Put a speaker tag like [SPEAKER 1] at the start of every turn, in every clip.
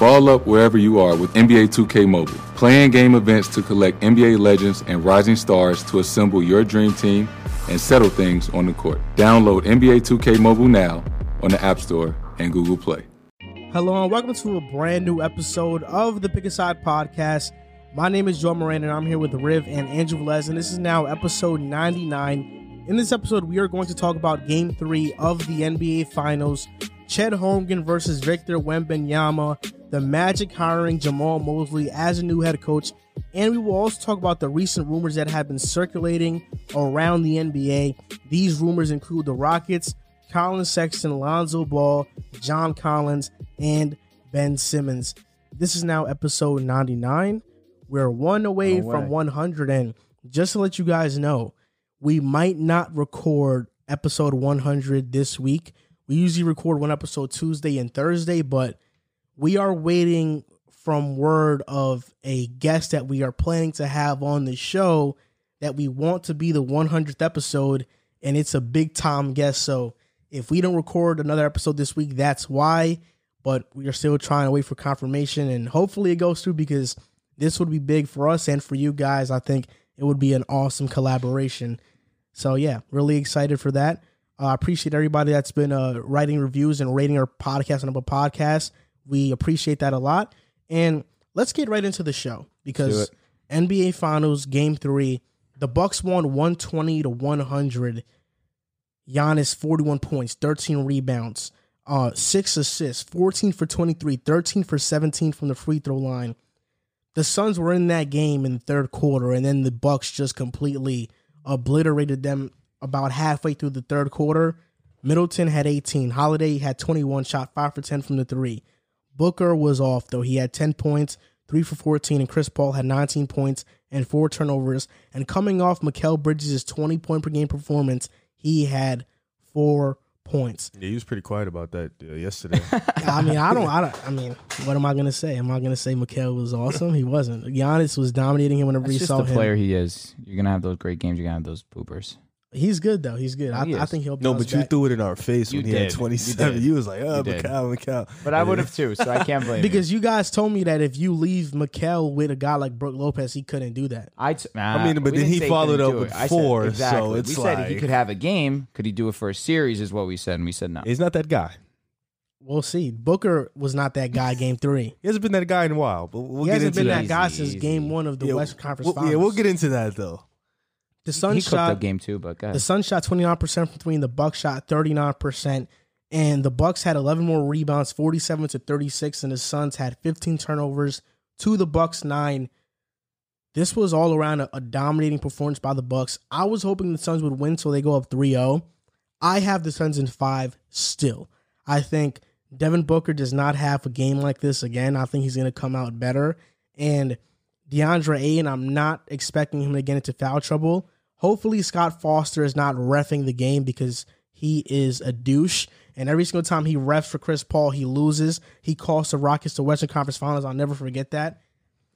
[SPEAKER 1] Ball up wherever you are with NBA 2K Mobile. Playing game events to collect NBA legends and rising stars to assemble your dream team and settle things on the court. Download NBA 2K Mobile now on the App Store and Google Play.
[SPEAKER 2] Hello and welcome to a brand new episode of the Pick Aside Podcast. My name is Joe Moran and I'm here with Riv and Andrew Velez, and this is now episode 99. In this episode, we are going to talk about game three of the NBA Finals. Chet Holmgren versus Victor Wembanyama, the Magic hiring Jamal Mosley as a new head coach, and we will also talk about the recent rumors that have been circulating around the NBA. These rumors include the Rockets, Colin Sexton, Lonzo Ball, John Collins, and Ben Simmons. This is now episode 99. We're one away
[SPEAKER 3] No
[SPEAKER 2] from
[SPEAKER 3] way.
[SPEAKER 2] 100, and just to let you guys know, we might not record episode 100 this week. We usually record one episode Tuesday and Thursday, but we are waiting from word of a guest that we are planning to have on the show that we want to be the 100th episode, and it's a big time guest. So if we don't record another episode this week, that's why. But we are still trying to wait for confirmation, and hopefully it goes through because this would be big for us and for you guys. I think it would be an awesome collaboration. So yeah, really excited for that. Uh, I appreciate everybody that's been uh, writing reviews and rating our podcast on Apple Podcasts. We appreciate that a lot. And let's get right into the show because NBA Finals Game Three, the Bucks won one twenty to one hundred. Giannis 41 points, 13 rebounds, uh, six assists, 14 for 23, 13 for 17 from the free throw line. The Suns were in that game in the third quarter, and then the Bucks just completely obliterated them about halfway through the third quarter. Middleton had 18. Holiday had 21, shot 5 for 10 from the three. Booker was off, though. He had 10 points, 3 for 14, and Chris Paul had 19 points and 4 turnovers. And coming off Mikel Bridges' 20 point per game performance, he had 4 points.
[SPEAKER 4] Yeah, he was pretty quiet about that uh, yesterday.
[SPEAKER 2] I mean, I don't, I don't, I mean, what am I going to say? Am I going to say Mikel was awesome? He wasn't. Giannis was dominating him whenever
[SPEAKER 3] That's
[SPEAKER 2] he
[SPEAKER 3] just
[SPEAKER 2] saw
[SPEAKER 3] the
[SPEAKER 2] him.
[SPEAKER 3] player he is. You're gonna have those great games. You're gonna have those poopers.
[SPEAKER 2] He's good, though. He's good. I,
[SPEAKER 3] Oh, He
[SPEAKER 2] I
[SPEAKER 3] is.
[SPEAKER 2] think he'll
[SPEAKER 4] no,
[SPEAKER 2] bounce
[SPEAKER 4] but you
[SPEAKER 2] back.
[SPEAKER 4] threw it in our face
[SPEAKER 3] You
[SPEAKER 4] when he
[SPEAKER 3] did.
[SPEAKER 4] had
[SPEAKER 3] You
[SPEAKER 4] 27.
[SPEAKER 3] did.
[SPEAKER 4] You, was like,
[SPEAKER 3] You
[SPEAKER 4] oh,
[SPEAKER 3] did.
[SPEAKER 4] Macau, Macau.
[SPEAKER 3] But I would have too, so I can't blame
[SPEAKER 2] Because you guys told me that if you leave Mikel with a guy like Brooke Lopez, he couldn't do that.
[SPEAKER 3] I, t- nah,
[SPEAKER 4] I mean, but then
[SPEAKER 3] we didn't
[SPEAKER 4] he
[SPEAKER 3] say
[SPEAKER 4] followed
[SPEAKER 3] couldn't
[SPEAKER 4] up
[SPEAKER 3] do
[SPEAKER 4] with
[SPEAKER 3] it. I said-
[SPEAKER 4] four, so
[SPEAKER 3] exactly.
[SPEAKER 4] it's
[SPEAKER 3] we said if he
[SPEAKER 4] like-
[SPEAKER 3] could have a game, could he do it for a series? Is what we said, and we said no.
[SPEAKER 4] He's not that guy.
[SPEAKER 2] We'll see. Booker was not that guy game three.
[SPEAKER 4] He hasn't been that guy in a while, but we'll
[SPEAKER 2] he
[SPEAKER 4] get
[SPEAKER 2] hasn't
[SPEAKER 4] into
[SPEAKER 2] been that
[SPEAKER 4] that.
[SPEAKER 2] guy
[SPEAKER 3] Easy,
[SPEAKER 2] since
[SPEAKER 3] easy.
[SPEAKER 2] game one of the
[SPEAKER 4] yeah,
[SPEAKER 2] Western Conference
[SPEAKER 4] we'll,
[SPEAKER 2] Finals.
[SPEAKER 4] Yeah, we'll get into that, though.
[SPEAKER 2] the
[SPEAKER 3] he
[SPEAKER 2] Sun
[SPEAKER 3] cooked up
[SPEAKER 2] shot
[SPEAKER 3] game two, but go
[SPEAKER 2] the
[SPEAKER 3] ahead.
[SPEAKER 2] Suns shot twenty nine percent from three, and the Bucks shot thirty nine percent. And the Bucks had eleven more rebounds, forty seven to thirty six, and the Suns had fifteen turnovers to the Bucks nine. This was all around a, a dominating performance by the Bucks. I was hoping the Suns would win so they go up 3-0. I have the Suns in five still. I think Devin Booker does not have a game like this again. I think he's going to come out better. And DeAndre Ayton, I'm not expecting him to get into foul trouble. Hopefully, Scott Foster is not refing the game because he is a douche. And every single time he refs for Chris Paul, he loses. He calls the Rockets to Western Conference Finals. I'll never forget that.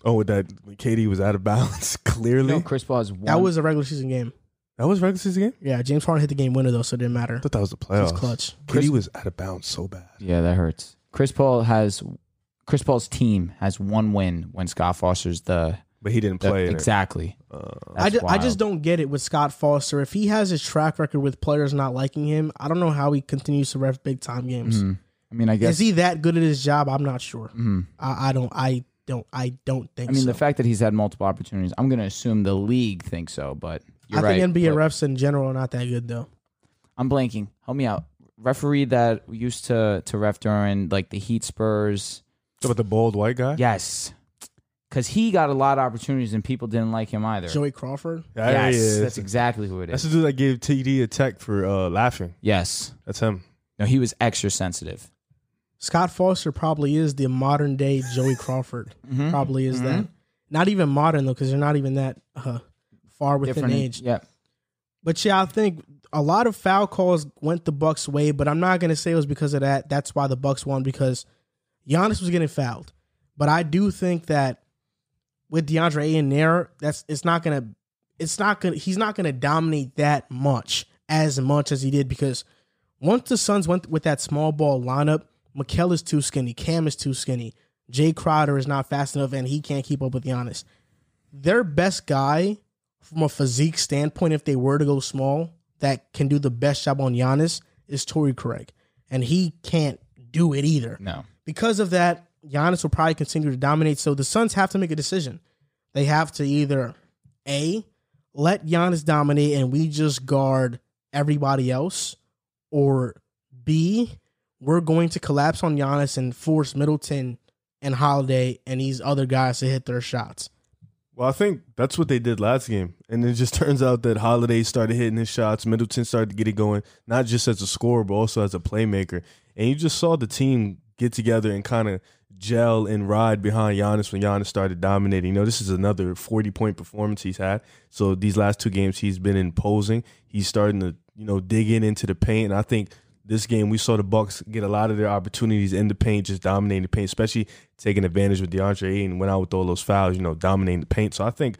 [SPEAKER 4] Oh, with that, when KD was out of bounds, clearly.
[SPEAKER 3] No, Chris Paul is one.
[SPEAKER 2] That was a regular season game.
[SPEAKER 4] That was regular season game?
[SPEAKER 2] Yeah, James Harden hit the game winner though, so it didn't matter.
[SPEAKER 4] I thought that was the
[SPEAKER 2] He's
[SPEAKER 4] playoffs.
[SPEAKER 2] clutch.
[SPEAKER 4] KD was out of bounds so bad.
[SPEAKER 3] yeah, that hurts. Chris Paul has Chris Paul's team has one win when Scott Foster's the,
[SPEAKER 4] But he didn't
[SPEAKER 3] the-
[SPEAKER 4] play in it.
[SPEAKER 3] exactly.
[SPEAKER 2] I,
[SPEAKER 3] That's
[SPEAKER 2] ju- I
[SPEAKER 3] wild.
[SPEAKER 2] just don't get it with Scott Foster. If he has his track record with players not liking him, I don't know how he continues to ref big time games.
[SPEAKER 3] Mhm. I mean, I guess
[SPEAKER 2] Is he that good at his job? I'm not sure.
[SPEAKER 3] Mhm.
[SPEAKER 2] I, I don't. I don't. I don't think.
[SPEAKER 3] I mean,
[SPEAKER 2] so.
[SPEAKER 3] the fact that he's had multiple opportunities, I'm going to assume the league thinks so, but you're
[SPEAKER 2] I
[SPEAKER 3] right.
[SPEAKER 2] think NBA
[SPEAKER 3] Look,
[SPEAKER 2] refs in general are not that good though.
[SPEAKER 3] I'm blanking. Help me out. Referee that used to to ref during like the Heat Spurs.
[SPEAKER 4] About the bald white guy?
[SPEAKER 3] Yes, because he got a lot of opportunities and people didn't like him either.
[SPEAKER 2] Joey Crawford.
[SPEAKER 4] There
[SPEAKER 3] yes,
[SPEAKER 4] he is.
[SPEAKER 3] that's exactly who it
[SPEAKER 4] That's
[SPEAKER 3] is.
[SPEAKER 4] the dude that gave TD a tech for uh, laughing.
[SPEAKER 3] yes,
[SPEAKER 4] That's him.
[SPEAKER 3] no, he was extra sensitive.
[SPEAKER 2] Scott Foster probably is the modern day Joey Crawford. Probably is that. Not even modern though, because they're not even that uh, far within
[SPEAKER 3] Different
[SPEAKER 2] age.
[SPEAKER 3] Yeah.
[SPEAKER 2] But yeah, I think a lot of foul calls went the Bucks' way, but I'm not gonna say it was because of that. That's why the Bucks won because Giannis was getting fouled. But I do think that with DeAndre in there, that's it's not gonna it's not gonna he's not gonna dominate that much as much as he did because once the Suns went with that small ball lineup, Mikel is too skinny, Cam is too skinny, Jay Crowder is not fast enough, and he can't keep up with Giannis. Their best guy from a physique standpoint, if they were to go small, that can do the best job on Giannis is Torrey Craig, and he can't do it either.
[SPEAKER 3] No.
[SPEAKER 2] Because of that, Giannis will probably continue to dominate. So the Suns have to make a decision. They have to either a let Giannis dominate and we just guard everybody else, or b we're going to collapse on Giannis and force Middleton and Holiday and these other guys to hit their shots.
[SPEAKER 4] Well, I think that's what they did last game, and it just turns out that Holiday started hitting his shots. Middleton started to get it going, not just as a scorer, but also as a playmaker. And you just saw the team get together and kind of gel and ride behind Giannis when Giannis started dominating. You know, this is another forty-point performance he's had. So these last two games, he's been imposing. He's starting to you know dig in into the paint, and I think. This game, we saw the Bucks get a lot of their opportunities in the paint, just dominating the paint, especially taking advantage with DeAndre Ayton, went out with all those fouls, you know, dominating the paint. So I think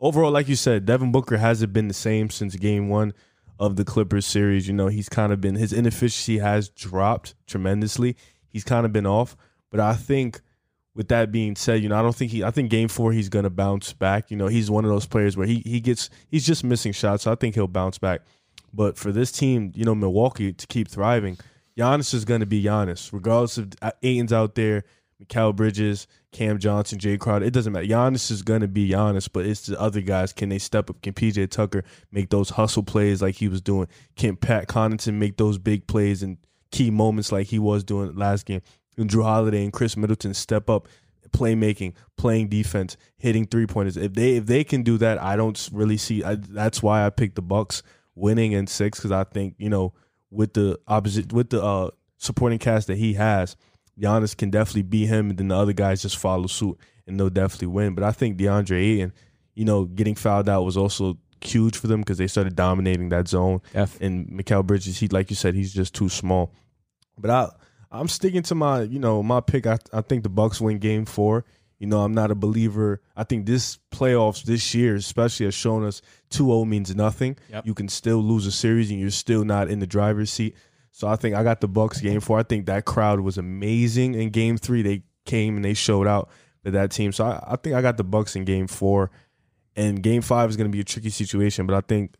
[SPEAKER 4] overall, like you said, Devin Booker hasn't been the same since game one of the Clippers series. You know, he's kind of been his inefficiency has dropped tremendously. He's kind of been off. But I think with that being said, you know, I don't think he I think game four he's gonna bounce back. You know, he's one of those players where he he gets he's just missing shots. So I think he'll bounce back. But for this team, you know, Milwaukee to keep thriving, Giannis is going to be Giannis, regardless of Aiton's out there, Mikal Bridges, Cam Johnson, Jay Crowder. It doesn't matter. Giannis is going to be Giannis, but it's the other guys. Can they step up? Can PJ Tucker make those hustle plays like he was doing? Can Pat Connaughton make those big plays and key moments like he was doing last game? Can Drew Holiday and Chris Middleton step up? Playmaking, playing defense, hitting three pointers. If they if they can do that, I don't really see. I, that's why I picked the Bucks winning in six because I think you know with the opposite with the uh, supporting cast that he has, Giannis can definitely be him, and then the other guys just follow suit and they'll definitely win. But I think DeAndre Ayton, you know, getting fouled out was also huge for them because they started dominating that zone.
[SPEAKER 3] F.
[SPEAKER 4] And Mikael Bridges, he like you said, he's just too small. But I I'm sticking to my you know my pick. I I think the Bucks win Game Four. You know, I'm not a believer. I think this playoffs this year, especially, has shown us 2-0 means nothing.
[SPEAKER 3] Yep.
[SPEAKER 4] You can still lose a series, and you're still not in the driver's seat. So I think I got the Bucks game four. I think that crowd was amazing in game three. They came and they showed out to that team. So I, I think I got the Bucks in game four. And game five is going to be a tricky situation, but I think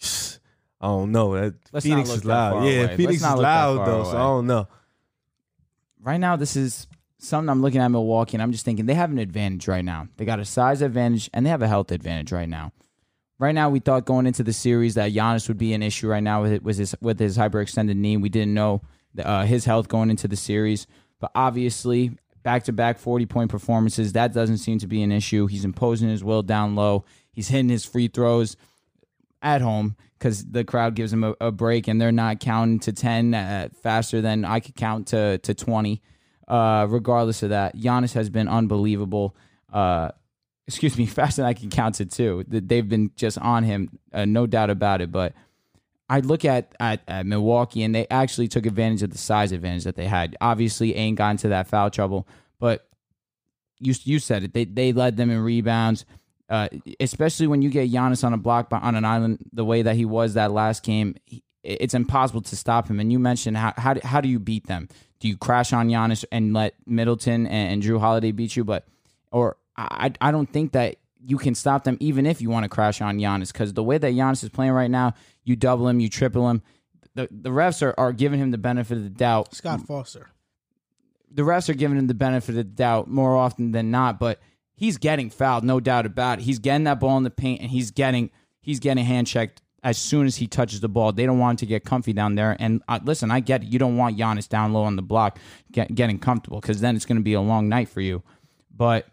[SPEAKER 4] I don't know. That
[SPEAKER 3] Let's not
[SPEAKER 4] Phoenix
[SPEAKER 3] look
[SPEAKER 4] is
[SPEAKER 3] that
[SPEAKER 4] loud.
[SPEAKER 3] far
[SPEAKER 4] Yeah,
[SPEAKER 3] away. Let's
[SPEAKER 4] Phoenix is
[SPEAKER 3] not look that
[SPEAKER 4] loud
[SPEAKER 3] far
[SPEAKER 4] though. So I
[SPEAKER 3] away.
[SPEAKER 4] don't know.
[SPEAKER 3] right now this is something I'm looking at Milwaukee and I'm just thinking they have an advantage right now. They got a size advantage and they have a health advantage right now. Right now, we thought going into the series that Giannis would be an issue. Right now, with it was his with his hyperextended knee, we didn't know uh, his health going into the series. But obviously, back to back forty point performances, that doesn't seem to be an issue. He's imposing his will down low. He's hitting his free throws at home because the crowd gives him a, a break and they're not counting to 10 uh, faster than I could count to, to 20. Uh, regardless of that, Giannis has been unbelievable. Uh, excuse me, faster than I can count to two. Th- They've been just on him, uh, no doubt about it. But I look at, at at Milwaukee and they actually took advantage of the size advantage that they had. Obviously, ain't got into that foul trouble, but you you said it. They they led them in rebounds. Uh, especially when you get Giannis on a block by, on an island the way that he was that last game, he- it's impossible to stop him. And you mentioned how how do, how do you beat them? Do you crash on Giannis and let Middleton and, and Drew Holiday beat you? But or I I I don't think that you can stop them even if you want to crash on Giannis because the way that Giannis is playing right now, you double him, you triple him. The, the refs are, are giving him the benefit of the doubt
[SPEAKER 2] Scott Foster.
[SPEAKER 3] the refs are giving him the benefit of the doubt more often than not, but he's getting fouled, no doubt about it. He's getting that ball in the paint and he's getting he's getting hand checked as soon as he touches the ball. They don't want him to get comfy down there. And uh, listen, I get it. You don't want Giannis down low on the block get, getting comfortable because then it's going to be a long night for you. But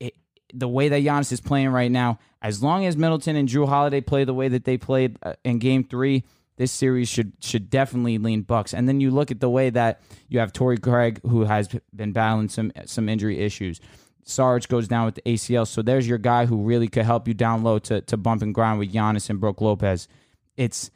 [SPEAKER 3] it, the way that Giannis is playing right now, as long as Middleton and Drew Holiday play the way that they played uh, in Game Three, this series should should definitely lean Bucks. And then you look at the way that you have Torrey Craig, who has been battling some some injury issues. Sarge goes down with the ACL, so there's your guy who really could help you down low to to bump and grind with Giannis and Brooke Lopez. It's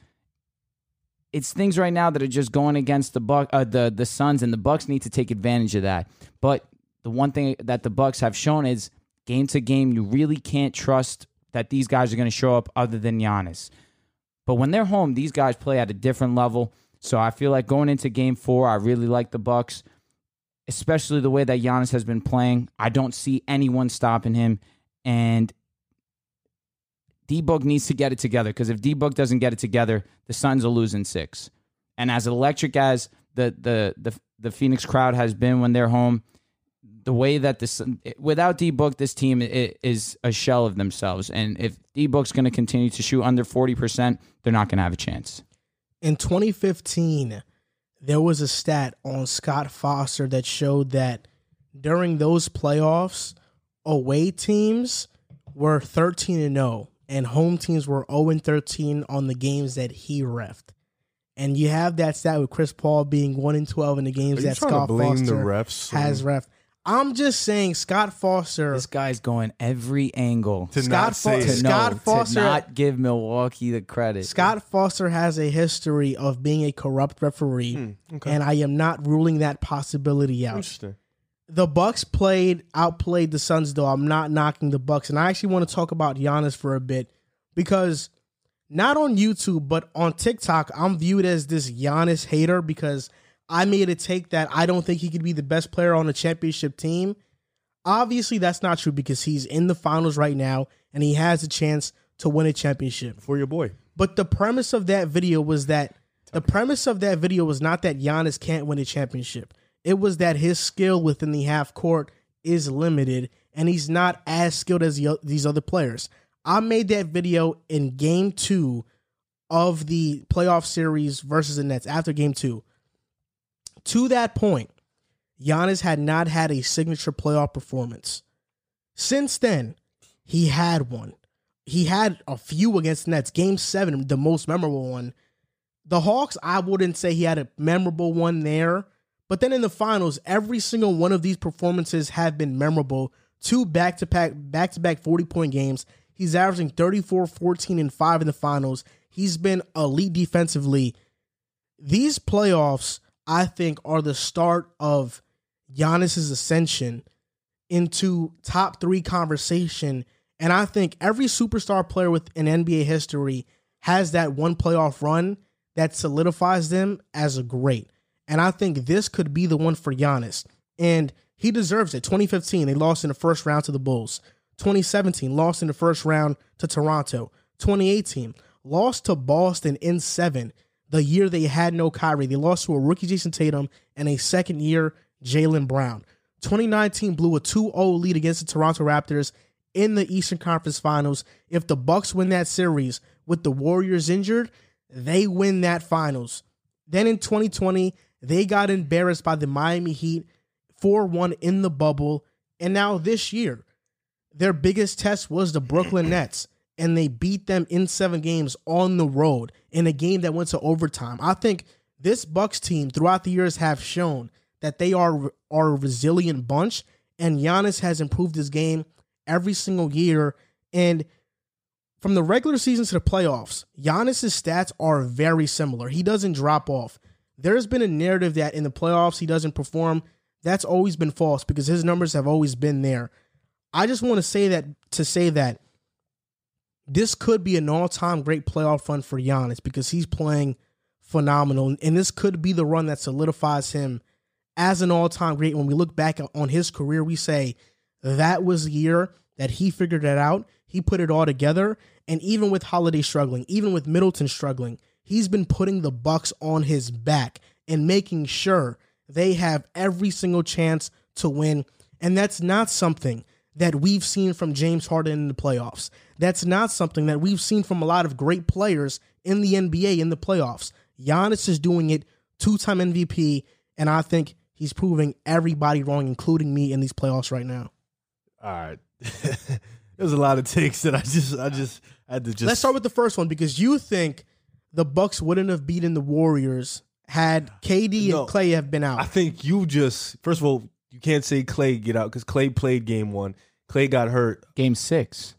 [SPEAKER 3] it's things right now that are just going against the Buck, uh, the the Suns, and the Bucks need to take advantage of that. But the one thing that the Bucks have shown is game to game, you really can't trust that these guys are going to show up other than Giannis. But when they're home, these guys play at a different level. So I feel like going into game four, I really like the Bucks, especially the way that Giannis has been playing. I don't see anyone stopping him. And D Book needs to get it together because if D Book doesn't get it together, the Suns are losing six. And as electric as the the the the Phoenix crowd has been when they're home, the way that this without D Book, this team i- is a shell of themselves. And if D Book's going to continue to shoot under forty percent, they're not going to have a chance.
[SPEAKER 2] In 2015, there was a stat on Scott Foster that showed that during those playoffs, away teams were 13 and 0 and home teams were 0 and 13 on the games that he refed. And you have that stat with Chris Paul being 1 and 12 in the games
[SPEAKER 4] Are you
[SPEAKER 2] that
[SPEAKER 4] trying to
[SPEAKER 2] Scott
[SPEAKER 4] blame the
[SPEAKER 2] Foster
[SPEAKER 4] refs
[SPEAKER 2] has
[SPEAKER 4] and-
[SPEAKER 2] refed. I'm just saying Scott Foster
[SPEAKER 3] This guy's going every angle
[SPEAKER 4] To
[SPEAKER 3] to,
[SPEAKER 2] Scott
[SPEAKER 4] not say
[SPEAKER 2] Fo-
[SPEAKER 4] it.
[SPEAKER 2] Scott-
[SPEAKER 3] no,
[SPEAKER 2] Foster-
[SPEAKER 3] to not give Milwaukee the credit.
[SPEAKER 2] Scott Foster has a history of being a corrupt referee,
[SPEAKER 4] Hmm,
[SPEAKER 2] and I am not ruling that possibility out.
[SPEAKER 4] Interesting.
[SPEAKER 2] The Bucks played outplayed the Suns, though. I'm not knocking the Bucks, and I actually want to talk about Giannis for a bit because not on YouTube but on TikTok, I'm viewed as this Giannis hater because I made a take that I don't think he could be the best player on a championship team. Obviously, that's not true because he's in the finals right now and he has a chance to win a championship.
[SPEAKER 4] For your boy.
[SPEAKER 2] But the premise of that video was that the premise of that video was not that Giannis can't win a championship. It was that his skill within the half court is limited and he's not as skilled as the, o- these other players. I made that video in game two of the playoff series versus the Nets after game two. To that point, Giannis had not had a signature playoff performance. Since then, he had one. He had a few against the Nets. Game seven, the most memorable one. The Hawks, I wouldn't say he had a memorable one there. But then in the finals, every single one of these performances have been memorable. Two back to back back to back 40 point games. He's averaging 34, 14, and 5 in the finals. He's been elite defensively. These playoffs, I think, are the start of Giannis's ascension into top three conversation. And I think every superstar player within NBA history has that one playoff run that solidifies them as a great. And I think this could be the one for Giannis. And he deserves it. 2015, they lost in the first round to the Bulls. 2017, lost in the first round to Toronto. 2018, lost to Boston in seven, the year they had no Kyrie. They lost to a rookie Jason Tatum and a second year Jalen Brown. 2019 blew a 2-0 lead against the Toronto Raptors in the Eastern Conference Finals. If the Bucks win that series with the Warriors injured, they win that finals. Then in 2020, they got embarrassed by the Miami Heat 4-1 in the bubble. And now this year, their biggest test was the Brooklyn Nets, and they beat them in seven games on the road in a game that went to overtime. I think this Bucks team throughout the years have shown that they are are a resilient bunch, and Giannis has improved his game every single year. And from the regular season to the playoffs, Giannis's stats are very similar. He doesn't drop off. There's been a narrative that in the playoffs he doesn't perform. That's always been false because his numbers have always been there. I just want to say that to say that this could be an all-time great playoff run for Giannis because he's playing phenomenal, and this could be the run that solidifies him as an all-time great. When we look back on his career, we say that was the year that he figured it out. He put it all together, and even with Holiday struggling, even with Middleton struggling, he's been putting the Bucks on his back and making sure they have every single chance to win. And that's not something that we've seen from James Harden in the playoffs. That's not something that we've seen from a lot of great players in the NBA in the playoffs. Giannis is doing it, two time MVP, and I think he's proving everybody wrong, including me in these playoffs right now.
[SPEAKER 4] All right. There's a lot of takes that I just I just had to just
[SPEAKER 2] Let's start with the first one because you think the Bucks wouldn't have beaten the Warriors had KD
[SPEAKER 4] No.
[SPEAKER 2] and Clay have been out.
[SPEAKER 4] I think you just first of all you can't say Clay get out because Clay played game one. Clay got hurt.
[SPEAKER 3] Game six.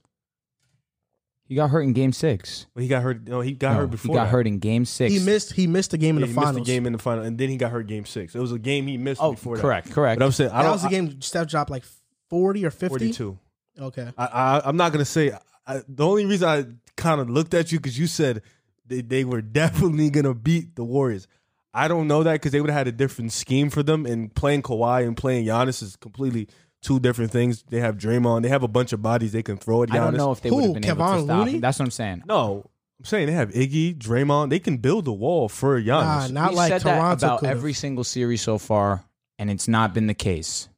[SPEAKER 3] He got hurt in game six.
[SPEAKER 4] Well, he got hurt. No, he got
[SPEAKER 3] No,
[SPEAKER 4] hurt before.
[SPEAKER 3] he got
[SPEAKER 4] that.
[SPEAKER 3] hurt in game six.
[SPEAKER 2] he missed he missed the game
[SPEAKER 4] Yeah,
[SPEAKER 2] in
[SPEAKER 4] he
[SPEAKER 2] the
[SPEAKER 4] missed
[SPEAKER 2] finals.
[SPEAKER 4] the game in the final, and then he got hurt game six. It was a game he missed
[SPEAKER 3] Oh,
[SPEAKER 4] before
[SPEAKER 3] correct,
[SPEAKER 4] that.
[SPEAKER 3] correct.
[SPEAKER 4] But I'm saying I
[SPEAKER 2] that
[SPEAKER 4] don't.
[SPEAKER 2] was the game Steph dropped like forty or
[SPEAKER 4] I,
[SPEAKER 2] fifty.
[SPEAKER 4] 42.
[SPEAKER 2] Okay.
[SPEAKER 4] I, I, I'm not gonna say. I, the only reason I kind of looked at you because you said they, they were definitely gonna beat the Warriors. I don't know that because they would have had a different scheme for them, and playing Kawhi and playing Giannis is completely two different things. They have Draymond. They have a bunch of bodies they can throw at Giannis.
[SPEAKER 3] I don't know if they
[SPEAKER 2] Who,
[SPEAKER 3] would have been able to
[SPEAKER 2] Kevon
[SPEAKER 3] stop
[SPEAKER 2] Looney?
[SPEAKER 3] him. That's what I'm saying.
[SPEAKER 4] No, I'm saying they have Iggy, Draymond. They can build a wall for
[SPEAKER 2] Nah,
[SPEAKER 4] Giannis.
[SPEAKER 2] not
[SPEAKER 3] we
[SPEAKER 2] like
[SPEAKER 3] said
[SPEAKER 2] Toronto
[SPEAKER 3] that about
[SPEAKER 2] could've.
[SPEAKER 3] every single series so far, and it's not been the case.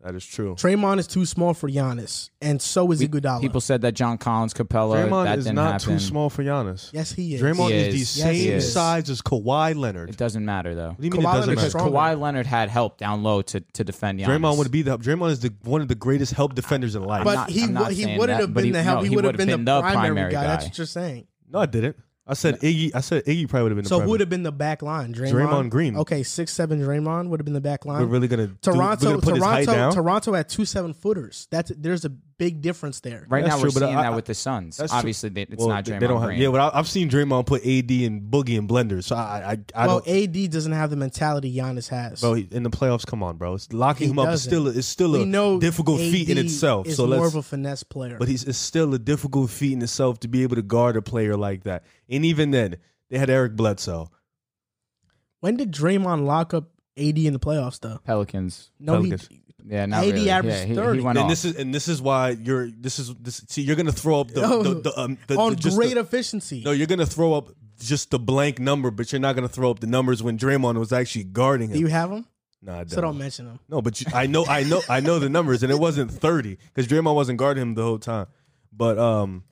[SPEAKER 4] That is true.
[SPEAKER 2] Draymond is too small for Giannis, and so is
[SPEAKER 3] We-
[SPEAKER 2] Iguodala.
[SPEAKER 3] People said that John Collins, Capella,
[SPEAKER 4] Draymond
[SPEAKER 3] that
[SPEAKER 4] is
[SPEAKER 3] didn't
[SPEAKER 4] not
[SPEAKER 3] happen.
[SPEAKER 4] too small for Giannis.
[SPEAKER 2] yes, he is.
[SPEAKER 4] Draymond
[SPEAKER 3] He
[SPEAKER 4] is,
[SPEAKER 3] is.
[SPEAKER 4] the
[SPEAKER 2] Yes, he
[SPEAKER 4] same
[SPEAKER 3] is.
[SPEAKER 4] size as Kawhi Leonard.
[SPEAKER 3] It doesn't matter though.
[SPEAKER 4] What do you
[SPEAKER 2] Kawhi
[SPEAKER 4] mean it doesn't
[SPEAKER 2] Leonard
[SPEAKER 4] matter?
[SPEAKER 2] is
[SPEAKER 3] Because
[SPEAKER 2] stronger.
[SPEAKER 3] Kawhi Leonard had help down low to, to defend Giannis.
[SPEAKER 4] Draymond would be the Draymond is the one of the greatest help defenders in life.
[SPEAKER 2] but
[SPEAKER 3] not-
[SPEAKER 2] he
[SPEAKER 3] I'm not
[SPEAKER 2] wa- he
[SPEAKER 3] saying
[SPEAKER 2] wouldn't
[SPEAKER 3] that,
[SPEAKER 2] have
[SPEAKER 3] but
[SPEAKER 2] been
[SPEAKER 3] he-
[SPEAKER 2] the help.
[SPEAKER 3] no,
[SPEAKER 2] he
[SPEAKER 3] he
[SPEAKER 2] would have
[SPEAKER 3] would've
[SPEAKER 2] been,
[SPEAKER 3] been
[SPEAKER 2] the
[SPEAKER 3] the
[SPEAKER 2] primary,
[SPEAKER 3] primary
[SPEAKER 2] guy. That's
[SPEAKER 3] guy.
[SPEAKER 2] what you're saying.
[SPEAKER 4] no, I didn't. I said Iggy. I said Iggy probably would have been.
[SPEAKER 2] So
[SPEAKER 4] the
[SPEAKER 2] who would
[SPEAKER 4] primary.
[SPEAKER 2] have been the back line? Draymond,
[SPEAKER 4] Draymond Green.
[SPEAKER 2] Okay, six seven Draymond would have been the back line.
[SPEAKER 4] We're really gonna do-
[SPEAKER 2] Toronto,
[SPEAKER 4] we're gonna put his height
[SPEAKER 2] Toronto,
[SPEAKER 4] down?
[SPEAKER 2] Toronto had two seven footers. That's there's a big difference there.
[SPEAKER 3] right
[SPEAKER 4] That's
[SPEAKER 3] now. We're
[SPEAKER 4] true, but
[SPEAKER 3] seeing
[SPEAKER 4] I-
[SPEAKER 3] that
[SPEAKER 4] I-
[SPEAKER 3] with the Suns.
[SPEAKER 4] That's true.
[SPEAKER 3] Obviously, they, it's
[SPEAKER 4] Well,
[SPEAKER 3] not
[SPEAKER 4] they-
[SPEAKER 3] Draymond
[SPEAKER 4] they don't have-
[SPEAKER 3] Green.
[SPEAKER 4] yeah, but I, I've seen Draymond put AD and Boogie in blenders. So I, I, I
[SPEAKER 2] well,
[SPEAKER 4] don't.
[SPEAKER 2] AD doesn't have the mentality Giannis has.
[SPEAKER 4] Bro, he- in the playoffs, come on, bro. It's locking
[SPEAKER 2] He
[SPEAKER 4] him up is
[SPEAKER 2] doesn't.
[SPEAKER 4] still a, is still
[SPEAKER 2] we
[SPEAKER 4] a
[SPEAKER 2] know
[SPEAKER 4] difficult
[SPEAKER 2] AD
[SPEAKER 4] feat in itself.
[SPEAKER 2] Is
[SPEAKER 4] So
[SPEAKER 2] more
[SPEAKER 4] let's
[SPEAKER 2] of a finesse player.
[SPEAKER 4] But he's, it's still a difficult feat in itself to be able to guard a player like that. And even then, they had Eric Bledsoe.
[SPEAKER 2] when did Draymond lock up AD in the playoffs though?
[SPEAKER 3] Pelicans.
[SPEAKER 2] No,
[SPEAKER 4] Pelicans.
[SPEAKER 2] he
[SPEAKER 3] Yeah, not
[SPEAKER 2] AD
[SPEAKER 3] really.
[SPEAKER 2] averaged
[SPEAKER 3] yeah, he- He,
[SPEAKER 2] 30.
[SPEAKER 3] went
[SPEAKER 4] And
[SPEAKER 3] off.
[SPEAKER 4] this is and this is why you're this is this see you're gonna throw up the
[SPEAKER 2] Yo,
[SPEAKER 4] the, the, um, the
[SPEAKER 2] Oh. on
[SPEAKER 4] the- just
[SPEAKER 2] great
[SPEAKER 4] the,
[SPEAKER 2] efficiency.
[SPEAKER 4] no you're gonna throw up just the blank number, but you're not gonna throw up the numbers when Draymond was actually guarding
[SPEAKER 2] Do
[SPEAKER 4] him.
[SPEAKER 2] you have him?
[SPEAKER 4] nah, I don't.
[SPEAKER 2] So don't mention him.
[SPEAKER 4] no, but you, I know I know I know the numbers, and it wasn't thirty because Draymond wasn't guarding him the whole time. But um,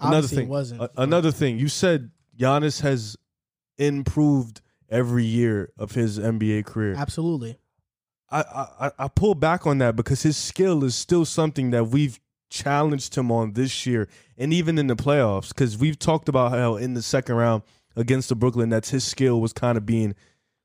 [SPEAKER 4] another
[SPEAKER 2] Obviously,
[SPEAKER 4] thing
[SPEAKER 2] it wasn't.
[SPEAKER 4] a- another thing you said Giannis has improved every year of his NBA career.
[SPEAKER 2] Absolutely.
[SPEAKER 4] I, I, I- I pull back on that because his skill is still something that we've challenged him on this year and even in the playoffs because we've talked about how in the second round against the Brooklyn Nets his skill was kind of being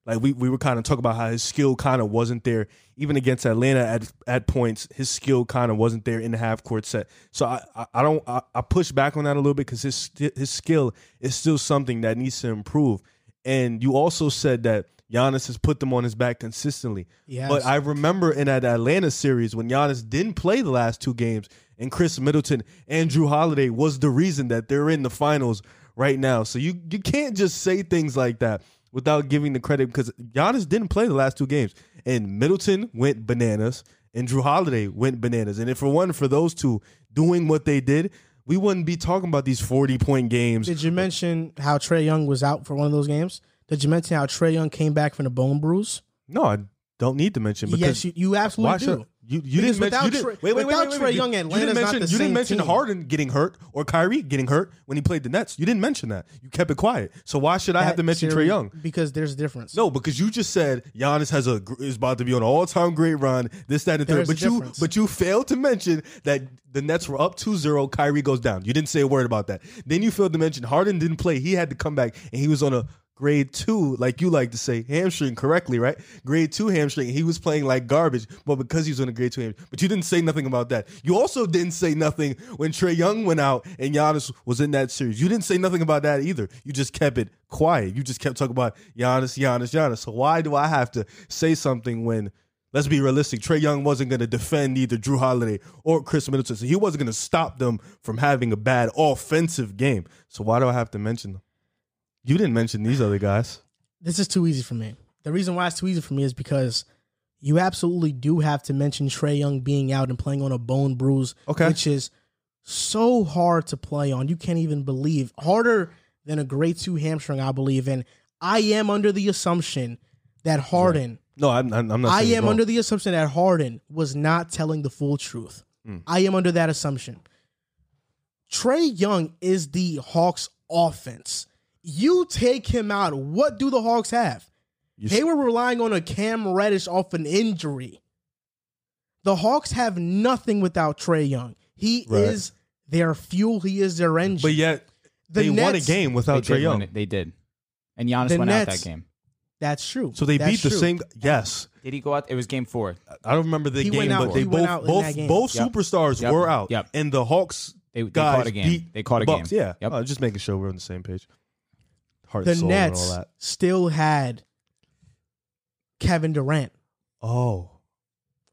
[SPEAKER 4] like we, we were kind of talking about how his skill kind of wasn't there even against Atlanta at at points his skill kind of wasn't there in the half court set so I I, I don't I, I push back on that a little bit because his sti- his skill is still something that needs to improve and you also said that Giannis has put them on his back consistently
[SPEAKER 2] Yes.
[SPEAKER 4] but I remember in that Atlanta series when Giannis didn't play the last two games and Chris Middleton and Drew Holiday was the reason that they're in the finals right now. So you you can't just say things like that without giving the credit because Giannis didn't play the last two games and Middleton went bananas and Drew Holiday went bananas. And if it wasn't for those two doing what they did, we wouldn't be talking about these 40 point games.
[SPEAKER 2] Did you mention how Trey Young was out for one of those games? Did you mention how Trey Young came back from the bone bruise?
[SPEAKER 4] No, I don't need to mention
[SPEAKER 2] Yes,
[SPEAKER 4] because
[SPEAKER 2] you, you absolutely do.
[SPEAKER 4] should- you, you
[SPEAKER 2] Because
[SPEAKER 4] didn't mention
[SPEAKER 2] without
[SPEAKER 4] you didn't,
[SPEAKER 2] Trey-
[SPEAKER 4] wait, wait, wait,
[SPEAKER 2] without
[SPEAKER 4] wait, wait,
[SPEAKER 2] Trey
[SPEAKER 4] wait.
[SPEAKER 2] Young,
[SPEAKER 4] You-
[SPEAKER 2] Atlanta's
[SPEAKER 4] you didn't
[SPEAKER 2] not the
[SPEAKER 4] mention, you
[SPEAKER 2] same
[SPEAKER 4] didn't mention
[SPEAKER 2] team.
[SPEAKER 4] Harden getting hurt or Kyrie getting hurt when he played the Nets. You didn't mention that. You kept it quiet. So why should I have
[SPEAKER 2] That
[SPEAKER 4] to mention Trey
[SPEAKER 2] series-
[SPEAKER 4] Young?
[SPEAKER 2] because there's a difference.
[SPEAKER 4] No, because you just said Giannis has a gr- is about to be on an all time great run. This, that, and the third.
[SPEAKER 2] There's a
[SPEAKER 4] But you
[SPEAKER 2] difference.
[SPEAKER 4] but you failed to mention that the Nets were up 2-0. Kyrie goes down. You didn't say a word about that. Then you failed to mention Harden didn't play. He had to come back, and he was on a grade two, like you like to say, hamstring correctly, right? Grade two hamstring. He was playing like garbage, but because he was on a grade two hamstring. But you didn't say nothing about that. You also didn't say nothing when Trey Young went out and Giannis was in that series. You didn't say nothing about that either. You just kept it quiet. You just kept talking about Giannis, Giannis, Giannis. So why do I have to say something when let's be realistic. Trey Young wasn't going to defend either Drew Holiday or Chris Middleton, so he wasn't going to stop them from having a bad offensive game. So why do I have to mention them? You didn't mention these other guys.
[SPEAKER 2] this is too easy for me. The reason why it's too easy for me is because you absolutely do have to mention Trey Young being out and playing on a bone bruise,
[SPEAKER 4] Okay.
[SPEAKER 2] which is so hard to play on. You can't even believe harder than a grade two hamstring, I believe. And I am under the assumption that Harden.
[SPEAKER 4] No, I'm, I'm I'm not.
[SPEAKER 2] I
[SPEAKER 4] saying
[SPEAKER 2] am
[SPEAKER 4] wrong.
[SPEAKER 2] under the assumption that Harden was not telling the full truth.
[SPEAKER 4] Hmm.
[SPEAKER 2] I am under that assumption. Trey Young is the Hawks offense. You take him out, what do the Hawks have?
[SPEAKER 4] You
[SPEAKER 2] they
[SPEAKER 4] s-
[SPEAKER 2] were relying on a Cam Reddish off an injury. The Hawks have nothing without Trey Young. He
[SPEAKER 4] Right.
[SPEAKER 2] is their fuel, he is their engine.
[SPEAKER 4] but yet
[SPEAKER 2] the
[SPEAKER 4] they
[SPEAKER 2] Nets,
[SPEAKER 4] won a game
[SPEAKER 3] They
[SPEAKER 4] without
[SPEAKER 3] did,
[SPEAKER 4] Trey
[SPEAKER 3] win
[SPEAKER 4] Young.
[SPEAKER 3] it. they did. And Giannis
[SPEAKER 2] The
[SPEAKER 3] went out
[SPEAKER 2] Nets-
[SPEAKER 3] that game.
[SPEAKER 2] That's true.
[SPEAKER 4] So they
[SPEAKER 2] That's
[SPEAKER 4] beat the
[SPEAKER 2] true.
[SPEAKER 4] same. Yes,
[SPEAKER 3] Did he go out? It was game four.
[SPEAKER 4] I don't remember the
[SPEAKER 2] He went
[SPEAKER 4] game,
[SPEAKER 2] out-
[SPEAKER 4] but they
[SPEAKER 2] he went out
[SPEAKER 4] both
[SPEAKER 2] in
[SPEAKER 4] both
[SPEAKER 2] that game.
[SPEAKER 4] both
[SPEAKER 3] Yep.
[SPEAKER 4] superstars
[SPEAKER 3] Yep.
[SPEAKER 4] were out,
[SPEAKER 3] Yep.
[SPEAKER 4] and the Hawks
[SPEAKER 3] They, they
[SPEAKER 4] guys
[SPEAKER 3] caught a game.
[SPEAKER 4] beat
[SPEAKER 3] They caught a
[SPEAKER 4] the
[SPEAKER 3] game.
[SPEAKER 4] Bucks. Yeah,
[SPEAKER 3] Yep.
[SPEAKER 4] Uh, just making sure we're on the same page. Heart,
[SPEAKER 2] the
[SPEAKER 4] and soul, and all
[SPEAKER 2] Nets
[SPEAKER 4] that.
[SPEAKER 2] still had Kevin Durant
[SPEAKER 4] Oh,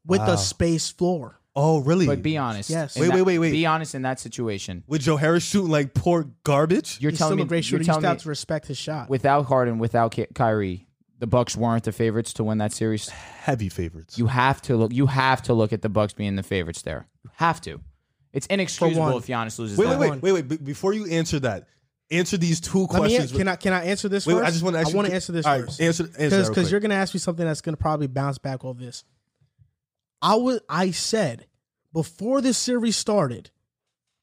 [SPEAKER 2] with
[SPEAKER 4] Wow.
[SPEAKER 2] a space floor.
[SPEAKER 4] oh, really?
[SPEAKER 3] But be honest.
[SPEAKER 2] Yes.
[SPEAKER 3] In
[SPEAKER 4] Wait,
[SPEAKER 3] that-
[SPEAKER 4] wait, wait, wait.
[SPEAKER 3] Be honest in that situation.
[SPEAKER 4] with Joe Harris shooting like poor garbage.
[SPEAKER 3] You're
[SPEAKER 2] He's
[SPEAKER 3] telling
[SPEAKER 2] still
[SPEAKER 3] me
[SPEAKER 2] a great
[SPEAKER 3] you're
[SPEAKER 2] shooter. You
[SPEAKER 3] telling
[SPEAKER 2] just have
[SPEAKER 3] me
[SPEAKER 2] to respect his shot.
[SPEAKER 3] without Harden, without Ki- Kyrie, the Bucks weren't the favorites to win that series.
[SPEAKER 4] Heavy favorites.
[SPEAKER 3] You have to look. You have to look at the Bucks being the favorites there. You have to. It's
[SPEAKER 2] For one.
[SPEAKER 3] inexcusable if Giannis loses.
[SPEAKER 4] wait,
[SPEAKER 3] that
[SPEAKER 4] wait,
[SPEAKER 3] one.
[SPEAKER 4] wait, wait, wait. Be- Before you answer that, answer these two
[SPEAKER 2] Let me-
[SPEAKER 4] questions.
[SPEAKER 2] can I can I answer this
[SPEAKER 4] Wait, wait,
[SPEAKER 2] first?
[SPEAKER 4] I just want to.
[SPEAKER 2] I want to answer this
[SPEAKER 4] All right,
[SPEAKER 2] first.
[SPEAKER 4] answer, answer
[SPEAKER 2] because
[SPEAKER 4] that real
[SPEAKER 2] because you're
[SPEAKER 4] quick.
[SPEAKER 2] gonna ask me something that's gonna probably bounce back off this. I was I said before this series started,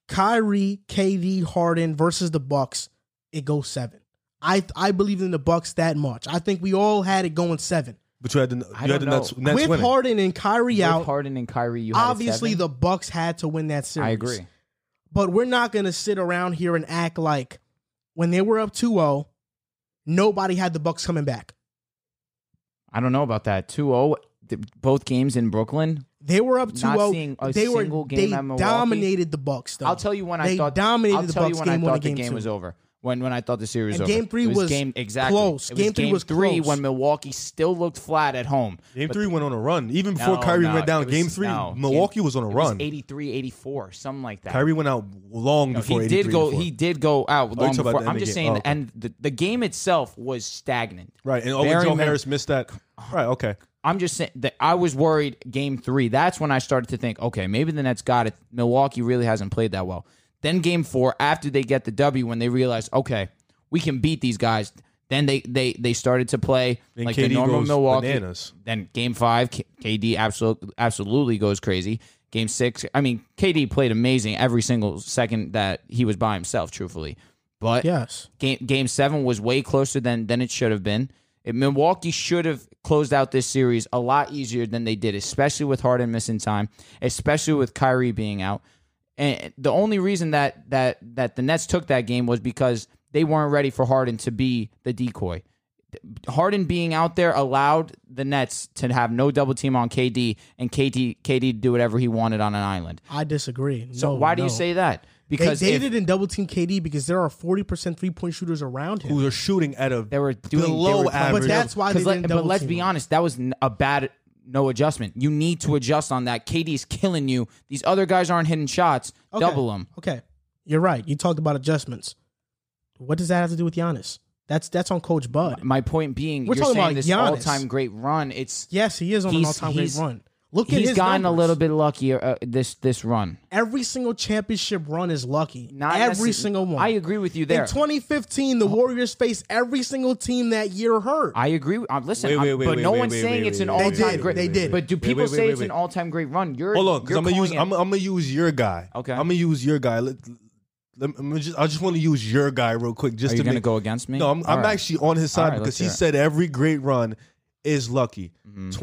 [SPEAKER 2] Kyrie, KD, Harden versus the Bucks, it goes seven. I I believe in the Bucks that much. I think we all had it going seven
[SPEAKER 4] But you had the
[SPEAKER 3] I
[SPEAKER 4] you had the
[SPEAKER 3] don't
[SPEAKER 4] Nets,
[SPEAKER 3] know.
[SPEAKER 4] Nets
[SPEAKER 2] with
[SPEAKER 4] winning.
[SPEAKER 2] Harden and Kyrie
[SPEAKER 3] With
[SPEAKER 2] out.
[SPEAKER 3] Harden and Kyrie, you had a
[SPEAKER 2] obviously,
[SPEAKER 3] seven.
[SPEAKER 2] the Bucks had to win that series.
[SPEAKER 3] I agree.
[SPEAKER 2] but we're not going to sit around here and act like when they were up 2-0 nobody had the bucks coming back
[SPEAKER 3] I don't know about that. 2-0, th- both games in Brooklyn.
[SPEAKER 2] they were up 2-0
[SPEAKER 3] Not seeing a
[SPEAKER 2] they were
[SPEAKER 3] single game
[SPEAKER 2] they
[SPEAKER 3] at Milwaukee.
[SPEAKER 2] dominated the bucks though
[SPEAKER 3] I'll tell you when I
[SPEAKER 2] They
[SPEAKER 3] thought
[SPEAKER 2] dominated
[SPEAKER 3] I'll
[SPEAKER 2] the
[SPEAKER 3] tell you
[SPEAKER 2] Bucks
[SPEAKER 3] when I
[SPEAKER 2] game one
[SPEAKER 3] thought the
[SPEAKER 2] and game
[SPEAKER 3] game
[SPEAKER 2] two.
[SPEAKER 3] was over. When when I thought the series
[SPEAKER 2] And
[SPEAKER 3] over.
[SPEAKER 2] game three
[SPEAKER 3] It
[SPEAKER 2] was
[SPEAKER 3] game exactly
[SPEAKER 2] close.
[SPEAKER 3] It was
[SPEAKER 2] Game three was
[SPEAKER 3] three
[SPEAKER 2] close.
[SPEAKER 3] when Milwaukee still looked flat at home.
[SPEAKER 4] Game
[SPEAKER 3] But
[SPEAKER 4] three went on a run. Even before
[SPEAKER 3] No,
[SPEAKER 4] Kyrie
[SPEAKER 3] no,
[SPEAKER 4] went down,
[SPEAKER 3] it was-
[SPEAKER 4] game three,
[SPEAKER 3] no. Game-
[SPEAKER 4] Milwaukee was on a
[SPEAKER 3] it
[SPEAKER 4] run.
[SPEAKER 3] 83, 84, something like that.
[SPEAKER 4] Kyrie went out long
[SPEAKER 3] No,
[SPEAKER 4] before
[SPEAKER 3] he
[SPEAKER 4] 83
[SPEAKER 3] did go.
[SPEAKER 4] before.
[SPEAKER 3] He did go out long
[SPEAKER 4] talking about
[SPEAKER 3] before.
[SPEAKER 4] the end
[SPEAKER 3] I'm
[SPEAKER 4] of
[SPEAKER 3] just
[SPEAKER 4] the
[SPEAKER 3] saying,
[SPEAKER 4] game. Oh, okay.
[SPEAKER 3] and the, the game itself was stagnant.
[SPEAKER 4] right, and oh,
[SPEAKER 3] Very
[SPEAKER 4] Joe
[SPEAKER 3] minimal.
[SPEAKER 4] Harris missed that.
[SPEAKER 3] uh,
[SPEAKER 4] Right, okay.
[SPEAKER 3] I'm just saying that I was worried game three. That's when I started to think, okay, maybe the Nets got it. Milwaukee really hasn't played that well. Then game four, after they get the W, when they realize, okay, we can beat these guys. Then they they they started to play
[SPEAKER 4] Then
[SPEAKER 3] like
[SPEAKER 4] KD
[SPEAKER 3] the normal
[SPEAKER 4] goes
[SPEAKER 3] Milwaukee.
[SPEAKER 4] bananas.
[SPEAKER 3] Then game five, K- KD absolutely absolutely goes crazy. Game six, I mean, KD played amazing every single second that he was by himself. Truthfully, but
[SPEAKER 2] yes
[SPEAKER 3] game game seven was way closer than than it should have been. It, Milwaukee should have closed out this series a lot easier than they did, especially with Harden missing time, especially with Kyrie being out. And the only reason that that that the Nets took that game was because they weren't ready for Harden to be the decoy. Harden being out there allowed the Nets to have no double team on KD and KD KD to do whatever he wanted on an island.
[SPEAKER 2] i disagree
[SPEAKER 3] So
[SPEAKER 2] No,
[SPEAKER 3] why do you
[SPEAKER 2] no.
[SPEAKER 3] say that?
[SPEAKER 2] they,
[SPEAKER 3] Because
[SPEAKER 2] they
[SPEAKER 3] if-
[SPEAKER 2] didn't double team KD because there are forty percent three point shooters around him.
[SPEAKER 4] Who are shooting at a
[SPEAKER 3] They were doing they
[SPEAKER 4] Below
[SPEAKER 3] were playing-
[SPEAKER 4] average.
[SPEAKER 2] But that's why
[SPEAKER 3] 'Cause
[SPEAKER 2] they
[SPEAKER 3] let-
[SPEAKER 2] didn't
[SPEAKER 3] But
[SPEAKER 2] double
[SPEAKER 3] let's
[SPEAKER 2] team
[SPEAKER 3] be
[SPEAKER 2] him.
[SPEAKER 3] honest, that was n- a bad no adjustment. You need to adjust on that. KD's killing you. These other guys aren't hitting shots.
[SPEAKER 2] Okay.
[SPEAKER 3] Double them.
[SPEAKER 2] Okay, you're right. You talked about adjustments. What does that have to do with Giannis? That's that's on Coach Bud.
[SPEAKER 3] My point being,
[SPEAKER 2] We're
[SPEAKER 3] you're
[SPEAKER 2] talking
[SPEAKER 3] saying
[SPEAKER 2] about
[SPEAKER 3] this
[SPEAKER 2] Giannis.
[SPEAKER 3] all-time great run. It's
[SPEAKER 2] Yes, he is on an
[SPEAKER 3] He's-
[SPEAKER 2] all time great
[SPEAKER 3] he's-
[SPEAKER 2] run. Look at
[SPEAKER 3] he's
[SPEAKER 2] his
[SPEAKER 3] gotten a
[SPEAKER 2] numbers.
[SPEAKER 3] little bit luckier uh, this this run.
[SPEAKER 2] Every single championship run is lucky.
[SPEAKER 3] Not
[SPEAKER 2] every
[SPEAKER 3] necess-
[SPEAKER 2] single one.
[SPEAKER 3] I agree with you there.
[SPEAKER 2] In 2015, the Warriors faced every single team that year hurt.
[SPEAKER 3] I agree. With, uh, listen,
[SPEAKER 4] Wait, wait,
[SPEAKER 3] I'm-
[SPEAKER 4] wait,
[SPEAKER 3] but
[SPEAKER 4] wait,
[SPEAKER 3] no
[SPEAKER 4] wait,
[SPEAKER 3] one's
[SPEAKER 4] wait,
[SPEAKER 3] saying
[SPEAKER 4] wait,
[SPEAKER 3] it's
[SPEAKER 4] wait,
[SPEAKER 3] an
[SPEAKER 4] wait,
[SPEAKER 2] They
[SPEAKER 3] all-time
[SPEAKER 2] did,
[SPEAKER 3] great.
[SPEAKER 2] they did.
[SPEAKER 3] But do
[SPEAKER 4] Wait,
[SPEAKER 3] people
[SPEAKER 4] wait, wait,
[SPEAKER 3] say
[SPEAKER 4] wait,
[SPEAKER 3] it's an
[SPEAKER 4] wait.
[SPEAKER 3] all-time great run? You're
[SPEAKER 4] Hold on, because
[SPEAKER 3] you're
[SPEAKER 4] I'm gonna use
[SPEAKER 3] calling it-
[SPEAKER 4] I'm, I'm gonna use your guy.
[SPEAKER 3] Okay.
[SPEAKER 4] I'm gonna use your guy. Let, let, let me just, I just want to use your guy real quick. Just
[SPEAKER 3] Are you
[SPEAKER 4] to
[SPEAKER 3] gonna
[SPEAKER 4] make,
[SPEAKER 3] go against me?
[SPEAKER 4] No, I'm,
[SPEAKER 3] All
[SPEAKER 4] I'm
[SPEAKER 3] right.
[SPEAKER 4] actually on his
[SPEAKER 3] All
[SPEAKER 4] side
[SPEAKER 3] right,
[SPEAKER 4] because
[SPEAKER 3] let's
[SPEAKER 4] he
[SPEAKER 3] hear it. Mm-hmm.
[SPEAKER 4] said every great run is lucky.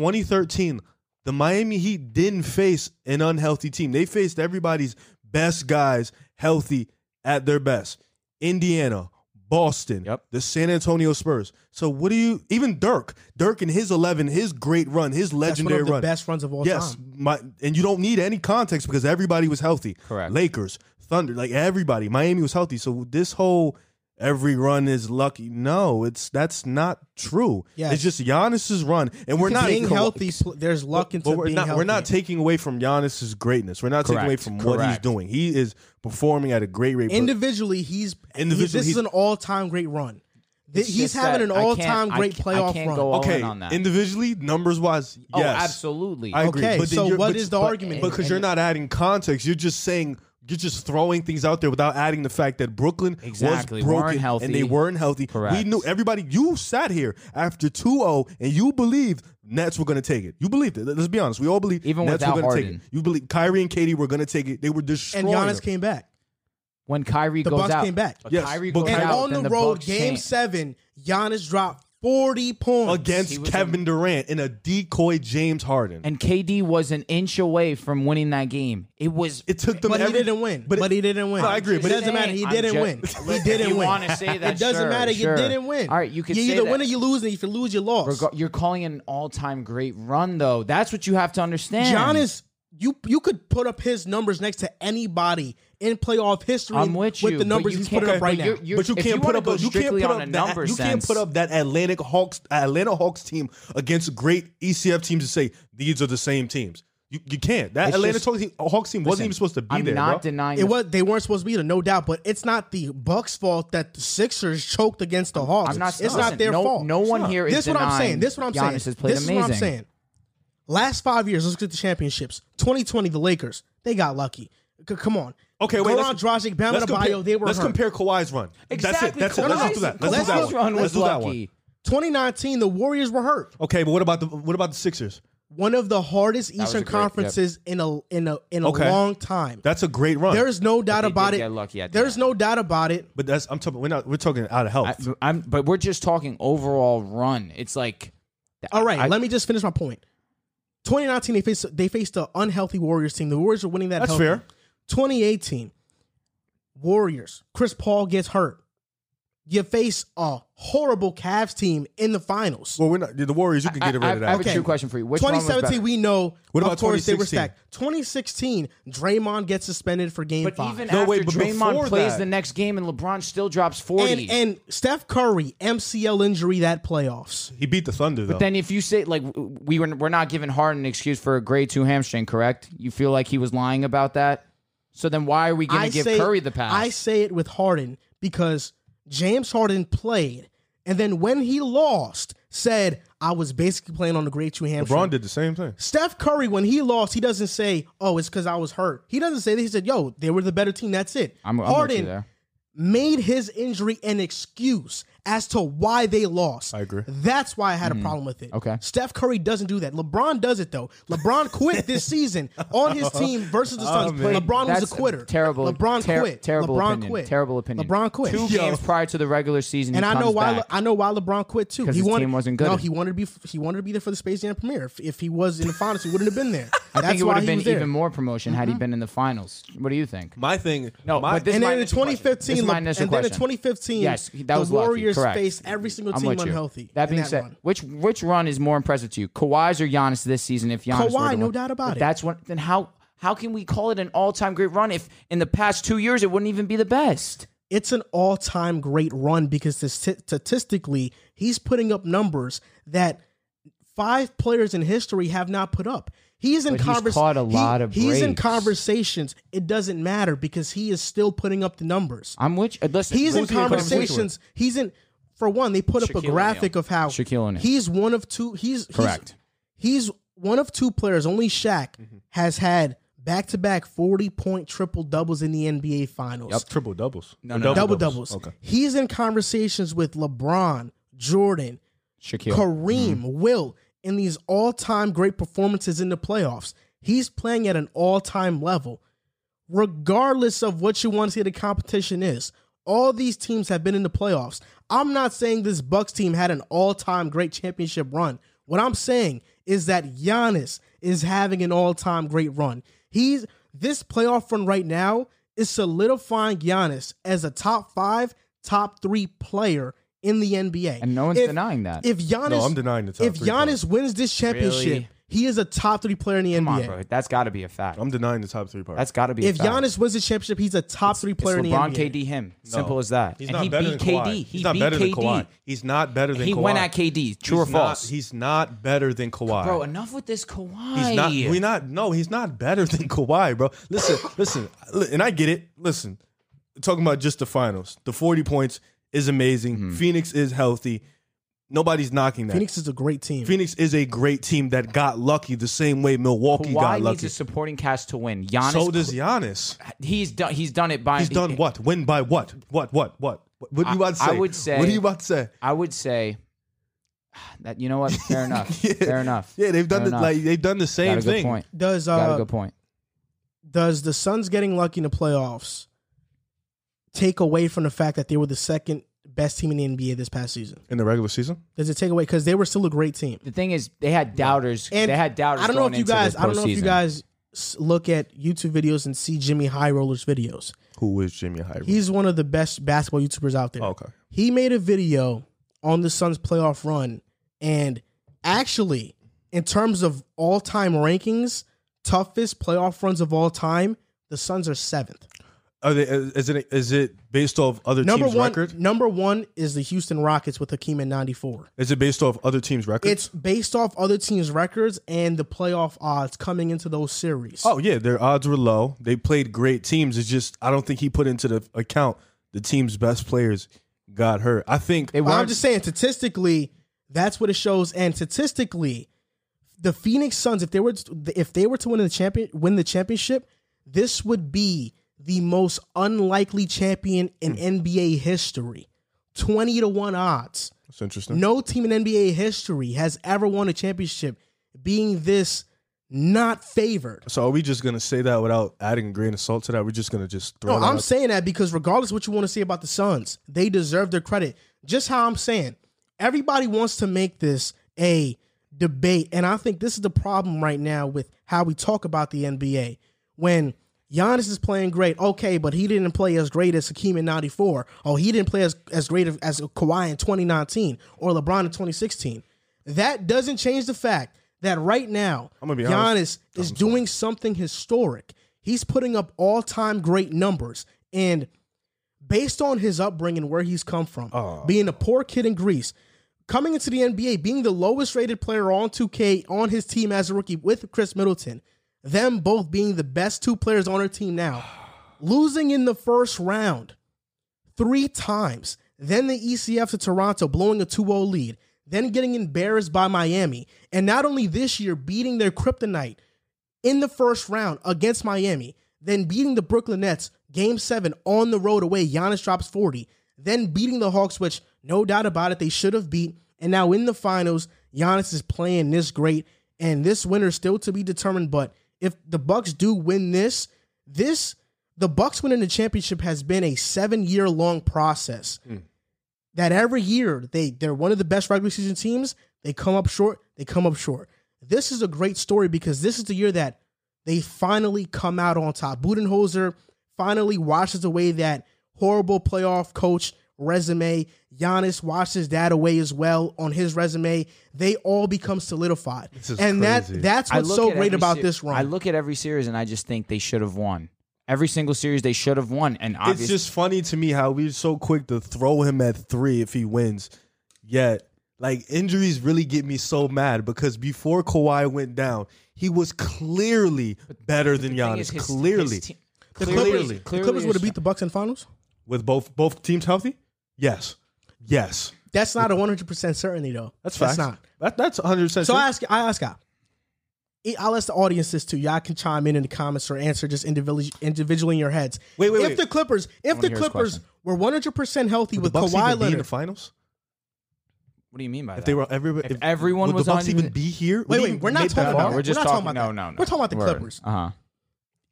[SPEAKER 4] 2013, the Miami Heat didn't face an unhealthy team. They faced everybody's best guys healthy at their best. Indiana, Boston,
[SPEAKER 3] Yep.
[SPEAKER 4] the San Antonio Spurs. So what do you even Dirk? Dirk and his 11, his great run, his
[SPEAKER 2] That's one
[SPEAKER 4] legendary
[SPEAKER 2] of the
[SPEAKER 4] run.
[SPEAKER 2] best runs of all
[SPEAKER 4] Yes,
[SPEAKER 2] time.
[SPEAKER 4] my, and you don't need any context because everybody was healthy.
[SPEAKER 3] Correct.
[SPEAKER 4] Lakers, Thunder, like everybody. Miami was healthy. So this whole every run is lucky. No, it's that's not true.
[SPEAKER 2] Yes.
[SPEAKER 4] It's just Giannis's run, and we're not
[SPEAKER 2] being healthy. pl- There's luck into
[SPEAKER 4] But we're
[SPEAKER 2] being
[SPEAKER 4] not
[SPEAKER 2] healthy.
[SPEAKER 4] we're not taking away from Giannis's greatness. We're not taking away
[SPEAKER 3] Correct,
[SPEAKER 4] from what he's
[SPEAKER 3] correct.
[SPEAKER 4] doing. He is performing at a great rate. but
[SPEAKER 2] individually. He's
[SPEAKER 4] Individually,
[SPEAKER 2] he- this
[SPEAKER 4] he's-
[SPEAKER 2] is an all time great run. Th-
[SPEAKER 3] It's
[SPEAKER 2] He's
[SPEAKER 3] just that
[SPEAKER 2] having an
[SPEAKER 3] I can't-
[SPEAKER 2] all time
[SPEAKER 3] I
[SPEAKER 2] great
[SPEAKER 3] can't- I
[SPEAKER 2] playoff
[SPEAKER 3] can't
[SPEAKER 2] run.
[SPEAKER 3] go all
[SPEAKER 4] okay,
[SPEAKER 3] in on that.
[SPEAKER 4] individually, numbers wise, yes,
[SPEAKER 3] Oh, absolutely.
[SPEAKER 4] I agree.
[SPEAKER 2] Okay,
[SPEAKER 4] but then
[SPEAKER 2] so
[SPEAKER 4] you're-
[SPEAKER 2] what
[SPEAKER 4] but-
[SPEAKER 2] is the
[SPEAKER 4] but-
[SPEAKER 2] argument?
[SPEAKER 4] Because you're not adding context. You're just saying you're just throwing things out there without adding the fact that Brooklyn
[SPEAKER 3] Exactly,
[SPEAKER 4] was
[SPEAKER 3] weren't
[SPEAKER 4] broken
[SPEAKER 3] healthy.
[SPEAKER 4] and they weren't healthy. We
[SPEAKER 3] Correct.
[SPEAKER 4] knew everybody. You sat here after 2-0 and you believed Nets were going to take it. You believed it. Let's be honest. We all believed
[SPEAKER 3] Even
[SPEAKER 4] Nets
[SPEAKER 3] without
[SPEAKER 4] were going to take it.
[SPEAKER 3] Harden.
[SPEAKER 4] You believe Kyrie and Katie were going to take it. They were destroying.
[SPEAKER 2] and Giannis
[SPEAKER 4] them.
[SPEAKER 2] came back.
[SPEAKER 3] when Kyrie
[SPEAKER 2] The
[SPEAKER 3] goes
[SPEAKER 2] Bucks
[SPEAKER 3] out,
[SPEAKER 2] came back.
[SPEAKER 3] But
[SPEAKER 4] Yes,
[SPEAKER 3] Kyrie
[SPEAKER 4] but
[SPEAKER 3] goes
[SPEAKER 4] Kyrie-
[SPEAKER 2] And
[SPEAKER 3] out,
[SPEAKER 2] on
[SPEAKER 3] then
[SPEAKER 2] the
[SPEAKER 3] the
[SPEAKER 2] road,
[SPEAKER 3] Bucks
[SPEAKER 2] game
[SPEAKER 3] change.
[SPEAKER 2] seven, Giannis dropped 40 points.
[SPEAKER 3] He
[SPEAKER 4] against
[SPEAKER 3] was
[SPEAKER 4] Kevin Durant in a decoy James Harden.
[SPEAKER 3] And KD was an inch away from winning that game. It was.
[SPEAKER 4] it took them.
[SPEAKER 2] But
[SPEAKER 4] every-
[SPEAKER 2] he didn't win. But,
[SPEAKER 4] it-
[SPEAKER 2] he didn't win.
[SPEAKER 4] No, I agree,
[SPEAKER 2] It
[SPEAKER 4] but it-
[SPEAKER 2] doesn't matter. He
[SPEAKER 3] I'm
[SPEAKER 2] didn't
[SPEAKER 3] ju-
[SPEAKER 2] win. He
[SPEAKER 3] Listen,
[SPEAKER 2] didn't
[SPEAKER 3] you
[SPEAKER 2] win.
[SPEAKER 3] wanna say that,
[SPEAKER 2] It doesn't
[SPEAKER 3] sure,
[SPEAKER 2] matter. You
[SPEAKER 3] sure.
[SPEAKER 2] didn't win.
[SPEAKER 3] All right, you can
[SPEAKER 2] You
[SPEAKER 3] say
[SPEAKER 2] either
[SPEAKER 3] that.
[SPEAKER 2] win or you lose, and if you lose, you lost.
[SPEAKER 3] Rega- You're calling it an all-time great run, though. That's what you have to understand.
[SPEAKER 2] Giannis, you you could put up his numbers next to anybody in playoff history.
[SPEAKER 3] I'm with you.
[SPEAKER 2] the numbers
[SPEAKER 3] but you
[SPEAKER 2] he's
[SPEAKER 3] can't-
[SPEAKER 2] putting up right
[SPEAKER 3] but
[SPEAKER 2] now.
[SPEAKER 3] you're- you're-
[SPEAKER 4] but you
[SPEAKER 3] if
[SPEAKER 4] can't
[SPEAKER 3] wanna
[SPEAKER 4] put up
[SPEAKER 3] go
[SPEAKER 4] a you can't
[SPEAKER 3] strictly
[SPEAKER 4] put
[SPEAKER 3] on
[SPEAKER 4] up
[SPEAKER 3] a
[SPEAKER 4] that
[SPEAKER 3] number
[SPEAKER 4] you can't
[SPEAKER 3] sense-
[SPEAKER 4] put up that Atlantic Hawks Atlanta Hawks team against great ECF teams and say these are the same teams. You, you can't. That
[SPEAKER 3] It's
[SPEAKER 4] Atlanta
[SPEAKER 3] just-
[SPEAKER 4] Hawks team, Hawks team wasn't even supposed to be
[SPEAKER 3] I'm
[SPEAKER 4] there.
[SPEAKER 3] not
[SPEAKER 4] bro.
[SPEAKER 3] denying
[SPEAKER 2] It
[SPEAKER 3] the
[SPEAKER 2] was they weren't supposed to be there, no doubt. But it's not the Bucks' fault that the Sixers choked against the Hawks.
[SPEAKER 3] I'm not-
[SPEAKER 2] it's
[SPEAKER 3] listen,
[SPEAKER 2] not their
[SPEAKER 3] no-
[SPEAKER 2] fault.
[SPEAKER 3] no one
[SPEAKER 4] not.
[SPEAKER 3] here is
[SPEAKER 2] This is what I'm
[SPEAKER 3] denying
[SPEAKER 2] saying. This is what I'm saying.
[SPEAKER 3] Giannis has played
[SPEAKER 2] this
[SPEAKER 3] amazing.
[SPEAKER 2] is what I'm saying. Last five years, let's get the championships. 2020, the Lakers, they got lucky. C- come on.
[SPEAKER 4] Okay, wait.
[SPEAKER 2] Goran
[SPEAKER 4] let's-
[SPEAKER 2] Dragic, Bam
[SPEAKER 4] let's compare-
[SPEAKER 2] Adebayo, they were
[SPEAKER 4] Let's
[SPEAKER 2] hurt.
[SPEAKER 4] compare Kawhi's run.
[SPEAKER 3] Exactly.
[SPEAKER 4] That's it. That's it. Let's
[SPEAKER 2] Kawhi's-
[SPEAKER 4] do that. Let's
[SPEAKER 2] Kawhi's
[SPEAKER 4] do that
[SPEAKER 2] run
[SPEAKER 4] one.
[SPEAKER 3] was
[SPEAKER 4] Let's do that one.
[SPEAKER 3] lucky.
[SPEAKER 2] 2019, the Warriors were hurt.
[SPEAKER 4] Okay, but what about the what about the Sixers?
[SPEAKER 2] One of the hardest
[SPEAKER 3] was
[SPEAKER 2] Eastern
[SPEAKER 3] a great- yep.
[SPEAKER 2] conferences in a in a in a
[SPEAKER 4] Okay.
[SPEAKER 2] long time.
[SPEAKER 4] That's a great run.
[SPEAKER 2] There's no doubt
[SPEAKER 3] they did
[SPEAKER 2] about it.
[SPEAKER 3] get lucky at the
[SPEAKER 2] There's
[SPEAKER 3] end.
[SPEAKER 2] no doubt about it.
[SPEAKER 4] but that's I'm talking. We're not. We're talking out of health.
[SPEAKER 3] I, I'm, but we're just talking overall run. It's like,
[SPEAKER 2] All right,
[SPEAKER 3] I-
[SPEAKER 2] let me just finish my point. 2019, they faced they faced an unhealthy Warriors team. The Warriors were winning that.
[SPEAKER 4] That's
[SPEAKER 2] healthy.
[SPEAKER 4] fair.
[SPEAKER 2] 2018, Warriors. Chris Paul gets hurt. You face a horrible Cavs team in the finals.
[SPEAKER 4] well, we're not. The Warriors. You can get rid of
[SPEAKER 3] I, I, I have
[SPEAKER 4] that.
[SPEAKER 3] a true question for you. Which one was
[SPEAKER 2] 2017,
[SPEAKER 3] better?
[SPEAKER 2] we know.
[SPEAKER 4] What
[SPEAKER 2] of
[SPEAKER 4] about
[SPEAKER 2] course they were
[SPEAKER 4] 2016?
[SPEAKER 2] stacked. 2016, Draymond gets suspended for Game
[SPEAKER 3] But
[SPEAKER 2] Five.
[SPEAKER 3] even
[SPEAKER 4] No,
[SPEAKER 3] after
[SPEAKER 4] wait, but
[SPEAKER 3] Draymond
[SPEAKER 4] before
[SPEAKER 3] plays
[SPEAKER 4] that-
[SPEAKER 3] the next game and LeBron still drops 40.
[SPEAKER 2] and and Steph Curry MCL injury that playoffs.
[SPEAKER 4] He beat the Thunder though.
[SPEAKER 3] then if you say like w- we were we're not giving Harden an excuse for a grade 2 hamstring, correct? You feel like he was lying about that? So then why are we going
[SPEAKER 2] I
[SPEAKER 3] to give
[SPEAKER 2] say-
[SPEAKER 3] Curry the pass?
[SPEAKER 2] I say it with Harden because James Harden played, and then when he lost, said I was basically playing on the grade two hamstring.
[SPEAKER 4] LeBron did the same thing.
[SPEAKER 2] Steph Curry, when he lost, he doesn't say, "Oh, it's because I was hurt." He doesn't say that. He said, "Yo, they were the better team. That's it."
[SPEAKER 3] I'm, I'm with you
[SPEAKER 2] Harden
[SPEAKER 3] there.
[SPEAKER 2] made his injury an excuse as to why they lost. I
[SPEAKER 4] agree.
[SPEAKER 2] That's why I had a problem with it.
[SPEAKER 3] Mm-hmm. Okay.
[SPEAKER 2] Steph Curry doesn't do that. LeBron does it though. LeBron quit this season on his team versus the Suns. LeBron was
[SPEAKER 3] That's
[SPEAKER 2] a quitter.
[SPEAKER 3] Terrible.
[SPEAKER 2] LeBron
[SPEAKER 3] ter-
[SPEAKER 2] quit.
[SPEAKER 3] Terrible
[SPEAKER 2] LeBron
[SPEAKER 3] opinion.
[SPEAKER 2] quit.
[SPEAKER 3] Terrible opinion.
[SPEAKER 2] LeBron quit.
[SPEAKER 3] Two games prior to the regular season,
[SPEAKER 2] And
[SPEAKER 3] he
[SPEAKER 2] I know
[SPEAKER 3] comes
[SPEAKER 2] why.
[SPEAKER 3] back.
[SPEAKER 2] I know why LeBron quit too.
[SPEAKER 3] 'Cause his team wasn't good
[SPEAKER 2] No,
[SPEAKER 3] enough.
[SPEAKER 2] he wanted to be. He wanted to be there for the Space Jam premiere. If, if he was in the finals, he wouldn't have been there.
[SPEAKER 3] I think
[SPEAKER 2] That's
[SPEAKER 3] it would
[SPEAKER 2] why
[SPEAKER 3] have
[SPEAKER 2] he
[SPEAKER 3] been
[SPEAKER 2] was there.
[SPEAKER 3] even more promotion had he been in the finals. What do you think?
[SPEAKER 4] My thing.
[SPEAKER 3] No,
[SPEAKER 4] my,
[SPEAKER 3] but this
[SPEAKER 2] and
[SPEAKER 3] is my
[SPEAKER 2] then in
[SPEAKER 3] initial question. This
[SPEAKER 2] 2015,
[SPEAKER 3] is my
[SPEAKER 2] Le-
[SPEAKER 3] initial
[SPEAKER 2] and then in
[SPEAKER 3] question.
[SPEAKER 2] 2015,
[SPEAKER 3] Yes, that was
[SPEAKER 2] the
[SPEAKER 3] lucky,
[SPEAKER 2] Warriors
[SPEAKER 3] correct.
[SPEAKER 2] faced every single
[SPEAKER 3] I'm
[SPEAKER 2] team
[SPEAKER 3] with you.
[SPEAKER 2] unhealthy.
[SPEAKER 3] That
[SPEAKER 2] in
[SPEAKER 3] being said,
[SPEAKER 2] run.
[SPEAKER 3] which which run is more impressive to you, Kawhi's or Giannis this season? If Giannis, were
[SPEAKER 2] Kawhi,
[SPEAKER 3] to
[SPEAKER 2] no
[SPEAKER 3] win?
[SPEAKER 2] doubt about
[SPEAKER 3] But
[SPEAKER 2] it.
[SPEAKER 3] That's what. Then how how can we call it an all time great run if in the past two years it wouldn't even be the best?
[SPEAKER 2] it's an all-time great run because the st- statistically he's putting up numbers that five players in history have not put up. He's in
[SPEAKER 3] But he's
[SPEAKER 2] convers-
[SPEAKER 3] caught a
[SPEAKER 2] he-
[SPEAKER 3] lot of
[SPEAKER 2] He's in
[SPEAKER 3] breaks.
[SPEAKER 2] conversations. It doesn't matter because he is still putting up the numbers.
[SPEAKER 3] I'm which. Listen,
[SPEAKER 2] He's in
[SPEAKER 3] who's he putting up with?
[SPEAKER 2] conversations. He's in. For one, they put up
[SPEAKER 3] Shaquille
[SPEAKER 2] a graphic
[SPEAKER 3] O'Neal.
[SPEAKER 2] of how
[SPEAKER 3] Shaquille O'Neal.
[SPEAKER 2] he's one of two. He's he's-
[SPEAKER 3] Correct.
[SPEAKER 2] He's, one of two players. Only Shaq
[SPEAKER 3] Mm-hmm.
[SPEAKER 2] has had back-to-back forty-point triple doubles in the NBA Finals
[SPEAKER 4] triple doubles.
[SPEAKER 3] No,
[SPEAKER 4] Or
[SPEAKER 3] no, no.
[SPEAKER 2] double doubles. He's in conversations with LeBron, Jordan,
[SPEAKER 3] Shaquille.
[SPEAKER 2] Kareem,
[SPEAKER 3] Mm-hmm.
[SPEAKER 2] Will in these all-time great performances in the playoffs. He's playing at an all-time level. Regardless of what you want to say the competition is, all these teams have been in the playoffs. I'm not saying this Bucks team had an all-time great championship run. What I'm saying is that Giannis is having an all-time great run. He's this playoff run right now is solidifying Giannis as a top 5, top 3 player in the NBA.
[SPEAKER 3] And no one's
[SPEAKER 2] If-
[SPEAKER 3] denying that.
[SPEAKER 2] if Giannis,
[SPEAKER 4] No, I'm denying the top
[SPEAKER 2] If
[SPEAKER 4] three
[SPEAKER 2] Giannis wins this championship,
[SPEAKER 3] Really?
[SPEAKER 2] he is a top three player in the
[SPEAKER 3] Come on,
[SPEAKER 2] NBA.
[SPEAKER 3] bro. That's got to be a fact.
[SPEAKER 4] I'm denying the top three part.
[SPEAKER 3] That's got to be.
[SPEAKER 2] If
[SPEAKER 3] a fact.
[SPEAKER 2] Giannis wins the championship, he's a top three player
[SPEAKER 3] it's
[SPEAKER 2] in the
[SPEAKER 3] LeBron,
[SPEAKER 2] NBA.
[SPEAKER 3] KD, him. Simple as that.
[SPEAKER 4] He's
[SPEAKER 3] and
[SPEAKER 4] not
[SPEAKER 3] he
[SPEAKER 4] better
[SPEAKER 3] beat
[SPEAKER 4] than
[SPEAKER 3] KD.
[SPEAKER 4] Kawhi.
[SPEAKER 3] He
[SPEAKER 4] he's not
[SPEAKER 3] beat
[SPEAKER 4] better
[SPEAKER 3] KD.
[SPEAKER 4] than Kawhi. He's not better than
[SPEAKER 3] He
[SPEAKER 4] Kawhi.
[SPEAKER 3] went at KD. True
[SPEAKER 4] He's
[SPEAKER 3] or
[SPEAKER 4] not-
[SPEAKER 3] false?
[SPEAKER 4] he's not better than Kawhi.
[SPEAKER 3] Bro, enough with this Kawhi.
[SPEAKER 4] He's not. We not. No, he's not better than Kawhi, bro. Listen, listen, li- and I get it. Listen, talking about just the finals, the forty points is amazing.
[SPEAKER 3] Mm-hmm.
[SPEAKER 4] Phoenix is healthy. Nobody's knocking that. Phoenix,
[SPEAKER 2] Phoenix is a great team.
[SPEAKER 4] is a great team that got lucky the same way Milwaukee
[SPEAKER 3] Kawhi
[SPEAKER 4] got
[SPEAKER 3] needs
[SPEAKER 4] lucky.
[SPEAKER 3] a supporting cast to win. Giannis,
[SPEAKER 4] So does Giannis.
[SPEAKER 3] he's done. He's done it by.
[SPEAKER 4] He's done what? Win by what? What? What? What? What what do you about to say?
[SPEAKER 3] I- I would say-
[SPEAKER 4] What are you about to say?
[SPEAKER 3] I would say that you know what. Fair enough. Fair enough.
[SPEAKER 4] Yeah, they've done the,
[SPEAKER 3] Fair enough.
[SPEAKER 4] like they've done the
[SPEAKER 3] Got
[SPEAKER 4] same
[SPEAKER 3] a good
[SPEAKER 4] thing.
[SPEAKER 3] point.
[SPEAKER 2] does
[SPEAKER 3] Got a
[SPEAKER 2] uh,
[SPEAKER 3] good point.
[SPEAKER 2] does the Suns getting lucky in the playoffs take away from the fact that they were the second best team in the NBA this past season?
[SPEAKER 4] in the regular season.
[SPEAKER 2] Does it take away because they were still a great team?
[SPEAKER 3] The thing is, they had doubters.
[SPEAKER 2] And
[SPEAKER 3] they had doubters.
[SPEAKER 2] I don't know
[SPEAKER 3] going
[SPEAKER 2] if you
[SPEAKER 3] into
[SPEAKER 2] guys.
[SPEAKER 3] the
[SPEAKER 2] I don't know if you
[SPEAKER 3] postseason.
[SPEAKER 2] guys s- look at YouTube videos and see Jimmy High Rollers videos.
[SPEAKER 4] Who is Jimmy Hyde?
[SPEAKER 2] He's one of the best basketball YouTubers out there.
[SPEAKER 4] Oh, okay.
[SPEAKER 2] He made a video on the Suns playoff run, and actually, in terms of all time rankings, toughest playoff runs of all time, the Suns are seventh.
[SPEAKER 4] Are they, is it is it based off other
[SPEAKER 2] Number
[SPEAKER 4] teams'
[SPEAKER 2] one,
[SPEAKER 4] record?
[SPEAKER 2] number one is the Houston Rockets with Hakeem at ninety four.
[SPEAKER 4] Is it based off other teams' records?
[SPEAKER 2] It's based off other teams' records and the playoff odds coming into those series.
[SPEAKER 4] oh yeah, their odds were low. They played great teams. It's just I don't think he put into the account the team's best players got hurt. I think
[SPEAKER 3] They
[SPEAKER 2] Well, I'm
[SPEAKER 3] weren't-
[SPEAKER 2] just saying, statistically, that's what it shows. And statistically, the Phoenix Suns, if they were if they were to win the champion win the championship, this would be the most unlikely champion in NBA history. Twenty to one odds.
[SPEAKER 4] it's interesting.
[SPEAKER 2] No team in NBA history has ever won a championship, being this not favored.
[SPEAKER 4] So are we just gonna say that without adding a grain of salt to that? We're just gonna just throw.
[SPEAKER 2] No,
[SPEAKER 4] that
[SPEAKER 2] I'm
[SPEAKER 4] out?
[SPEAKER 2] saying that because regardless of what you want to say about the Suns, they deserve their credit. Just how I'm saying, everybody wants to make this a debate, and I think this is the problem right now with how we talk about the NBA. When Giannis is playing great, okay, but he didn't play as great as Hakeem in '94. Oh, he didn't play as as great as- as Kawhi in 2019 or LeBron in 2016. That doesn't change the fact that right now,
[SPEAKER 4] I'm gonna be
[SPEAKER 2] Giannis
[SPEAKER 4] honest.
[SPEAKER 2] Giannis is doing something historic. He's putting up all time great numbers. And based on his upbringing, where he's come from, being a poor kid in Greece, coming into the NBA, being the lowest rated player on 2K on his team as a rookie with Chris Middleton, them both being the best two players on their team now, losing in the first round three times. Then the ECF to Toronto, blowing a 2 0 lead. Then getting embarrassed by Miami. And not only this year, beating their kryptonite in the first round against Miami. Then beating the Brooklyn Nets game seven on the road away. Giannis drops 40. Then beating the Hawks, which no doubt about it, they should have beat. And now in the finals, Giannis is playing this great. And this winner is still to be determined. But if the Bucks do win this, this the Bucks winning the championship has been a seven year long process.
[SPEAKER 4] Hmm.
[SPEAKER 2] That every year they they're one of the best regular season teams. They come up short. They come up short. This is a great story because this is the year that they finally come out on top. Budenholzer finally washes away that horrible playoff coach resume. Giannis washes that away as well on his resume. They all become solidified,
[SPEAKER 4] is
[SPEAKER 2] and
[SPEAKER 4] crazy.
[SPEAKER 2] that that's
[SPEAKER 3] I
[SPEAKER 2] what's
[SPEAKER 3] look
[SPEAKER 2] so
[SPEAKER 3] at
[SPEAKER 2] great
[SPEAKER 3] every
[SPEAKER 2] about
[SPEAKER 3] se-
[SPEAKER 2] this run.
[SPEAKER 3] I look at every series and I just think they should have won. Every single series they should have won, and obviously
[SPEAKER 4] It's just funny to me how we're so quick to throw him at three if he wins. Yet, like injuries really get me so mad because before Kawhi went down, he was clearly better than
[SPEAKER 3] thing is
[SPEAKER 4] Giannis.
[SPEAKER 3] his-
[SPEAKER 4] clearly,
[SPEAKER 3] his te-
[SPEAKER 2] the
[SPEAKER 4] clearly-
[SPEAKER 2] Clippers,
[SPEAKER 3] clearly
[SPEAKER 2] would have
[SPEAKER 3] is-
[SPEAKER 2] beat the Bucks in finals.
[SPEAKER 4] with both both teams healthy. Yes, yes,
[SPEAKER 2] That's not a one hundred percent certainty though.
[SPEAKER 4] that's fact.
[SPEAKER 2] That's not.
[SPEAKER 4] That, that's one hundred percent.
[SPEAKER 2] So I ask, I ask y'all. I- I'll ask the audience this too. Y'all can chime in in the comments or answer just individually, individually in your heads.
[SPEAKER 4] Wait, wait,
[SPEAKER 2] if
[SPEAKER 4] wait.
[SPEAKER 2] the Clippers, if the
[SPEAKER 3] hear his
[SPEAKER 2] Clippers
[SPEAKER 3] question.
[SPEAKER 2] were one hundred percent healthy
[SPEAKER 4] the
[SPEAKER 2] with
[SPEAKER 4] Bucks
[SPEAKER 2] Kawhi
[SPEAKER 4] even be in the
[SPEAKER 2] Leonard,
[SPEAKER 4] finals.
[SPEAKER 3] What do you mean by that?
[SPEAKER 4] If they were everybody,
[SPEAKER 3] If everyone
[SPEAKER 4] would
[SPEAKER 3] was
[SPEAKER 4] the Bucks
[SPEAKER 3] 100
[SPEAKER 4] even be here? Would
[SPEAKER 2] wait,
[SPEAKER 4] they
[SPEAKER 2] wait,
[SPEAKER 4] even
[SPEAKER 2] we're not
[SPEAKER 4] make that
[SPEAKER 2] talking
[SPEAKER 4] far?
[SPEAKER 2] about that.
[SPEAKER 3] We're just
[SPEAKER 2] not
[SPEAKER 3] talking.
[SPEAKER 2] talking about
[SPEAKER 3] no,
[SPEAKER 2] that.
[SPEAKER 3] no, no.
[SPEAKER 2] We're talking about the Clippers.
[SPEAKER 3] Uh huh.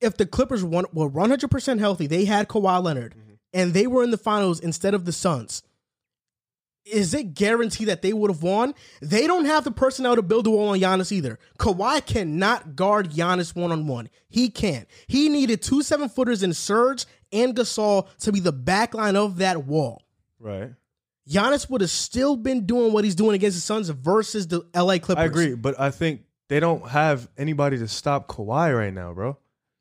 [SPEAKER 2] if the Clippers won, were one hundred percent healthy, they had Kawhi Leonard,
[SPEAKER 4] Mm-hmm.
[SPEAKER 2] and they were in the finals instead of the Suns. Is it guaranteed that they would have won? They don't have the personnel to build a wall on Giannis either. Kawhi cannot guard Giannis one on one. He can't. He needed two seven footers in Serge and Gasol to be the backline of that wall.
[SPEAKER 4] Right.
[SPEAKER 2] Giannis would have still been doing what he's doing against the Suns versus the LA Clippers.
[SPEAKER 4] I agree, but I think they don't have anybody to stop Kawhi right now, bro.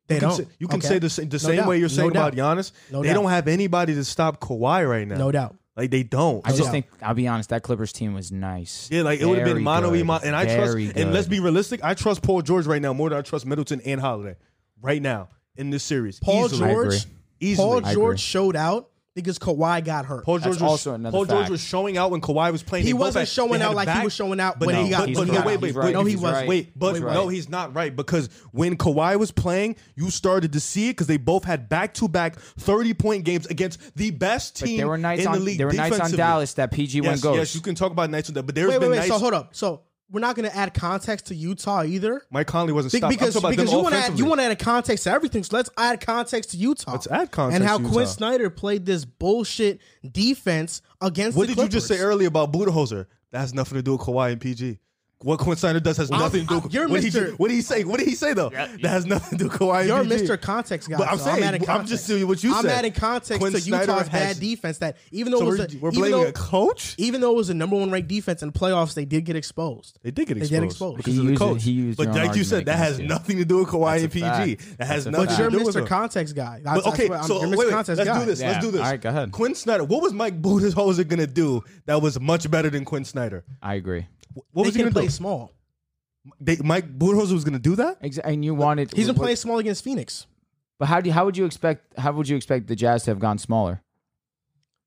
[SPEAKER 2] They
[SPEAKER 4] you can
[SPEAKER 2] don't.
[SPEAKER 4] Say, you can
[SPEAKER 2] Okay.
[SPEAKER 4] say the, sa- the
[SPEAKER 2] No
[SPEAKER 4] same
[SPEAKER 2] doubt.
[SPEAKER 4] way
[SPEAKER 2] No
[SPEAKER 4] you're saying
[SPEAKER 2] doubt.
[SPEAKER 4] about Giannis.
[SPEAKER 2] No
[SPEAKER 4] they
[SPEAKER 2] doubt.
[SPEAKER 4] don't have anybody to stop Kawhi right now.
[SPEAKER 2] No doubt.
[SPEAKER 4] Like they don't.
[SPEAKER 3] I
[SPEAKER 4] So-
[SPEAKER 3] just think I'll be honest. That Clippers team was nice.
[SPEAKER 4] yeah, like it would have been
[SPEAKER 3] Very
[SPEAKER 4] mono e
[SPEAKER 3] good.
[SPEAKER 4] mono. And I trust.
[SPEAKER 3] Very
[SPEAKER 4] And let's
[SPEAKER 3] good.
[SPEAKER 4] be realistic. I trust Paul George right now more than I trust Middleton and Holiday right now in this series.
[SPEAKER 2] Paul
[SPEAKER 4] Easily.
[SPEAKER 3] I
[SPEAKER 2] George.
[SPEAKER 3] agree.
[SPEAKER 4] Easily.
[SPEAKER 2] Paul
[SPEAKER 3] I agree.
[SPEAKER 2] George showed out because Kawhi got hurt.
[SPEAKER 4] Paul George
[SPEAKER 3] That's
[SPEAKER 4] was
[SPEAKER 3] also another
[SPEAKER 4] Paul George
[SPEAKER 3] fact.
[SPEAKER 4] was showing out when Kawhi was playing.
[SPEAKER 2] He
[SPEAKER 4] They both
[SPEAKER 2] wasn't
[SPEAKER 4] had-
[SPEAKER 2] showing
[SPEAKER 4] they had
[SPEAKER 2] out like he
[SPEAKER 4] back-
[SPEAKER 2] was showing out
[SPEAKER 4] but
[SPEAKER 2] when
[SPEAKER 4] no,
[SPEAKER 2] he got-
[SPEAKER 4] but,
[SPEAKER 2] he's
[SPEAKER 4] but no,
[SPEAKER 2] right.
[SPEAKER 4] wait,
[SPEAKER 2] He's
[SPEAKER 4] wait,
[SPEAKER 2] right.
[SPEAKER 4] wait,
[SPEAKER 2] No, he wasn't.
[SPEAKER 4] Wait, but
[SPEAKER 3] He's
[SPEAKER 4] no,
[SPEAKER 3] right.
[SPEAKER 4] he's not right because when Kawhi was playing, you started to see it because they both had back-to-back thirty-point games against the best
[SPEAKER 3] But
[SPEAKER 4] team
[SPEAKER 3] there were nights
[SPEAKER 4] in the
[SPEAKER 3] on
[SPEAKER 4] league.
[SPEAKER 3] there were nights on
[SPEAKER 4] defensively.
[SPEAKER 3] Dallas that PG
[SPEAKER 4] Yes,
[SPEAKER 3] one goes.
[SPEAKER 4] yes, you can talk about nights with that, but there
[SPEAKER 2] Wait,
[SPEAKER 4] have
[SPEAKER 2] wait,
[SPEAKER 4] been
[SPEAKER 2] wait.
[SPEAKER 4] nights.
[SPEAKER 2] So hold up. So we're not going to add context to Utah either.
[SPEAKER 4] Mike Conley wasn't
[SPEAKER 2] Be-
[SPEAKER 4] stopped. I'm
[SPEAKER 2] because
[SPEAKER 4] talking about
[SPEAKER 2] because
[SPEAKER 4] them
[SPEAKER 2] you want to add,
[SPEAKER 4] offensively.
[SPEAKER 2] you want to add a context to everything. So let's add context to Utah.
[SPEAKER 4] Let's add context
[SPEAKER 2] And how
[SPEAKER 4] to Utah.
[SPEAKER 2] Quinn Snyder played this bullshit defense against.
[SPEAKER 4] What
[SPEAKER 2] the
[SPEAKER 4] did you just say
[SPEAKER 2] Clippers.
[SPEAKER 4] earlier about Budenholzer? That has nothing to do with Kawhi and PG. What Quinn Snyder does has
[SPEAKER 2] I'm-
[SPEAKER 4] nothing to do.
[SPEAKER 2] I'm-
[SPEAKER 4] with
[SPEAKER 2] you're
[SPEAKER 4] what He,
[SPEAKER 2] Mr.
[SPEAKER 4] ju- what did he say? What did he say though? That has nothing to do with Kawhi.
[SPEAKER 2] You're
[SPEAKER 4] and PG.
[SPEAKER 2] Mr. Context guy.
[SPEAKER 4] But I'm
[SPEAKER 2] so
[SPEAKER 4] saying,
[SPEAKER 2] I'm, adding
[SPEAKER 4] I'm
[SPEAKER 2] context.
[SPEAKER 4] just telling you what you
[SPEAKER 2] I'm
[SPEAKER 4] said.
[SPEAKER 2] adding context
[SPEAKER 4] Quinn
[SPEAKER 2] to
[SPEAKER 4] Snyder
[SPEAKER 2] Utah's
[SPEAKER 4] has-
[SPEAKER 2] bad defense. That even though
[SPEAKER 4] So
[SPEAKER 2] it was
[SPEAKER 4] we're,
[SPEAKER 2] a,
[SPEAKER 4] we're
[SPEAKER 2] even
[SPEAKER 4] blaming
[SPEAKER 2] though-
[SPEAKER 4] a coach.
[SPEAKER 2] even though it was the number one ranked defense in playoffs, they did get exposed.
[SPEAKER 4] They did get
[SPEAKER 2] They
[SPEAKER 4] exposed,
[SPEAKER 2] did exposed.
[SPEAKER 4] because
[SPEAKER 3] He
[SPEAKER 4] of the
[SPEAKER 3] used it-
[SPEAKER 4] coach.
[SPEAKER 3] he used
[SPEAKER 4] but
[SPEAKER 3] your
[SPEAKER 4] like you
[SPEAKER 3] argument
[SPEAKER 4] said, that
[SPEAKER 3] against
[SPEAKER 4] has
[SPEAKER 3] you.
[SPEAKER 4] nothing to do with Kawhi
[SPEAKER 3] That's
[SPEAKER 4] and
[SPEAKER 3] a
[SPEAKER 4] PG.
[SPEAKER 3] fact.
[SPEAKER 4] That has
[SPEAKER 3] That's
[SPEAKER 4] nothing
[SPEAKER 3] a
[SPEAKER 2] But
[SPEAKER 3] fact.
[SPEAKER 4] to
[SPEAKER 2] you're
[SPEAKER 4] do with
[SPEAKER 2] Mr.
[SPEAKER 4] them.
[SPEAKER 2] Context guy. That's,
[SPEAKER 4] But
[SPEAKER 2] that's
[SPEAKER 4] okay,
[SPEAKER 2] what I'm-
[SPEAKER 4] so
[SPEAKER 2] you're
[SPEAKER 4] wait,
[SPEAKER 2] Mr.
[SPEAKER 4] wait,
[SPEAKER 2] Context
[SPEAKER 4] let's
[SPEAKER 2] guy.
[SPEAKER 4] do this.
[SPEAKER 3] Yeah,
[SPEAKER 4] Let's do this.
[SPEAKER 3] all right, go ahead.
[SPEAKER 4] Quinn Snyder. What was Mike Budenholzer gonna do that was much better than Quinn Snyder?
[SPEAKER 3] I agree.
[SPEAKER 4] What
[SPEAKER 2] they
[SPEAKER 4] was he
[SPEAKER 2] can
[SPEAKER 4] gonna
[SPEAKER 2] play
[SPEAKER 4] do?
[SPEAKER 2] small.
[SPEAKER 4] They, Mike Budenholzer was gonna do that.
[SPEAKER 3] Exactly. And you wanted
[SPEAKER 2] He's been
[SPEAKER 3] what-
[SPEAKER 2] playing small against Phoenix.
[SPEAKER 3] But how do you, how would you expect how would you expect the Jazz to have gone smaller?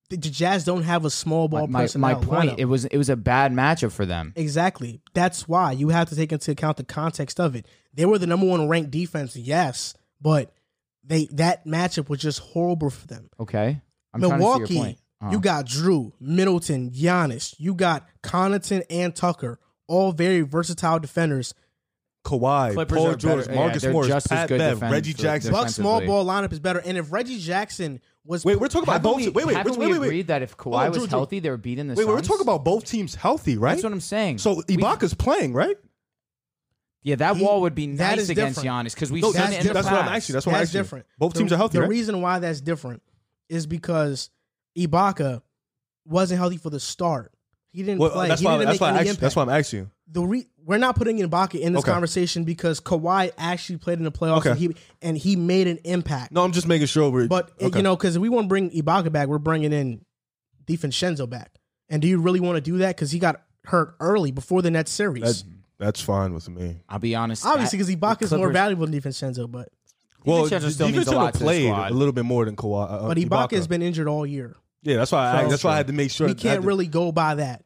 [SPEAKER 2] The the Jazz don't have a small ball
[SPEAKER 3] my, my
[SPEAKER 2] personnel
[SPEAKER 3] point
[SPEAKER 2] lineup.
[SPEAKER 3] it was it was a bad matchup for them.
[SPEAKER 2] Exactly. That's why you have to take into account the context of it. They were the number one ranked defense, yes, but they that matchup was just horrible for them.
[SPEAKER 3] Okay, I'm trying to see your
[SPEAKER 2] Milwaukee,
[SPEAKER 3] point. Uh-huh.
[SPEAKER 2] you got Drew, Middleton, Giannis, you got Connaughton and Tucker, all very versatile defenders.
[SPEAKER 4] Kawhi,
[SPEAKER 3] Clippers
[SPEAKER 4] Paul
[SPEAKER 3] are
[SPEAKER 4] George,
[SPEAKER 3] better- yeah,
[SPEAKER 4] Marcus
[SPEAKER 3] they're
[SPEAKER 4] Morris,
[SPEAKER 3] just as
[SPEAKER 4] Pat
[SPEAKER 3] good
[SPEAKER 4] Bev,
[SPEAKER 3] defense-
[SPEAKER 4] Reggie Jackson.
[SPEAKER 3] defense-
[SPEAKER 2] Buck's small ball
[SPEAKER 3] Defensively.
[SPEAKER 2] lineup is better. And if Reggie Jackson was
[SPEAKER 4] Wait, we're talking about
[SPEAKER 3] Haven't
[SPEAKER 4] both.
[SPEAKER 3] we,
[SPEAKER 4] wait, wait,
[SPEAKER 3] haven't
[SPEAKER 4] wait,
[SPEAKER 3] we
[SPEAKER 4] wait, wait.
[SPEAKER 3] agreed that if
[SPEAKER 4] Hold
[SPEAKER 3] Kawhi
[SPEAKER 4] on,
[SPEAKER 3] was
[SPEAKER 4] Drew, Drew.
[SPEAKER 3] healthy, they were beating the
[SPEAKER 4] Wait, wait, we're
[SPEAKER 3] Suns?
[SPEAKER 4] talking about both teams healthy, right?
[SPEAKER 3] That's what I'm saying.
[SPEAKER 4] So
[SPEAKER 3] We-
[SPEAKER 4] Ibaka's playing, right?
[SPEAKER 3] yeah, that
[SPEAKER 2] He-
[SPEAKER 3] wall would be
[SPEAKER 2] that
[SPEAKER 3] nice
[SPEAKER 2] is
[SPEAKER 3] against
[SPEAKER 2] different.
[SPEAKER 3] Giannis because we've
[SPEAKER 4] No,
[SPEAKER 3] seen
[SPEAKER 4] that's
[SPEAKER 3] it in the
[SPEAKER 4] different. That's what I'm
[SPEAKER 3] past.
[SPEAKER 4] actually- that's what I'm
[SPEAKER 2] that's
[SPEAKER 4] asking you.
[SPEAKER 2] different.
[SPEAKER 4] Both teams
[SPEAKER 2] The-
[SPEAKER 4] are healthy,
[SPEAKER 2] The
[SPEAKER 4] right?
[SPEAKER 2] reason why that's different is because Ibaka wasn't healthy for the start. He didn't
[SPEAKER 4] Well,
[SPEAKER 2] play.
[SPEAKER 4] that's
[SPEAKER 2] he
[SPEAKER 4] why.
[SPEAKER 2] didn't
[SPEAKER 4] That's
[SPEAKER 2] make
[SPEAKER 4] why.
[SPEAKER 2] any
[SPEAKER 4] I asked-
[SPEAKER 2] impact.
[SPEAKER 4] That's why I'm asking you.
[SPEAKER 2] the re- we're not putting Ibaka in this
[SPEAKER 4] Okay.
[SPEAKER 2] conversation because Kawhi actually played in the playoffs
[SPEAKER 4] Okay.
[SPEAKER 2] and he and he made an impact.
[SPEAKER 4] No, I'm just making sure we're.
[SPEAKER 2] But it-
[SPEAKER 4] okay.
[SPEAKER 2] you know, because we want to bring Ibaka back, we're bringing in DiVincenzo back. And do you really want to do that? Because he got hurt early before the Nets series.
[SPEAKER 4] That- that's fine with me.
[SPEAKER 3] I'll be honest.
[SPEAKER 2] Obviously,
[SPEAKER 3] that-
[SPEAKER 2] because Ibaka is more
[SPEAKER 3] Clippers-
[SPEAKER 2] valuable than DiVincenzo, but
[SPEAKER 4] Well,
[SPEAKER 3] DiVincenzo still means a
[SPEAKER 4] DiVincenzo
[SPEAKER 3] lot to the
[SPEAKER 4] played
[SPEAKER 3] squad.
[SPEAKER 4] a little bit more than Kawhi. uh,
[SPEAKER 2] but Ibaka, has been injured all year.
[SPEAKER 4] Yeah, that's why. I,
[SPEAKER 2] So-
[SPEAKER 4] that's why I had to make sure.
[SPEAKER 2] we
[SPEAKER 4] I
[SPEAKER 2] can't
[SPEAKER 4] had to-
[SPEAKER 2] really go by that.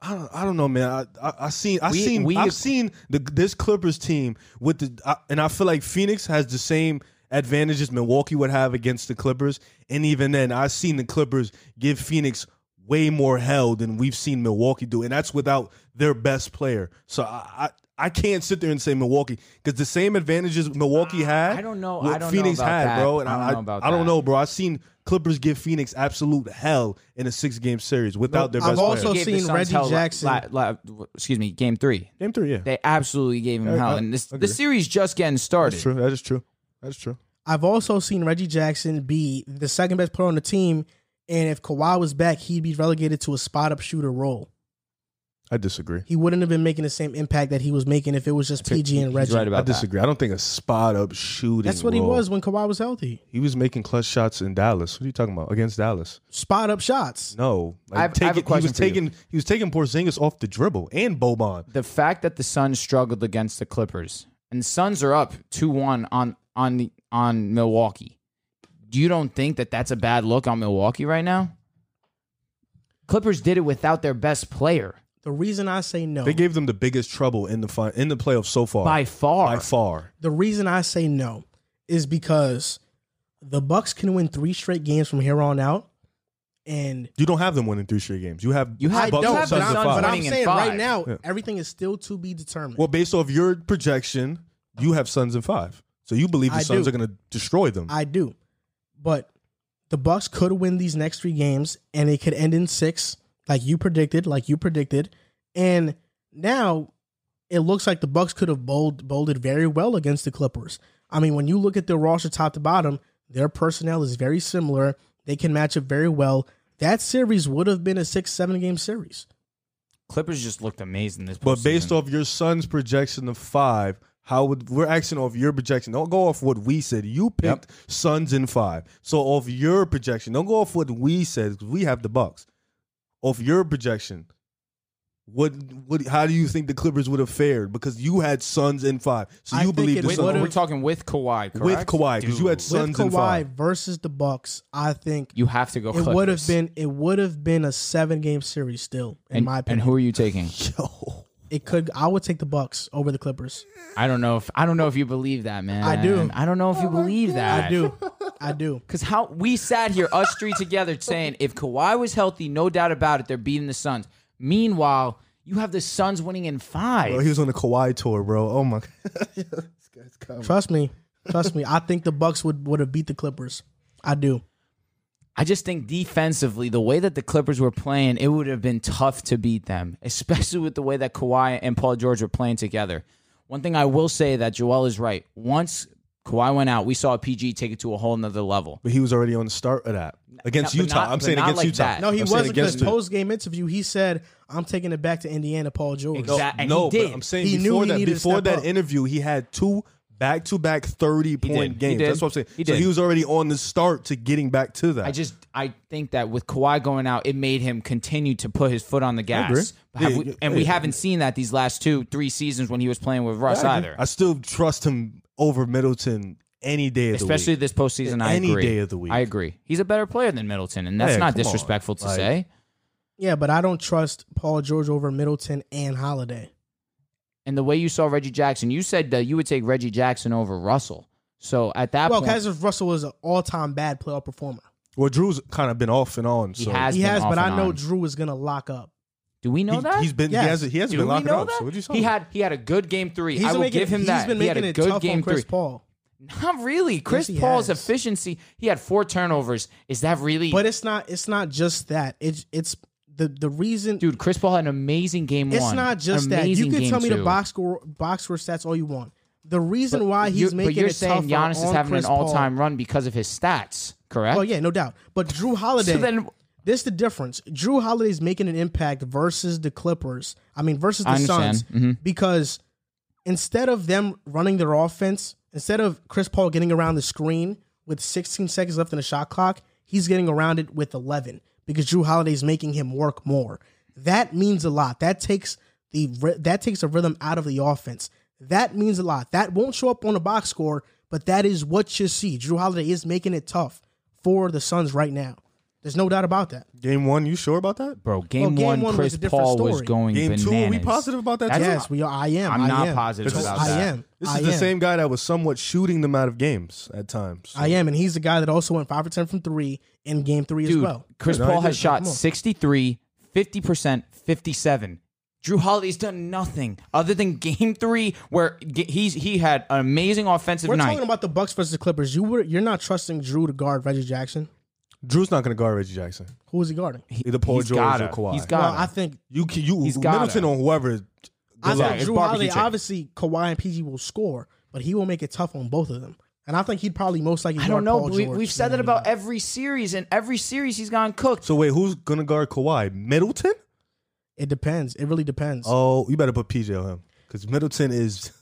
[SPEAKER 4] I don't, I don't know, man. I I, I seen I
[SPEAKER 3] We-
[SPEAKER 4] seen
[SPEAKER 3] we-
[SPEAKER 4] I've seen the this Clippers team with the I, and I feel like Phoenix has the same advantages Milwaukee would have against the Clippers, and even then, I've seen the Clippers give Phoenix way more hell than we've seen Milwaukee do, and that's without their best player. So I. I I can't sit there and say Milwaukee because the same advantages Milwaukee had.
[SPEAKER 3] Uh, I don't know-
[SPEAKER 4] what
[SPEAKER 3] I don't know
[SPEAKER 4] Phoenix
[SPEAKER 3] about
[SPEAKER 4] had,
[SPEAKER 3] that.
[SPEAKER 4] bro. And
[SPEAKER 3] I don't
[SPEAKER 4] I,
[SPEAKER 3] know about
[SPEAKER 4] I don't
[SPEAKER 3] that.
[SPEAKER 4] know, bro. I've seen Clippers give Phoenix absolute hell in a six-game series without their
[SPEAKER 2] I've
[SPEAKER 4] best
[SPEAKER 2] also
[SPEAKER 4] player.
[SPEAKER 3] gave the
[SPEAKER 2] seen
[SPEAKER 3] Suns
[SPEAKER 2] Reggie
[SPEAKER 3] hell la-
[SPEAKER 2] Jackson.
[SPEAKER 3] la- la- excuse me, game three.
[SPEAKER 4] Game three, yeah.
[SPEAKER 3] They absolutely gave him
[SPEAKER 4] I-
[SPEAKER 3] hell,
[SPEAKER 4] I
[SPEAKER 3] and this
[SPEAKER 4] agree.
[SPEAKER 3] the series just getting started.
[SPEAKER 4] That's true. That is true. That's true.
[SPEAKER 2] I've also seen Reggie Jackson be the second best player on the team, and if Kawhi was back, he'd be relegated to a spot up shooter role.
[SPEAKER 4] I disagree.
[SPEAKER 2] He wouldn't have been making the same impact that he was making if it was just PG and
[SPEAKER 3] He's
[SPEAKER 2] Reggie.
[SPEAKER 3] right
[SPEAKER 4] I
[SPEAKER 3] about that.
[SPEAKER 4] disagree. I don't think a spot up shooting.
[SPEAKER 2] That's what he
[SPEAKER 4] role-
[SPEAKER 2] was when Kawhi was healthy.
[SPEAKER 4] He was making clutch shots in Dallas. What are you talking about? Against Dallas?
[SPEAKER 2] Spot up shots.
[SPEAKER 4] No. Like
[SPEAKER 3] I have- I have a
[SPEAKER 4] he
[SPEAKER 3] question
[SPEAKER 4] was
[SPEAKER 3] for you.
[SPEAKER 4] taking he was taking Porzingis off the dribble and Boban.
[SPEAKER 3] the fact that the Suns struggled against the Clippers and the Suns are up 2-1 on on the, on Milwaukee. You don't think that that's a bad look on Milwaukee right now? Clippers did it without their best player
[SPEAKER 2] The reason I say no.
[SPEAKER 4] They gave them the biggest trouble in the fin- in the playoffs so far.
[SPEAKER 3] by far.
[SPEAKER 4] By far.
[SPEAKER 2] the reason I say no is because the Bucks can win three straight games from here on out, and
[SPEAKER 4] You don't have them winning three straight games. You have
[SPEAKER 3] You have-
[SPEAKER 2] I
[SPEAKER 4] Bucks
[SPEAKER 2] don't.
[SPEAKER 4] and
[SPEAKER 3] have
[SPEAKER 2] but,
[SPEAKER 4] Suns
[SPEAKER 2] I'm,
[SPEAKER 4] in
[SPEAKER 3] the Suns
[SPEAKER 4] five.
[SPEAKER 2] but I'm
[SPEAKER 3] winning in
[SPEAKER 2] saying
[SPEAKER 3] five.
[SPEAKER 2] right now,
[SPEAKER 4] Yeah.
[SPEAKER 2] everything is still to be determined.
[SPEAKER 4] well, based off your projection, you have Suns in five. So you believe the
[SPEAKER 2] I
[SPEAKER 4] Suns
[SPEAKER 2] do.
[SPEAKER 4] are going to destroy them.
[SPEAKER 2] I do, but the Bucks could win these next three games, and it could end in six, like you predicted, like you predicted, and now it looks like the Bucks could have bold, bolded very well against the Clippers. I mean, when you look at their roster top to bottom, their personnel is very similar. They can match up very well. That series would have been a six, seven game series.
[SPEAKER 3] Clippers just looked amazing this
[SPEAKER 4] But based
[SPEAKER 3] postseason.
[SPEAKER 4] off your son's projection of five, how would we're acting off your projection? Don't go off what we said. You picked Suns in five, so off your projection. Don't go off what we said 'cause we have the Bucks. Off your projection, what what? How do you think the Clippers would have fared? Because you had Suns in five, so
[SPEAKER 2] I
[SPEAKER 4] you
[SPEAKER 2] think
[SPEAKER 4] believe
[SPEAKER 2] it
[SPEAKER 4] the
[SPEAKER 3] with,
[SPEAKER 4] Suns
[SPEAKER 2] would've-
[SPEAKER 3] we're talking with Kawhi, correct?
[SPEAKER 4] with Kawhi because you had
[SPEAKER 3] Dude.
[SPEAKER 4] Suns
[SPEAKER 2] With
[SPEAKER 4] in five.
[SPEAKER 2] Kawhi versus the Bucks, I think
[SPEAKER 3] you have to go.
[SPEAKER 2] it would have
[SPEAKER 3] Clippers.
[SPEAKER 2] been it would have been a seven game series still, in
[SPEAKER 3] and,
[SPEAKER 2] my opinion.
[SPEAKER 3] And who are you taking?
[SPEAKER 4] Yo,
[SPEAKER 2] It could. I would take the Bucks over the Clippers.
[SPEAKER 3] I don't know if I don't know if you believe that, man.
[SPEAKER 2] I do.
[SPEAKER 3] I don't know if you believe that.
[SPEAKER 2] I do. I do.
[SPEAKER 3] Because how we sat here, us three together, saying if Kawhi was healthy, no doubt about it, they're beating the Suns. Meanwhile, You have the Suns winning in five.
[SPEAKER 4] Bro, he was on the Kawhi tour, bro. Oh my god. Yeah, this guy's coming.
[SPEAKER 2] Trust me, trust me. I think the Bucks would would have beat the Clippers. I do.
[SPEAKER 3] I just think defensively, the way that the Clippers were playing, it would have been tough to beat them, especially with the way that Kawhi and Paul George were playing together. One thing I will say that Joel is right. Once Kawhi went out, we saw PG take it to a whole nother level.
[SPEAKER 4] But he was already on the start of that. Against
[SPEAKER 3] but
[SPEAKER 4] Utah.
[SPEAKER 3] not-
[SPEAKER 4] I'm
[SPEAKER 3] but
[SPEAKER 4] saying
[SPEAKER 3] not
[SPEAKER 4] against
[SPEAKER 3] like
[SPEAKER 4] Utah.
[SPEAKER 3] that.
[SPEAKER 2] No, he
[SPEAKER 4] I'm saying
[SPEAKER 2] wasn't. Because
[SPEAKER 4] against it.
[SPEAKER 2] post game interview, he said, "I'm taking it back to Indiana." Paul George.
[SPEAKER 3] Exactly. That- and he
[SPEAKER 4] no,
[SPEAKER 3] did.
[SPEAKER 4] but I'm saying
[SPEAKER 2] He knew
[SPEAKER 4] before
[SPEAKER 2] he
[SPEAKER 4] that
[SPEAKER 2] needed to
[SPEAKER 4] before
[SPEAKER 2] step
[SPEAKER 4] that
[SPEAKER 2] up.
[SPEAKER 4] interview, he had two back to back 30 point
[SPEAKER 3] He
[SPEAKER 4] games.
[SPEAKER 3] did.
[SPEAKER 4] That's what I'm saying.
[SPEAKER 3] He
[SPEAKER 4] so
[SPEAKER 3] did.
[SPEAKER 4] he was already on the start to getting back to that.
[SPEAKER 3] I just I think that with Kawhi going out, it made him continue to put his foot on the
[SPEAKER 4] agree.
[SPEAKER 3] gas. Have
[SPEAKER 4] Yeah,
[SPEAKER 3] we-
[SPEAKER 4] yeah,
[SPEAKER 3] and we
[SPEAKER 4] yeah.
[SPEAKER 3] haven't seen that these last two, three seasons when he was playing with Russ either.
[SPEAKER 4] I still trust him over Middleton any day of
[SPEAKER 3] Especially
[SPEAKER 4] the week.
[SPEAKER 3] this postseason, I
[SPEAKER 4] Any
[SPEAKER 3] agree.
[SPEAKER 4] day of the week.
[SPEAKER 3] I agree. He's a better player than Middleton, and that's
[SPEAKER 4] Yeah,
[SPEAKER 3] not
[SPEAKER 4] come on.
[SPEAKER 3] disrespectful to
[SPEAKER 4] Like-
[SPEAKER 3] say.
[SPEAKER 2] yeah, but I don't trust Paul George over Middleton and Holiday.
[SPEAKER 3] And the way you saw Reggie Jackson, you said that you would take Reggie Jackson over Russell. So at that
[SPEAKER 2] Well,
[SPEAKER 3] point,
[SPEAKER 2] Kazis Russell is an all-time bad playoff performer.
[SPEAKER 4] Well, Drew's kind of been off and on.
[SPEAKER 3] he
[SPEAKER 4] So
[SPEAKER 3] has.
[SPEAKER 2] he
[SPEAKER 3] been
[SPEAKER 2] has,
[SPEAKER 3] off
[SPEAKER 2] but
[SPEAKER 3] and
[SPEAKER 2] I know
[SPEAKER 3] on.
[SPEAKER 2] Drew is gonna lock up.
[SPEAKER 3] Do we know
[SPEAKER 4] he,
[SPEAKER 3] that?
[SPEAKER 4] has been
[SPEAKER 2] Yes.
[SPEAKER 4] he hasn't he hasn't
[SPEAKER 3] Do
[SPEAKER 4] been
[SPEAKER 3] we
[SPEAKER 4] locking
[SPEAKER 3] know
[SPEAKER 4] up.
[SPEAKER 3] that?
[SPEAKER 4] So what you talking
[SPEAKER 3] he
[SPEAKER 4] about?
[SPEAKER 3] had he had a good game three.
[SPEAKER 2] He's
[SPEAKER 3] I
[SPEAKER 2] been
[SPEAKER 3] will
[SPEAKER 2] making
[SPEAKER 3] give
[SPEAKER 2] it-
[SPEAKER 3] him
[SPEAKER 2] he's
[SPEAKER 3] that.
[SPEAKER 2] been
[SPEAKER 3] he had
[SPEAKER 2] making
[SPEAKER 3] a
[SPEAKER 2] it
[SPEAKER 3] good
[SPEAKER 2] tough
[SPEAKER 3] game
[SPEAKER 2] on Chris
[SPEAKER 3] three.
[SPEAKER 2] Paul,
[SPEAKER 3] Not really. Chris
[SPEAKER 2] he
[SPEAKER 3] Paul's
[SPEAKER 2] has.
[SPEAKER 3] efficiency. He had four turnovers. Is that really?
[SPEAKER 2] but it's not. It's not just that. It's it's the the reason.
[SPEAKER 3] dude, Chris Paul had an amazing game
[SPEAKER 2] it's
[SPEAKER 3] one.
[SPEAKER 2] not just that.
[SPEAKER 3] amazing
[SPEAKER 2] You can
[SPEAKER 3] game
[SPEAKER 2] tell me
[SPEAKER 3] two.
[SPEAKER 2] the box score box score stats all you want. The reason
[SPEAKER 3] But
[SPEAKER 2] why he's
[SPEAKER 3] you're-
[SPEAKER 2] making
[SPEAKER 3] But you're
[SPEAKER 2] it tougher
[SPEAKER 3] saying Giannis is
[SPEAKER 2] on
[SPEAKER 3] having
[SPEAKER 2] Chris
[SPEAKER 3] an
[SPEAKER 2] Paul-
[SPEAKER 3] all-time run because of his stats, correct?
[SPEAKER 2] Oh yeah, no doubt. But Drew Holiday.
[SPEAKER 3] So then,
[SPEAKER 2] This the difference. Drew Holiday's making an impact versus the Clippers. I mean, versus the
[SPEAKER 3] I
[SPEAKER 2] Suns
[SPEAKER 3] understand. Mhm.
[SPEAKER 2] because instead of them running their offense, instead of Chris Paul getting around the screen with 16 seconds left in the shot clock, he's getting around it with 11 because Drew Holiday's making him work more. That means a lot. That takes the ry- that takes the rhythm out of the offense. That means a lot. That won't show up on the box score, but that is what you see. Drew Holiday is making it tough for the Suns right now. There's no doubt about that.
[SPEAKER 4] Game one, you sure about that?
[SPEAKER 3] bro, game,
[SPEAKER 2] game
[SPEAKER 3] one,
[SPEAKER 2] one was
[SPEAKER 3] Chris
[SPEAKER 2] a different
[SPEAKER 3] Paul was
[SPEAKER 2] story.
[SPEAKER 3] going
[SPEAKER 4] Game
[SPEAKER 3] bananas.
[SPEAKER 4] two, are we positive about that?
[SPEAKER 3] That's-
[SPEAKER 4] too?
[SPEAKER 2] Yes, we are. I am.
[SPEAKER 3] I'm
[SPEAKER 2] I
[SPEAKER 3] not
[SPEAKER 2] am.
[SPEAKER 3] positive
[SPEAKER 4] This is-
[SPEAKER 3] about
[SPEAKER 2] I
[SPEAKER 3] that.
[SPEAKER 2] am.
[SPEAKER 4] This
[SPEAKER 2] I
[SPEAKER 4] is the
[SPEAKER 2] am.
[SPEAKER 4] same guy that was somewhat shooting them out of games at times.
[SPEAKER 2] I am, and he's the guy that also went five for ten from three in game three as
[SPEAKER 3] Dude,
[SPEAKER 2] well.
[SPEAKER 3] Chris
[SPEAKER 4] No, I
[SPEAKER 3] Paul
[SPEAKER 4] did.
[SPEAKER 3] has shot
[SPEAKER 2] Come on.
[SPEAKER 3] 63, 50%, 57. Drew Holiday's done nothing other than game three, where g- he's he had an amazing offensive
[SPEAKER 2] We're
[SPEAKER 3] night.
[SPEAKER 2] talking about the Bucks versus the Clippers. You were you're not trusting Drew to guard Reggie Jackson.
[SPEAKER 4] Drew's not going to guard Reggie Jackson.
[SPEAKER 2] Who is he guarding?
[SPEAKER 4] Either Paul
[SPEAKER 3] He's
[SPEAKER 4] George
[SPEAKER 3] gotta.
[SPEAKER 4] or Kawhi.
[SPEAKER 3] He's got
[SPEAKER 2] Well, I think
[SPEAKER 4] You can- you
[SPEAKER 3] He's gotta.
[SPEAKER 4] Middleton on whoever.
[SPEAKER 2] I
[SPEAKER 4] Good luck.
[SPEAKER 2] think
[SPEAKER 3] it's
[SPEAKER 2] Drew
[SPEAKER 3] barbecue
[SPEAKER 2] Holiday.
[SPEAKER 3] chicken.
[SPEAKER 2] Obviously, Kawhi and PG will score, but he will make it tough on both of them. And I think he'd probably most likely.
[SPEAKER 3] I
[SPEAKER 2] guard
[SPEAKER 3] don't know.
[SPEAKER 2] Paul
[SPEAKER 3] But we,
[SPEAKER 2] George
[SPEAKER 3] we've said
[SPEAKER 2] than
[SPEAKER 3] that about
[SPEAKER 2] anybody.
[SPEAKER 3] every series, and every series he's gone cooked.
[SPEAKER 4] So wait, who's going to guard Kawhi? Middleton?
[SPEAKER 2] It depends. It really depends.
[SPEAKER 4] Oh, you better put PJ on him because Middleton is.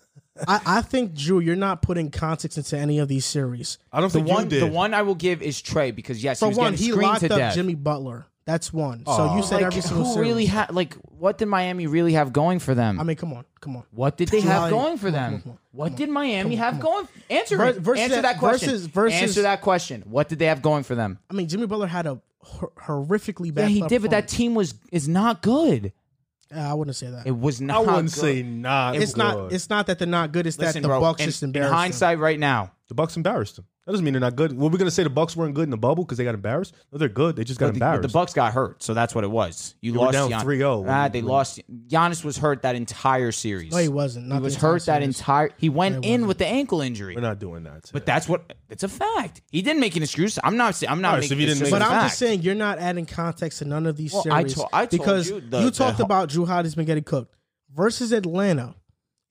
[SPEAKER 2] I, I think Drew, you're not putting context into any of these series.
[SPEAKER 4] I don't
[SPEAKER 3] The
[SPEAKER 4] think you
[SPEAKER 3] one,
[SPEAKER 4] did.
[SPEAKER 3] the one I will give is Trey because yes,
[SPEAKER 2] For
[SPEAKER 3] he was
[SPEAKER 2] one,
[SPEAKER 3] getting
[SPEAKER 2] he
[SPEAKER 3] screened
[SPEAKER 2] locked
[SPEAKER 3] to
[SPEAKER 2] up
[SPEAKER 3] death.
[SPEAKER 2] Jimmy Butler. That's one. so you said
[SPEAKER 3] Like,
[SPEAKER 2] every single
[SPEAKER 3] who
[SPEAKER 2] series.
[SPEAKER 3] really had like what did Miami really have going for them?
[SPEAKER 2] I mean, come on, come on.
[SPEAKER 3] What did they
[SPEAKER 2] Drew
[SPEAKER 3] have
[SPEAKER 2] Holiday-
[SPEAKER 3] going for
[SPEAKER 2] come on,
[SPEAKER 3] them?
[SPEAKER 2] come on,
[SPEAKER 3] What did Miami have going? Answer
[SPEAKER 2] Ver-
[SPEAKER 3] me.
[SPEAKER 2] versus
[SPEAKER 3] Answer
[SPEAKER 2] that-
[SPEAKER 3] that question.
[SPEAKER 2] versus- versus-
[SPEAKER 3] Answer that question. What did they have going for them?
[SPEAKER 2] I mean, Jimmy Butler had a hor- horrifically bad.
[SPEAKER 3] Yeah, he
[SPEAKER 2] playoff
[SPEAKER 3] did, but that
[SPEAKER 2] performance.
[SPEAKER 3] team was is not good.
[SPEAKER 2] Uh, I wouldn't say that.
[SPEAKER 3] It was
[SPEAKER 4] I
[SPEAKER 3] not.
[SPEAKER 4] wouldn't
[SPEAKER 3] good.
[SPEAKER 4] say not.
[SPEAKER 2] it's not. It's not that they're not good. It's
[SPEAKER 3] Listen,
[SPEAKER 2] that the
[SPEAKER 3] bro,
[SPEAKER 2] Bucks
[SPEAKER 3] in,
[SPEAKER 2] just
[SPEAKER 3] in
[SPEAKER 2] embarrassed. them.
[SPEAKER 3] hindsight, right now,
[SPEAKER 4] the Bucks embarrassed them. That doesn't mean they're not good. Were we going to say the Bucks weren't good in the bubble because they got embarrassed? No, they're good. They just got
[SPEAKER 3] but the, but
[SPEAKER 4] embarrassed.
[SPEAKER 3] the Bucks got hurt, so that's what it was. You
[SPEAKER 4] They were
[SPEAKER 3] lost
[SPEAKER 4] down
[SPEAKER 3] Gian-
[SPEAKER 4] 3-0 when
[SPEAKER 3] Ah,
[SPEAKER 4] you-
[SPEAKER 3] they
[SPEAKER 4] when-
[SPEAKER 3] lost. Giannis was hurt that entire series.
[SPEAKER 2] No, he wasn't. Not
[SPEAKER 3] He
[SPEAKER 2] the
[SPEAKER 3] was
[SPEAKER 2] entire
[SPEAKER 3] hurt that
[SPEAKER 2] series.
[SPEAKER 3] entire. He went in with the ankle injury.
[SPEAKER 4] We're not doing that. today.
[SPEAKER 3] But that's what it's a fact. He didn't make an excuse. I'm not. say- I'm not
[SPEAKER 4] All right, so
[SPEAKER 3] making.
[SPEAKER 4] if he
[SPEAKER 3] it's
[SPEAKER 4] didn't
[SPEAKER 3] just
[SPEAKER 4] make
[SPEAKER 2] But
[SPEAKER 3] a
[SPEAKER 4] it-
[SPEAKER 2] I'm
[SPEAKER 3] fact.
[SPEAKER 2] just saying you're not adding context to none of these
[SPEAKER 3] Well, I
[SPEAKER 2] series
[SPEAKER 3] to- I told
[SPEAKER 2] because
[SPEAKER 3] you the-
[SPEAKER 2] talked
[SPEAKER 3] the-
[SPEAKER 2] about Drew Holiday's been getting cooked versus Atlanta.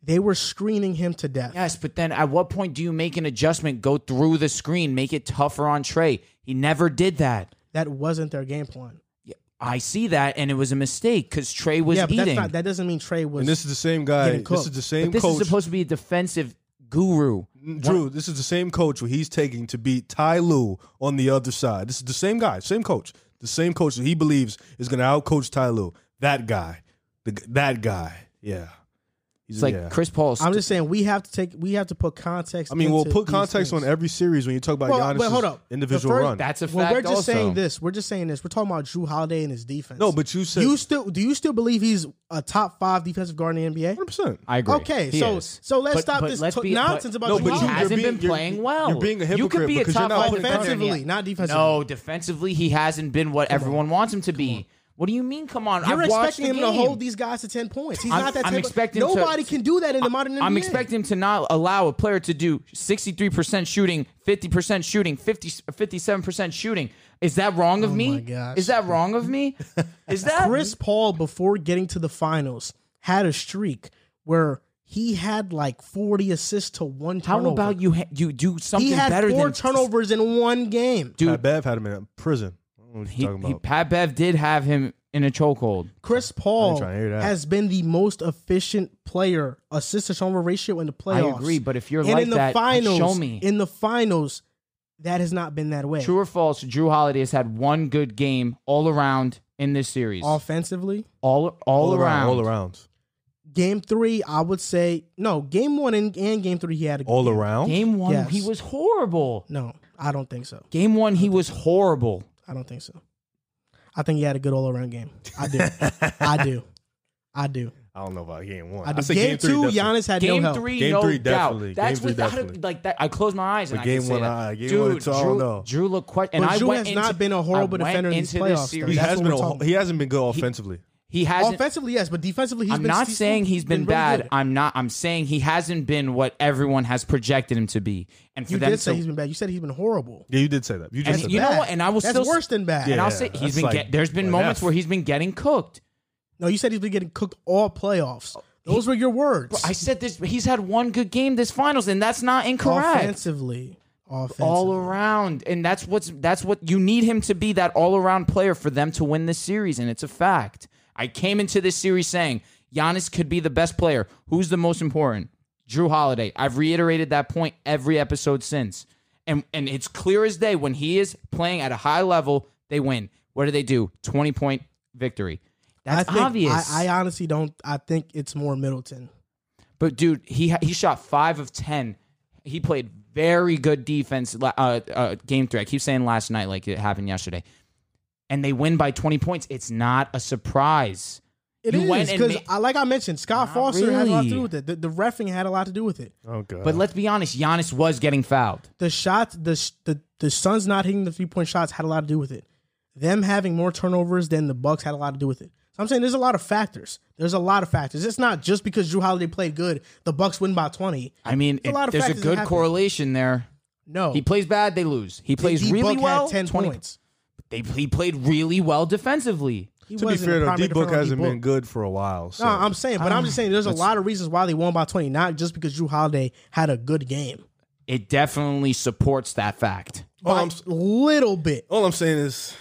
[SPEAKER 2] They were screening him to death.
[SPEAKER 3] Yes, but then at what point do you make an adjustment, go through the screen, make it tougher on Trey? He never did that.
[SPEAKER 2] That wasn't their game plan.
[SPEAKER 3] I see that, and it was a mistake because Trey was
[SPEAKER 2] yeah, but
[SPEAKER 3] eating.
[SPEAKER 2] that's not. That doesn't mean Trey was.
[SPEAKER 4] and this is the same guy.
[SPEAKER 2] Getting
[SPEAKER 4] This is
[SPEAKER 2] cooked.
[SPEAKER 4] the same
[SPEAKER 3] but this
[SPEAKER 4] coach.
[SPEAKER 3] is supposed to be a defensive guru.
[SPEAKER 4] Drew, this is the same coach who he's taking to beat Ty Lue on the other side. This is the same guy, same coach, the same coach that he believes is going to outcoach Ty Lue. That guy, the, g- that guy, yeah. He's
[SPEAKER 3] It's like
[SPEAKER 4] yeah.
[SPEAKER 3] Chris Paul.
[SPEAKER 2] I'm just saying we have to take. We have to put context.
[SPEAKER 4] I mean, we'll
[SPEAKER 2] into
[SPEAKER 4] put
[SPEAKER 2] these
[SPEAKER 4] context
[SPEAKER 2] things.
[SPEAKER 4] on every series when you talk about
[SPEAKER 2] Well,
[SPEAKER 4] Giannis's
[SPEAKER 2] but hold up. The
[SPEAKER 4] individual
[SPEAKER 2] first-
[SPEAKER 4] run.
[SPEAKER 3] that's a fact.
[SPEAKER 2] Well, we're just
[SPEAKER 3] also.
[SPEAKER 2] saying this. We're just saying this. We're talking about Drew Holiday and his defense.
[SPEAKER 4] no, but you said
[SPEAKER 2] you still do you still believe he's a top five defensive guard in the NBA?
[SPEAKER 4] 100%.
[SPEAKER 3] I agree.
[SPEAKER 2] Okay,
[SPEAKER 3] He
[SPEAKER 2] so
[SPEAKER 3] is.
[SPEAKER 2] so let's
[SPEAKER 3] But-
[SPEAKER 2] stop
[SPEAKER 3] but
[SPEAKER 2] this
[SPEAKER 3] let's
[SPEAKER 2] to-
[SPEAKER 3] be-
[SPEAKER 2] nonsense about
[SPEAKER 3] but-
[SPEAKER 4] No,
[SPEAKER 2] Drew
[SPEAKER 4] but
[SPEAKER 3] he
[SPEAKER 4] you-
[SPEAKER 2] Holiday.
[SPEAKER 3] hasn't
[SPEAKER 4] being-
[SPEAKER 3] been
[SPEAKER 4] you're-
[SPEAKER 3] playing
[SPEAKER 4] you're
[SPEAKER 3] well.
[SPEAKER 4] being a
[SPEAKER 3] You could
[SPEAKER 4] hypocrite
[SPEAKER 3] be a
[SPEAKER 4] because you're
[SPEAKER 3] top
[SPEAKER 4] not
[SPEAKER 3] five
[SPEAKER 4] putting
[SPEAKER 3] defender.
[SPEAKER 2] Offensively,
[SPEAKER 3] yet.
[SPEAKER 2] not defensively.
[SPEAKER 3] No, defensively, he hasn't been what everyone wants him to be. What do you mean? Come on,
[SPEAKER 2] You're
[SPEAKER 3] I've watched
[SPEAKER 2] expecting
[SPEAKER 3] the
[SPEAKER 2] him
[SPEAKER 3] game.
[SPEAKER 2] to hold these guys to ten points. He's
[SPEAKER 3] I'm-
[SPEAKER 2] not that.
[SPEAKER 3] I'm
[SPEAKER 2] type of-
[SPEAKER 3] expecting to-
[SPEAKER 2] nobody can do that in the modern.
[SPEAKER 3] I'm
[SPEAKER 2] NBA.
[SPEAKER 3] expecting him to not allow a player to do 63% shooting, 50% shooting, 50, 57% shooting. Is that wrong of me?
[SPEAKER 2] Oh my gosh.
[SPEAKER 3] Is that wrong of me? Is that
[SPEAKER 2] Chris Paul before getting to the finals had a streak where he had like forty assists to one
[SPEAKER 3] How
[SPEAKER 2] turnover.
[SPEAKER 3] about you ha- you do something
[SPEAKER 2] He had
[SPEAKER 3] better
[SPEAKER 2] four
[SPEAKER 3] than
[SPEAKER 2] turnovers in one game.
[SPEAKER 4] Pat Bev had him in prison. I don't know what
[SPEAKER 3] He,
[SPEAKER 4] you're talking
[SPEAKER 3] he,
[SPEAKER 4] about.
[SPEAKER 3] Pat Bev did have him in a chokehold.
[SPEAKER 2] Chris Paul
[SPEAKER 4] trying to hear that.
[SPEAKER 2] has been the most efficient player assist to turnover ratio in the playoffs.
[SPEAKER 3] I agree, but if you're
[SPEAKER 2] and
[SPEAKER 3] like
[SPEAKER 2] in the
[SPEAKER 3] that,
[SPEAKER 2] finals,
[SPEAKER 3] show me.
[SPEAKER 2] in the finals, that has not been that way.
[SPEAKER 3] True or false? Drew Holiday has had one good game all around in this series. All
[SPEAKER 2] Offensively,
[SPEAKER 3] all, around,
[SPEAKER 4] All around.
[SPEAKER 2] game three, I would say no. Game one and, and game three, he had a
[SPEAKER 4] All around?
[SPEAKER 3] Game one,
[SPEAKER 2] Yes.
[SPEAKER 3] he was horrible.
[SPEAKER 2] No, I don't think so.
[SPEAKER 3] Game one, he was horrible.
[SPEAKER 2] I don't think so. I think he had a good all around game. I do. I do. I do.
[SPEAKER 4] I don't know about game one.
[SPEAKER 2] I do.
[SPEAKER 4] I said
[SPEAKER 2] game,
[SPEAKER 4] game three,
[SPEAKER 2] two,
[SPEAKER 4] definitely.
[SPEAKER 2] Giannis had
[SPEAKER 3] Game
[SPEAKER 2] no help.
[SPEAKER 3] three,
[SPEAKER 4] Game
[SPEAKER 3] no
[SPEAKER 4] three,
[SPEAKER 3] doubt.
[SPEAKER 4] definitely.
[SPEAKER 3] That's
[SPEAKER 4] Game three,
[SPEAKER 3] without
[SPEAKER 4] definitely.
[SPEAKER 3] like that. I closed my eyes.
[SPEAKER 4] But
[SPEAKER 3] and I
[SPEAKER 4] game
[SPEAKER 3] can say
[SPEAKER 4] one,
[SPEAKER 3] that.
[SPEAKER 4] I- game
[SPEAKER 3] Dude,
[SPEAKER 4] one, it's all
[SPEAKER 3] Drew,
[SPEAKER 4] no.
[SPEAKER 3] Drew looked quite. And
[SPEAKER 2] But
[SPEAKER 3] I
[SPEAKER 2] Drew
[SPEAKER 3] went
[SPEAKER 2] has not
[SPEAKER 3] into-
[SPEAKER 2] been a horrible
[SPEAKER 3] I went
[SPEAKER 2] defender in these
[SPEAKER 3] into this
[SPEAKER 2] playoffs, though.
[SPEAKER 4] He
[SPEAKER 3] series.
[SPEAKER 2] That's
[SPEAKER 4] has
[SPEAKER 2] what
[SPEAKER 4] been.
[SPEAKER 2] we're
[SPEAKER 4] A,
[SPEAKER 2] talking
[SPEAKER 4] he hasn't been good offensively.
[SPEAKER 3] He hasn't.
[SPEAKER 2] Offensively, yes, but defensively, he's
[SPEAKER 3] I'm
[SPEAKER 2] been
[SPEAKER 3] not
[SPEAKER 2] he's
[SPEAKER 3] saying he's been,
[SPEAKER 2] really
[SPEAKER 3] bad.
[SPEAKER 2] good.
[SPEAKER 3] I'm not. I'm saying he hasn't been what everyone has projected him to be. And for
[SPEAKER 2] You
[SPEAKER 3] them
[SPEAKER 2] did say
[SPEAKER 3] to,
[SPEAKER 2] he's been bad. You said he's been horrible.
[SPEAKER 4] Yeah, you did say that. You
[SPEAKER 3] And
[SPEAKER 4] just said
[SPEAKER 3] you
[SPEAKER 4] that.
[SPEAKER 3] know
[SPEAKER 2] Bad.
[SPEAKER 3] what? And I will
[SPEAKER 2] That's
[SPEAKER 3] still s-
[SPEAKER 2] worse than bad.
[SPEAKER 3] and
[SPEAKER 4] Yeah.
[SPEAKER 3] I'll say he's
[SPEAKER 4] that's
[SPEAKER 3] been.
[SPEAKER 4] like
[SPEAKER 3] get, there's been
[SPEAKER 4] an
[SPEAKER 3] moments
[SPEAKER 4] F.
[SPEAKER 3] where he's been getting cooked.
[SPEAKER 2] No, you said he's been getting cooked all playoffs. Those were your words.
[SPEAKER 3] Oh, I said this. He's had one good game this finals, and that's not incorrect.
[SPEAKER 2] offensively, offensively,
[SPEAKER 3] all around and that's what's that's what you need him to be that all-around player for them to win this series and it's a fact. I came into this series saying Giannis could be the best player. Who's the most important? Drew Holiday. I've reiterated that point every episode since. And and it's clear as day when he is playing at a high level, they win. What do they do? 20 point victory.
[SPEAKER 2] I
[SPEAKER 3] That's
[SPEAKER 2] think,
[SPEAKER 3] obvious.
[SPEAKER 2] I, I honestly don't. I think it's more Middleton.
[SPEAKER 3] But dude, he ha- he shot five of ten. He played very good defense. la- Uh, uh, game three. I keep saying last night, like it happened yesterday, and they win by twenty points. It's not a surprise.
[SPEAKER 2] It
[SPEAKER 3] You
[SPEAKER 2] is
[SPEAKER 3] went and
[SPEAKER 2] because,
[SPEAKER 3] ma-
[SPEAKER 2] I like I mentioned, Scott
[SPEAKER 3] Not
[SPEAKER 2] Foster had a lot to do
[SPEAKER 3] really.
[SPEAKER 2] with it. The, the refing had a lot to do with it.
[SPEAKER 4] Oh god.
[SPEAKER 3] But let's be honest, Giannis was getting fouled.
[SPEAKER 2] The shots, the sh- the the Suns not hitting the three point shots had a lot to do with it. Them having more turnovers than the Bucks had a lot to do with it. So I'm saying there's a lot of factors. There's a lot of factors. It's not just because Drew Holiday played good, the Bucks win by 20.
[SPEAKER 3] I mean,
[SPEAKER 2] There's a
[SPEAKER 3] it-
[SPEAKER 2] lot of
[SPEAKER 3] there's a
[SPEAKER 2] factors that
[SPEAKER 3] good
[SPEAKER 2] happen. Oh.
[SPEAKER 3] correlation there.
[SPEAKER 2] No,
[SPEAKER 3] He plays bad, they lose. He plays
[SPEAKER 2] D-Book
[SPEAKER 3] really
[SPEAKER 2] had
[SPEAKER 3] well.
[SPEAKER 2] 10
[SPEAKER 3] 20
[SPEAKER 2] points.
[SPEAKER 3] They he played really well defensively.
[SPEAKER 2] He
[SPEAKER 4] to be
[SPEAKER 2] wasn't
[SPEAKER 4] fair
[SPEAKER 2] the
[SPEAKER 4] though,
[SPEAKER 2] prime
[SPEAKER 4] D
[SPEAKER 2] maker
[SPEAKER 4] Book
[SPEAKER 2] for
[SPEAKER 4] hasn't
[SPEAKER 2] D-Book.
[SPEAKER 4] been good for a while. So.
[SPEAKER 2] No, I'm saying, but I'm just saying there's a lot of reasons why they won by 20, not just because Drew Holiday had a good game.
[SPEAKER 3] It definitely supports that fact.
[SPEAKER 4] All
[SPEAKER 2] By
[SPEAKER 4] Oh, I'm,
[SPEAKER 2] a little bit.
[SPEAKER 4] all I'm saying is,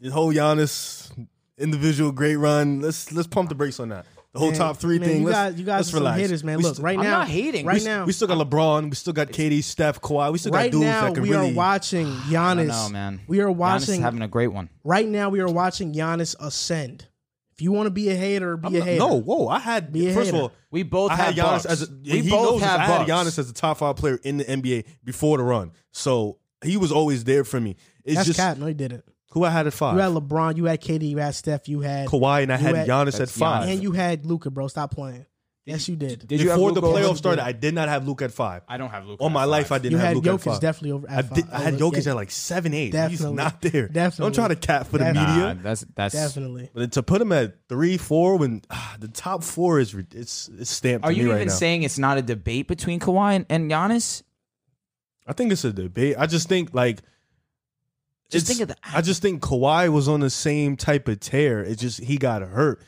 [SPEAKER 4] the whole Giannis individual great run. Let's let's pump the brakes on that. The whole top three
[SPEAKER 2] Man,
[SPEAKER 4] thing.
[SPEAKER 2] You
[SPEAKER 4] let's,
[SPEAKER 2] guys, you guys
[SPEAKER 4] let's
[SPEAKER 2] are some
[SPEAKER 4] relax.
[SPEAKER 2] haters, man.
[SPEAKER 4] We
[SPEAKER 2] Look,
[SPEAKER 4] st-
[SPEAKER 2] right
[SPEAKER 3] I'm
[SPEAKER 2] now,
[SPEAKER 3] not hating.
[SPEAKER 2] Right
[SPEAKER 3] We-
[SPEAKER 2] now,
[SPEAKER 4] we still got LeBron. We still got KD, Steph, Kawhi. We still
[SPEAKER 2] right
[SPEAKER 4] got dudes
[SPEAKER 2] now
[SPEAKER 4] that can
[SPEAKER 2] we
[SPEAKER 4] really.
[SPEAKER 2] are watching
[SPEAKER 3] I
[SPEAKER 2] Giannis.
[SPEAKER 3] don't know, man.
[SPEAKER 2] We are
[SPEAKER 3] Giannis is
[SPEAKER 2] watching.
[SPEAKER 3] having a great one.
[SPEAKER 2] right now, we are watching Giannis ascend. If you want to be a hater, be a hater.
[SPEAKER 4] no, whoa! I had
[SPEAKER 2] Be a
[SPEAKER 4] first
[SPEAKER 2] hater.
[SPEAKER 4] of all,
[SPEAKER 3] We both
[SPEAKER 4] I had
[SPEAKER 3] have
[SPEAKER 4] Giannis
[SPEAKER 3] Bucks.
[SPEAKER 4] as a,
[SPEAKER 3] We
[SPEAKER 4] he
[SPEAKER 3] both
[SPEAKER 4] knows this.
[SPEAKER 3] have
[SPEAKER 4] I had
[SPEAKER 3] Bucks.
[SPEAKER 4] Giannis as a top five player in the NBA before the run, so he was always there for me. It's
[SPEAKER 2] that's
[SPEAKER 4] just
[SPEAKER 2] cat. No, you didn't.
[SPEAKER 4] who I had at five.
[SPEAKER 2] You had LeBron. You had KD. You had Steph. You had
[SPEAKER 4] Kawhi and I
[SPEAKER 2] you
[SPEAKER 4] had
[SPEAKER 2] had-
[SPEAKER 4] Giannis at
[SPEAKER 3] That's
[SPEAKER 4] five.
[SPEAKER 2] and you had Luca, bro. Stop playing. Yes, you did.
[SPEAKER 3] Did you have
[SPEAKER 4] Before the
[SPEAKER 3] Luka over-
[SPEAKER 4] playoffs started, I did not have Luke at five.
[SPEAKER 3] I don't have Luka
[SPEAKER 4] On
[SPEAKER 3] at
[SPEAKER 4] my
[SPEAKER 3] five.
[SPEAKER 4] life, I didn't
[SPEAKER 2] You
[SPEAKER 4] have
[SPEAKER 2] had
[SPEAKER 4] Luke at
[SPEAKER 2] Jokic
[SPEAKER 4] five.
[SPEAKER 2] definitely over.
[SPEAKER 4] I,
[SPEAKER 2] At
[SPEAKER 4] did,
[SPEAKER 2] five.
[SPEAKER 4] I had
[SPEAKER 2] Over-
[SPEAKER 4] Jokic
[SPEAKER 2] yeah,
[SPEAKER 4] at like seven, eight.
[SPEAKER 2] Definitely.
[SPEAKER 4] He's not there.
[SPEAKER 2] Definitely.
[SPEAKER 4] Don't try to cat for the
[SPEAKER 2] Definitely.
[SPEAKER 4] media.
[SPEAKER 3] Nah, that's that's
[SPEAKER 2] definitely.
[SPEAKER 4] But to put him at three, four, when ah, the top four is re- it's, it's stamped
[SPEAKER 3] Are
[SPEAKER 4] to me
[SPEAKER 3] you
[SPEAKER 4] right
[SPEAKER 3] even
[SPEAKER 4] now.
[SPEAKER 3] saying it's not a debate between Kawhi and, and Giannis?
[SPEAKER 4] I think it's a debate. I just think like.
[SPEAKER 3] Just
[SPEAKER 4] it's-
[SPEAKER 3] think of the-
[SPEAKER 4] I just think Kawhi was on the same type of tear. It just he got hurt.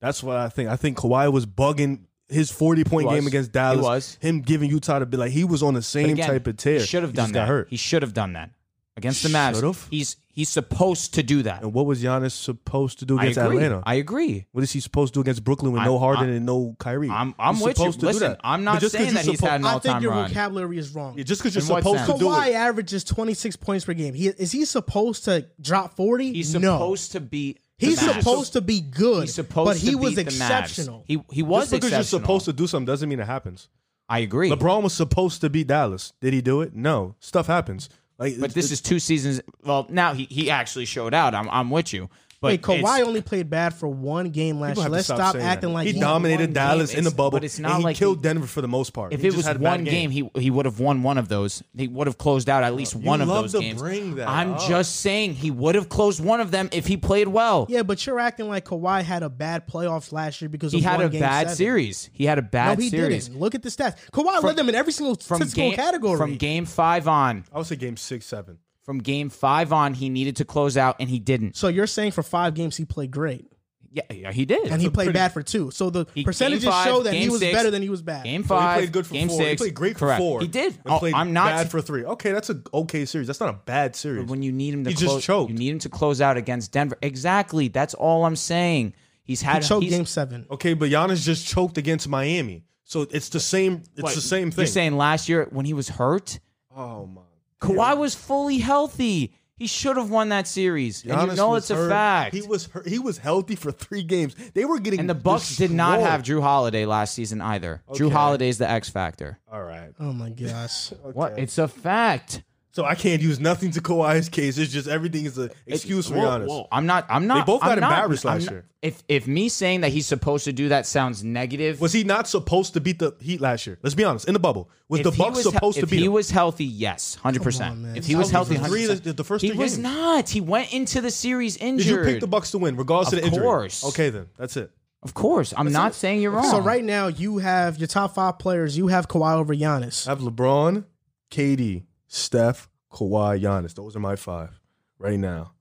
[SPEAKER 4] That's what I think. I think Kawhi was bugging his forty point
[SPEAKER 3] He
[SPEAKER 4] game
[SPEAKER 3] was.
[SPEAKER 4] against Dallas.
[SPEAKER 3] He was.
[SPEAKER 4] him giving Utah to be like he was on the
[SPEAKER 3] But
[SPEAKER 4] same
[SPEAKER 3] again,
[SPEAKER 4] type of tear.
[SPEAKER 3] He should have
[SPEAKER 4] He
[SPEAKER 3] done
[SPEAKER 4] just
[SPEAKER 3] that.
[SPEAKER 4] Got hurt.
[SPEAKER 3] He should have done that against the Mavs.
[SPEAKER 4] Should've?
[SPEAKER 3] He's he's supposed to do that.
[SPEAKER 4] And what was Giannis supposed to do
[SPEAKER 3] I
[SPEAKER 4] against
[SPEAKER 3] agree.
[SPEAKER 4] Atlanta?
[SPEAKER 3] I agree.
[SPEAKER 4] what is he supposed to do against Brooklyn with
[SPEAKER 3] I-
[SPEAKER 4] no Harden
[SPEAKER 3] I-
[SPEAKER 4] and no Kyrie?
[SPEAKER 3] I'm- I'm
[SPEAKER 4] He's
[SPEAKER 3] with you.
[SPEAKER 4] supposed to do
[SPEAKER 3] Listen,
[SPEAKER 4] that.
[SPEAKER 3] I'm not
[SPEAKER 4] But just 'cause
[SPEAKER 3] saying
[SPEAKER 4] you're
[SPEAKER 3] that he's
[SPEAKER 4] suppo-
[SPEAKER 3] had an
[SPEAKER 2] I
[SPEAKER 3] all-time
[SPEAKER 2] think your
[SPEAKER 3] run.
[SPEAKER 2] vocabulary is wrong.
[SPEAKER 4] Yeah, just because
[SPEAKER 3] In
[SPEAKER 4] you're
[SPEAKER 3] what
[SPEAKER 4] supposed to
[SPEAKER 3] sense?
[SPEAKER 4] do
[SPEAKER 2] Kawhi
[SPEAKER 4] it.
[SPEAKER 2] averages 26 points per game. He is he supposed to drop 40?
[SPEAKER 3] He's
[SPEAKER 2] no.
[SPEAKER 3] supposed to be. the
[SPEAKER 2] He's
[SPEAKER 3] Mavs.
[SPEAKER 2] supposed to be good.
[SPEAKER 3] He's supposed
[SPEAKER 2] but he
[SPEAKER 3] to
[SPEAKER 2] was
[SPEAKER 3] beat the Mavs.
[SPEAKER 2] exceptional.
[SPEAKER 3] He he was
[SPEAKER 4] Just because
[SPEAKER 3] exceptional.
[SPEAKER 4] you're supposed to do something doesn't mean it happens.
[SPEAKER 3] I agree.
[SPEAKER 4] LeBron was supposed to beat Dallas. Did he do it? No. Stuff happens. Like,
[SPEAKER 3] but this is two seasons. Well, now he, he actually showed out. I'm I'm with you.
[SPEAKER 4] But
[SPEAKER 2] Wait, Kawhi
[SPEAKER 4] it's-
[SPEAKER 2] only played bad for one game last
[SPEAKER 4] people
[SPEAKER 2] year.
[SPEAKER 4] have to
[SPEAKER 2] Let's stop,
[SPEAKER 4] saying
[SPEAKER 2] acting
[SPEAKER 4] that.
[SPEAKER 2] like
[SPEAKER 4] he
[SPEAKER 2] he-
[SPEAKER 4] dominated
[SPEAKER 3] one
[SPEAKER 4] Dallas
[SPEAKER 3] game.
[SPEAKER 4] in the
[SPEAKER 3] It's-
[SPEAKER 4] bubble,
[SPEAKER 3] but it's not
[SPEAKER 4] and he
[SPEAKER 3] like
[SPEAKER 4] killed
[SPEAKER 3] he-
[SPEAKER 4] Denver for the most part.
[SPEAKER 3] If
[SPEAKER 4] He
[SPEAKER 3] it
[SPEAKER 4] just
[SPEAKER 3] was
[SPEAKER 4] had a bad
[SPEAKER 3] one game, he he would have won one of those. He would have closed out at least
[SPEAKER 4] You
[SPEAKER 3] one of
[SPEAKER 4] love
[SPEAKER 3] those
[SPEAKER 4] to
[SPEAKER 3] games.
[SPEAKER 4] bring that
[SPEAKER 3] I'm
[SPEAKER 4] up.
[SPEAKER 3] just saying he would have closed one of them if he played well.
[SPEAKER 2] Yeah, but you're acting like Kawhi had a bad playoffs last year because
[SPEAKER 3] he
[SPEAKER 2] of
[SPEAKER 3] had
[SPEAKER 2] one
[SPEAKER 3] a
[SPEAKER 2] game
[SPEAKER 3] bad
[SPEAKER 2] seven.
[SPEAKER 3] series. He had a
[SPEAKER 2] No,
[SPEAKER 3] bad
[SPEAKER 2] he
[SPEAKER 3] series
[SPEAKER 2] didn't. Look at the stats. Kawhi led them in every single
[SPEAKER 3] from
[SPEAKER 2] statistical
[SPEAKER 3] game
[SPEAKER 2] category.
[SPEAKER 3] from game five on.
[SPEAKER 4] I would say game six, seven.
[SPEAKER 3] From game five on, he needed to close out and he didn't.
[SPEAKER 2] so you're saying for five games he played great,
[SPEAKER 3] Yeah, yeah he did.
[SPEAKER 2] and he
[SPEAKER 4] a
[SPEAKER 2] played
[SPEAKER 4] pretty-
[SPEAKER 2] bad for two. So the
[SPEAKER 3] He-
[SPEAKER 2] percentages
[SPEAKER 3] game five,
[SPEAKER 2] show that he
[SPEAKER 3] game
[SPEAKER 2] was
[SPEAKER 3] six,
[SPEAKER 2] better than he was bad.
[SPEAKER 3] game
[SPEAKER 4] So
[SPEAKER 3] five,
[SPEAKER 4] he played good for
[SPEAKER 3] game
[SPEAKER 4] four.
[SPEAKER 3] six.
[SPEAKER 4] He played great for
[SPEAKER 3] correct.
[SPEAKER 4] four.
[SPEAKER 3] He did.
[SPEAKER 4] And
[SPEAKER 3] Oh,
[SPEAKER 4] played
[SPEAKER 3] I'm not
[SPEAKER 4] bad for three. Okay, that's an okay series. That's not a bad series.
[SPEAKER 3] But when you need him to
[SPEAKER 4] He just
[SPEAKER 3] close,
[SPEAKER 4] choked.
[SPEAKER 3] you need him to close out against Denver. Exactly. That's all I'm saying. He's
[SPEAKER 2] He
[SPEAKER 3] had
[SPEAKER 2] choked
[SPEAKER 3] he's-
[SPEAKER 2] game seven.
[SPEAKER 4] Okay, but Giannis just choked against Miami, so it's the same. It's
[SPEAKER 3] what,
[SPEAKER 4] the same thing.
[SPEAKER 3] You're saying last year when he was hurt,
[SPEAKER 4] oh my.
[SPEAKER 3] Kawhi was fully healthy. He should have won that series. and you
[SPEAKER 4] Giannis
[SPEAKER 3] know
[SPEAKER 4] was
[SPEAKER 3] it's a
[SPEAKER 4] hurt.
[SPEAKER 3] fact.
[SPEAKER 4] He was hurt. he was healthy for three games. They were getting
[SPEAKER 3] and the Bucks did not
[SPEAKER 4] destroyed.
[SPEAKER 3] have Drew Holiday last season either. Drew
[SPEAKER 4] Okay.
[SPEAKER 3] Holiday's the X factor.
[SPEAKER 4] All right,
[SPEAKER 2] Oh my gosh.
[SPEAKER 3] What? It's a fact.
[SPEAKER 4] so I can't use nothing to Kawhi's case. It's just everything is an excuse for
[SPEAKER 3] Whoa,
[SPEAKER 4] Giannis.
[SPEAKER 3] whoa. I'm not. I'm not.
[SPEAKER 4] both
[SPEAKER 3] I'm
[SPEAKER 4] got
[SPEAKER 3] not-
[SPEAKER 4] embarrassed
[SPEAKER 3] I'm
[SPEAKER 4] last
[SPEAKER 3] not-
[SPEAKER 4] year.
[SPEAKER 3] If if me saying that he's supposed to do that sounds negative,
[SPEAKER 4] Was he not supposed to beat the Heat last year? Let's be honest. In the bubble, was
[SPEAKER 3] If
[SPEAKER 4] the
[SPEAKER 3] he
[SPEAKER 4] Bucks
[SPEAKER 3] was hel-
[SPEAKER 4] supposed to
[SPEAKER 3] if
[SPEAKER 4] beat
[SPEAKER 3] he
[SPEAKER 4] him?
[SPEAKER 3] was healthy? Yes, hundred
[SPEAKER 2] Come on,
[SPEAKER 3] percent.
[SPEAKER 2] man.
[SPEAKER 3] If he was
[SPEAKER 4] Healthy
[SPEAKER 3] healthy,
[SPEAKER 4] for three,
[SPEAKER 3] 100%.
[SPEAKER 4] the- the first
[SPEAKER 3] he
[SPEAKER 4] three
[SPEAKER 3] was
[SPEAKER 4] games.
[SPEAKER 3] not. He went into the series
[SPEAKER 4] Did
[SPEAKER 3] injured.
[SPEAKER 4] you pick the Bucks to win, regardless of,
[SPEAKER 3] Of
[SPEAKER 4] the injury?
[SPEAKER 3] course.
[SPEAKER 4] Okay, then that's it.
[SPEAKER 3] Of course, I'm not saying you're wrong.
[SPEAKER 2] So right now you have your top five players. You have Kawhi over Giannis.
[SPEAKER 4] I have LeBron, KD, Steph, Kawhi, Giannis. Those are my five right now.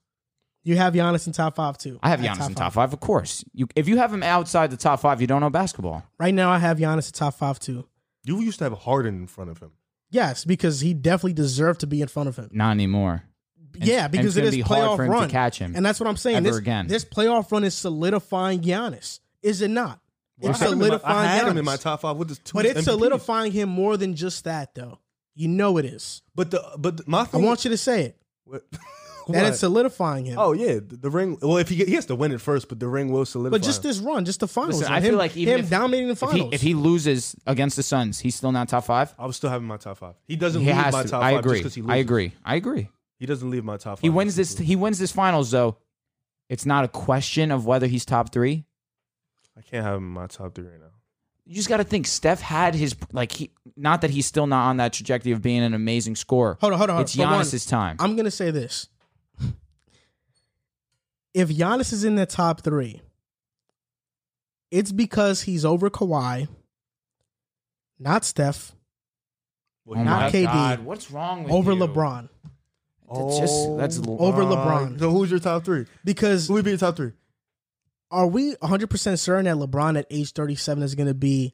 [SPEAKER 2] You have Giannis in top five too.
[SPEAKER 3] I have
[SPEAKER 2] At
[SPEAKER 3] Giannis in top five. Of course, you if you have him outside the top five, you don't know basketball.
[SPEAKER 2] Right now I have Giannis in top five too.
[SPEAKER 4] You used to have Harden in front of him.
[SPEAKER 2] Yes, because he definitely deserved to be in front of him.
[SPEAKER 3] Not anymore.
[SPEAKER 2] yeah,
[SPEAKER 3] and
[SPEAKER 2] because
[SPEAKER 3] it's
[SPEAKER 2] it
[SPEAKER 3] gonna
[SPEAKER 2] is
[SPEAKER 3] be hard
[SPEAKER 2] playoff
[SPEAKER 3] for him to
[SPEAKER 2] run.
[SPEAKER 3] catch him
[SPEAKER 2] and that's what I'm saying.
[SPEAKER 3] ever
[SPEAKER 2] this,
[SPEAKER 3] again.
[SPEAKER 2] this playoff run is solidifying Giannis. Is it not?
[SPEAKER 4] I
[SPEAKER 2] It's
[SPEAKER 4] had him in my-
[SPEAKER 2] solidifying
[SPEAKER 4] I had
[SPEAKER 2] Giannis.
[SPEAKER 4] him in my top five with his two.
[SPEAKER 2] but it's
[SPEAKER 4] MVPs.
[SPEAKER 2] solidifying him more than just that, though. You know it is.
[SPEAKER 4] But the but the- my
[SPEAKER 2] I
[SPEAKER 4] thing.
[SPEAKER 2] want you to say it.
[SPEAKER 4] What-
[SPEAKER 2] That
[SPEAKER 4] What?
[SPEAKER 2] it's solidifying him.
[SPEAKER 4] Oh yeah, the, the ring. Well, if he get, he has to win it first, but the ring will solidify.
[SPEAKER 2] but just
[SPEAKER 4] him.
[SPEAKER 2] this run, just the finals.
[SPEAKER 3] Listen,
[SPEAKER 2] and
[SPEAKER 3] I
[SPEAKER 2] him,
[SPEAKER 3] feel like even
[SPEAKER 2] him
[SPEAKER 3] if,
[SPEAKER 2] dominating the
[SPEAKER 3] if he-
[SPEAKER 2] finals.
[SPEAKER 3] if he loses against the Suns, he's still not top five.
[SPEAKER 4] I was still having my top five. He doesn't
[SPEAKER 3] He
[SPEAKER 4] leave
[SPEAKER 3] has
[SPEAKER 4] my
[SPEAKER 3] to.
[SPEAKER 4] top
[SPEAKER 3] I
[SPEAKER 4] five
[SPEAKER 3] agree.
[SPEAKER 4] just because he
[SPEAKER 3] I
[SPEAKER 4] loses.
[SPEAKER 3] agree. I agree.
[SPEAKER 4] He doesn't leave my top five.
[SPEAKER 3] He wins
[SPEAKER 4] just
[SPEAKER 3] this.
[SPEAKER 4] 'cause
[SPEAKER 3] He wins this finals though. It's not a question of whether he's top three.
[SPEAKER 4] I can't have him in my top three right now.
[SPEAKER 3] you just got to think Steph had his like he not that he's still not on that trajectory of being an amazing scorer.
[SPEAKER 2] hold on, hold on. hold
[SPEAKER 3] It's
[SPEAKER 2] on. But one,
[SPEAKER 3] Giannis's time.
[SPEAKER 2] I'm gonna say this. If Giannis is in the top three, it's because he's over Kawhi, not Steph,
[SPEAKER 4] Well,
[SPEAKER 3] Oh
[SPEAKER 4] he
[SPEAKER 2] not
[SPEAKER 3] my
[SPEAKER 4] has-
[SPEAKER 2] KD.
[SPEAKER 3] God, what's wrong with
[SPEAKER 2] over
[SPEAKER 3] you?
[SPEAKER 2] LeBron.
[SPEAKER 3] That's just that's
[SPEAKER 4] Oh,
[SPEAKER 3] l-
[SPEAKER 2] Over
[SPEAKER 4] uh,
[SPEAKER 2] LeBron.
[SPEAKER 4] So who's your top three?
[SPEAKER 2] Because
[SPEAKER 4] Who would be your top three?
[SPEAKER 2] are we 100% certain that LeBron at age 37 is going to be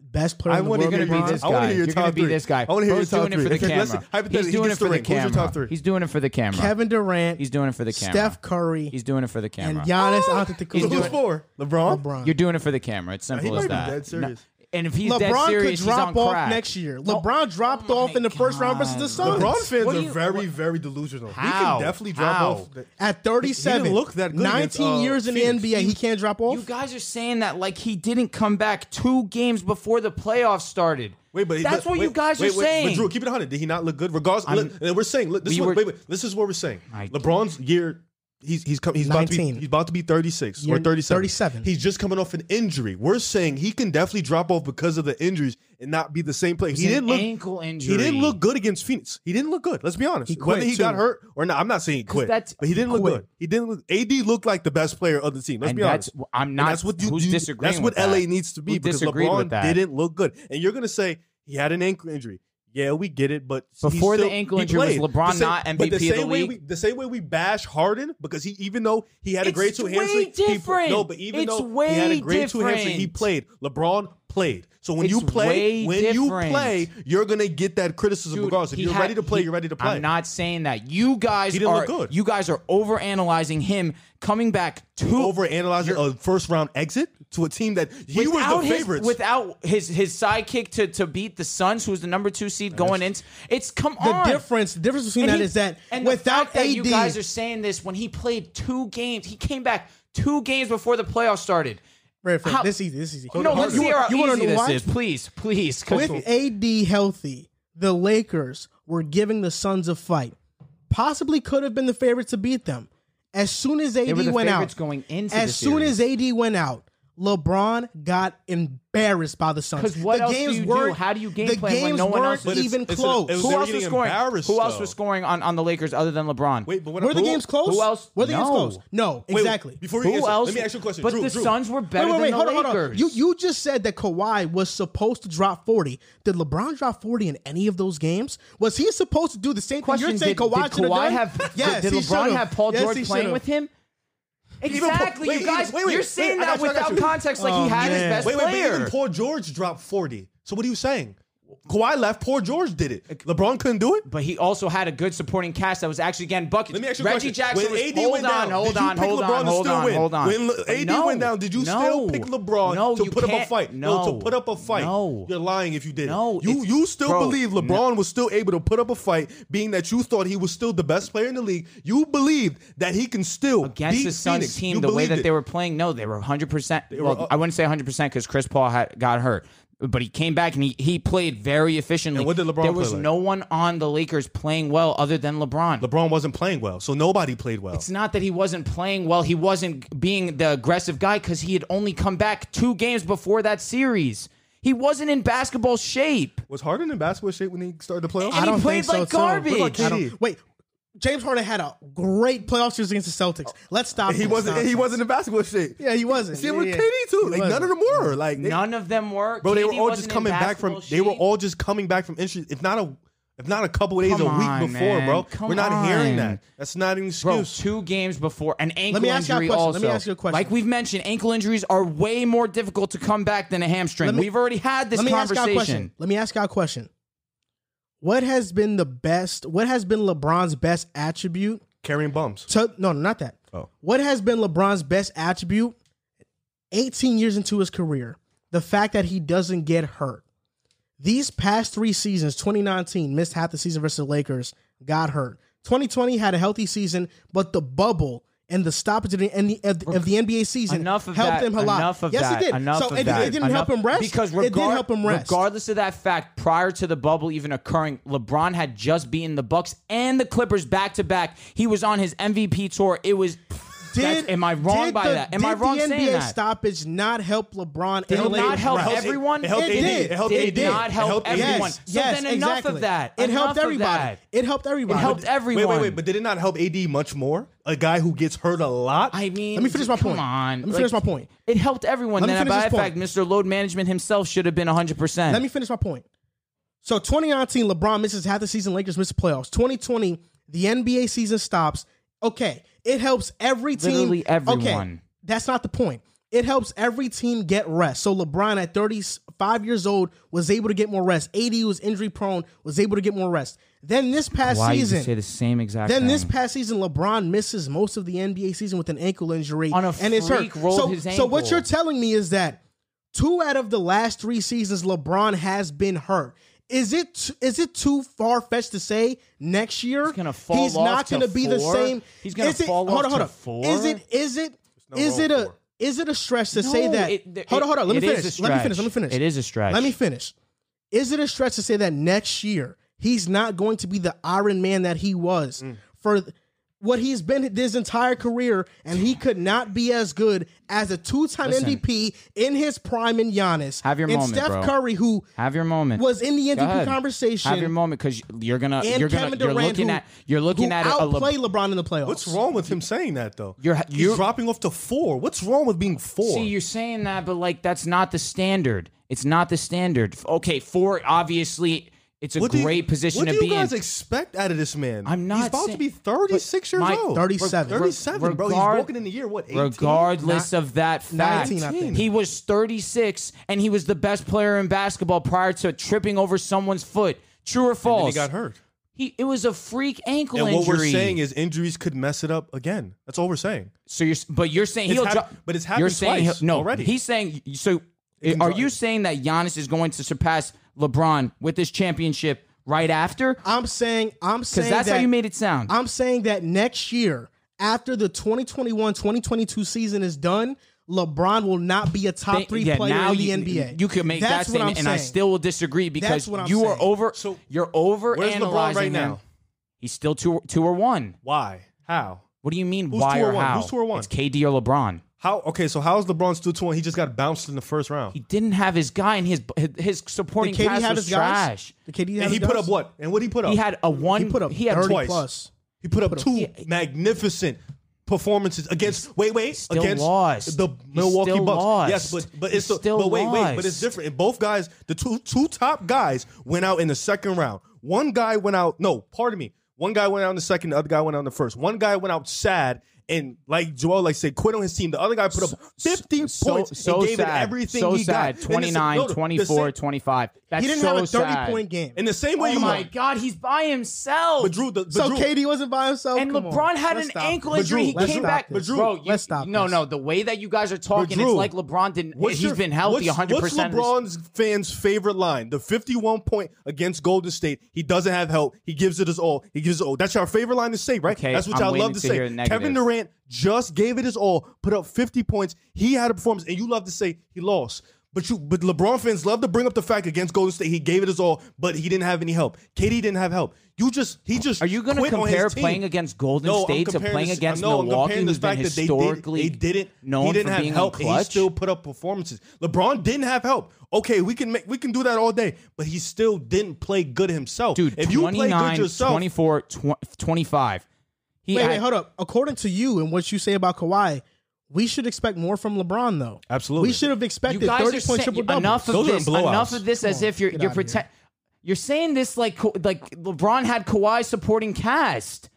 [SPEAKER 2] best player
[SPEAKER 4] I
[SPEAKER 2] in the
[SPEAKER 4] want
[SPEAKER 2] world?
[SPEAKER 4] to hear
[SPEAKER 3] gonna
[SPEAKER 2] LeBron?
[SPEAKER 3] be this
[SPEAKER 4] I want
[SPEAKER 3] guy.
[SPEAKER 4] to hear your
[SPEAKER 3] You're
[SPEAKER 4] top
[SPEAKER 3] gonna be
[SPEAKER 4] three.
[SPEAKER 3] this guy.
[SPEAKER 4] I want to hear
[SPEAKER 3] Bro's
[SPEAKER 4] your top
[SPEAKER 3] doing it
[SPEAKER 4] three.
[SPEAKER 3] for the
[SPEAKER 4] If- let's-
[SPEAKER 3] camera.
[SPEAKER 4] hypothetically,
[SPEAKER 3] He's
[SPEAKER 4] he
[SPEAKER 3] doing
[SPEAKER 4] gets
[SPEAKER 3] it for the
[SPEAKER 4] ring. Who's your top
[SPEAKER 3] camera.
[SPEAKER 4] three?
[SPEAKER 3] He's doing it for the camera.
[SPEAKER 2] Kevin Durant,
[SPEAKER 3] He's doing it for the camera.
[SPEAKER 2] Steph Curry,
[SPEAKER 3] He's doing it for the
[SPEAKER 2] and
[SPEAKER 3] camera.
[SPEAKER 2] Giannis Antetokounmpo.
[SPEAKER 4] So who's four? LeBron.
[SPEAKER 2] LeBron.
[SPEAKER 3] You're doing it for the camera. It's simple
[SPEAKER 4] might
[SPEAKER 3] as
[SPEAKER 4] be
[SPEAKER 3] that.
[SPEAKER 4] dead serious.
[SPEAKER 3] No- and if he's dead
[SPEAKER 2] LeBron
[SPEAKER 3] serious,
[SPEAKER 2] could
[SPEAKER 3] he's
[SPEAKER 2] drop
[SPEAKER 3] on
[SPEAKER 2] off
[SPEAKER 3] crack.
[SPEAKER 2] next year.
[SPEAKER 3] No-
[SPEAKER 2] LeBron dropped
[SPEAKER 3] Oh
[SPEAKER 2] off in
[SPEAKER 3] my
[SPEAKER 2] the first round versus the
[SPEAKER 3] God.
[SPEAKER 2] Suns.
[SPEAKER 4] LeBron fans
[SPEAKER 3] What do
[SPEAKER 4] are
[SPEAKER 3] you-
[SPEAKER 4] very,
[SPEAKER 3] what-
[SPEAKER 4] very delusional. He
[SPEAKER 3] How?
[SPEAKER 4] can definitely drop
[SPEAKER 3] How?
[SPEAKER 4] off. the-
[SPEAKER 2] At 37,
[SPEAKER 4] look that good
[SPEAKER 2] 19
[SPEAKER 4] against, uh,
[SPEAKER 2] years in
[SPEAKER 4] Phoenix.
[SPEAKER 2] the NBA, he can't drop off.
[SPEAKER 3] You guys are saying that like he didn't come back two games before the playoffs started.
[SPEAKER 4] Wait, but
[SPEAKER 3] that's
[SPEAKER 4] but-
[SPEAKER 3] what you
[SPEAKER 4] wait,
[SPEAKER 3] guys
[SPEAKER 4] wait,
[SPEAKER 3] are
[SPEAKER 4] wait,
[SPEAKER 3] saying.
[SPEAKER 4] But Drew, keep it hundred. Did he not look good? Regardless,
[SPEAKER 3] I'm-
[SPEAKER 4] look, and we're saying look, this is
[SPEAKER 3] We
[SPEAKER 4] what,
[SPEAKER 3] were-
[SPEAKER 4] wait, wait, this is what we're saying.
[SPEAKER 3] I-
[SPEAKER 4] LeBron's year, he's he's coming. He's about to be
[SPEAKER 2] 19.
[SPEAKER 4] he's about to be thirty six or
[SPEAKER 2] You're-
[SPEAKER 4] thirty seven.
[SPEAKER 2] 37.
[SPEAKER 4] He's just coming off an injury. We're saying he can definitely drop off because of the injuries and not be the same player. He
[SPEAKER 3] an
[SPEAKER 4] didn't look
[SPEAKER 3] ankle
[SPEAKER 4] He
[SPEAKER 3] injury.
[SPEAKER 4] didn't look good against Phoenix. He didn't look good. Let's be honest.
[SPEAKER 2] He quit,
[SPEAKER 4] Whether he got
[SPEAKER 2] too.
[SPEAKER 4] hurt or not, I'm not saying he quit.
[SPEAKER 3] that's-
[SPEAKER 4] but he didn't look
[SPEAKER 2] quit.
[SPEAKER 4] good. He didn't look. AD looked like the best player of the team. Let's
[SPEAKER 3] And
[SPEAKER 4] be
[SPEAKER 3] that's-
[SPEAKER 4] honest.
[SPEAKER 3] I'm
[SPEAKER 4] And
[SPEAKER 3] not-
[SPEAKER 4] that's what you,
[SPEAKER 3] who's
[SPEAKER 4] you-
[SPEAKER 3] disagreeing
[SPEAKER 4] That's what
[SPEAKER 3] with that?
[SPEAKER 4] LA needs to be
[SPEAKER 3] Who
[SPEAKER 4] because
[SPEAKER 3] disagreed
[SPEAKER 4] LeBron
[SPEAKER 3] with that?
[SPEAKER 4] didn't look good. And you're gonna say he had an ankle injury. Yeah, we get it, but he
[SPEAKER 3] Before the
[SPEAKER 4] still-
[SPEAKER 3] ankle
[SPEAKER 4] he
[SPEAKER 3] injury, was
[SPEAKER 4] played.
[SPEAKER 3] LeBron
[SPEAKER 4] The same-
[SPEAKER 3] not
[SPEAKER 4] But the
[SPEAKER 3] MVP of the
[SPEAKER 4] same way
[SPEAKER 3] league?
[SPEAKER 4] we, the same way we bash Harden because he, even though he had a
[SPEAKER 3] It's
[SPEAKER 4] great two hands,
[SPEAKER 3] way
[SPEAKER 4] he- he-
[SPEAKER 3] different.
[SPEAKER 4] no, but even
[SPEAKER 3] It's
[SPEAKER 4] though
[SPEAKER 3] way
[SPEAKER 4] he had a great two hands, he
[SPEAKER 3] different.
[SPEAKER 4] played. LeBron played. So when you
[SPEAKER 3] It's
[SPEAKER 4] play,
[SPEAKER 3] way
[SPEAKER 4] when you
[SPEAKER 3] different.
[SPEAKER 4] play, you're gonna get that criticism
[SPEAKER 3] Dude,
[SPEAKER 4] regardless. If
[SPEAKER 3] he
[SPEAKER 4] you're
[SPEAKER 3] had-
[SPEAKER 4] ready to play,
[SPEAKER 3] he-
[SPEAKER 4] you're ready to play.
[SPEAKER 3] I'm not saying that. You guys
[SPEAKER 4] He didn't
[SPEAKER 3] are
[SPEAKER 4] look good.
[SPEAKER 3] you guys are overanalyzing him coming back two
[SPEAKER 4] over analyzing a first round exit to a team that he was
[SPEAKER 3] without
[SPEAKER 4] the
[SPEAKER 3] his-
[SPEAKER 4] favorites.
[SPEAKER 3] without his his sidekick to to beat the Suns, who was the number two seed going in. It's come
[SPEAKER 2] the
[SPEAKER 3] on.
[SPEAKER 2] difference, the difference between that
[SPEAKER 3] he-
[SPEAKER 2] is that
[SPEAKER 3] and the
[SPEAKER 2] without
[SPEAKER 3] fact that
[SPEAKER 2] AD,
[SPEAKER 3] you guys are saying this when he played two games. He came back two games before the playoffs started.
[SPEAKER 2] Wait, wait,
[SPEAKER 3] how-
[SPEAKER 2] this easy, this easy.
[SPEAKER 3] No, let's
[SPEAKER 2] you,
[SPEAKER 3] see how
[SPEAKER 2] you wanna
[SPEAKER 3] easy
[SPEAKER 2] know
[SPEAKER 3] this
[SPEAKER 2] why?
[SPEAKER 3] is. Please, please. 'cause-
[SPEAKER 2] With AD healthy, the Lakers were giving the Suns a fight. Possibly could have been the favorite to beat them. As soon as AD
[SPEAKER 3] They were the
[SPEAKER 2] went
[SPEAKER 3] favorites
[SPEAKER 2] out,
[SPEAKER 3] going into the
[SPEAKER 2] as soon as
[SPEAKER 3] series.
[SPEAKER 2] AD went out, LeBron got embarrassed by the Suns.
[SPEAKER 3] 'Cause what
[SPEAKER 2] the
[SPEAKER 3] else do you do?
[SPEAKER 2] weren't-
[SPEAKER 3] How do you game
[SPEAKER 2] the
[SPEAKER 3] plan when
[SPEAKER 2] games
[SPEAKER 3] no one
[SPEAKER 2] weren't
[SPEAKER 3] else is- But
[SPEAKER 4] it's-
[SPEAKER 2] even
[SPEAKER 4] it's a-
[SPEAKER 2] close?
[SPEAKER 4] it was- they
[SPEAKER 3] who
[SPEAKER 4] were
[SPEAKER 3] else was
[SPEAKER 4] getting
[SPEAKER 3] scoring?
[SPEAKER 4] embarrassed,
[SPEAKER 3] Who else
[SPEAKER 4] though.
[SPEAKER 3] was scoring on, on the Lakers other than LeBron?
[SPEAKER 4] Wait, but when
[SPEAKER 2] were the
[SPEAKER 4] who-
[SPEAKER 2] games close?
[SPEAKER 3] Who else?
[SPEAKER 2] Were the games
[SPEAKER 3] No.
[SPEAKER 2] close? No,
[SPEAKER 4] Wait,
[SPEAKER 2] exactly.
[SPEAKER 4] Before you
[SPEAKER 3] Who
[SPEAKER 4] answer,
[SPEAKER 3] else?
[SPEAKER 4] let me ask you a question.
[SPEAKER 3] But
[SPEAKER 4] Drew,
[SPEAKER 3] the
[SPEAKER 4] Drew.
[SPEAKER 3] Suns were better than the Lakers.
[SPEAKER 2] You you just said that Kawhi was supposed to drop forty. Did LeBron drop forty in any of those games? Was he supposed to do the same
[SPEAKER 3] question:
[SPEAKER 2] thing you're saying
[SPEAKER 3] did,
[SPEAKER 2] Kawhi
[SPEAKER 3] did
[SPEAKER 2] should have
[SPEAKER 3] Kawhi
[SPEAKER 2] done?
[SPEAKER 3] have?
[SPEAKER 2] yes,
[SPEAKER 3] did
[SPEAKER 2] he
[SPEAKER 3] LeBron
[SPEAKER 2] should've.
[SPEAKER 3] have Paul
[SPEAKER 2] Yes,
[SPEAKER 3] George
[SPEAKER 2] he
[SPEAKER 3] playing
[SPEAKER 2] should've.
[SPEAKER 3] with him?
[SPEAKER 4] Paul-
[SPEAKER 3] Exactly,
[SPEAKER 4] wait,
[SPEAKER 3] you guys.
[SPEAKER 4] wait, wait,
[SPEAKER 3] you're
[SPEAKER 4] wait,
[SPEAKER 3] saying
[SPEAKER 4] I
[SPEAKER 3] that
[SPEAKER 4] got you, I got
[SPEAKER 3] without
[SPEAKER 4] you.
[SPEAKER 3] context, like he had his
[SPEAKER 2] man.
[SPEAKER 3] best
[SPEAKER 4] Wait, wait, but even
[SPEAKER 3] player.
[SPEAKER 4] Paul George dropped 40. So what are you saying? Kawhi left, Poor George did it. LeBron couldn't do it?
[SPEAKER 3] But he also had a good supporting cast that was actually getting buckets.
[SPEAKER 4] Let me ask you a
[SPEAKER 3] Reggie
[SPEAKER 4] question.
[SPEAKER 3] Jackson
[SPEAKER 4] When
[SPEAKER 3] was,
[SPEAKER 4] AD
[SPEAKER 3] hold
[SPEAKER 4] went
[SPEAKER 3] on,
[SPEAKER 4] down,
[SPEAKER 3] hold
[SPEAKER 4] did you
[SPEAKER 3] on,
[SPEAKER 4] pick
[SPEAKER 3] hold
[SPEAKER 4] LeBron
[SPEAKER 3] on,
[SPEAKER 4] to
[SPEAKER 3] hold
[SPEAKER 4] still
[SPEAKER 3] on,
[SPEAKER 4] win?
[SPEAKER 3] hold on.
[SPEAKER 4] When Le- AD
[SPEAKER 3] No.
[SPEAKER 4] went down, did you
[SPEAKER 3] No.
[SPEAKER 4] still pick LeBron
[SPEAKER 3] No,
[SPEAKER 4] to
[SPEAKER 3] you
[SPEAKER 4] put up a
[SPEAKER 3] can't.
[SPEAKER 4] fight?
[SPEAKER 3] No.
[SPEAKER 4] to put up a fight.
[SPEAKER 3] No.
[SPEAKER 4] You're lying if you did.
[SPEAKER 3] No,
[SPEAKER 4] you
[SPEAKER 3] it's-
[SPEAKER 4] you still
[SPEAKER 3] bro,
[SPEAKER 4] believe
[SPEAKER 3] no.
[SPEAKER 4] LeBron was still able to put up a fight, being that you thought he was still the best player in the league. You believed that he can still
[SPEAKER 3] against
[SPEAKER 4] beat
[SPEAKER 3] the Suns
[SPEAKER 4] Phoenix.
[SPEAKER 3] team
[SPEAKER 4] You
[SPEAKER 3] the way
[SPEAKER 4] believed
[SPEAKER 3] that
[SPEAKER 4] it.
[SPEAKER 3] they were playing. No, they were 100%. well,
[SPEAKER 4] were- uh,
[SPEAKER 3] I wouldn't say 100% because Chris Paul had, got hurt. But he came back and he, he played very efficiently.
[SPEAKER 4] And what did LeBron
[SPEAKER 3] there was
[SPEAKER 4] play like?
[SPEAKER 3] no one on the Lakers playing well other than LeBron.
[SPEAKER 4] LeBron wasn't playing well, so nobody played well.
[SPEAKER 3] It's not that he wasn't playing well. He wasn't being the aggressive guy because he had only come back two games before that series. He wasn't in basketball shape.
[SPEAKER 4] was Harden in basketball shape when he started to play?
[SPEAKER 3] And he
[SPEAKER 2] don't
[SPEAKER 3] played
[SPEAKER 2] think
[SPEAKER 3] like
[SPEAKER 2] so, too.
[SPEAKER 4] What
[SPEAKER 3] garbage.
[SPEAKER 4] about
[SPEAKER 2] I
[SPEAKER 4] KD?
[SPEAKER 2] don't- Wait, James Harden had a great playoff series against the Celtics. Let's stop.
[SPEAKER 4] He
[SPEAKER 2] this
[SPEAKER 4] wasn't. He
[SPEAKER 2] nonsense.
[SPEAKER 4] wasn't in basketball shape.
[SPEAKER 2] Yeah, he wasn't.
[SPEAKER 4] Same
[SPEAKER 2] Yeah,
[SPEAKER 4] with
[SPEAKER 2] yeah.
[SPEAKER 4] KD
[SPEAKER 2] He
[SPEAKER 4] too. Like
[SPEAKER 2] wasn't.
[SPEAKER 4] none of them were. Like they-
[SPEAKER 3] None of them were.
[SPEAKER 4] Bro, they
[SPEAKER 3] KD
[SPEAKER 4] were all
[SPEAKER 3] wasn't
[SPEAKER 4] just
[SPEAKER 3] in
[SPEAKER 4] coming back from.
[SPEAKER 3] basketball
[SPEAKER 4] They were
[SPEAKER 3] shape.
[SPEAKER 4] all just coming back from injuries. If not a, if not a couple of days, a
[SPEAKER 3] Come
[SPEAKER 4] week
[SPEAKER 3] on,
[SPEAKER 4] before,
[SPEAKER 3] man.
[SPEAKER 4] bro.
[SPEAKER 3] Come
[SPEAKER 4] we're not hearing
[SPEAKER 3] on.
[SPEAKER 4] that. That's not an
[SPEAKER 3] Bro,
[SPEAKER 4] excuse.
[SPEAKER 3] two games before an ankle
[SPEAKER 2] me ask you a
[SPEAKER 3] injury.
[SPEAKER 2] question.
[SPEAKER 3] Also,
[SPEAKER 2] Let me ask you a question.
[SPEAKER 3] Like we've mentioned, ankle injuries are way more difficult to come back than a hamstring.
[SPEAKER 2] Let me-
[SPEAKER 3] we've already had this
[SPEAKER 2] Let me ask
[SPEAKER 3] conversation.
[SPEAKER 2] y'all a question. Let me ask y'all a question. What has been the best? What has been LeBron's best attribute?
[SPEAKER 4] Carrying bumps.
[SPEAKER 2] To, no, not that.
[SPEAKER 4] Oh.
[SPEAKER 2] What has been LeBron's best attribute? 18 years into his career, the fact that he doesn't get hurt. These past three seasons, 2019 missed half the season versus the Lakers, got hurt. 2020 had a healthy season, but the bubble and the stoppage of the, and the, of the, of the NBA season
[SPEAKER 3] Enough of
[SPEAKER 2] helped
[SPEAKER 3] that.
[SPEAKER 2] him a lot.
[SPEAKER 3] Enough of
[SPEAKER 2] yes,
[SPEAKER 3] that.
[SPEAKER 2] it did.
[SPEAKER 3] Enough
[SPEAKER 2] so
[SPEAKER 3] of
[SPEAKER 2] it,
[SPEAKER 3] that.
[SPEAKER 2] it didn't
[SPEAKER 3] Enough-
[SPEAKER 2] help him rest
[SPEAKER 3] because
[SPEAKER 2] it did
[SPEAKER 3] regard-
[SPEAKER 2] help him rest.
[SPEAKER 3] Regardless of that fact, prior to the bubble even occurring, LeBron had just beaten the Bucks and the Clippers back to back. He was on his MVP tour. It was. that's- am I wrong
[SPEAKER 2] did
[SPEAKER 3] by
[SPEAKER 2] the-
[SPEAKER 3] that? Am I
[SPEAKER 2] did
[SPEAKER 3] wrong
[SPEAKER 2] the
[SPEAKER 3] saying
[SPEAKER 2] NBA
[SPEAKER 3] that?
[SPEAKER 2] stoppage not help LeBron?
[SPEAKER 4] Did
[SPEAKER 2] and
[SPEAKER 3] Did it
[SPEAKER 4] Helped
[SPEAKER 3] not
[SPEAKER 4] AD.
[SPEAKER 2] Lakers
[SPEAKER 3] help
[SPEAKER 4] It
[SPEAKER 2] rest?
[SPEAKER 4] helped-
[SPEAKER 3] everyone.
[SPEAKER 4] it helped
[SPEAKER 2] It AD. did.
[SPEAKER 3] did.
[SPEAKER 2] It
[SPEAKER 4] helped
[SPEAKER 3] did
[SPEAKER 4] AD.
[SPEAKER 3] not
[SPEAKER 4] It
[SPEAKER 3] help
[SPEAKER 4] helped AD.
[SPEAKER 3] everyone.
[SPEAKER 2] Yes,
[SPEAKER 3] so
[SPEAKER 2] yes,
[SPEAKER 3] then enough
[SPEAKER 2] exactly.
[SPEAKER 3] of that.
[SPEAKER 2] It helped
[SPEAKER 3] Enough of
[SPEAKER 2] everybody.
[SPEAKER 3] that.
[SPEAKER 2] It helped everybody.
[SPEAKER 3] It helped
[SPEAKER 4] Wait,
[SPEAKER 3] everyone.
[SPEAKER 4] wait, wait. But did it not help AD much more? A guy who gets hurt a lot.
[SPEAKER 3] I mean,
[SPEAKER 2] Let me finish my
[SPEAKER 3] come
[SPEAKER 2] point.
[SPEAKER 3] On.
[SPEAKER 2] Let me finish my point.
[SPEAKER 3] It helped everyone.
[SPEAKER 2] Let me
[SPEAKER 3] then
[SPEAKER 2] finish
[SPEAKER 3] by
[SPEAKER 2] this
[SPEAKER 3] that fact,
[SPEAKER 2] point.
[SPEAKER 3] Mr. Load Management himself should have been 100%.
[SPEAKER 2] Let me finish my point. So 2019, LeBron misses half the season. Lakers miss the playoffs. 2020, the NBA season stops. Okay, it helps every team.
[SPEAKER 3] Literally
[SPEAKER 2] Okay,
[SPEAKER 3] everyone.
[SPEAKER 2] that's not the point. It helps every team get rest. So LeBron at 35 years old was able to get more rest. AD was injury prone, was able to get more rest. Then this past
[SPEAKER 3] Why
[SPEAKER 2] season,
[SPEAKER 3] you say the same exact
[SPEAKER 2] Then
[SPEAKER 3] thing?
[SPEAKER 2] this past season, LeBron misses most of the NBA season with an ankle injury
[SPEAKER 3] On a
[SPEAKER 2] and it's hurt.
[SPEAKER 3] freak rolled
[SPEAKER 2] so,
[SPEAKER 3] his
[SPEAKER 2] so what
[SPEAKER 3] ankle.
[SPEAKER 2] you're telling me is that two out of the last three seasons, LeBron has been hurt. Is it is it too far fetched to say next year
[SPEAKER 3] gonna fall
[SPEAKER 2] he's
[SPEAKER 3] off
[SPEAKER 2] not
[SPEAKER 3] to
[SPEAKER 2] gonna be the
[SPEAKER 3] four?
[SPEAKER 2] same?
[SPEAKER 3] He's gonna
[SPEAKER 2] is it,
[SPEAKER 3] fall
[SPEAKER 2] hold
[SPEAKER 3] off
[SPEAKER 2] on, hold
[SPEAKER 3] to
[SPEAKER 2] on.
[SPEAKER 3] four?
[SPEAKER 2] Is it is it
[SPEAKER 4] no
[SPEAKER 2] is
[SPEAKER 4] room
[SPEAKER 2] it a
[SPEAKER 4] for
[SPEAKER 2] is it a stretch to say
[SPEAKER 3] No,
[SPEAKER 2] that?
[SPEAKER 3] it- th-
[SPEAKER 2] hold on, hold on. Let me
[SPEAKER 3] it is a
[SPEAKER 2] finish. Let me finish. Let me
[SPEAKER 3] stretch.
[SPEAKER 2] finish.
[SPEAKER 3] It is a stretch.
[SPEAKER 2] Let me finish. Is it a stretch to say that next year he's not going to be the Iron Man that he was
[SPEAKER 3] Mm.
[SPEAKER 2] for th- what he's been his entire career, and he could not be as good as a two-time
[SPEAKER 3] Listen.
[SPEAKER 2] MVP in his prime in Giannis.
[SPEAKER 3] Have your
[SPEAKER 2] and
[SPEAKER 3] moment,
[SPEAKER 2] Steph
[SPEAKER 3] bro.
[SPEAKER 2] Curry, who
[SPEAKER 3] Have your moment.
[SPEAKER 2] was in the
[SPEAKER 3] Go
[SPEAKER 2] MVP
[SPEAKER 3] ahead.
[SPEAKER 2] conversation,
[SPEAKER 3] Have your moment because you're gonna
[SPEAKER 2] and
[SPEAKER 3] you're gonna
[SPEAKER 2] Kevin
[SPEAKER 3] you're
[SPEAKER 2] Durant,
[SPEAKER 3] looking
[SPEAKER 2] who,
[SPEAKER 3] at you're looking
[SPEAKER 2] who
[SPEAKER 3] at a Le-
[SPEAKER 2] outplayed LeBron in the playoffs.
[SPEAKER 4] What's wrong with him saying that though?
[SPEAKER 3] You're-
[SPEAKER 4] he's
[SPEAKER 3] you're-
[SPEAKER 4] dropping off to four. What's wrong with being four?
[SPEAKER 3] See, you're saying that, but like that's not the standard. It's not the standard. F- Okay, four. Obviously, it's a
[SPEAKER 4] What do you-
[SPEAKER 3] great position
[SPEAKER 4] What
[SPEAKER 3] to
[SPEAKER 4] do you
[SPEAKER 3] be in.
[SPEAKER 4] guys expect out of this man?
[SPEAKER 3] I'm not
[SPEAKER 4] He's about to
[SPEAKER 3] saying-
[SPEAKER 4] be 36 years
[SPEAKER 3] my-
[SPEAKER 4] old.
[SPEAKER 2] 37.
[SPEAKER 4] 37, bro. He's
[SPEAKER 3] Regard-
[SPEAKER 4] walking in the year. What? 18?
[SPEAKER 3] Regardless of that fact,
[SPEAKER 2] 19, I think.
[SPEAKER 3] he was 36 and he was the best player in basketball prior to tripping over someone's foot. True or
[SPEAKER 4] And
[SPEAKER 3] false?
[SPEAKER 4] he got hurt.
[SPEAKER 3] He- it was a freak ankle
[SPEAKER 4] And what
[SPEAKER 3] injury.
[SPEAKER 4] we're saying is injuries could mess it up again. That's all we're saying.
[SPEAKER 3] so you're, s- but you're saying
[SPEAKER 4] It's
[SPEAKER 3] he'll
[SPEAKER 4] hap-
[SPEAKER 3] drop.
[SPEAKER 4] but it's
[SPEAKER 3] you're
[SPEAKER 4] happened
[SPEAKER 3] saying
[SPEAKER 4] twice
[SPEAKER 3] he'll- no.
[SPEAKER 4] already.
[SPEAKER 3] He's saying so. Are you saying that Giannis is going to surpass LeBron with this championship right after?
[SPEAKER 2] I'm saying, I'm saying
[SPEAKER 3] Because that's
[SPEAKER 2] that,
[SPEAKER 3] how you made it sound.
[SPEAKER 2] I'm saying that next year, after the 2021-2022 season is done, LeBron will not be a top
[SPEAKER 3] Th-
[SPEAKER 2] three
[SPEAKER 3] yeah,
[SPEAKER 2] player in the
[SPEAKER 3] you,
[SPEAKER 2] NBA.
[SPEAKER 3] You could make
[SPEAKER 2] That's
[SPEAKER 3] that
[SPEAKER 2] what I'm
[SPEAKER 3] statement, and I
[SPEAKER 2] saying.
[SPEAKER 3] still will disagree because
[SPEAKER 2] what I'm
[SPEAKER 3] you are
[SPEAKER 2] saying.
[SPEAKER 3] over.
[SPEAKER 4] So-
[SPEAKER 3] you're over
[SPEAKER 4] Where's LeBron
[SPEAKER 3] analyzing
[SPEAKER 4] right
[SPEAKER 3] him.
[SPEAKER 4] now?
[SPEAKER 3] He's still two, two or one.
[SPEAKER 4] Why? How?
[SPEAKER 3] What do you mean
[SPEAKER 4] Who's
[SPEAKER 3] why
[SPEAKER 4] two or
[SPEAKER 3] or
[SPEAKER 4] one?
[SPEAKER 3] how?
[SPEAKER 4] Who's two or one?
[SPEAKER 3] It's KD or LeBron.
[SPEAKER 4] How okay? So how's LeBron still two one? He just got bounced in the first round,
[SPEAKER 3] He didn't have his guy, and his his, his supporting
[SPEAKER 2] Did KD
[SPEAKER 3] cast
[SPEAKER 2] have
[SPEAKER 3] was
[SPEAKER 2] his guys?
[SPEAKER 3] trash.
[SPEAKER 2] Did KD have
[SPEAKER 4] and he
[SPEAKER 2] his
[SPEAKER 4] put
[SPEAKER 2] guys?
[SPEAKER 4] up what? And what did he put up?
[SPEAKER 3] He had a one.
[SPEAKER 2] He put up
[SPEAKER 3] He had
[SPEAKER 2] 30
[SPEAKER 4] twice.
[SPEAKER 2] plus.
[SPEAKER 4] He put up
[SPEAKER 2] put up-
[SPEAKER 4] two
[SPEAKER 3] Yeah.
[SPEAKER 4] magnificent performances against. Wait, wait,
[SPEAKER 3] still
[SPEAKER 4] against
[SPEAKER 3] lost.
[SPEAKER 4] the
[SPEAKER 3] He
[SPEAKER 4] Milwaukee
[SPEAKER 3] still
[SPEAKER 4] Bucks.
[SPEAKER 3] lost.
[SPEAKER 4] Yes, but but
[SPEAKER 3] He
[SPEAKER 4] it's the,
[SPEAKER 3] still
[SPEAKER 4] but wait, wait, but
[SPEAKER 3] lost.
[SPEAKER 4] it's different. And both guys, the two two top guys, went out in the second round. One guy went out. No, pardon me. One guy went out in the second. The other guy went out in the first. One guy went out sad. And like Joel, like said, quit on his team. The other guy put up 50
[SPEAKER 3] so,
[SPEAKER 4] points
[SPEAKER 3] so
[SPEAKER 4] and gave
[SPEAKER 3] sad.
[SPEAKER 4] it everything
[SPEAKER 3] so
[SPEAKER 4] he
[SPEAKER 3] sad.
[SPEAKER 4] got. Then the same-
[SPEAKER 3] 29,
[SPEAKER 4] no, no, the
[SPEAKER 3] 24,
[SPEAKER 4] same-
[SPEAKER 3] 25. That's
[SPEAKER 2] He didn't
[SPEAKER 3] so
[SPEAKER 2] have a 30
[SPEAKER 3] sad.
[SPEAKER 2] point game.
[SPEAKER 4] In the same way
[SPEAKER 3] Oh
[SPEAKER 4] you
[SPEAKER 3] my
[SPEAKER 4] won.
[SPEAKER 3] God, he's by himself.
[SPEAKER 4] But Drew, the, but
[SPEAKER 2] so
[SPEAKER 4] Drew,
[SPEAKER 2] KD wasn't by himself.
[SPEAKER 3] and
[SPEAKER 2] Come on.
[SPEAKER 3] LeBron had
[SPEAKER 2] Let's
[SPEAKER 3] an
[SPEAKER 2] stop
[SPEAKER 3] ankle
[SPEAKER 2] this.
[SPEAKER 4] But Drew,
[SPEAKER 3] injury. He
[SPEAKER 4] let's
[SPEAKER 3] came
[SPEAKER 4] stop
[SPEAKER 3] back.
[SPEAKER 4] this.
[SPEAKER 3] Bro, you,
[SPEAKER 2] Let's stop
[SPEAKER 3] No,
[SPEAKER 2] this.
[SPEAKER 3] no. The way that you guys are talking,
[SPEAKER 4] Drew,
[SPEAKER 3] it's like LeBron didn't.
[SPEAKER 4] What's
[SPEAKER 3] He's
[SPEAKER 4] your-
[SPEAKER 3] been healthy
[SPEAKER 4] what's- What's
[SPEAKER 3] 100% of the
[SPEAKER 4] LeBron's fans' favorite line? The 51 point against Golden State. He doesn't have help. He gives it his all. He gives it all. That's our favorite line to say, right?
[SPEAKER 3] Okay,
[SPEAKER 4] That's what
[SPEAKER 3] I'm
[SPEAKER 4] I love
[SPEAKER 3] waiting
[SPEAKER 4] to,
[SPEAKER 3] to
[SPEAKER 4] say.
[SPEAKER 3] hear the
[SPEAKER 4] Kevin
[SPEAKER 3] negatives.
[SPEAKER 4] Durant just gave it his all, put up 50 points. He had a performance, and you love to say he lost. But you, but LeBron fans love to bring up the fact against Golden State he gave it his all, but he didn't have any help. KD didn't have help. You just he just
[SPEAKER 3] Are you
[SPEAKER 4] going
[SPEAKER 3] gonna
[SPEAKER 4] to
[SPEAKER 3] compare playing against Golden State to playing against
[SPEAKER 4] no, I'm
[SPEAKER 3] Milwaukee,
[SPEAKER 4] comparing the
[SPEAKER 3] who's been
[SPEAKER 4] fact that they did-
[SPEAKER 3] historically
[SPEAKER 4] they didn't
[SPEAKER 3] known
[SPEAKER 4] he didn't
[SPEAKER 3] for
[SPEAKER 4] have
[SPEAKER 3] being
[SPEAKER 4] help and he
[SPEAKER 3] unclutch?
[SPEAKER 4] still put up performances. LeBron didn't have help. Okay, we can make we can do that all day, but he still didn't play good himself.
[SPEAKER 3] Dude,
[SPEAKER 4] if you play good
[SPEAKER 3] 29,
[SPEAKER 4] yourself,
[SPEAKER 3] 24, tw- 25. He
[SPEAKER 2] Wait,
[SPEAKER 3] had-
[SPEAKER 2] wait, hold up. According to you and what you say about Kawhi, we should expect more from LeBron though.
[SPEAKER 4] Absolutely.
[SPEAKER 2] we should have
[SPEAKER 3] you
[SPEAKER 2] expected
[SPEAKER 3] guys are
[SPEAKER 2] thirty point
[SPEAKER 3] saying,
[SPEAKER 2] triple double.
[SPEAKER 3] enough of
[SPEAKER 4] Those are
[SPEAKER 3] this.
[SPEAKER 4] blowouts.
[SPEAKER 3] Enough of this as
[SPEAKER 2] on,
[SPEAKER 3] if you're
[SPEAKER 2] get
[SPEAKER 3] you're
[SPEAKER 2] outta here.
[SPEAKER 3] pretend. You're saying this like Ka- like LeBron had Kawhi supporting cast.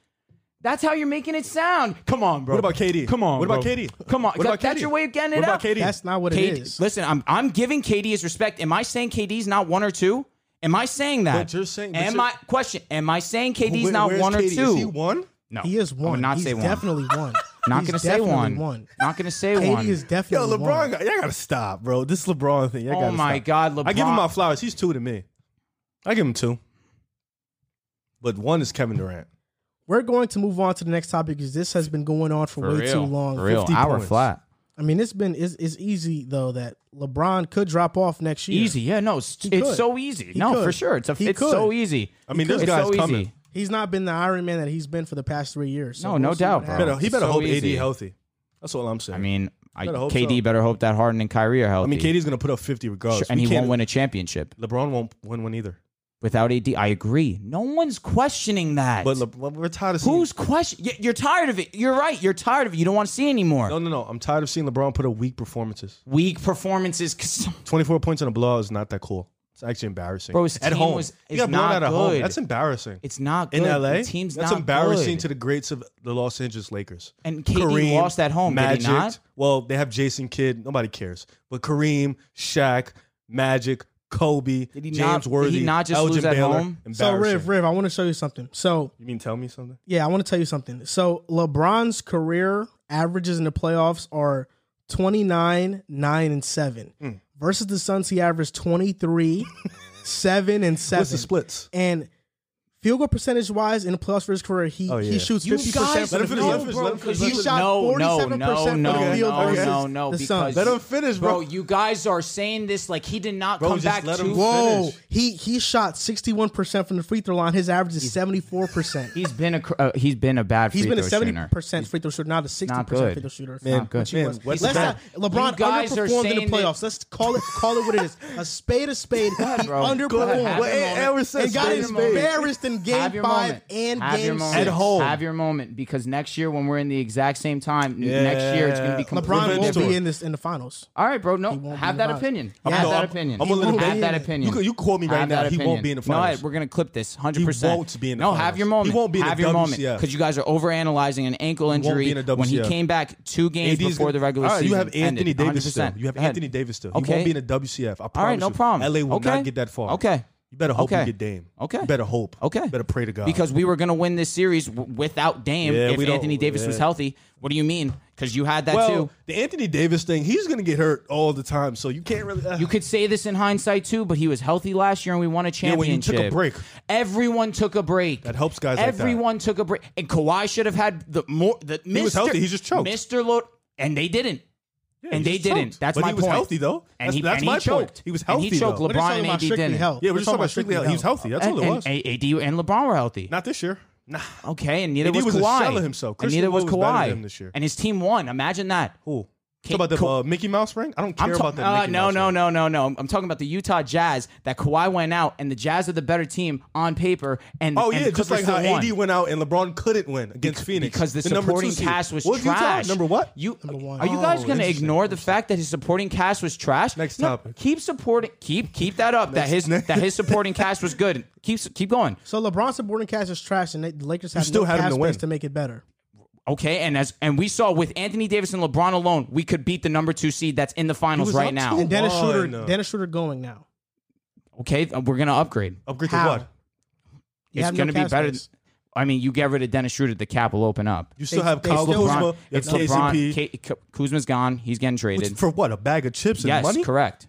[SPEAKER 3] That's how you're making it sound. Come on, bro.
[SPEAKER 4] What about KD?
[SPEAKER 3] Come on.
[SPEAKER 4] What about
[SPEAKER 3] bro.
[SPEAKER 4] KD?
[SPEAKER 3] Come on.
[SPEAKER 4] What about
[SPEAKER 3] That's
[SPEAKER 4] KD?
[SPEAKER 3] your way of getting it
[SPEAKER 4] What about
[SPEAKER 3] up.
[SPEAKER 4] KD?
[SPEAKER 2] That's not what
[SPEAKER 3] KD
[SPEAKER 2] it is.
[SPEAKER 3] Listen, I'm I'm giving KD his respect. Am I saying KD's not one or two? Am I saying that?
[SPEAKER 4] But you're saying- but
[SPEAKER 3] Am
[SPEAKER 4] you're-
[SPEAKER 3] I question? Am I saying KD's
[SPEAKER 4] Where-
[SPEAKER 3] not
[SPEAKER 4] where's
[SPEAKER 3] one or
[SPEAKER 4] KD?
[SPEAKER 3] two?
[SPEAKER 4] Is he one?
[SPEAKER 3] No,
[SPEAKER 2] He is
[SPEAKER 3] I would
[SPEAKER 2] one.
[SPEAKER 3] not
[SPEAKER 2] He's
[SPEAKER 3] say one.
[SPEAKER 2] definitely one.
[SPEAKER 3] Not
[SPEAKER 2] He's
[SPEAKER 3] gonna say
[SPEAKER 2] definitely
[SPEAKER 3] one.
[SPEAKER 2] one.
[SPEAKER 3] Not gonna say one.
[SPEAKER 2] KD is
[SPEAKER 4] Yo,
[SPEAKER 2] definitely
[SPEAKER 4] LeBron,
[SPEAKER 2] one.
[SPEAKER 4] got, y'all gotta stop, bro. This LeBron thing. Y'all
[SPEAKER 3] Oh
[SPEAKER 4] gotta
[SPEAKER 3] my
[SPEAKER 4] stop.
[SPEAKER 3] God,
[SPEAKER 4] I give him
[SPEAKER 3] LeBron.
[SPEAKER 4] my flowers. He's two to me. I give him two. But one is Kevin Durant.
[SPEAKER 2] We're going to move on to the next topic because this has been going on for,
[SPEAKER 3] For
[SPEAKER 2] way
[SPEAKER 3] real.
[SPEAKER 2] too long.
[SPEAKER 3] For real,
[SPEAKER 4] 50
[SPEAKER 3] hour
[SPEAKER 4] points.
[SPEAKER 3] flat.
[SPEAKER 2] I mean, it's been it's, it's easy though that LeBron could drop off next year.
[SPEAKER 3] Easy, yeah. No, it's,
[SPEAKER 2] He
[SPEAKER 3] it's
[SPEAKER 2] could.
[SPEAKER 3] so easy.
[SPEAKER 2] He
[SPEAKER 3] no,
[SPEAKER 2] could.
[SPEAKER 3] for sure. It's a,
[SPEAKER 2] He
[SPEAKER 3] it's
[SPEAKER 2] could.
[SPEAKER 3] so easy.
[SPEAKER 4] I mean,
[SPEAKER 3] He
[SPEAKER 4] this
[SPEAKER 3] could. It's
[SPEAKER 4] guy's
[SPEAKER 3] so easy.
[SPEAKER 4] coming.
[SPEAKER 2] He's not been the Iron Man that he's been for the past three years. so
[SPEAKER 3] No, no
[SPEAKER 2] we'll see what
[SPEAKER 3] doubt, bro.
[SPEAKER 2] happens.
[SPEAKER 4] Better, he
[SPEAKER 3] It's
[SPEAKER 4] better
[SPEAKER 3] so
[SPEAKER 4] hope
[SPEAKER 3] easy.
[SPEAKER 4] AD healthy. That's all I'm saying.
[SPEAKER 3] I mean, I,
[SPEAKER 4] Better hope
[SPEAKER 3] KD
[SPEAKER 4] so.
[SPEAKER 3] better hope that Harden and Kyrie are healthy.
[SPEAKER 4] I mean, KD's gonna put up 50 regardless,
[SPEAKER 3] Sure, and
[SPEAKER 4] We
[SPEAKER 3] he won't
[SPEAKER 4] can't-
[SPEAKER 3] win a championship
[SPEAKER 4] LeBron won't win one either.
[SPEAKER 3] without AD. I agree. No one's questioning that.
[SPEAKER 4] But LeBron, we're tired of seeing.
[SPEAKER 3] Who's question? y- You're tired of it. You're right. You're tired of it. You don't want to see anymore.
[SPEAKER 4] No, no, no. I'm tired of seeing LeBron put up weak performances.
[SPEAKER 3] Weak performances. 'cause-
[SPEAKER 4] 24 points in a blowout is not that cool. It's actually embarrassing.
[SPEAKER 3] Bro, his
[SPEAKER 4] at
[SPEAKER 3] team
[SPEAKER 4] home,
[SPEAKER 3] was-
[SPEAKER 4] he
[SPEAKER 3] is
[SPEAKER 4] got blown
[SPEAKER 3] not
[SPEAKER 4] out at home.
[SPEAKER 3] good.
[SPEAKER 4] That's embarrassing.
[SPEAKER 3] It's not good.
[SPEAKER 4] in LA.
[SPEAKER 3] The team's
[SPEAKER 4] that's
[SPEAKER 3] not
[SPEAKER 4] embarrassing
[SPEAKER 3] good.
[SPEAKER 4] to the greats of the Los Angeles Lakers.
[SPEAKER 3] And KD lost at home, did he
[SPEAKER 4] Magic.
[SPEAKER 3] not?
[SPEAKER 4] Well, they have Jason Kidd. Nobody cares. But Kareem, Shaq, Magic, Kobe,
[SPEAKER 3] Did he
[SPEAKER 4] James
[SPEAKER 3] not- did he
[SPEAKER 4] Worthy,
[SPEAKER 3] not just
[SPEAKER 4] Elgin
[SPEAKER 3] lose at
[SPEAKER 4] Baylor.
[SPEAKER 3] home?
[SPEAKER 2] So
[SPEAKER 4] Embarrassing.
[SPEAKER 2] Riv, Riv, I want to show you something. So
[SPEAKER 4] You mean tell me something?
[SPEAKER 2] yeah, I want to tell you something. So LeBron's career averages in the playoffs are 29, 9, and 7.
[SPEAKER 4] Hmm.
[SPEAKER 2] Versus the Suns, he averaged 23, 7, and 7.
[SPEAKER 4] What's the splits?
[SPEAKER 2] And field goal percentage wise in the playoffs for his career, he,
[SPEAKER 4] Oh, yeah.
[SPEAKER 2] he shoots
[SPEAKER 3] You
[SPEAKER 2] 50%
[SPEAKER 3] guys
[SPEAKER 2] for
[SPEAKER 4] Let
[SPEAKER 2] the
[SPEAKER 4] him finish,
[SPEAKER 2] field.
[SPEAKER 4] let him finish, let him finish,
[SPEAKER 2] he
[SPEAKER 4] let him
[SPEAKER 2] shot
[SPEAKER 3] no,
[SPEAKER 2] 47%
[SPEAKER 3] no,
[SPEAKER 2] from
[SPEAKER 3] no,
[SPEAKER 2] the
[SPEAKER 3] no,
[SPEAKER 2] field
[SPEAKER 3] no,
[SPEAKER 2] versus
[SPEAKER 3] no, no,
[SPEAKER 2] the
[SPEAKER 3] because
[SPEAKER 2] Suns.
[SPEAKER 4] Let him finish, bro.
[SPEAKER 3] bro, you guys are saying this like he did not
[SPEAKER 4] Bro,
[SPEAKER 3] come
[SPEAKER 4] just
[SPEAKER 3] back
[SPEAKER 4] let
[SPEAKER 3] to.
[SPEAKER 4] him go.
[SPEAKER 2] Whoa,
[SPEAKER 4] Finish.
[SPEAKER 2] he he shot 61% from the free throw line. His average is 74%.
[SPEAKER 3] He's been a cr- uh, he's been a bad free
[SPEAKER 2] He's been a
[SPEAKER 3] throw
[SPEAKER 2] seventy
[SPEAKER 3] shooter.
[SPEAKER 2] percent free throw shooter, not a sixty
[SPEAKER 3] Not
[SPEAKER 2] percent
[SPEAKER 3] good.
[SPEAKER 2] free throw shooter.
[SPEAKER 3] Man,
[SPEAKER 2] Not what
[SPEAKER 3] good.
[SPEAKER 2] she
[SPEAKER 4] Man,
[SPEAKER 2] was.
[SPEAKER 4] what's
[SPEAKER 2] Let's
[SPEAKER 4] bad?
[SPEAKER 2] not, LeBron
[SPEAKER 3] You guys
[SPEAKER 2] underperformed
[SPEAKER 3] are
[SPEAKER 2] in
[SPEAKER 3] saying
[SPEAKER 2] the
[SPEAKER 3] that-
[SPEAKER 2] playoffs. Let's call it call it what it is. A spade a spade. he
[SPEAKER 3] bro. Go ahead.
[SPEAKER 2] underperformed
[SPEAKER 3] Have your moment.
[SPEAKER 2] and got
[SPEAKER 3] Have your moment.
[SPEAKER 2] embarrassed in
[SPEAKER 3] Have
[SPEAKER 2] game
[SPEAKER 3] your
[SPEAKER 2] five
[SPEAKER 3] moment.
[SPEAKER 2] and
[SPEAKER 3] Have your
[SPEAKER 2] game
[SPEAKER 3] moment.
[SPEAKER 2] six.
[SPEAKER 4] At home.
[SPEAKER 3] Have your moment because next year when we're in the exact same time, n- next year it's going to be
[SPEAKER 4] Yeah.
[SPEAKER 3] completely
[SPEAKER 2] LeBron won't
[SPEAKER 3] different.
[SPEAKER 2] be in this in the finals.
[SPEAKER 3] All right, bro. No,
[SPEAKER 2] won't
[SPEAKER 3] have
[SPEAKER 2] be
[SPEAKER 3] that
[SPEAKER 2] LeBron.
[SPEAKER 3] opinion.
[SPEAKER 2] I'm
[SPEAKER 3] have
[SPEAKER 4] no,
[SPEAKER 3] that
[SPEAKER 4] I'm-
[SPEAKER 3] opinion.
[SPEAKER 4] I'm a little
[SPEAKER 3] have
[SPEAKER 4] bit-
[SPEAKER 3] that opinion.
[SPEAKER 4] You- you quote me right
[SPEAKER 3] Have
[SPEAKER 4] now.
[SPEAKER 3] that
[SPEAKER 4] He won't be in the finals.
[SPEAKER 3] No, we're gonna clip this. Hundred
[SPEAKER 4] He
[SPEAKER 3] percent.
[SPEAKER 4] won't be in the
[SPEAKER 3] No,
[SPEAKER 4] finals.
[SPEAKER 3] have your moment.
[SPEAKER 4] He won't be in
[SPEAKER 3] have
[SPEAKER 4] the
[SPEAKER 3] your moment
[SPEAKER 4] WCF.
[SPEAKER 3] because you guys are overanalyzing an ankle
[SPEAKER 4] won't
[SPEAKER 3] injury
[SPEAKER 4] be in the
[SPEAKER 3] when he
[SPEAKER 4] WCF.
[SPEAKER 3] came back two games
[SPEAKER 4] AD 's
[SPEAKER 3] before
[SPEAKER 4] gonna-
[SPEAKER 3] the regular
[SPEAKER 4] all right,
[SPEAKER 3] season.
[SPEAKER 4] You have Anthony
[SPEAKER 3] ended.
[SPEAKER 4] Davis still.
[SPEAKER 3] 100%.
[SPEAKER 4] You have
[SPEAKER 3] Go ahead.
[SPEAKER 4] Anthony Davis still. He
[SPEAKER 3] Okay.
[SPEAKER 4] won't be in the WCF. I promise
[SPEAKER 3] All right, no
[SPEAKER 4] you.
[SPEAKER 3] problem.
[SPEAKER 4] LA will
[SPEAKER 3] Okay.
[SPEAKER 4] not get that far.
[SPEAKER 3] Okay.
[SPEAKER 4] You better hope
[SPEAKER 3] Okay.
[SPEAKER 4] you get Dame.
[SPEAKER 3] Okay.
[SPEAKER 4] You better hope.
[SPEAKER 3] Okay.
[SPEAKER 4] You better pray to God.
[SPEAKER 3] Because we were going to win this series w- without Dame
[SPEAKER 4] Yeah,
[SPEAKER 3] if
[SPEAKER 4] we don't-
[SPEAKER 3] Anthony Davis was
[SPEAKER 4] yeah.
[SPEAKER 3] healthy. What do you mean? Because you had that
[SPEAKER 4] well,
[SPEAKER 3] too.
[SPEAKER 4] the Anthony Davis thing, he's gonna get hurt all the time. So you can't really. uh,
[SPEAKER 3] You could say this in hindsight too, but he was healthy last year and we won a
[SPEAKER 4] Yeah, when you
[SPEAKER 3] championship.
[SPEAKER 4] took a break.
[SPEAKER 3] Everyone took a break.
[SPEAKER 4] That helps guys like that.
[SPEAKER 3] Everyone took a break, and Kawhi should have had the more. The he Mr.
[SPEAKER 4] was healthy, he just choked.
[SPEAKER 3] Mr. Lord, and they didn't. and
[SPEAKER 4] he
[SPEAKER 3] they
[SPEAKER 4] just
[SPEAKER 3] didn't.
[SPEAKER 4] choked.
[SPEAKER 3] That's
[SPEAKER 4] But
[SPEAKER 3] my
[SPEAKER 4] he was
[SPEAKER 3] point.
[SPEAKER 4] healthy, though.
[SPEAKER 3] and he,
[SPEAKER 4] That's- that's
[SPEAKER 3] and
[SPEAKER 4] my
[SPEAKER 3] he choked.
[SPEAKER 4] point. He was
[SPEAKER 3] And he
[SPEAKER 4] healthy,
[SPEAKER 3] choked
[SPEAKER 4] though. We're
[SPEAKER 2] We're just
[SPEAKER 3] LeBron
[SPEAKER 2] talking
[SPEAKER 3] and
[SPEAKER 2] about
[SPEAKER 3] AD
[SPEAKER 2] strictly
[SPEAKER 3] didn't.
[SPEAKER 2] health.
[SPEAKER 4] Yeah, we're
[SPEAKER 2] We're
[SPEAKER 4] just talking about strictly health. He was healthy. That's all
[SPEAKER 3] and,
[SPEAKER 4] it was.
[SPEAKER 3] and AD and LeBron were healthy.
[SPEAKER 4] Not this year. Not
[SPEAKER 3] Not,
[SPEAKER 4] this year. Nah.
[SPEAKER 3] Okay, and neither
[SPEAKER 4] AD
[SPEAKER 3] was,
[SPEAKER 4] was a
[SPEAKER 3] Kawhi.
[SPEAKER 4] shell of himself.
[SPEAKER 3] And
[SPEAKER 4] Christian
[SPEAKER 3] neither was
[SPEAKER 4] Wood was better
[SPEAKER 3] Kawhi.
[SPEAKER 4] than him this year.
[SPEAKER 3] And his team won. Imagine that.
[SPEAKER 4] Who?
[SPEAKER 3] Kate-
[SPEAKER 4] Talk about the
[SPEAKER 3] Ka-
[SPEAKER 4] uh, Mickey Mouse ring? I don't care
[SPEAKER 3] I'm
[SPEAKER 4] about that.
[SPEAKER 3] ta- uh,
[SPEAKER 4] Mickey
[SPEAKER 3] no,
[SPEAKER 4] Mouse
[SPEAKER 3] no,
[SPEAKER 4] ring.
[SPEAKER 3] no, no, no. I'm talking about the Utah Jazz that Kawhi went out, and the Jazz are the better team on paper. And
[SPEAKER 4] Oh
[SPEAKER 3] and
[SPEAKER 4] yeah,
[SPEAKER 3] the
[SPEAKER 4] just
[SPEAKER 3] Clippers
[SPEAKER 4] like how
[SPEAKER 3] still won.
[SPEAKER 4] AD went out and LeBron couldn't win against Phoenix
[SPEAKER 3] because the,
[SPEAKER 4] number two
[SPEAKER 3] supporting
[SPEAKER 4] seed.
[SPEAKER 3] cast was
[SPEAKER 4] What was Utah?
[SPEAKER 3] trash.
[SPEAKER 4] Number what?
[SPEAKER 3] You
[SPEAKER 2] Number one.
[SPEAKER 3] are you guys
[SPEAKER 4] Oh,
[SPEAKER 3] going to
[SPEAKER 4] interesting.
[SPEAKER 3] ignore the fact that his supporting cast was trash?
[SPEAKER 4] Next topic.
[SPEAKER 3] Keep supporting. Keep keep that up. that his that his supporting cast was good. Keep keep going.
[SPEAKER 2] So LeBron's supporting cast is trash, and they- the Lakers have
[SPEAKER 4] still
[SPEAKER 2] no
[SPEAKER 4] had him
[SPEAKER 2] cap
[SPEAKER 4] to
[SPEAKER 2] space
[SPEAKER 4] win.
[SPEAKER 2] to make it better.
[SPEAKER 3] Okay, and as and we saw with Anthony Davis and LeBron alone, we could beat the number two seed that's in the finals
[SPEAKER 4] was
[SPEAKER 3] right
[SPEAKER 4] up
[SPEAKER 3] now.
[SPEAKER 4] two.
[SPEAKER 2] And Dennis
[SPEAKER 4] Why
[SPEAKER 2] Schroeder,
[SPEAKER 4] not?
[SPEAKER 2] Dennis Schroeder going now.
[SPEAKER 3] Okay, th- we're gonna upgrade.
[SPEAKER 4] Upgrade
[SPEAKER 2] How?
[SPEAKER 4] to what?
[SPEAKER 2] You
[SPEAKER 3] it's
[SPEAKER 2] have no
[SPEAKER 3] gonna be
[SPEAKER 2] cap
[SPEAKER 3] better.
[SPEAKER 2] space.
[SPEAKER 3] I mean, you get rid of Dennis Schroeder, the cap will open up.
[SPEAKER 4] You still
[SPEAKER 2] They-
[SPEAKER 4] have
[SPEAKER 2] they
[SPEAKER 4] Kyle
[SPEAKER 2] still-
[SPEAKER 4] Kuzma.
[SPEAKER 3] LeBron,
[SPEAKER 4] You have
[SPEAKER 3] it's LeBron.
[SPEAKER 4] KCP.
[SPEAKER 3] K, K- Kuzma's gone. He's getting
[SPEAKER 4] Which-
[SPEAKER 3] traded.
[SPEAKER 4] for what? A bag of chips and
[SPEAKER 3] yes,
[SPEAKER 4] money,
[SPEAKER 3] correct.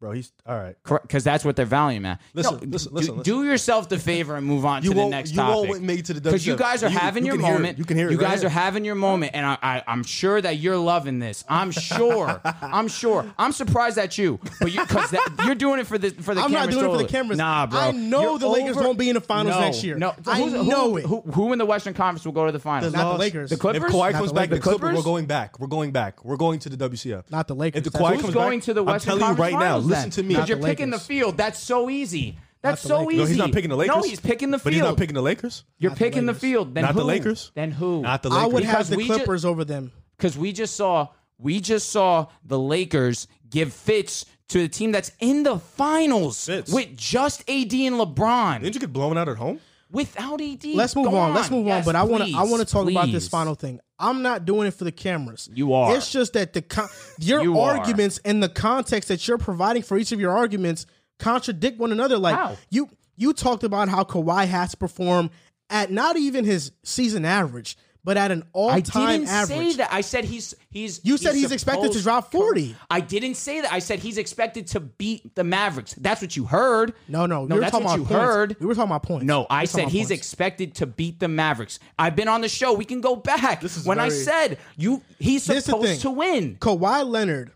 [SPEAKER 4] bro. He's all right.
[SPEAKER 3] because that's what they're valuing at.
[SPEAKER 4] Listen,
[SPEAKER 3] No,
[SPEAKER 4] listen,
[SPEAKER 3] do,
[SPEAKER 4] listen, listen.
[SPEAKER 3] do yourself the favor and move on
[SPEAKER 4] You
[SPEAKER 3] to the
[SPEAKER 4] won't-
[SPEAKER 3] next
[SPEAKER 4] you
[SPEAKER 3] topic.
[SPEAKER 4] won't make it to the
[SPEAKER 3] because you
[SPEAKER 4] WWF.
[SPEAKER 3] guys are
[SPEAKER 4] You-
[SPEAKER 3] having
[SPEAKER 4] you
[SPEAKER 3] your
[SPEAKER 4] can hear it.
[SPEAKER 3] moment.
[SPEAKER 4] You can hear it
[SPEAKER 3] You
[SPEAKER 4] right
[SPEAKER 3] guys
[SPEAKER 4] here.
[SPEAKER 3] are having your moment, and I, I, I'm sure that you're loving this. I'm sure. I'm sure. I'm surprised at you, but you because you're doing it for the for the.
[SPEAKER 2] I'm not
[SPEAKER 3] cameras
[SPEAKER 2] doing it for
[SPEAKER 3] solely.
[SPEAKER 2] the cameras.
[SPEAKER 3] Nah, bro.
[SPEAKER 2] I know
[SPEAKER 3] You're
[SPEAKER 2] the Lakers
[SPEAKER 3] over-
[SPEAKER 2] won't be in the finals
[SPEAKER 3] No,
[SPEAKER 2] next year.
[SPEAKER 3] No,
[SPEAKER 2] I
[SPEAKER 3] Who's- who-
[SPEAKER 2] know it.
[SPEAKER 3] Who, who in the Western Conference will go to the finals?
[SPEAKER 2] Not the
[SPEAKER 4] Lost.
[SPEAKER 2] Lakers.
[SPEAKER 3] The
[SPEAKER 4] If
[SPEAKER 3] Clippers.
[SPEAKER 4] Kawhi
[SPEAKER 2] Not
[SPEAKER 4] comes
[SPEAKER 2] the
[SPEAKER 4] back, to
[SPEAKER 2] Lakers.
[SPEAKER 4] Clippers, we're going back. We're going back. We're going to the WCF.
[SPEAKER 2] Not the Lakers.
[SPEAKER 4] If the
[SPEAKER 2] That's
[SPEAKER 4] Kawhi
[SPEAKER 2] who's
[SPEAKER 4] comes
[SPEAKER 3] going
[SPEAKER 4] back,
[SPEAKER 3] to the
[SPEAKER 4] I'm
[SPEAKER 3] Western
[SPEAKER 4] telling you right
[SPEAKER 3] Conference
[SPEAKER 4] now.
[SPEAKER 3] Finals
[SPEAKER 4] Listen
[SPEAKER 3] then.
[SPEAKER 4] to me.
[SPEAKER 3] Because you're
[SPEAKER 2] the
[SPEAKER 3] picking the
[SPEAKER 2] Lakers.
[SPEAKER 3] field. That's so easy. That's
[SPEAKER 2] the
[SPEAKER 3] so
[SPEAKER 2] Lakers.
[SPEAKER 4] No,
[SPEAKER 3] easy.
[SPEAKER 4] he's not picking the Lakers.
[SPEAKER 3] No, he's picking the
[SPEAKER 4] But
[SPEAKER 3] field.
[SPEAKER 4] he's not picking the Lakers.
[SPEAKER 3] You're
[SPEAKER 2] Not the
[SPEAKER 3] picking the,
[SPEAKER 2] Lakers.
[SPEAKER 3] field. Then
[SPEAKER 4] Not the
[SPEAKER 3] who?
[SPEAKER 4] Lakers.
[SPEAKER 3] Then who?
[SPEAKER 4] Not the
[SPEAKER 2] I
[SPEAKER 4] Lakers.
[SPEAKER 2] would
[SPEAKER 3] Because
[SPEAKER 2] have the
[SPEAKER 3] we ju-
[SPEAKER 2] Clippers over them.
[SPEAKER 3] Because we just saw we just saw the Lakers give fits to the team that's in the finals
[SPEAKER 4] Fits.
[SPEAKER 3] with just AD and LeBron
[SPEAKER 4] Didn't you get blown out at home?
[SPEAKER 3] without AD.
[SPEAKER 2] Let's move
[SPEAKER 3] Go
[SPEAKER 2] on. Let's move
[SPEAKER 3] Yes,
[SPEAKER 2] on. But I want to.
[SPEAKER 3] please,
[SPEAKER 2] I want to talk about this
[SPEAKER 3] please.
[SPEAKER 2] final thing. I'm not doing it for the cameras.
[SPEAKER 3] You are.
[SPEAKER 2] It's just that the con- your
[SPEAKER 3] You are.
[SPEAKER 2] arguments and the context that you're providing for each of your arguments contradict one another. Like
[SPEAKER 3] How?
[SPEAKER 2] you you talked about how Kawhi has to perform at not even his season average, but at an all
[SPEAKER 3] I
[SPEAKER 2] time
[SPEAKER 3] didn't
[SPEAKER 2] average.
[SPEAKER 3] say that. I said he's he's.
[SPEAKER 2] You said he's expected to
[SPEAKER 3] supposed-
[SPEAKER 2] drop 40.
[SPEAKER 3] I didn't say that. I said he's expected to beat the Mavericks. That's what you heard.
[SPEAKER 2] No, no, we
[SPEAKER 3] no.
[SPEAKER 2] were
[SPEAKER 3] that's
[SPEAKER 2] talking
[SPEAKER 3] what
[SPEAKER 2] about
[SPEAKER 3] you
[SPEAKER 2] points.
[SPEAKER 3] heard.
[SPEAKER 2] We were talking about points. We
[SPEAKER 3] No,
[SPEAKER 2] were
[SPEAKER 3] I
[SPEAKER 2] talking
[SPEAKER 3] said
[SPEAKER 2] about
[SPEAKER 3] he's
[SPEAKER 2] points.
[SPEAKER 3] expected to beat the Mavericks. I've been on the show. We can go back.
[SPEAKER 4] This is
[SPEAKER 3] when I
[SPEAKER 4] very-
[SPEAKER 3] said you, he's
[SPEAKER 2] This the thing.
[SPEAKER 3] supposed to win.
[SPEAKER 2] Kawhi Leonard,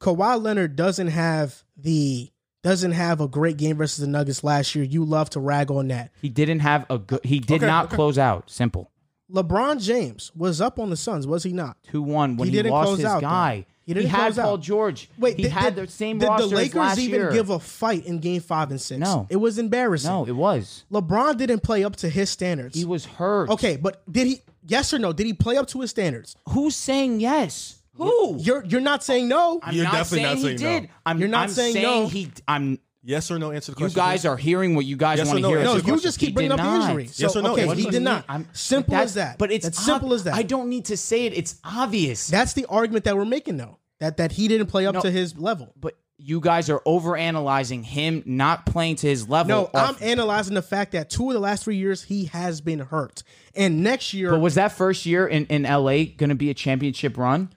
[SPEAKER 2] Kawhi Leonard doesn't have the doesn't have a great game versus the Nuggets last year. You love to rag on that.
[SPEAKER 3] He didn't have a good. He did not close out. Simple.
[SPEAKER 2] LeBron James was up on the Suns, was he not?
[SPEAKER 3] Two one when
[SPEAKER 2] He
[SPEAKER 3] he,
[SPEAKER 2] didn't
[SPEAKER 3] lost
[SPEAKER 2] close
[SPEAKER 3] his
[SPEAKER 2] out, though.
[SPEAKER 3] guy.
[SPEAKER 2] He didn't
[SPEAKER 3] had
[SPEAKER 2] close out.
[SPEAKER 3] Paul George. he
[SPEAKER 2] did-
[SPEAKER 3] had
[SPEAKER 2] did-
[SPEAKER 3] the same
[SPEAKER 2] did
[SPEAKER 3] roster
[SPEAKER 2] the Lakers
[SPEAKER 3] as last
[SPEAKER 2] even
[SPEAKER 3] year.
[SPEAKER 2] give a fight in Game Five and Six?
[SPEAKER 3] No.
[SPEAKER 2] it was embarrassing.
[SPEAKER 3] no, it was.
[SPEAKER 2] LeBron didn't play up to his standards.
[SPEAKER 3] He was hurt.
[SPEAKER 2] okay, but did he? Yes or no? Did he play up to his standards?
[SPEAKER 3] Who's saying yes? Who?
[SPEAKER 2] You're you're not saying no.
[SPEAKER 3] I'm
[SPEAKER 4] You're
[SPEAKER 3] not
[SPEAKER 4] definitely
[SPEAKER 3] saying
[SPEAKER 4] not
[SPEAKER 3] he
[SPEAKER 4] saying no.
[SPEAKER 3] did. I'm,
[SPEAKER 2] You're not
[SPEAKER 3] I'm
[SPEAKER 2] saying
[SPEAKER 3] saying,
[SPEAKER 2] no.
[SPEAKER 3] he. I'm.
[SPEAKER 4] Yes or no? Answer the
[SPEAKER 3] You
[SPEAKER 4] question.
[SPEAKER 3] guys
[SPEAKER 4] please.
[SPEAKER 3] are hearing what you guys
[SPEAKER 4] Yes or
[SPEAKER 3] want to
[SPEAKER 4] no?
[SPEAKER 3] hear.
[SPEAKER 4] No,
[SPEAKER 3] It's
[SPEAKER 4] you
[SPEAKER 3] just-
[SPEAKER 2] just keep
[SPEAKER 3] he
[SPEAKER 2] bringing
[SPEAKER 3] did
[SPEAKER 2] up the
[SPEAKER 3] not.
[SPEAKER 2] injury.
[SPEAKER 4] Yes
[SPEAKER 2] So,
[SPEAKER 4] or no?
[SPEAKER 2] Okay,
[SPEAKER 4] What
[SPEAKER 2] he
[SPEAKER 4] do
[SPEAKER 2] did
[SPEAKER 4] you
[SPEAKER 2] not.
[SPEAKER 3] I'm-
[SPEAKER 2] simple
[SPEAKER 3] that's-
[SPEAKER 2] as that.
[SPEAKER 3] But it's
[SPEAKER 2] That's simple
[SPEAKER 3] ob-
[SPEAKER 2] as that.
[SPEAKER 3] I don't need to say it. It's obvious.
[SPEAKER 2] That's the argument that we're making, though. That that he didn't play up
[SPEAKER 3] No.
[SPEAKER 2] to his level.
[SPEAKER 3] but you guys are overanalyzing him not playing to his level.
[SPEAKER 2] No,
[SPEAKER 3] or-
[SPEAKER 2] I'm analyzing the fact that two of the last three years he has been hurt, and next year
[SPEAKER 3] but was that first year in, in LA going to be a championship run?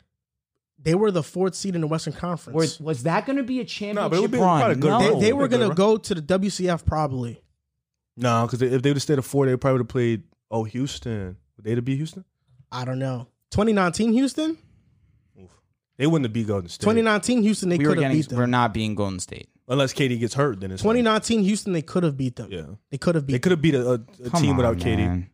[SPEAKER 2] they were the fourth seed in the Western
[SPEAKER 3] Or
[SPEAKER 2] Conference.
[SPEAKER 3] was that going to be
[SPEAKER 4] No,
[SPEAKER 3] a
[SPEAKER 4] but it
[SPEAKER 3] championship
[SPEAKER 4] would be probably a
[SPEAKER 3] run?
[SPEAKER 4] good
[SPEAKER 3] no.
[SPEAKER 4] run.
[SPEAKER 2] they, they were
[SPEAKER 4] They're good,
[SPEAKER 2] gonna
[SPEAKER 4] right?
[SPEAKER 2] go to the WCF probably.
[SPEAKER 4] No, because if they would have stayed at four, they probably would have played. Oh, Houston. Would they have beat Houston?
[SPEAKER 2] I don't know. 2019 Houston,
[SPEAKER 4] They wouldn't have beat Golden State.
[SPEAKER 2] 2019 Houston, they
[SPEAKER 3] we were
[SPEAKER 2] could have
[SPEAKER 3] getting.
[SPEAKER 2] beat
[SPEAKER 3] We're
[SPEAKER 2] them.
[SPEAKER 3] not being Golden State.
[SPEAKER 4] Unless KD gets hurt, then it's
[SPEAKER 2] 2019 Houston, they could have beat them.
[SPEAKER 4] Yeah.
[SPEAKER 2] They could have beat.
[SPEAKER 4] They could have beat a, a, a
[SPEAKER 3] Come
[SPEAKER 4] team
[SPEAKER 3] on,
[SPEAKER 4] without KD.
[SPEAKER 3] man.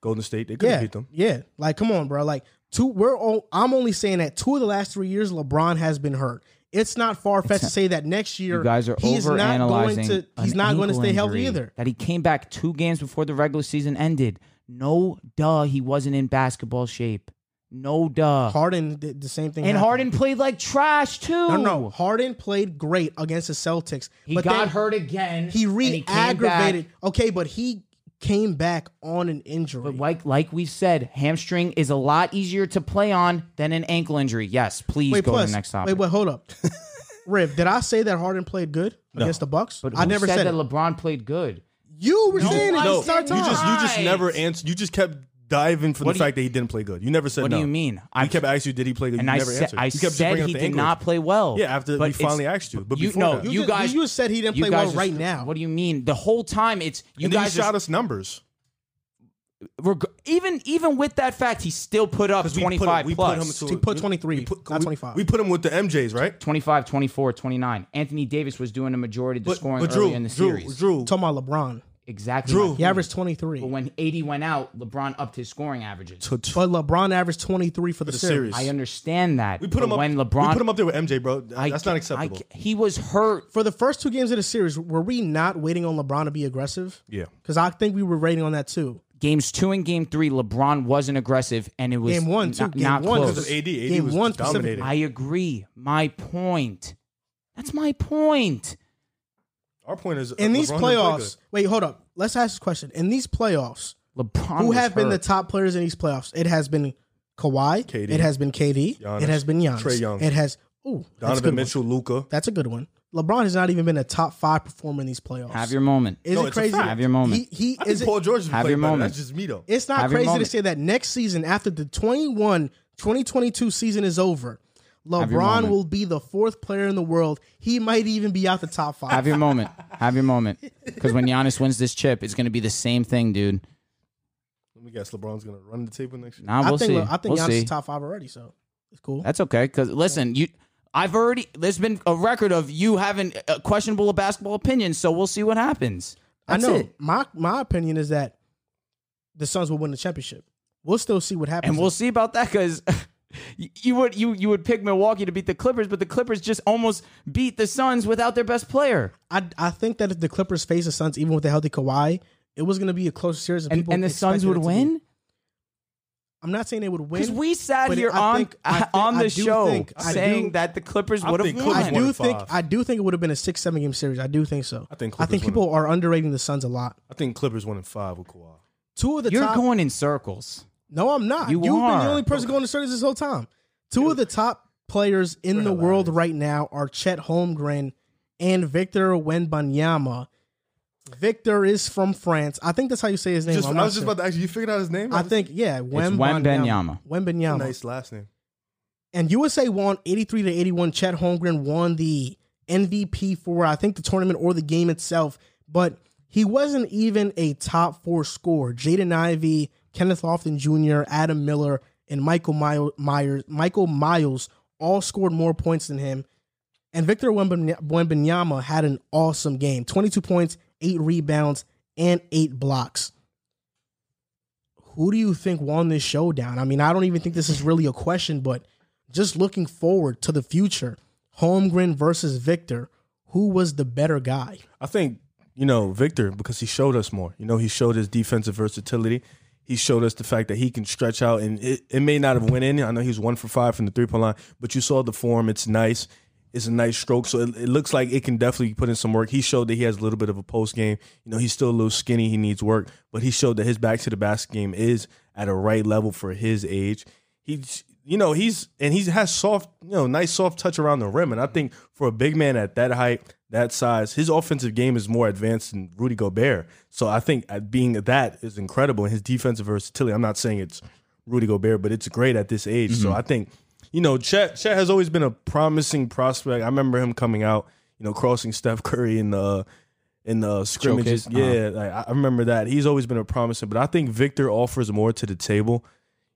[SPEAKER 4] Golden State. They could
[SPEAKER 2] them.
[SPEAKER 4] have
[SPEAKER 2] Yeah,
[SPEAKER 4] beat them.
[SPEAKER 2] yeah. Like, come on, bro. Like, two. We're all. I'm only saying that two of the last three years, LeBron has been hurt. It's not far fetched to say that next year
[SPEAKER 3] You guys are
[SPEAKER 2] he's
[SPEAKER 3] over
[SPEAKER 2] not going
[SPEAKER 3] analyzing.
[SPEAKER 2] to he's not going to stay healthy either.
[SPEAKER 3] That he came back two games before the regular season ended. No, duh, he wasn't in basketball shape. No, duh.
[SPEAKER 2] Harden did the same thing.
[SPEAKER 3] and
[SPEAKER 2] happened.
[SPEAKER 3] Harden played like trash too.
[SPEAKER 2] No, no. Harden played great against the Celtics.
[SPEAKER 3] He
[SPEAKER 2] but
[SPEAKER 3] got
[SPEAKER 2] then
[SPEAKER 3] hurt again.
[SPEAKER 2] He
[SPEAKER 3] and came
[SPEAKER 2] re-aggravated.
[SPEAKER 3] back.
[SPEAKER 2] okay, but he came back on an injury.
[SPEAKER 3] But like like we said, hamstring is a lot easier to play on than an ankle injury. Yes, please go to the next topic.
[SPEAKER 2] wait, wait, hold up. Riv, did I say that Harden played good against the Bucks?
[SPEAKER 3] but
[SPEAKER 2] I
[SPEAKER 3] who
[SPEAKER 2] never
[SPEAKER 3] said,
[SPEAKER 2] said,
[SPEAKER 3] that
[SPEAKER 2] it.
[SPEAKER 3] LeBron played good.
[SPEAKER 2] you were
[SPEAKER 3] No,
[SPEAKER 2] saying it.
[SPEAKER 3] I
[SPEAKER 2] this entire
[SPEAKER 3] said
[SPEAKER 4] you
[SPEAKER 2] time.
[SPEAKER 4] just you just
[SPEAKER 3] Right.
[SPEAKER 4] never answered. You just kept diving for the
[SPEAKER 3] What do you-
[SPEAKER 4] fact that he didn't play good. You never said
[SPEAKER 3] What
[SPEAKER 4] no.
[SPEAKER 3] do you mean?
[SPEAKER 4] I kept asking you, did he play good?
[SPEAKER 3] and
[SPEAKER 4] you
[SPEAKER 3] I
[SPEAKER 4] never
[SPEAKER 3] said
[SPEAKER 4] answered.
[SPEAKER 3] I
[SPEAKER 4] you kept just
[SPEAKER 3] said
[SPEAKER 4] bringing
[SPEAKER 3] he
[SPEAKER 4] up the
[SPEAKER 3] did
[SPEAKER 4] English.
[SPEAKER 3] not play well.
[SPEAKER 4] Yeah, after
[SPEAKER 3] But
[SPEAKER 4] we
[SPEAKER 3] it's-
[SPEAKER 4] finally asked you, but
[SPEAKER 3] you
[SPEAKER 4] before
[SPEAKER 3] no,
[SPEAKER 4] that-
[SPEAKER 3] you,
[SPEAKER 2] You just-
[SPEAKER 3] guys
[SPEAKER 2] you just said he didn't
[SPEAKER 3] you
[SPEAKER 2] play well
[SPEAKER 3] guys are
[SPEAKER 2] right
[SPEAKER 3] stu-
[SPEAKER 2] now.
[SPEAKER 3] What do you mean? The whole time it's you
[SPEAKER 4] and then
[SPEAKER 3] guys
[SPEAKER 4] you shot
[SPEAKER 3] are,
[SPEAKER 4] us numbers
[SPEAKER 3] reg- even even with that fact he still put up
[SPEAKER 4] because we
[SPEAKER 3] 25
[SPEAKER 4] put him, we put him
[SPEAKER 3] plus.
[SPEAKER 4] to
[SPEAKER 2] He put 23,
[SPEAKER 4] we put,
[SPEAKER 2] not
[SPEAKER 4] we-
[SPEAKER 2] 25.
[SPEAKER 4] We, put him with the MJs, right?
[SPEAKER 3] 25, 24, 29. Anthony Davis was doing the majority of the
[SPEAKER 4] But,
[SPEAKER 3] scoring
[SPEAKER 4] but
[SPEAKER 3] early
[SPEAKER 4] Drew,
[SPEAKER 3] in the
[SPEAKER 4] Drew,
[SPEAKER 3] series.
[SPEAKER 4] Drew,
[SPEAKER 2] talking about LeBron.
[SPEAKER 3] exactly.
[SPEAKER 4] Drew.
[SPEAKER 3] my
[SPEAKER 2] He
[SPEAKER 3] point.
[SPEAKER 2] averaged 23.
[SPEAKER 3] But
[SPEAKER 2] But
[SPEAKER 3] when 80 went out, LeBron upped his scoring averages.
[SPEAKER 4] To- to-
[SPEAKER 2] LeBron averaged 23 for the,
[SPEAKER 4] the
[SPEAKER 2] series.
[SPEAKER 4] series.
[SPEAKER 3] I understand that.
[SPEAKER 4] we put
[SPEAKER 3] but
[SPEAKER 4] him up.
[SPEAKER 3] when
[SPEAKER 4] we
[SPEAKER 3] LeBron.
[SPEAKER 4] put him up there with MJ, bro. That's
[SPEAKER 3] I ca-
[SPEAKER 4] not acceptable.
[SPEAKER 3] I ca- he was hurt.
[SPEAKER 2] For the first two games of the series, were we not waiting on LeBron to be aggressive?
[SPEAKER 4] yeah,
[SPEAKER 2] Because I think we were waiting on that too.
[SPEAKER 3] Games two and game three, LeBron wasn't aggressive, and it was
[SPEAKER 2] Game one, too.
[SPEAKER 3] not,
[SPEAKER 2] Game
[SPEAKER 3] not
[SPEAKER 2] one,
[SPEAKER 3] close.
[SPEAKER 4] because of AD. AD
[SPEAKER 2] Game
[SPEAKER 4] was
[SPEAKER 2] one
[SPEAKER 4] dominating.
[SPEAKER 3] I agree. My point. That's my point.
[SPEAKER 4] Our point is
[SPEAKER 2] In
[SPEAKER 4] uh,
[SPEAKER 2] these
[SPEAKER 4] LeBron didn't play
[SPEAKER 2] playoffs, wait, hold up. Let's ask this question. In these playoffs,
[SPEAKER 3] LeBron
[SPEAKER 2] who
[SPEAKER 3] was
[SPEAKER 2] have been the
[SPEAKER 3] hurt.
[SPEAKER 2] top players in these playoffs? It has been Kawhi.
[SPEAKER 4] KD.
[SPEAKER 2] It has been KD.
[SPEAKER 4] Giannis.
[SPEAKER 2] It has been Giannis.
[SPEAKER 4] Trae Young.
[SPEAKER 2] It has ooh,
[SPEAKER 4] good.
[SPEAKER 2] that's a
[SPEAKER 4] Donovan
[SPEAKER 2] good one.
[SPEAKER 4] Mitchell, Luca.
[SPEAKER 2] That's a good one. LeBron has not even been a top five performer in these playoffs.
[SPEAKER 3] Have your moment.
[SPEAKER 2] is
[SPEAKER 4] No,
[SPEAKER 2] it
[SPEAKER 4] it's a
[SPEAKER 2] crazy?
[SPEAKER 4] fact.
[SPEAKER 3] Have your moment.
[SPEAKER 2] He,
[SPEAKER 4] I
[SPEAKER 2] he is
[SPEAKER 4] think
[SPEAKER 2] it,
[SPEAKER 4] Paul George is
[SPEAKER 3] Have your
[SPEAKER 4] playing better.
[SPEAKER 3] moment.
[SPEAKER 4] That's just me though.
[SPEAKER 2] It's not
[SPEAKER 3] Have your
[SPEAKER 2] crazy to
[SPEAKER 3] moment.
[SPEAKER 2] say that next season, after the 21 2022 season is over,
[SPEAKER 3] your
[SPEAKER 2] LeBron
[SPEAKER 3] moment.
[SPEAKER 2] will be the fourth player in the world. He might even be out the top five.
[SPEAKER 3] Have your moment. Have your moment. Because when Giannis wins this chip, it's going to be the same thing, dude.
[SPEAKER 4] Let me guess. LeBron's gonna run the table next year.
[SPEAKER 3] Now we'll
[SPEAKER 2] I think
[SPEAKER 3] see.
[SPEAKER 2] I think
[SPEAKER 3] we'll
[SPEAKER 2] Giannis
[SPEAKER 3] see.
[SPEAKER 2] is top five already, so it's cool.
[SPEAKER 3] That's okay. Because listen, you, I've already. There's been a record of you having uh, questionable basketball opinions. So we'll see what happens.
[SPEAKER 2] I
[SPEAKER 3] That's
[SPEAKER 2] know.
[SPEAKER 3] it.
[SPEAKER 2] My my opinion is that the Suns will win the championship. We'll still see what happens.
[SPEAKER 3] and we'll see about that because you would you you would pick Milwaukee to beat the Clippers, but the Clippers just almost beat the Suns without their best player.
[SPEAKER 2] I I think that if the Clippers face the Suns, even with a healthy Kawhi, it was going to be a closer series. than
[SPEAKER 3] And,
[SPEAKER 2] people
[SPEAKER 3] and the Suns
[SPEAKER 2] expected
[SPEAKER 3] would
[SPEAKER 2] it to be.
[SPEAKER 3] win
[SPEAKER 2] I'm not saying they would win
[SPEAKER 3] because we sat
[SPEAKER 2] but
[SPEAKER 3] here
[SPEAKER 2] I
[SPEAKER 3] on
[SPEAKER 2] think- I think-
[SPEAKER 3] on the
[SPEAKER 2] I do
[SPEAKER 3] show
[SPEAKER 2] think- I
[SPEAKER 3] saying
[SPEAKER 2] do-
[SPEAKER 3] that the Clippers
[SPEAKER 4] I
[SPEAKER 3] would have
[SPEAKER 4] think
[SPEAKER 3] won.
[SPEAKER 4] Clippers
[SPEAKER 2] I
[SPEAKER 4] won.
[SPEAKER 2] do
[SPEAKER 4] and
[SPEAKER 2] think
[SPEAKER 4] five.
[SPEAKER 2] I do think it would have been a six seven game series. I do think so.
[SPEAKER 4] I think
[SPEAKER 2] I think
[SPEAKER 4] Clippers
[SPEAKER 2] people are underrating the Suns a lot.
[SPEAKER 4] I think Clippers winning five with Kawhi.
[SPEAKER 2] Two of the
[SPEAKER 3] You're
[SPEAKER 2] top.
[SPEAKER 3] going in circles.
[SPEAKER 2] no, I'm not.
[SPEAKER 3] You
[SPEAKER 2] have been
[SPEAKER 3] are.
[SPEAKER 2] the only person going to series this whole time. Two of the top players in the world right now are Chet Holmgren and Victor Wenbanyama. Victor is from France. I think that's how you say his name.
[SPEAKER 4] Just,
[SPEAKER 2] I'm
[SPEAKER 4] I
[SPEAKER 2] not
[SPEAKER 4] was just
[SPEAKER 2] sure.
[SPEAKER 4] about to ask you. You figured out his name.
[SPEAKER 2] I think yeah, Wembanyama.
[SPEAKER 3] Wembanyama.
[SPEAKER 2] Wembanyama.
[SPEAKER 4] nice last name.
[SPEAKER 2] And USA won 83 to 81. Chet Holmgren won the MVP for I think the tournament or the game itself, but he wasn't even a top four scorer. Jaden Ivey, Kenneth Lofton Jr., Adam Miller, and Michael Myo- Myers, Michael Miles all scored more points than him. And Victor Wembany- Wembanyama had an awesome game: 22 points, eight rebounds, and eight blocks. Who do you think won this showdown? I mean, I don't even think this is really a question, but just looking forward to the future, Holmgren versus Victor, who was the better guy?
[SPEAKER 4] I think you know Victor because he showed us more. You know, he showed his defensive versatility. He showed us the fact that he can stretch out, and it, it may not have went in. I know he was one for five from the three point line, but you saw the form. It's nice. It's a nice stroke, so it, it looks like it can definitely put in some work. He showed that he has a little bit of a post game. You know, he's still a little skinny. He needs work, but he showed that his back to the basket game is at a right level for his age. He's, you know, he's and he has soft, you know, nice soft touch around the rim. And I think for a big man at that height, that size, his offensive game is more advanced than Rudy Gobert. So I think at being that is incredible. And his defensive versatility, I'm not saying it's Rudy Gobert, but it's great at this age.
[SPEAKER 3] Mm-hmm.
[SPEAKER 4] So I think, you know, Chet, Chet has always been a promising prospect. I remember him coming out, you know, crossing Steph Curry in the in the scrimmages.
[SPEAKER 3] Showcase, uh-huh.
[SPEAKER 4] Yeah, like I I remember that. He's always been a promising, but I think Victor offers more to the table.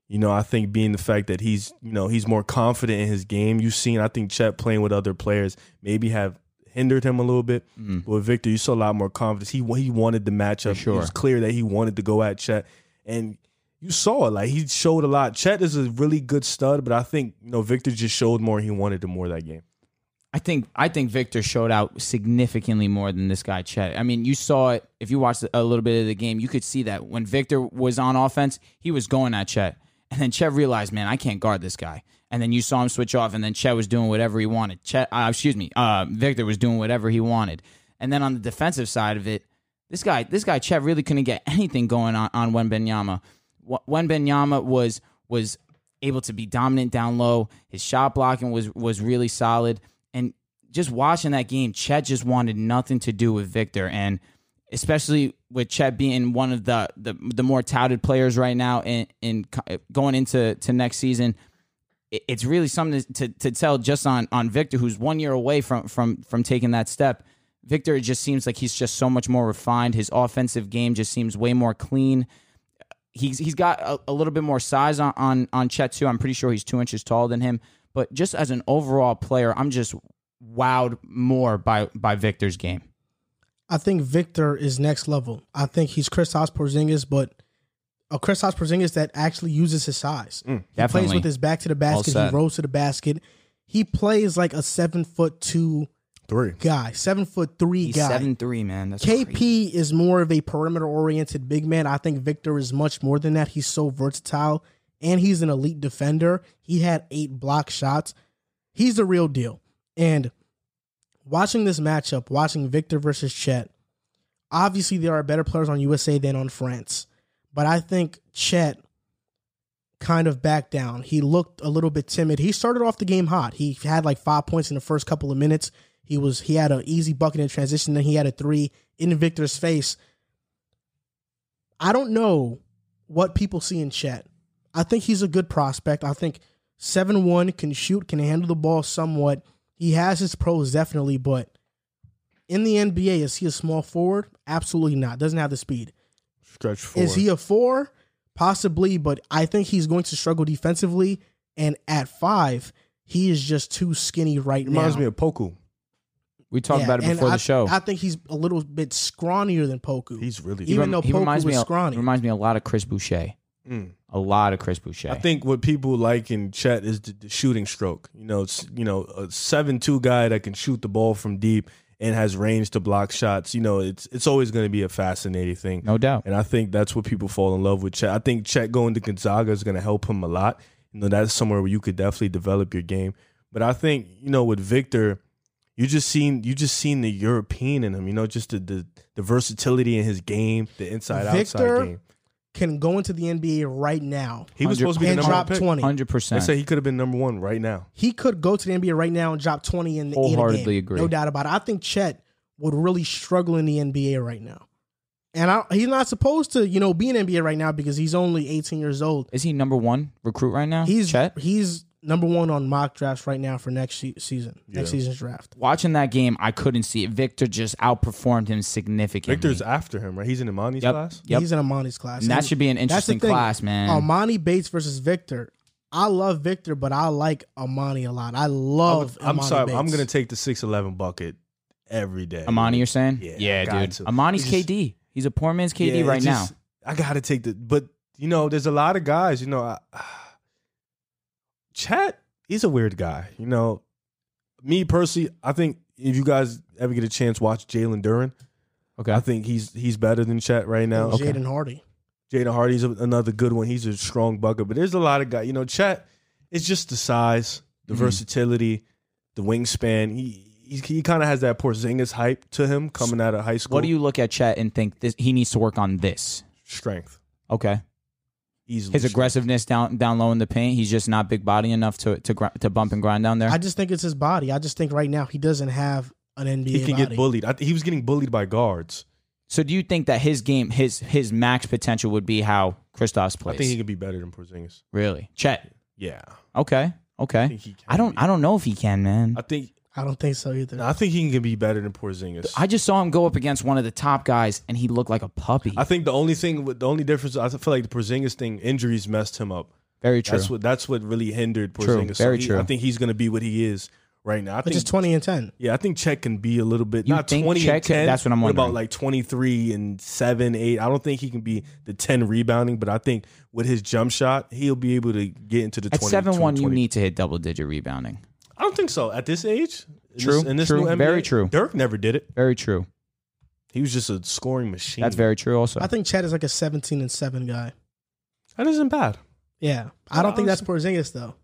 [SPEAKER 4] You know, I think being the fact that he's, you know, he's more confident in his game. You've seen, I think Chet playing with other players maybe have hindered him a little bit. But with Victor, you saw a lot more confidence. He he wanted the matchup. It was
[SPEAKER 3] sure.
[SPEAKER 4] clear that he wanted to go at Chet, and you saw it. Like he showed a lot. Chet is a really good stud, but I think you know Victor just showed more. He wanted to more that game.
[SPEAKER 3] I think I think Victor showed out significantly more than this guy Chet. I mean, you saw it if you watched a little bit of the game, you could see that when Victor was on offense, he was going at Chet. And then Chet realized, man, I can't guard this guy. And then you saw him switch off and then Chet was doing whatever he wanted. Chet uh, excuse me, uh, Victor was doing whatever he wanted. And then on the defensive side of it, this guy this guy Chet really couldn't get anything going on on Wenbenyama. Wa- Wenbenyama was was able to be dominant down low. His shot blocking was was really solid. And just watching that game, Chet just wanted nothing to do with Victor. And especially with Chet being one of the the, the more touted players right now and in, co- going into to next season, it- it's really something to, to, to tell just on on Victor, who's one year away from from from taking that step. Victor it just seems like he's just so much more refined. His offensive game just seems way more clean. He's he's got a, a little bit more size on, on on Chet too. I'm pretty sure he's two inches taller than him. But just as an overall player, I'm just wowed more by by Victor's game.
[SPEAKER 2] I think Victor is next level. I think he's Christos Porzingis, but a Christos Porzingis that actually uses his size. he plays
[SPEAKER 3] Mm, definitely.
[SPEAKER 2] with his back to the basket. He
[SPEAKER 3] said.
[SPEAKER 2] rolls to the basket. He plays like a seven foot two
[SPEAKER 4] Three.
[SPEAKER 2] guy, seven foot three
[SPEAKER 3] He's
[SPEAKER 2] guy.
[SPEAKER 3] seven three, man. That's
[SPEAKER 2] KP
[SPEAKER 3] crazy.
[SPEAKER 2] is more of a perimeter oriented big man. I think Victor is much more than that. He's so versatile and he's an elite defender. He had eight block shots. He's the real deal. And watching this matchup, watching Victor versus Chet, obviously there are better players on USA than on France. But I think Chet kind of backed down. He looked a little bit timid. He started off the game hot. He had like five points in the first couple of minutes. He was he had an easy bucket in transition, then he had a three in Victor's face. I don't know what people see in Chet. I think he's a good prospect. I think 7 1 can shoot, can handle the ball somewhat. He has his pros definitely, but in the NBA, is he a small forward? Absolutely not. Doesn't have the speed.
[SPEAKER 4] Stretch four.
[SPEAKER 2] Is he a four? Possibly, but I think he's going to struggle defensively. And at five, he is just too skinny right
[SPEAKER 4] Reminds
[SPEAKER 2] now.
[SPEAKER 4] me of Poku.
[SPEAKER 3] We talked
[SPEAKER 2] Yeah,
[SPEAKER 3] about it
[SPEAKER 2] and
[SPEAKER 3] before
[SPEAKER 2] I-
[SPEAKER 3] the show.
[SPEAKER 2] I think he's a little bit scrawnier than Poku.
[SPEAKER 4] He's really.
[SPEAKER 2] even
[SPEAKER 3] rem-
[SPEAKER 2] though Poku
[SPEAKER 3] reminds
[SPEAKER 2] was
[SPEAKER 3] me a,
[SPEAKER 2] scrawny.
[SPEAKER 3] reminds me a lot of Chris Boucher.
[SPEAKER 4] Mm.
[SPEAKER 3] A lot of Chris Boucher.
[SPEAKER 4] I think what people like in Chet is the, the shooting stroke. You know, it's, you know, a seven-two guy that can shoot the ball from deep and has range to block shots. You know, it's it's always going to be a fascinating thing.
[SPEAKER 3] no doubt.
[SPEAKER 4] And I think that's what people fall in love with Chet. I think Chet going to Gonzaga is going to help him a lot. You know, that's somewhere where you could definitely develop your game. But I think you know with Victor, you just seen you just seen the European in him. You know, just the the, the versatility in his game, the inside
[SPEAKER 2] Victor-
[SPEAKER 4] outside game.
[SPEAKER 2] Can go into the NBA right now
[SPEAKER 4] He was
[SPEAKER 3] 100
[SPEAKER 4] supposed to be the
[SPEAKER 2] and
[SPEAKER 4] number one
[SPEAKER 2] drop
[SPEAKER 4] pick.
[SPEAKER 2] 20.
[SPEAKER 3] Hundred
[SPEAKER 4] They say
[SPEAKER 3] percent.
[SPEAKER 4] he could have been number one right now.
[SPEAKER 2] He could go to the NBA right now and drop 20 in the in a game.
[SPEAKER 3] Wholeheartedly agree.
[SPEAKER 2] No doubt about it. I think Chet would really struggle in the NBA right now. And I, he's not supposed to, you know, be in NBA right now because he's only 18 years old.
[SPEAKER 3] Is he number one recruit right now?
[SPEAKER 2] He's
[SPEAKER 3] Chet.
[SPEAKER 2] he's number one on mock drafts right now for next se- season, next season's draft.
[SPEAKER 3] Watching that game, I couldn't see it. Victor just outperformed him significantly.
[SPEAKER 4] Victor's after him, right? He's in Imani's
[SPEAKER 3] Yep.
[SPEAKER 4] class.
[SPEAKER 3] Yep.
[SPEAKER 2] He's in Amani's class.
[SPEAKER 3] And that should be an
[SPEAKER 2] that's the
[SPEAKER 3] interesting
[SPEAKER 2] thing.
[SPEAKER 3] class, man.
[SPEAKER 2] Amani Bates versus Victor. I love Victor, but I like Amani a lot. I love.
[SPEAKER 4] I'm
[SPEAKER 2] Amani
[SPEAKER 4] sorry.
[SPEAKER 2] Bates.
[SPEAKER 4] I'm gonna take the six eleven bucket every day.
[SPEAKER 3] Amani, you're saying?
[SPEAKER 4] Yeah, got
[SPEAKER 3] dude.
[SPEAKER 4] to.
[SPEAKER 3] Amani's
[SPEAKER 4] He just-
[SPEAKER 3] KD. He's a poor man's KD
[SPEAKER 4] Yeah, it
[SPEAKER 3] right
[SPEAKER 4] just-
[SPEAKER 3] now.
[SPEAKER 4] I gotta take the, but you know, there's a lot of guys. You know, I, Chet, he's a weird guy. You know, me personally, I think if you guys ever get a chance, watch Jalen Duran.
[SPEAKER 3] Okay.
[SPEAKER 4] I think he's he's better than Chet right now.
[SPEAKER 2] And Jaden Hardy.
[SPEAKER 4] Jaden Hardy's a- another good one. He's a strong bucket, but there's a lot of guys. You know, Chet, it's just the size, the
[SPEAKER 3] Mhm.
[SPEAKER 4] versatility, the wingspan. He. He, he kind of has that Porzingis hype to him coming out of high school.
[SPEAKER 3] What do you look at Chet and think this, he needs to work on this?
[SPEAKER 4] strength
[SPEAKER 3] Okay.
[SPEAKER 4] easily?
[SPEAKER 3] His aggressiveness down down low in the paint. He's just not big body enough to to gr- to bump and grind down there.
[SPEAKER 2] I just think it's his body. I just think right now he doesn't have an NBA.
[SPEAKER 4] he can
[SPEAKER 2] body.
[SPEAKER 4] get bullied. I, th- he was getting bullied by guards.
[SPEAKER 3] so do you think that his game his his max potential would be how Kristaps plays?
[SPEAKER 4] I think he could be better than Porzingis.
[SPEAKER 3] really. Chet.
[SPEAKER 4] Yeah,
[SPEAKER 3] Okay.
[SPEAKER 4] I
[SPEAKER 3] Okay.
[SPEAKER 4] think he can.
[SPEAKER 3] I don't
[SPEAKER 4] Be.
[SPEAKER 3] I don't know if he can, man.
[SPEAKER 4] I think.
[SPEAKER 2] I don't think so either.
[SPEAKER 4] no, I think he can be better than Porzingis.
[SPEAKER 3] Mm-hmm. I
[SPEAKER 4] I,
[SPEAKER 3] just saw him go up against one of the top guys and he looked like a puppy.
[SPEAKER 4] think the only thing, with the only difference, I feel like the Porzingis thing, injuries messed him up.
[SPEAKER 3] Very true.
[SPEAKER 4] That's what that's what really hindered Porzingis.
[SPEAKER 3] True,
[SPEAKER 4] So
[SPEAKER 3] very
[SPEAKER 4] he-
[SPEAKER 3] true.
[SPEAKER 4] I think he's going to be what he is right now. I
[SPEAKER 2] But
[SPEAKER 4] think.
[SPEAKER 2] just 20 and 10.
[SPEAKER 4] yeah, I think Chet can be a little bit
[SPEAKER 3] You
[SPEAKER 4] not
[SPEAKER 3] think
[SPEAKER 4] twenty
[SPEAKER 3] Chet
[SPEAKER 4] and
[SPEAKER 3] could-
[SPEAKER 4] ten.
[SPEAKER 3] that's what I'm
[SPEAKER 4] What
[SPEAKER 3] wondering.
[SPEAKER 4] about like twenty three and seven, eight? I don't think he can be the ten rebounding, but I think with his jump shot, he'll be able to get into the
[SPEAKER 3] At
[SPEAKER 4] 20,
[SPEAKER 3] seven one, you
[SPEAKER 4] 20.
[SPEAKER 3] need to hit double digit rebounding.
[SPEAKER 4] I don't think so. At this age, in
[SPEAKER 3] True,
[SPEAKER 4] This, in this
[SPEAKER 3] true,
[SPEAKER 4] new NBA,
[SPEAKER 3] very true.
[SPEAKER 4] Dirk never did it.
[SPEAKER 3] Very true.
[SPEAKER 4] He was just a scoring machine.
[SPEAKER 3] That's very true. Also,
[SPEAKER 2] I think Chad is like a 17 and 7 guy.
[SPEAKER 4] That isn't bad.
[SPEAKER 2] Yeah. I don't think that's Porzingis, though.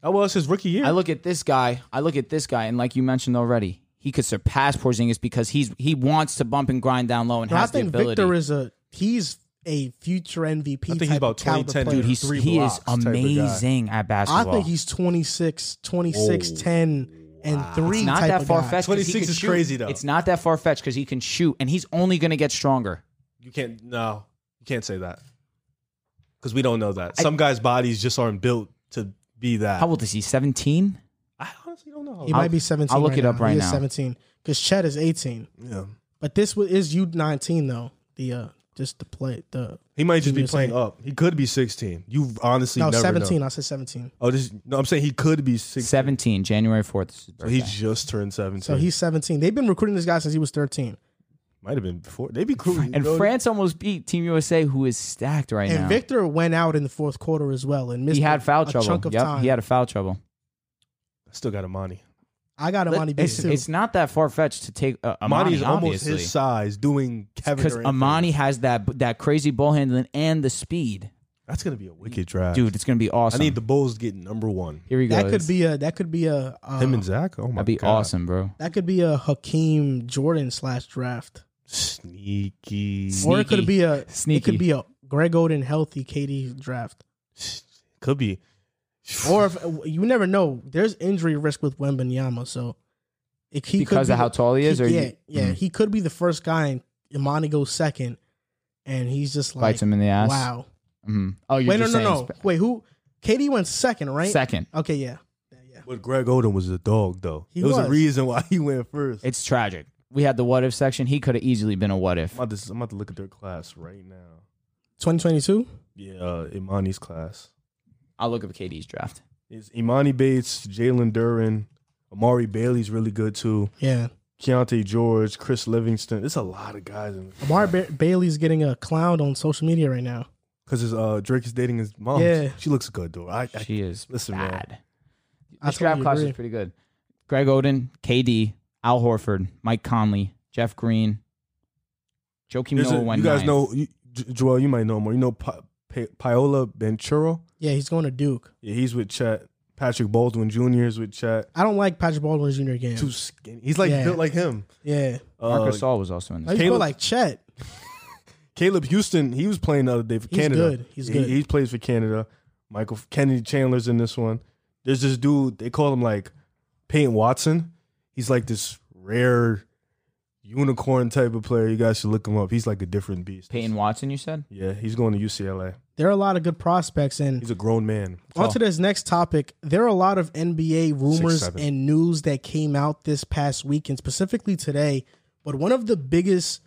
[SPEAKER 4] That was his rookie year.
[SPEAKER 3] I look at this guy. I look at this guy, and like you mentioned already, he could surpass Porzingis because he's he wants to bump and grind down low and
[SPEAKER 2] No, I
[SPEAKER 3] has the
[SPEAKER 2] think
[SPEAKER 3] ability.
[SPEAKER 2] Victor is a, he's a future MVP.
[SPEAKER 4] I think he's
[SPEAKER 2] type
[SPEAKER 4] about
[SPEAKER 2] of caliber
[SPEAKER 4] 20, 10,
[SPEAKER 2] player.
[SPEAKER 3] Dude, he's
[SPEAKER 4] three
[SPEAKER 3] he
[SPEAKER 4] blocks
[SPEAKER 3] is
[SPEAKER 4] type of guy.
[SPEAKER 3] amazing at
[SPEAKER 2] I
[SPEAKER 3] basketball.
[SPEAKER 2] think he's 26, 26, 10, and 3
[SPEAKER 3] it's not
[SPEAKER 2] type
[SPEAKER 3] that
[SPEAKER 2] of
[SPEAKER 3] far
[SPEAKER 2] guy.
[SPEAKER 3] fetched.
[SPEAKER 4] 26 is crazy, though.
[SPEAKER 3] It's not that far fetched because he can shoot, and he's only going to get stronger.
[SPEAKER 4] you can't. No, you can't say that because we don't know that. Some guys' bodies just aren't built to be that.
[SPEAKER 3] How old is he? Seventeen.
[SPEAKER 4] I honestly don't know. How
[SPEAKER 2] He
[SPEAKER 4] old-
[SPEAKER 2] might be 17.
[SPEAKER 3] I'll look
[SPEAKER 2] right
[SPEAKER 3] it up
[SPEAKER 2] now.
[SPEAKER 3] right
[SPEAKER 2] he Is
[SPEAKER 3] now.
[SPEAKER 2] 17 because Chet is 18.
[SPEAKER 4] yeah.
[SPEAKER 2] But this wa- is U19 though. The uh, just the play the
[SPEAKER 4] He might just be
[SPEAKER 2] You're
[SPEAKER 4] playing
[SPEAKER 2] saying-
[SPEAKER 4] up. He could be 16. You honestly
[SPEAKER 2] no
[SPEAKER 4] never
[SPEAKER 2] 17.
[SPEAKER 4] know.
[SPEAKER 2] I said 17.
[SPEAKER 4] Oh, this, no, I'm saying he could be 16.
[SPEAKER 3] Seventeen. January fourth.
[SPEAKER 4] So he just turned 17.
[SPEAKER 2] So he's 17. They've been recruiting this guy since he was 13.
[SPEAKER 4] Might have been before. They be cruising.
[SPEAKER 3] And
[SPEAKER 4] bro.
[SPEAKER 3] France almost beat Team USA, who is stacked right
[SPEAKER 2] and
[SPEAKER 3] now.
[SPEAKER 2] Victor went out in the fourth quarter as well and missed
[SPEAKER 3] he had foul
[SPEAKER 2] a
[SPEAKER 3] trouble.
[SPEAKER 2] chunk of
[SPEAKER 3] yep,
[SPEAKER 2] time.
[SPEAKER 3] he had a foul trouble.
[SPEAKER 4] still got Amani.
[SPEAKER 2] I got Amani Bates
[SPEAKER 3] It's,
[SPEAKER 2] too.
[SPEAKER 3] it's not that far fetched to take uh, Amani.
[SPEAKER 4] Amani's almost
[SPEAKER 3] obviously.
[SPEAKER 4] his size, doing Kevin
[SPEAKER 3] because
[SPEAKER 4] Durant
[SPEAKER 3] Amani
[SPEAKER 4] things.
[SPEAKER 3] has that that crazy ball handling and the speed,
[SPEAKER 4] That's gonna be a wicked draft,
[SPEAKER 3] dude. It's gonna be
[SPEAKER 4] I
[SPEAKER 3] awesome.
[SPEAKER 4] need the Bulls getting number one.
[SPEAKER 3] Here we go.
[SPEAKER 2] that could
[SPEAKER 3] It's-
[SPEAKER 2] be a that could be a uh,
[SPEAKER 4] Him and Zach. Oh my,
[SPEAKER 3] that'd be
[SPEAKER 4] God.
[SPEAKER 3] awesome, bro.
[SPEAKER 2] that could be a Hakeem Jordan slash draft,
[SPEAKER 4] Sneaky.
[SPEAKER 2] or it
[SPEAKER 3] Sneaky.
[SPEAKER 2] could be a It
[SPEAKER 3] Sneaky.
[SPEAKER 2] could be a Greg Oden healthy KD draft,
[SPEAKER 4] Could be.
[SPEAKER 2] or if you never know, there's injury risk with Wembenyama, so if he could
[SPEAKER 3] Because
[SPEAKER 2] be
[SPEAKER 3] of how
[SPEAKER 2] the-
[SPEAKER 3] tall he is, or
[SPEAKER 2] yeah,
[SPEAKER 3] you-
[SPEAKER 2] yeah,
[SPEAKER 3] Mm.
[SPEAKER 2] he could be the first guy, and Imani goes second, and he's just like,
[SPEAKER 3] bites him in the ass.
[SPEAKER 2] wow.
[SPEAKER 3] Mhm. Oh, you're
[SPEAKER 2] Wait, no,
[SPEAKER 3] just
[SPEAKER 2] no,
[SPEAKER 3] saying
[SPEAKER 2] no.
[SPEAKER 3] sp-
[SPEAKER 2] Wait, who? KD went second, right?
[SPEAKER 3] Second,
[SPEAKER 2] Okay, yeah, yeah, yeah.
[SPEAKER 4] But Greg Oden was a dog, though.
[SPEAKER 2] He
[SPEAKER 4] It was,
[SPEAKER 2] was.
[SPEAKER 4] a reason why he went first.
[SPEAKER 3] it's tragic. We had the what if section. He could have easily been a what if.
[SPEAKER 4] I'm, about to, I'm about to look at their class right now.
[SPEAKER 2] 2022.
[SPEAKER 4] Yeah, uh, Imani's class.
[SPEAKER 3] I'll look up KD's draft.
[SPEAKER 4] It's Imani Bates, Jalen Duran, Amari Bailey's really good too.
[SPEAKER 2] Yeah,
[SPEAKER 4] Keontae George, Chris Livingston. It's a lot of guys in
[SPEAKER 2] Amar ba- Bailey's getting a clown on social media right now.
[SPEAKER 4] because his uh, Drake is dating his mom.
[SPEAKER 2] Yeah.
[SPEAKER 4] she looks good though. I, I
[SPEAKER 3] She is
[SPEAKER 4] listen, man.
[SPEAKER 3] bad.
[SPEAKER 2] I
[SPEAKER 3] This
[SPEAKER 2] totally
[SPEAKER 3] draft class
[SPEAKER 2] agree.
[SPEAKER 3] is pretty good. Greg Oden, KD, Al Horford, Mike Conley, Jeff Green, Joakim
[SPEAKER 4] There's a-
[SPEAKER 3] Noah. went
[SPEAKER 4] you guys
[SPEAKER 3] ninth.
[SPEAKER 4] know you, J- Joel. You might know more. You know pa- Pa- Paola Benchuro.
[SPEAKER 2] Yeah, he's going to Duke.
[SPEAKER 4] Yeah, he's with Chet. Patrick Baldwin Jr. is with Chet.
[SPEAKER 2] I don't like Patrick Baldwin Jr. again.
[SPEAKER 4] Too skinny. He's like
[SPEAKER 2] Yeah.
[SPEAKER 4] built like him.
[SPEAKER 2] Yeah,
[SPEAKER 4] Uh,
[SPEAKER 3] Marcus Saul was also in
[SPEAKER 2] I
[SPEAKER 3] this.
[SPEAKER 2] used to go
[SPEAKER 4] Caleb-
[SPEAKER 2] like Chet.
[SPEAKER 4] Caleb Houston, he was playing the other day for
[SPEAKER 2] He's
[SPEAKER 4] Canada.
[SPEAKER 2] good. He's good.
[SPEAKER 4] He, he plays for Canada. Michael Kennedy Chandler's in this one. There's this dude, they call him like Peyton Watson. He's like this rare unicorn type of player. You guys should look him up. He's like a different beast.
[SPEAKER 3] Peyton Watson, you said?
[SPEAKER 4] Yeah, he's going to UCLA.
[SPEAKER 2] There are a lot of good prospects, and
[SPEAKER 4] He's a grown man.
[SPEAKER 2] on to this next topic. There are a lot of NBA rumors
[SPEAKER 4] seven.
[SPEAKER 2] and news that came out this past week, and specifically today. But one of the biggest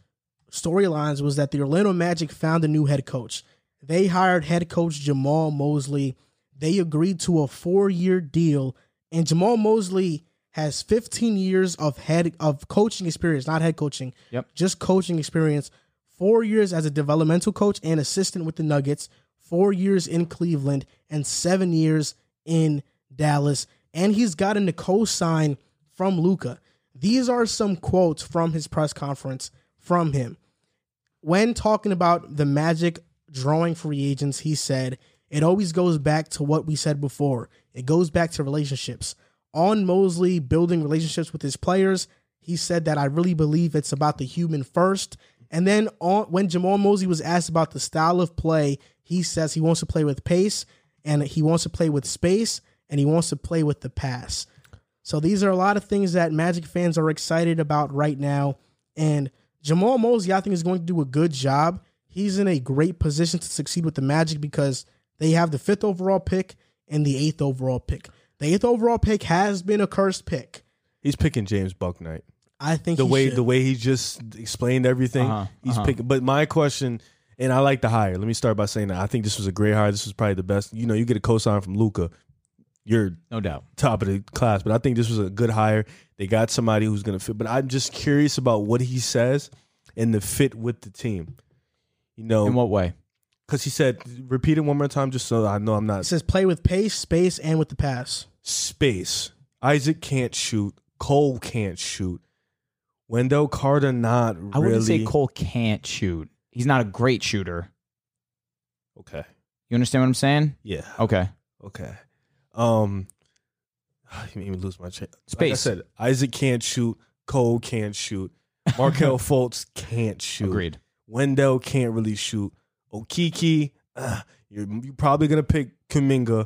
[SPEAKER 2] storylines was that the Orlando Magic found a new head coach. They hired head coach Jamal Mosley. They agreed to a four-year deal, and Jamal Mosley has 15 years of head of coaching experience, not head coaching,
[SPEAKER 3] Yep.
[SPEAKER 2] just coaching experience. Four years as a developmental coach and assistant with the Nuggets, four years in Cleveland, and seven years in Dallas. And he's gotten the co-sign from Luca. These are some quotes from his press conference from him when talking about the Magic drawing free agents, he said, it always goes back to what we said before. It goes back to relationships. On Mosley building relationships with his players, he said that I really believe it's about the human first. And then on, when Jamal Mosley was asked about the style of play, he says he wants to play with pace and he wants to play with space and he wants to play with the pass. So these are a lot of things that Magic fans are excited about right now. And Jamal Mosley, I think, is going to do a good job. He's in a great position to succeed with the Magic because they have the fifth overall pick and the eighth overall pick. The eighth overall pick has been a cursed pick.
[SPEAKER 4] He's picking James Bucknight.
[SPEAKER 2] I think
[SPEAKER 4] The
[SPEAKER 2] he
[SPEAKER 4] way
[SPEAKER 2] should.
[SPEAKER 4] the way he just explained everything,
[SPEAKER 3] Uh-huh,
[SPEAKER 4] he's
[SPEAKER 3] uh-huh.
[SPEAKER 4] picking. But my question, and I like the hire. Let me start by saying that I think this was a great hire. This was probably the best. You know, you get a cosign from Luca. You're
[SPEAKER 3] No doubt.
[SPEAKER 4] top of the class, but I think this was a good hire. They got somebody who's going to fit, but I'm just curious about what he says and the fit with the team. You
[SPEAKER 3] In
[SPEAKER 4] know,
[SPEAKER 3] what way?
[SPEAKER 4] because he said, repeat it one more time just so I know I'm
[SPEAKER 2] it
[SPEAKER 4] not.
[SPEAKER 2] says play with pace, space, and with the pass.
[SPEAKER 4] Space. Isaac can't shoot. Cole can't shoot. Wendell Carter, not really.
[SPEAKER 3] I wouldn't say Cole can't shoot. He's not a great shooter.
[SPEAKER 4] Okay.
[SPEAKER 3] You understand what I'm saying?
[SPEAKER 4] Yeah.
[SPEAKER 3] Okay.
[SPEAKER 4] Okay. Um, you made me lose my chance. Like I
[SPEAKER 3] Space.
[SPEAKER 4] said, Isaac can't shoot. Cole can't shoot. Markel Fultz can't shoot.
[SPEAKER 3] Agreed.
[SPEAKER 4] Wendell can't really shoot. Okiki, uh, you're, you're probably gonna pick Kuminga.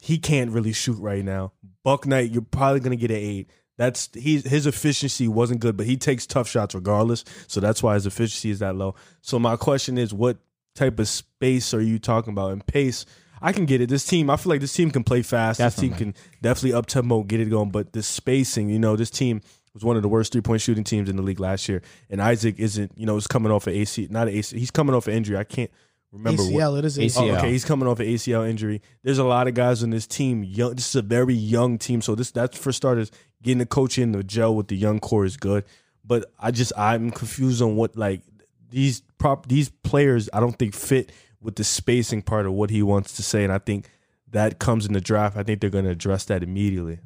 [SPEAKER 4] He can't really shoot right now. Buck Knight, you're probably gonna get an eight. That's he, his efficiency wasn't good, but he takes tough shots regardless. So that's why his efficiency is that low. So my question is, what type of space are you talking about? And pace, I can get it. This team, I feel like this team can play fast. This
[SPEAKER 3] Definitely.
[SPEAKER 4] team can definitely up tempo, get it going. But the spacing, you know, this team was one of the worst three point shooting teams in the league last year. And Isaac isn't, you know, is coming off an AC, not an AC. He's coming off an injury. I can't remember what.
[SPEAKER 2] ACL, it is
[SPEAKER 4] Oh,
[SPEAKER 2] ACL.
[SPEAKER 3] ACL.
[SPEAKER 4] okay, he's coming off an ACL injury. There's a lot of guys on this team. Young, this is a very young team. So this that's for starters. Getting the coach in the gel with the young core is good. But I just I'm confused on what like these prop these players I don't think fit with the spacing part of what he wants to say, and I think that comes in the draft. I think they're going to address that immediately.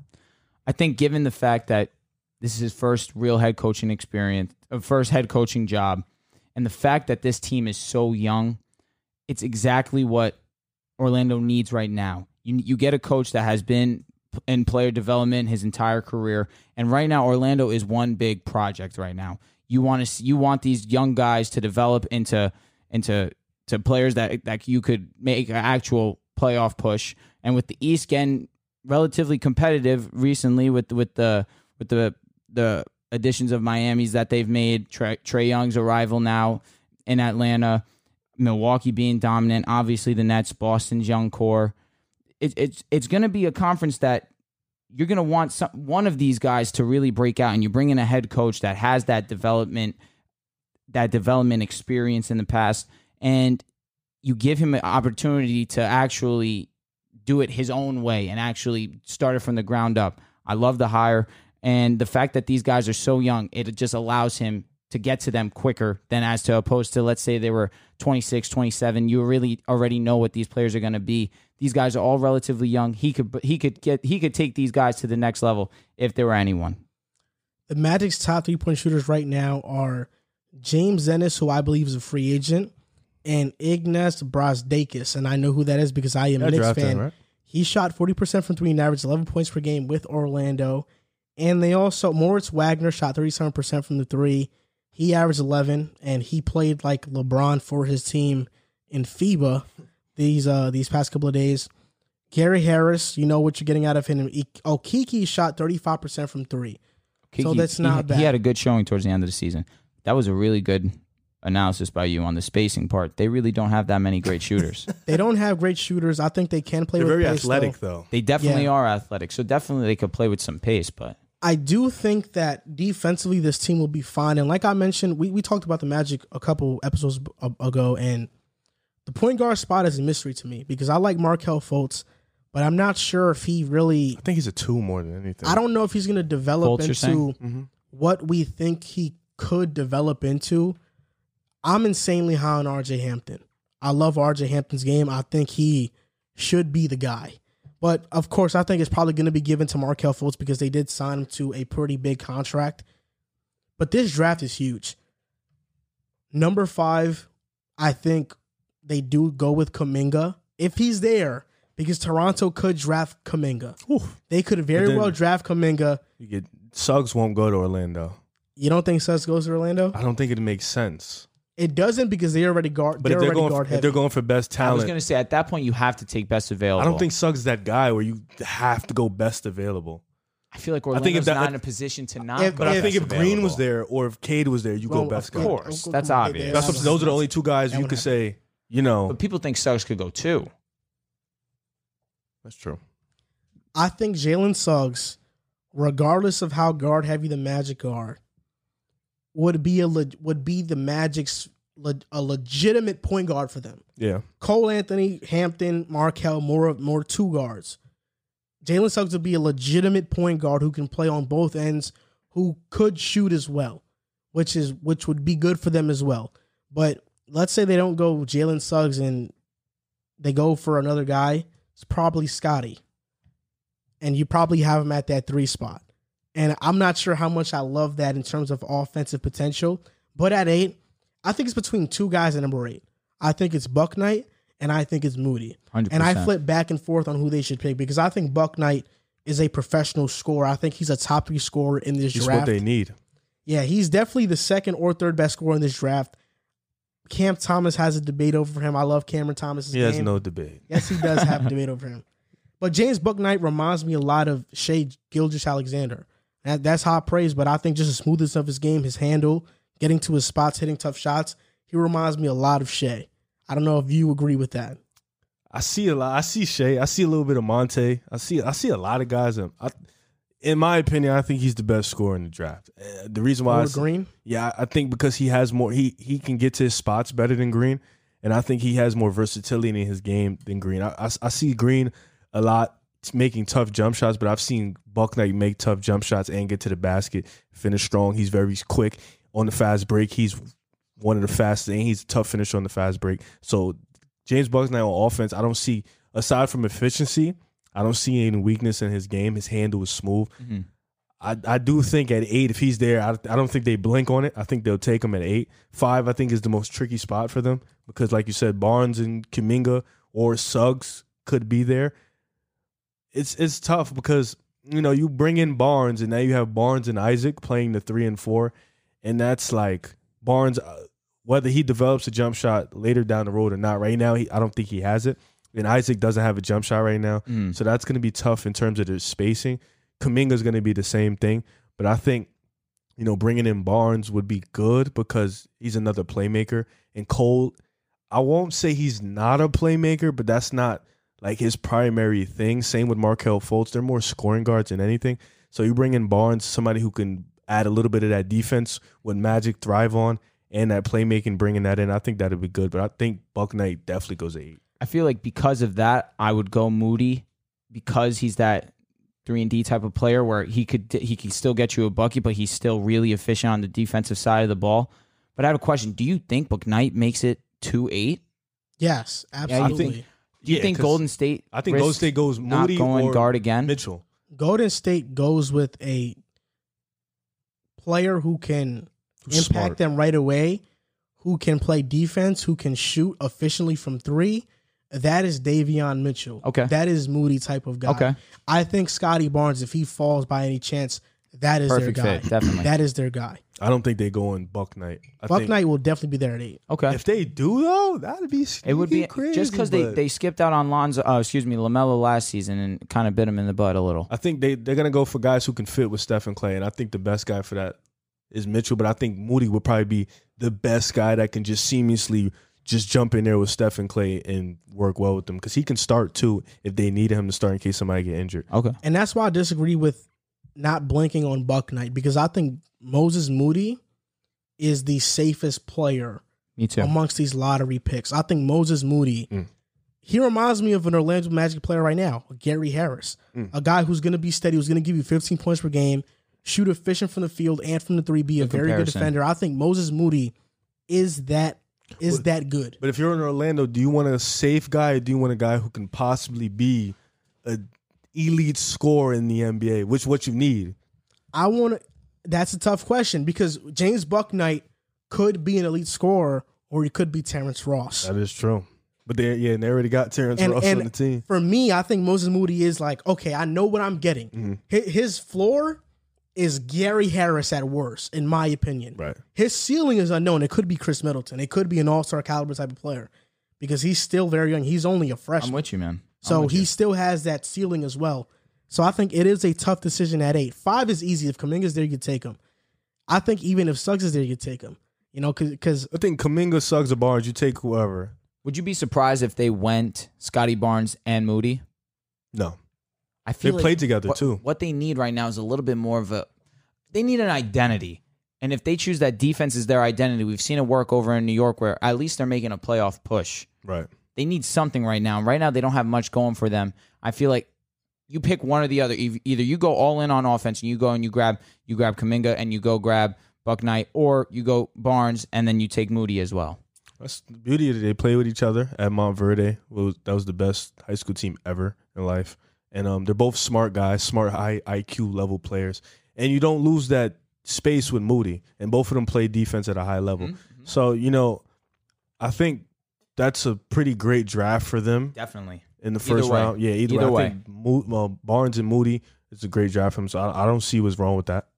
[SPEAKER 3] I think given the fact that this is his first real head coaching experience, uh, first head coaching job, and the fact that this team is so young, it's exactly what Orlando needs right now. You you get a coach that has been p- in player development his entire career, and right now Orlando is one big project right now. You want to you want these young guys to develop into into to players that that you could make an actual playoff push. And with the East getting relatively competitive recently with with the with the the additions of Miami's that they've made. Trey Trey Young's arrival now in Atlanta, Milwaukee being dominant, obviously the Nets, Boston's young core. It, it's it's going to be a conference that you're going to want some, one of these guys to really break out, and you bring in a head coach that has that development that development experience in the past, and you give him an opportunity to actually do it his own way and actually start it from the ground up. I love the hire and the fact that these guys are so young, it just allows him to get to them quicker than as to opposed to let's say they were 26, 27. You really already know what these players are going to be. These guys are all relatively young. He could he could get he could take these guys to the next level if there were anyone.
[SPEAKER 2] The Magic's top three point shooters right now are James Ennis, who I believe is a free agent, and Ignas Brasdakis. And I know who that is because I am a
[SPEAKER 4] That
[SPEAKER 2] Knicks
[SPEAKER 4] draft
[SPEAKER 2] fan.
[SPEAKER 4] him, right?
[SPEAKER 2] He shot 40% from three and averaged 11 points per game with Orlando. And they also, Moritz Wagner shot 37% from the three. He averaged 11, and he played like LeBron for his team in FIBA these uh, these past couple of days. Gary Harris, you know what you're getting out of him. E- Oh, Kiki shot 35% from three. So that's
[SPEAKER 3] he-
[SPEAKER 2] not
[SPEAKER 3] he, had
[SPEAKER 2] bad.
[SPEAKER 3] a good showing towards the end of the season. That was a really good analysis by you on the spacing part. They really don't have that many great shooters.
[SPEAKER 2] They don't have great shooters. I think they can play
[SPEAKER 4] They're
[SPEAKER 2] with
[SPEAKER 4] very
[SPEAKER 2] pace, though.
[SPEAKER 4] athletic though.
[SPEAKER 3] they definitely
[SPEAKER 2] Yeah.
[SPEAKER 3] are athletic, so definitely they could play with some pace, but
[SPEAKER 2] I do think that defensively this team will be fine. And like I mentioned, we, we talked about the Magic a couple episodes b- a- ago, and the point guard spot is a mystery to me because I like Markel Fultz, but I'm not sure if he really.
[SPEAKER 4] I think he's a two more than anything.
[SPEAKER 2] I don't know if he's going to develop
[SPEAKER 3] Fultz, you're
[SPEAKER 2] into
[SPEAKER 3] saying?
[SPEAKER 2] what we think he could develop into. I'm insanely high on RJ Hampton. I love RJ Hampton's game. I think he should be the guy. But of course, I think it's probably going to be given to Markel Fultz because they did sign him to a pretty big contract. But this draft is huge. Number five, I think they do go with Kaminga if he's there because Toronto could draft Kaminga. They could very
[SPEAKER 4] But then-
[SPEAKER 2] well draft Kaminga.
[SPEAKER 4] You get Suggs won't go to Orlando.
[SPEAKER 2] You don't think Suss goes to Orlando?
[SPEAKER 4] I don't think it makes sense.
[SPEAKER 2] It doesn't because they already guard.
[SPEAKER 4] But
[SPEAKER 2] they're,
[SPEAKER 4] if they're
[SPEAKER 2] already
[SPEAKER 4] going,
[SPEAKER 2] guard
[SPEAKER 4] for,
[SPEAKER 2] heavy.
[SPEAKER 4] if they're going for best
[SPEAKER 3] I was
[SPEAKER 4] talent,
[SPEAKER 3] going to say at that point you have to take best available.
[SPEAKER 4] I don't think Suggs is that guy where you have to go best available.
[SPEAKER 3] I feel like
[SPEAKER 4] think if
[SPEAKER 3] Orlando's
[SPEAKER 4] that-
[SPEAKER 3] not in a position to not.
[SPEAKER 2] If-
[SPEAKER 3] go
[SPEAKER 4] But I
[SPEAKER 3] best
[SPEAKER 4] think if Green was
[SPEAKER 3] available.
[SPEAKER 4] there or if Cade was there, you
[SPEAKER 2] Well,
[SPEAKER 4] go best
[SPEAKER 2] of
[SPEAKER 4] guy.
[SPEAKER 3] course. That's
[SPEAKER 2] Come on,
[SPEAKER 3] obvious.
[SPEAKER 2] they-
[SPEAKER 4] That's what, those are the only two guys
[SPEAKER 2] That
[SPEAKER 4] you
[SPEAKER 2] would
[SPEAKER 4] could
[SPEAKER 2] happen.
[SPEAKER 4] say. You know,
[SPEAKER 3] but people think Suggs could go too.
[SPEAKER 4] that's true.
[SPEAKER 2] I think Jalen Suggs, regardless of how guard heavy the Magic are, would be a le- would be the Magic's le- a legitimate point guard for them.
[SPEAKER 4] Yeah,
[SPEAKER 2] Cole Anthony, Hampton, Markel, more more two guards. Jalen Suggs would be a legitimate point guard who can play on both ends, who could shoot as well, which is which would be good for them as well. But let's say they don't go Jalen Suggs and they go for another guy. It's probably Scotty, and you probably have him at that three spot. And I'm not sure how much I love that in terms of offensive potential. But at eight, I think it's between two guys at number eight. I think it's Buck Knight and I think it's Moody.
[SPEAKER 3] 100%.
[SPEAKER 2] And I flip back and forth on who they should pick because I think Buck Knight is a professional scorer. I think he's a top three scorer in this
[SPEAKER 4] just what
[SPEAKER 2] draft.
[SPEAKER 4] they need.
[SPEAKER 2] Yeah, he's definitely the second or third best scorer in this draft. Cam Thomas has a debate over him. I love Cameron Thomas's
[SPEAKER 4] He
[SPEAKER 2] game.
[SPEAKER 4] has no debate.
[SPEAKER 2] yes, he does have a debate over him. But James Buck Knight reminds me a lot of Shea Gilgis Alexander. That, that's high praise, but I think just the smoothness of his game, his handle, getting to his spots, hitting tough shots, he reminds me a lot of Shea. I don't know if you agree with that.
[SPEAKER 4] I see a lot. I see Shea. I see a little bit of Monte. I see. I see a lot of guys. In, I, in my opinion, I think he's the best scorer in the draft. Uh, the reason why, I
[SPEAKER 2] Or
[SPEAKER 4] s-
[SPEAKER 2] Green?
[SPEAKER 4] yeah, I think because he has more. He he can get to his spots better than Green, and I think he has more versatility in his game than Green. I I, I see Green a lot t- making tough jump shots, but I've seen Bucknight make tough jump shots and get to the basket, finish strong. He's very quick on the fast break. He's one of the fastest, and he's a tough finisher on the fast break. So James Bucknight on offense, I don't see aside from efficiency, I don't see any weakness in his game. His handle is smooth.
[SPEAKER 3] Mhm.
[SPEAKER 4] I, I do think at eight, if he's there, I, I don't think they blink on it. I think they'll take him at eight. Five, I think, is the most tricky spot for them because, like you said, Barnes and Kaminga or Suggs could be there. It's it's tough because you know you bring in Barnes and now you have Barnes and Isaac playing the three and four, and that's like Barnes, uh, whether he develops a jump shot later down the road or not. Right now, he, I don't think he has it, and Isaac doesn't have a jump shot right now.
[SPEAKER 3] Mm.
[SPEAKER 4] So that's going to be tough in terms of their spacing. Kaminga's going to be the same thing, but I think you know bringing in Barnes would be good because he's another playmaker. And Cole, I won't say he's not a playmaker, but that's not like his primary thing. Same with Markel Fultz; they're more scoring guards than anything. So you bring in Barnes, somebody who can add a little bit of that defense, what Magic thrive on, and that playmaking, bringing that in. I think that'd be good. But I think Buck Knight definitely goes eight.
[SPEAKER 3] I feel like because of that, I would go Moody because he's that three and D type of player where he could he could still get you a bucket, but he's still really efficient on the defensive side of the ball. But I have a question: Do you think McKnight makes it two eight?
[SPEAKER 2] Yes,
[SPEAKER 3] you
[SPEAKER 2] absolutely.
[SPEAKER 4] think-
[SPEAKER 3] Do you
[SPEAKER 4] Yeah,
[SPEAKER 3] think
[SPEAKER 4] 'cause
[SPEAKER 3] Golden State?
[SPEAKER 4] I think
[SPEAKER 3] risks
[SPEAKER 4] Golden State goes
[SPEAKER 3] not
[SPEAKER 4] Moody
[SPEAKER 3] going
[SPEAKER 4] or
[SPEAKER 3] guard again.
[SPEAKER 4] Mitchell.
[SPEAKER 2] Golden State goes with a player who can
[SPEAKER 4] Who's
[SPEAKER 2] impact
[SPEAKER 4] smart.
[SPEAKER 2] them right away, who can play defense, who can shoot efficiently from three. That is Davion Mitchell.
[SPEAKER 3] Okay.
[SPEAKER 2] That is Moody type of guy.
[SPEAKER 3] Okay.
[SPEAKER 2] I think Scotty Barnes, if he falls by any chance, that is
[SPEAKER 3] Perfect
[SPEAKER 2] their guy.
[SPEAKER 3] fit, definitely.
[SPEAKER 2] That is their guy.
[SPEAKER 4] I don't think they go in Buck Knight. I
[SPEAKER 2] Buck
[SPEAKER 4] think
[SPEAKER 2] Knight will definitely be there at eight.
[SPEAKER 3] Okay,
[SPEAKER 4] If they do though, that'd be
[SPEAKER 3] It would be
[SPEAKER 4] crazy,
[SPEAKER 3] just because they,
[SPEAKER 4] but
[SPEAKER 3] they skipped out on Lonzo, uh, excuse me, Lamelo last season and kind of bit him in the butt a little.
[SPEAKER 4] I think they they're gonna go for guys who can fit with Steph and Clay, and I think the best guy for that is Mitchell. But I think Moody would probably be the best guy that can just seamlessly just jump in there with Steph and Clay and work well with them because he can start too if they need him to start in case somebody get injured.
[SPEAKER 3] Okay,
[SPEAKER 2] And that's why I disagree with not blinking on Buck Knight because I think Moses Moody is the safest player
[SPEAKER 3] me too.
[SPEAKER 2] amongst these lottery picks. I think Moses Moody,
[SPEAKER 4] Mm.
[SPEAKER 2] he reminds me of an Orlando Magic player right now, Gary Harris,
[SPEAKER 4] Mm.
[SPEAKER 2] a guy who's going to be steady, who's going to give you 15 points per game, shoot efficient from the field and from the three, be a
[SPEAKER 3] Good
[SPEAKER 2] very good
[SPEAKER 3] comparison.
[SPEAKER 2] defender. I think Moses Moody is that is
[SPEAKER 4] Well,
[SPEAKER 2] that good.
[SPEAKER 4] But if you're in Orlando, do you want a safe guy? Or do you want a guy who can possibly be a elite scorer in the NBA? Which what you need.
[SPEAKER 2] I want to. That's a tough question because James Bucknight could be an elite scorer or he could be Terrence Ross.
[SPEAKER 4] That is true. But they yeah, and they already got Terrence
[SPEAKER 2] And-
[SPEAKER 4] Ross
[SPEAKER 2] and-
[SPEAKER 4] on the team.
[SPEAKER 2] for me, I think Moses Moody is like, okay, I know what I'm getting. Hi- His floor is Gary Harris at worst, in my opinion.
[SPEAKER 4] Right.
[SPEAKER 2] His ceiling is unknown. It could be Chris Middleton. It could be an all star caliber type of player because he's still very young. He's only a
[SPEAKER 3] I'm
[SPEAKER 2] freshman.
[SPEAKER 3] with you, man. I'm
[SPEAKER 2] so
[SPEAKER 3] with
[SPEAKER 2] he
[SPEAKER 3] you.
[SPEAKER 2] still has that ceiling as well. So I think it is a tough decision at eight. Five is easy. If Kaminga's there, you take him. I think even if Suggs is there, you take him. You know, because
[SPEAKER 4] I think Kaminga Suggs or Barnes, you take whoever.
[SPEAKER 3] Would you be surprised if they went Scotty Barnes and Moody?
[SPEAKER 4] No.
[SPEAKER 3] I
[SPEAKER 4] They
[SPEAKER 3] feel like
[SPEAKER 4] played together
[SPEAKER 3] what,
[SPEAKER 4] too.
[SPEAKER 3] What they need right now is a little bit more of a. They need an identity, and if they choose that defense as their identity, we've seen it work over in New York, where at least they're making a playoff push.
[SPEAKER 4] Right.
[SPEAKER 3] They need something right now. Right now, they don't have much going for them. I feel like you pick one or the other. Eith- Either you go all in on offense and you go and you grab you grab Kaminga and you go grab Buck Knight, or you go Barnes and then you take Moody as well.
[SPEAKER 4] That's the beauty of it. They play with each other at Montverde. Was, that was the best high school team ever in life. And um, they're both smart guys, smart high IQ level players. And you don't lose that space with Moody. And both of them play defense at a high level. So, you know, I think that's a pretty great draft for them
[SPEAKER 3] Definitely.
[SPEAKER 4] in the
[SPEAKER 3] Either
[SPEAKER 4] first
[SPEAKER 3] way.
[SPEAKER 4] round. Yeah, either,
[SPEAKER 3] Either
[SPEAKER 4] way. I
[SPEAKER 3] way.
[SPEAKER 4] think Mo- well, Barnes and Moody is a great draft for them. So I, I don't see what's wrong with that.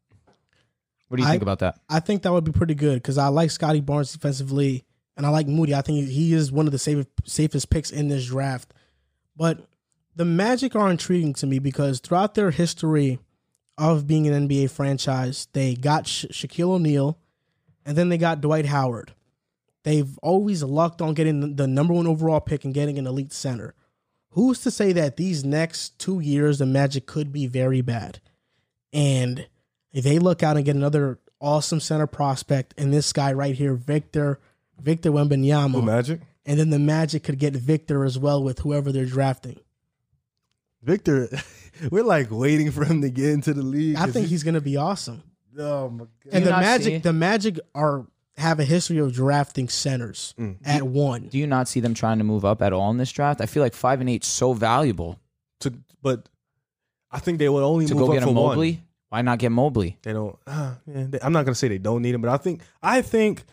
[SPEAKER 3] What do you
[SPEAKER 2] I-
[SPEAKER 3] think about that?
[SPEAKER 2] I think that would be pretty good because I like Scotty Barnes defensively, and I like Moody. I think he is one of the safe, safest picks in this draft. But the Magic are intriguing to me because throughout their history of being an NBA franchise, they got Sha- Shaquille O'Neal, and then they got Dwight Howard. They've always lucked on getting the number one overall pick and getting an elite center. Who's to say that these next two years the Magic could be very bad? And if they look out and get another awesome center prospect and this guy right here, Victor Victor Wembanyama,
[SPEAKER 4] Magic?
[SPEAKER 2] and then the Magic could get Victor as well with whoever they're drafting.
[SPEAKER 4] Victor, we're like waiting for him to get into the league.
[SPEAKER 2] I think he's gonna be awesome.
[SPEAKER 4] Oh my god.
[SPEAKER 2] And
[SPEAKER 3] you
[SPEAKER 2] the
[SPEAKER 3] not
[SPEAKER 2] Magic,
[SPEAKER 3] see-
[SPEAKER 2] the Magic are have a history of drafting centers
[SPEAKER 4] Mm.
[SPEAKER 2] at one.
[SPEAKER 3] Do you not see them trying to move up at all in this draft? I feel like five and eight's so valuable
[SPEAKER 4] To, but I think they would only
[SPEAKER 3] to
[SPEAKER 4] move
[SPEAKER 3] go
[SPEAKER 4] up
[SPEAKER 3] get a
[SPEAKER 4] for one.
[SPEAKER 3] Mobley. Why not get Mobley?
[SPEAKER 4] They don't. Uh, yeah, they- I'm not gonna say they don't need him, but I think I think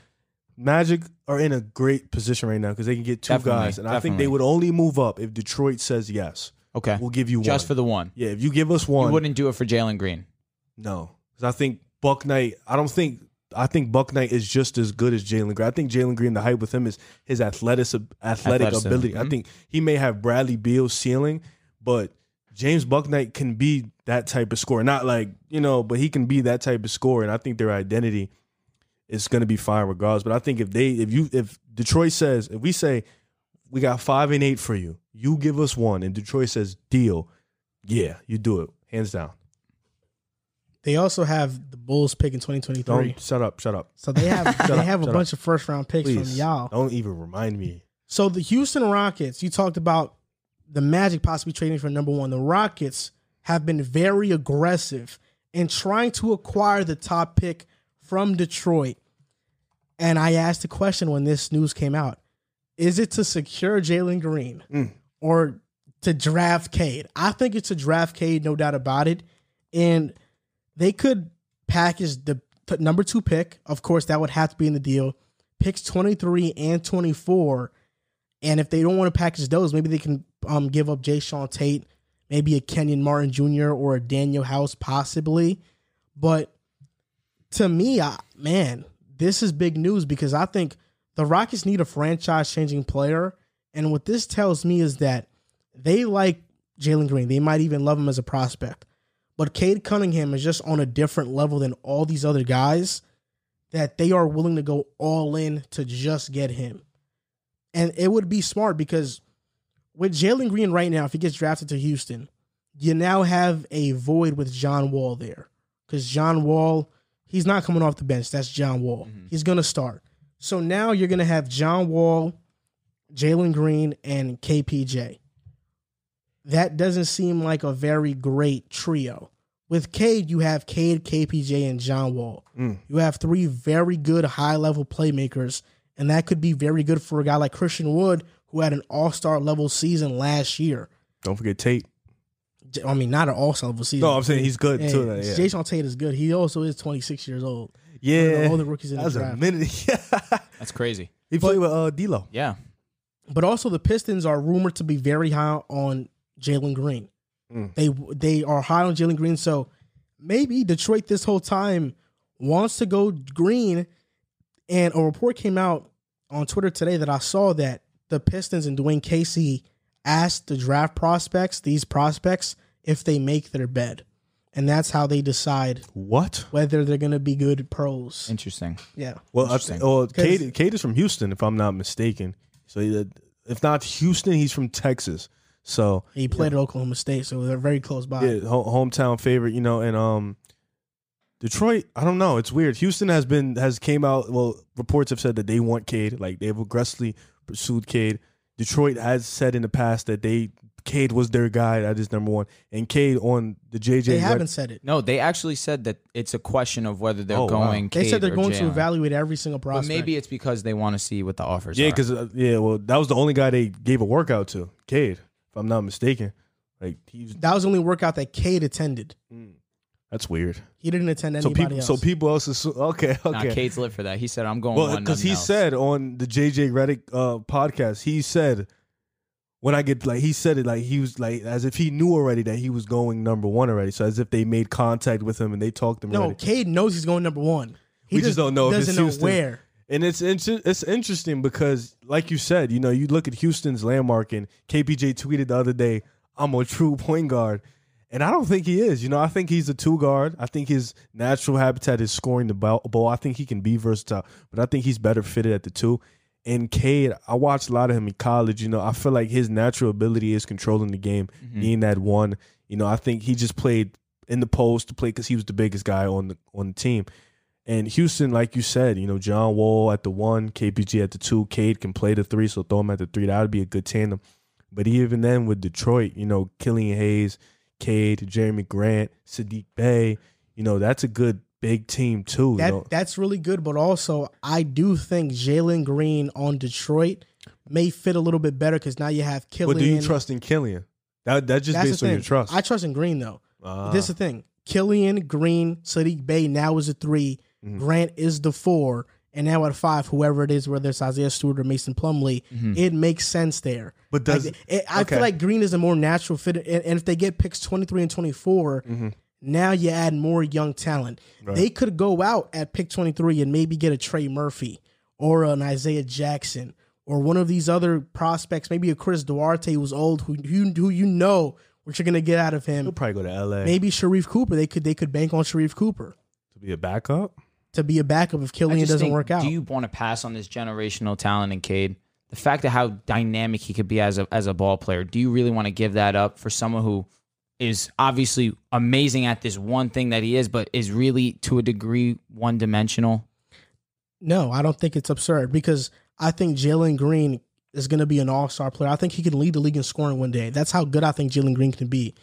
[SPEAKER 4] Magic are in a great position right now because they can get two
[SPEAKER 3] Definitely,
[SPEAKER 4] guys, and I think
[SPEAKER 3] definitely.
[SPEAKER 4] they would only move up if Detroit says yes.
[SPEAKER 3] Okay,
[SPEAKER 4] We'll give you
[SPEAKER 3] just
[SPEAKER 4] one.
[SPEAKER 3] for the one.
[SPEAKER 4] yeah, if you give us one,
[SPEAKER 3] You wouldn't do it for Jalen Green.
[SPEAKER 4] No, because I think Buck Knight. I don't think. I think Buck Knight is just as good as Jalen Green. I think Jalen Green, the hype with him is his athletic athletic
[SPEAKER 3] Athleticism,
[SPEAKER 4] ability. I
[SPEAKER 3] mhm.
[SPEAKER 4] think he may have Bradley Beal's ceiling, but James Buck Knight can be that type of scorer. Not like you know, but he can be that type of scorer. And I think their identity is going to be fine regardless. But I think if they, if you, if Detroit says, if we say we got five and eight for you, you give us one, and Detroit says deal, yeah, you do it hands down.
[SPEAKER 2] They also have the Bulls pick in twenty twenty
[SPEAKER 4] Don't
[SPEAKER 2] three.
[SPEAKER 4] shut up, shut up.
[SPEAKER 2] So they have they
[SPEAKER 4] up,
[SPEAKER 2] have a
[SPEAKER 4] shut
[SPEAKER 2] bunch of first round picks
[SPEAKER 4] Please,
[SPEAKER 2] from y'all.
[SPEAKER 4] don't even remind me.
[SPEAKER 2] So the Houston Rockets, you talked about the Magic possibly trading for number one. The Rockets have been very aggressive in trying to acquire the top pick from Detroit. And I asked the question when this news came out is it to secure Jalen Green or to draft Cade? I think it's to draft Cade, no doubt about it. And they could package the the number two pick. Of course, that would have to be in the deal. Picks 23 and 24. And if they don't want to package those, maybe they can um, give up Jay Sean Tate, maybe a Kenyon Martin Jr. or a Daniel House, possibly. But to me, I, man, this is big news because I think the Rockets need a franchise changing player. And what this tells me is that they like Jalen Green. They might even love him as a prospect. But Cade Cunningham is just on a different level than all these other guys that they are willing to go all in to just get him. And it would be smart because with Jalen Green right now, if he gets drafted to Houston, you now have a void with John Wall there. Because John Wall, he's not coming off the bench. That's John Wall. He's going to start. So now you're going to have John Wall, Jalen Green, and KPJ that doesn't seem like a very great trio. With Cade, you have Cade, KPJ, and John Wall.
[SPEAKER 4] Mm.
[SPEAKER 2] You have three very good high level playmakers, and that could be very good for a guy like Christian Wood, who had an all star level season last year.
[SPEAKER 4] Don't forget Tate.
[SPEAKER 2] J- I mean, not an all star level season.
[SPEAKER 4] No, I'm saying he's good too. like,
[SPEAKER 2] yeah.
[SPEAKER 4] Yeah,
[SPEAKER 2] Jason Tate is good. He also is 26 years old.
[SPEAKER 4] yeah.
[SPEAKER 2] one of the older rookies in
[SPEAKER 4] that
[SPEAKER 2] the
[SPEAKER 4] was a
[SPEAKER 2] draft.
[SPEAKER 4] minute.
[SPEAKER 3] That's crazy.
[SPEAKER 4] he played with uh, D'Lo.
[SPEAKER 3] Yeah,
[SPEAKER 2] But also, the Pistons are rumored to be very high on Jalen Green. They they are high on Jalen Green, so maybe Detroit this whole time wants to go green. And a report came out on Twitter today that I saw that the Pistons and Dwayne Casey asked the draft prospects, these prospects, if they make their bed, and that's how they decide
[SPEAKER 4] What?
[SPEAKER 2] whether they're going to be good pros.
[SPEAKER 3] interesting.
[SPEAKER 2] Yeah,
[SPEAKER 4] Well, I,
[SPEAKER 3] Interesting.
[SPEAKER 4] well, Cade, Cade is from Houston, if I'm not mistaken. So he- if not Houston, he's from Texas. So
[SPEAKER 2] he played at Oklahoma State, so they're very close by.
[SPEAKER 4] yeah, ho- hometown favorite, you know, and um, Detroit. I don't know. It's weird. Houston has been has came out. Well, reports have said that they want Cade. Like they've aggressively pursued Cade. Detroit has said in the past that they Cade was their guy. That is number one. And Cade on the JJ.
[SPEAKER 2] they
[SPEAKER 4] rec-
[SPEAKER 2] haven't said it.
[SPEAKER 3] No, they actually said that it's a question of whether they're
[SPEAKER 4] Oh, wow.
[SPEAKER 3] going.
[SPEAKER 2] They said
[SPEAKER 3] Cade
[SPEAKER 2] they're
[SPEAKER 3] or
[SPEAKER 2] going to
[SPEAKER 3] Jalen.
[SPEAKER 2] evaluate every single
[SPEAKER 3] But
[SPEAKER 2] prospect.
[SPEAKER 3] maybe it's because they want to see what the offers
[SPEAKER 4] Yeah,
[SPEAKER 3] are.
[SPEAKER 4] because uh, yeah, well, that was the only guy they gave a workout to. Cade, if I'm not mistaken. Like he's
[SPEAKER 2] that was the only workout that Cade attended.
[SPEAKER 4] that's weird.
[SPEAKER 2] He didn't attend
[SPEAKER 4] So
[SPEAKER 2] anybody
[SPEAKER 4] people,
[SPEAKER 2] else.
[SPEAKER 4] so people else is okay, okay.
[SPEAKER 3] Nah, Cade's lit for that. He said, "I'm going."
[SPEAKER 4] Well,
[SPEAKER 3] one,
[SPEAKER 4] because
[SPEAKER 3] nothing
[SPEAKER 4] he
[SPEAKER 3] else."
[SPEAKER 4] said on the JJ Reddick uh, podcast, he said when I get like he said it like he was like as if he knew already that he was going number one already. So as if they made contact with him and they talked to him.
[SPEAKER 2] no,
[SPEAKER 4] already.
[SPEAKER 2] Cade knows he's going number one. He
[SPEAKER 4] We just don't know if it's
[SPEAKER 2] Doesn't know
[SPEAKER 4] Houston.
[SPEAKER 2] where.
[SPEAKER 4] And it's inter- it's interesting because, like you said, you know, you look at Houston's landmark, and KPJ tweeted the other day, "I'm a true point guard," and I don't think he is. You know, I think he's a two guard. I think his natural habitat is scoring the ball. ball. I think he can be versatile, but I think he's better fitted at the two. And Cade, I watched a lot of him in college. You know, I feel like his natural ability is controlling the game, being that one. You know, I think he just played in the post to play because he was the biggest guy on the on the team. And Houston, like you said, you know, John Wall at the one, KPG at the two, Cade can play the three, so throw him at the three. That would be a good tandem. But even then, with Detroit, you know, Killian Hayes, Cade, Jeremy Grant, Sadiq Bay, you know, that's a good big team too. you
[SPEAKER 2] That
[SPEAKER 4] know.
[SPEAKER 2] that's really good, but also I do think Jalen Green on Detroit may fit a little bit better because now you have Killian.
[SPEAKER 4] But do you trust in Killian? That that just
[SPEAKER 2] That's
[SPEAKER 4] based
[SPEAKER 2] the
[SPEAKER 4] on
[SPEAKER 2] thing.
[SPEAKER 4] your trust.
[SPEAKER 2] I trust in Green though.
[SPEAKER 4] Ah.
[SPEAKER 2] This is the thing. Killian Green, Sadiq Bay now is a 3
[SPEAKER 4] Mm-hmm.
[SPEAKER 2] Grant is the four, and now at five, whoever it is, whether it's Isaiah Stewart or Mason Plumley, it makes sense there.
[SPEAKER 4] Mm-hmm. But
[SPEAKER 2] Like,
[SPEAKER 4] does
[SPEAKER 2] it- I feel
[SPEAKER 4] okay.
[SPEAKER 2] like Green is a more natural fit, and, and if they get picks twenty three and twenty
[SPEAKER 4] Mm-hmm.
[SPEAKER 2] now you add more young talent. They could go out at pick twenty three and maybe get a Trey Murphy or an Isaiah Jackson or one of these other prospects, maybe a Chris Duarte who's old, who you who you know what you're gonna get out of him.
[SPEAKER 4] he'll probably go to L.A.
[SPEAKER 2] Maybe Sharif Cooper. They could they could bank on Sharif Cooper
[SPEAKER 4] to be a backup.
[SPEAKER 2] to be a backup if
[SPEAKER 3] I
[SPEAKER 2] Killian
[SPEAKER 3] just
[SPEAKER 2] doesn't
[SPEAKER 3] think,
[SPEAKER 2] work out.
[SPEAKER 3] Do you want to pass on this generational talent in Cade? The fact of how dynamic he could be as a as a ball player. Do you really want to give that up for someone who is obviously amazing at this one thing that he is, but is really to a degree one dimensional?
[SPEAKER 2] No, I don't think it's absurd because I think Jalen Green is going to be an all star player. I think he can lead the league in scoring one day. That's how good I think Jalen Green can be.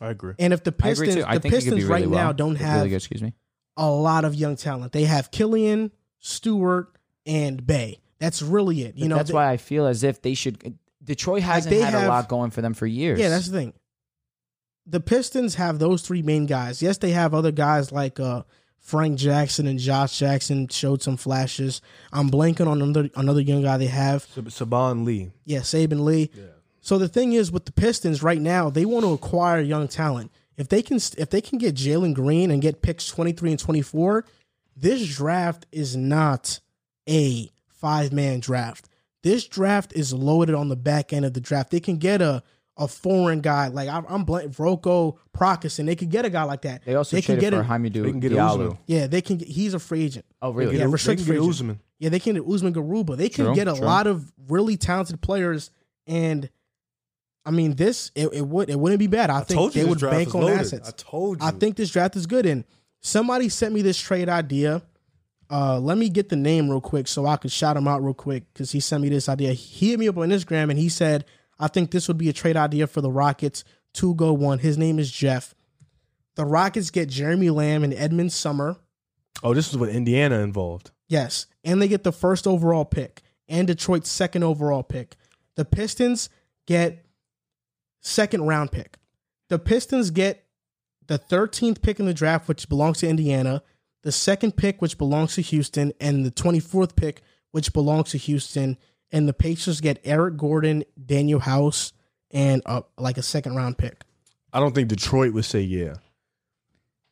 [SPEAKER 4] I agree.
[SPEAKER 2] And if the
[SPEAKER 3] I agree
[SPEAKER 2] Pistons,
[SPEAKER 3] too. I
[SPEAKER 2] the
[SPEAKER 3] think he could
[SPEAKER 2] Pistons
[SPEAKER 3] be really
[SPEAKER 2] right
[SPEAKER 3] well.
[SPEAKER 2] now don't
[SPEAKER 3] Really
[SPEAKER 2] have
[SPEAKER 3] good, excuse me.
[SPEAKER 2] a lot of young talent. They have Killian, Stewart, and Bay. That's really it. You know,
[SPEAKER 3] that's
[SPEAKER 2] they-
[SPEAKER 3] why I feel as if they should. uh, Detroit hasn't
[SPEAKER 2] they
[SPEAKER 3] had
[SPEAKER 2] have-
[SPEAKER 3] a lot going for them for years.
[SPEAKER 2] Yeah, that's the thing. The Pistons have those three main guys. Yes, they have other guys like uh, Frank Jackson and Josh Jackson showed some flashes. I'm blanking on another another young guy they have.
[SPEAKER 4] Sab- Saban Lee.
[SPEAKER 2] Yeah, Saban Lee. So the thing is with the Pistons right now, they want to acquire young talent. If they can if they can get Jalen Green and get picks 23 and 24, this draft is not a five-man draft. This draft is loaded on the back end of the draft. They can get a a foreign guy like I'm, I'm blank Rocco Prokison. They could get a guy like that.
[SPEAKER 3] They also
[SPEAKER 2] can
[SPEAKER 3] traded
[SPEAKER 2] get
[SPEAKER 3] for
[SPEAKER 2] a-
[SPEAKER 3] Hamidou
[SPEAKER 4] they can get
[SPEAKER 3] Diallo.
[SPEAKER 4] Uzman.
[SPEAKER 2] Yeah, they can. Get, he's a free agent.
[SPEAKER 3] Oh, really?
[SPEAKER 2] Yeah,
[SPEAKER 4] They can
[SPEAKER 2] restricted
[SPEAKER 4] get
[SPEAKER 2] free agent.
[SPEAKER 4] Uzman.
[SPEAKER 2] Yeah, they can get Usman Garuba. They can
[SPEAKER 3] True,
[SPEAKER 2] get a
[SPEAKER 3] true.
[SPEAKER 2] lot of really talented players, and I mean, this it, it would it wouldn't be bad. I, think
[SPEAKER 4] told
[SPEAKER 2] they
[SPEAKER 4] you this
[SPEAKER 2] would
[SPEAKER 4] draft
[SPEAKER 2] bank
[SPEAKER 4] is
[SPEAKER 2] on
[SPEAKER 4] loaded.
[SPEAKER 2] assets.
[SPEAKER 4] I told you.
[SPEAKER 2] I think this draft is good. And somebody sent me this trade idea. Uh, let me get the name real quick so I could shout him out real quick because he sent me this idea. He hit me up on Instagram and he said, "I think this would be a trade idea for the Rockets to go one." His name is Jeff. The Rockets get Jeremy Lamb and Edmund Summer.
[SPEAKER 4] Oh, this is what Indiana involved.
[SPEAKER 2] Yes. And they get the first overall pick and Detroit's second overall pick. The Pistons get second round pick. The Pistons get the 13th pick in the draft, which belongs to Indiana, the second pick, which belongs to Houston, and the 24th pick, which belongs to Houston. And the Pacers get Eric Gordon, Daniel House, and uh, like a second round pick.
[SPEAKER 4] I don't think Detroit would say yeah.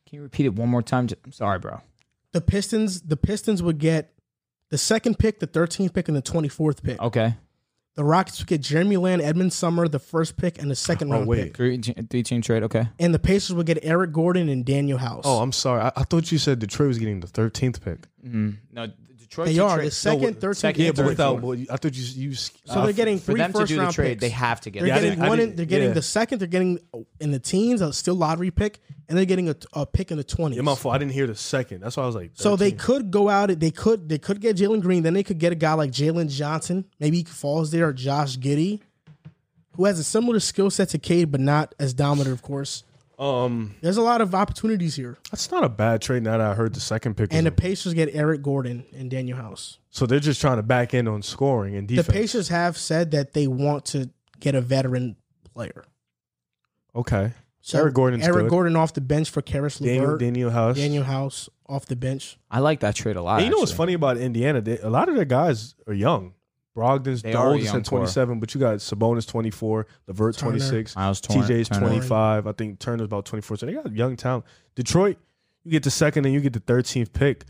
[SPEAKER 3] Can you repeat it one more time? I'm sorry, bro.
[SPEAKER 2] The Pistons, the Pistons would get the second pick, the 13th pick, and the 24th pick.
[SPEAKER 3] Okay.
[SPEAKER 2] The Rockets would get Jeremy Lin, Edmund Summer, the first pick, and the second
[SPEAKER 4] Oh,
[SPEAKER 2] round
[SPEAKER 4] wait.
[SPEAKER 2] pick.
[SPEAKER 3] Three, three team trade. Okay.
[SPEAKER 2] And the Pacers would get Eric Gordon and Daniel House.
[SPEAKER 4] Oh, I'm sorry. I, I thought you said Detroit was getting the 13th pick.
[SPEAKER 3] No, Detroit.
[SPEAKER 2] they are the second,
[SPEAKER 3] what-
[SPEAKER 2] thirteenth.
[SPEAKER 3] second, Yeah,
[SPEAKER 4] Yeah, but
[SPEAKER 3] Third
[SPEAKER 4] without,
[SPEAKER 3] one.
[SPEAKER 4] but you- I thought you you.
[SPEAKER 2] so they're getting
[SPEAKER 3] for
[SPEAKER 2] three
[SPEAKER 3] them to
[SPEAKER 2] first
[SPEAKER 3] do the
[SPEAKER 2] round
[SPEAKER 3] trade,
[SPEAKER 2] picks.
[SPEAKER 3] they have to get.
[SPEAKER 2] They're
[SPEAKER 4] Yeah, I
[SPEAKER 2] getting
[SPEAKER 4] didn't- I
[SPEAKER 2] one. In,
[SPEAKER 4] didn't-
[SPEAKER 2] they're getting
[SPEAKER 4] yeah.
[SPEAKER 2] the second. They're getting in the teens, a still lottery pick, and they're getting a, a pick in the twenties.
[SPEAKER 4] Yeah, my fault. I didn't hear the second. That's why I was like.
[SPEAKER 2] So they
[SPEAKER 4] 13th.
[SPEAKER 2] could go out. They could they could get Jalen Green. Then they could get a guy like Jalen Johnson. Maybe he falls there. Or Josh Giddy, who has a similar skill set to Cade, but not as dominant, of course.
[SPEAKER 4] Um,
[SPEAKER 2] There's a lot of opportunities here.
[SPEAKER 4] that's not a bad trade. Now that I heard the second pick. was
[SPEAKER 2] And the
[SPEAKER 4] in.
[SPEAKER 2] Pacers get Eric Gordon and Daniel House.
[SPEAKER 4] so they're just trying to back in on scoring and defense.
[SPEAKER 2] The Pacers have said that they want to get a veteran player.
[SPEAKER 4] Okay. Eric Gordon's
[SPEAKER 2] Eric
[SPEAKER 4] good.
[SPEAKER 2] Gordon off the bench for Karis
[SPEAKER 4] Daniel
[SPEAKER 2] LeVert. Daniel,
[SPEAKER 4] Daniel House.
[SPEAKER 2] House off the bench.
[SPEAKER 3] I like that trade a lot.
[SPEAKER 4] And you know what's
[SPEAKER 3] actually.
[SPEAKER 4] funny about Indiana? They, a lot of their guys are young. Brogdon's
[SPEAKER 3] They
[SPEAKER 4] the
[SPEAKER 3] are a
[SPEAKER 4] oldest
[SPEAKER 3] young
[SPEAKER 4] at 27, but you got Sabonis 24, Levert
[SPEAKER 2] Turner.
[SPEAKER 4] 26,
[SPEAKER 3] Miles Turner-
[SPEAKER 4] TJ's
[SPEAKER 3] Turner.
[SPEAKER 4] 25. I think Turner's about 24. So they got young talent. Detroit, you get the second and you get the 13th pick.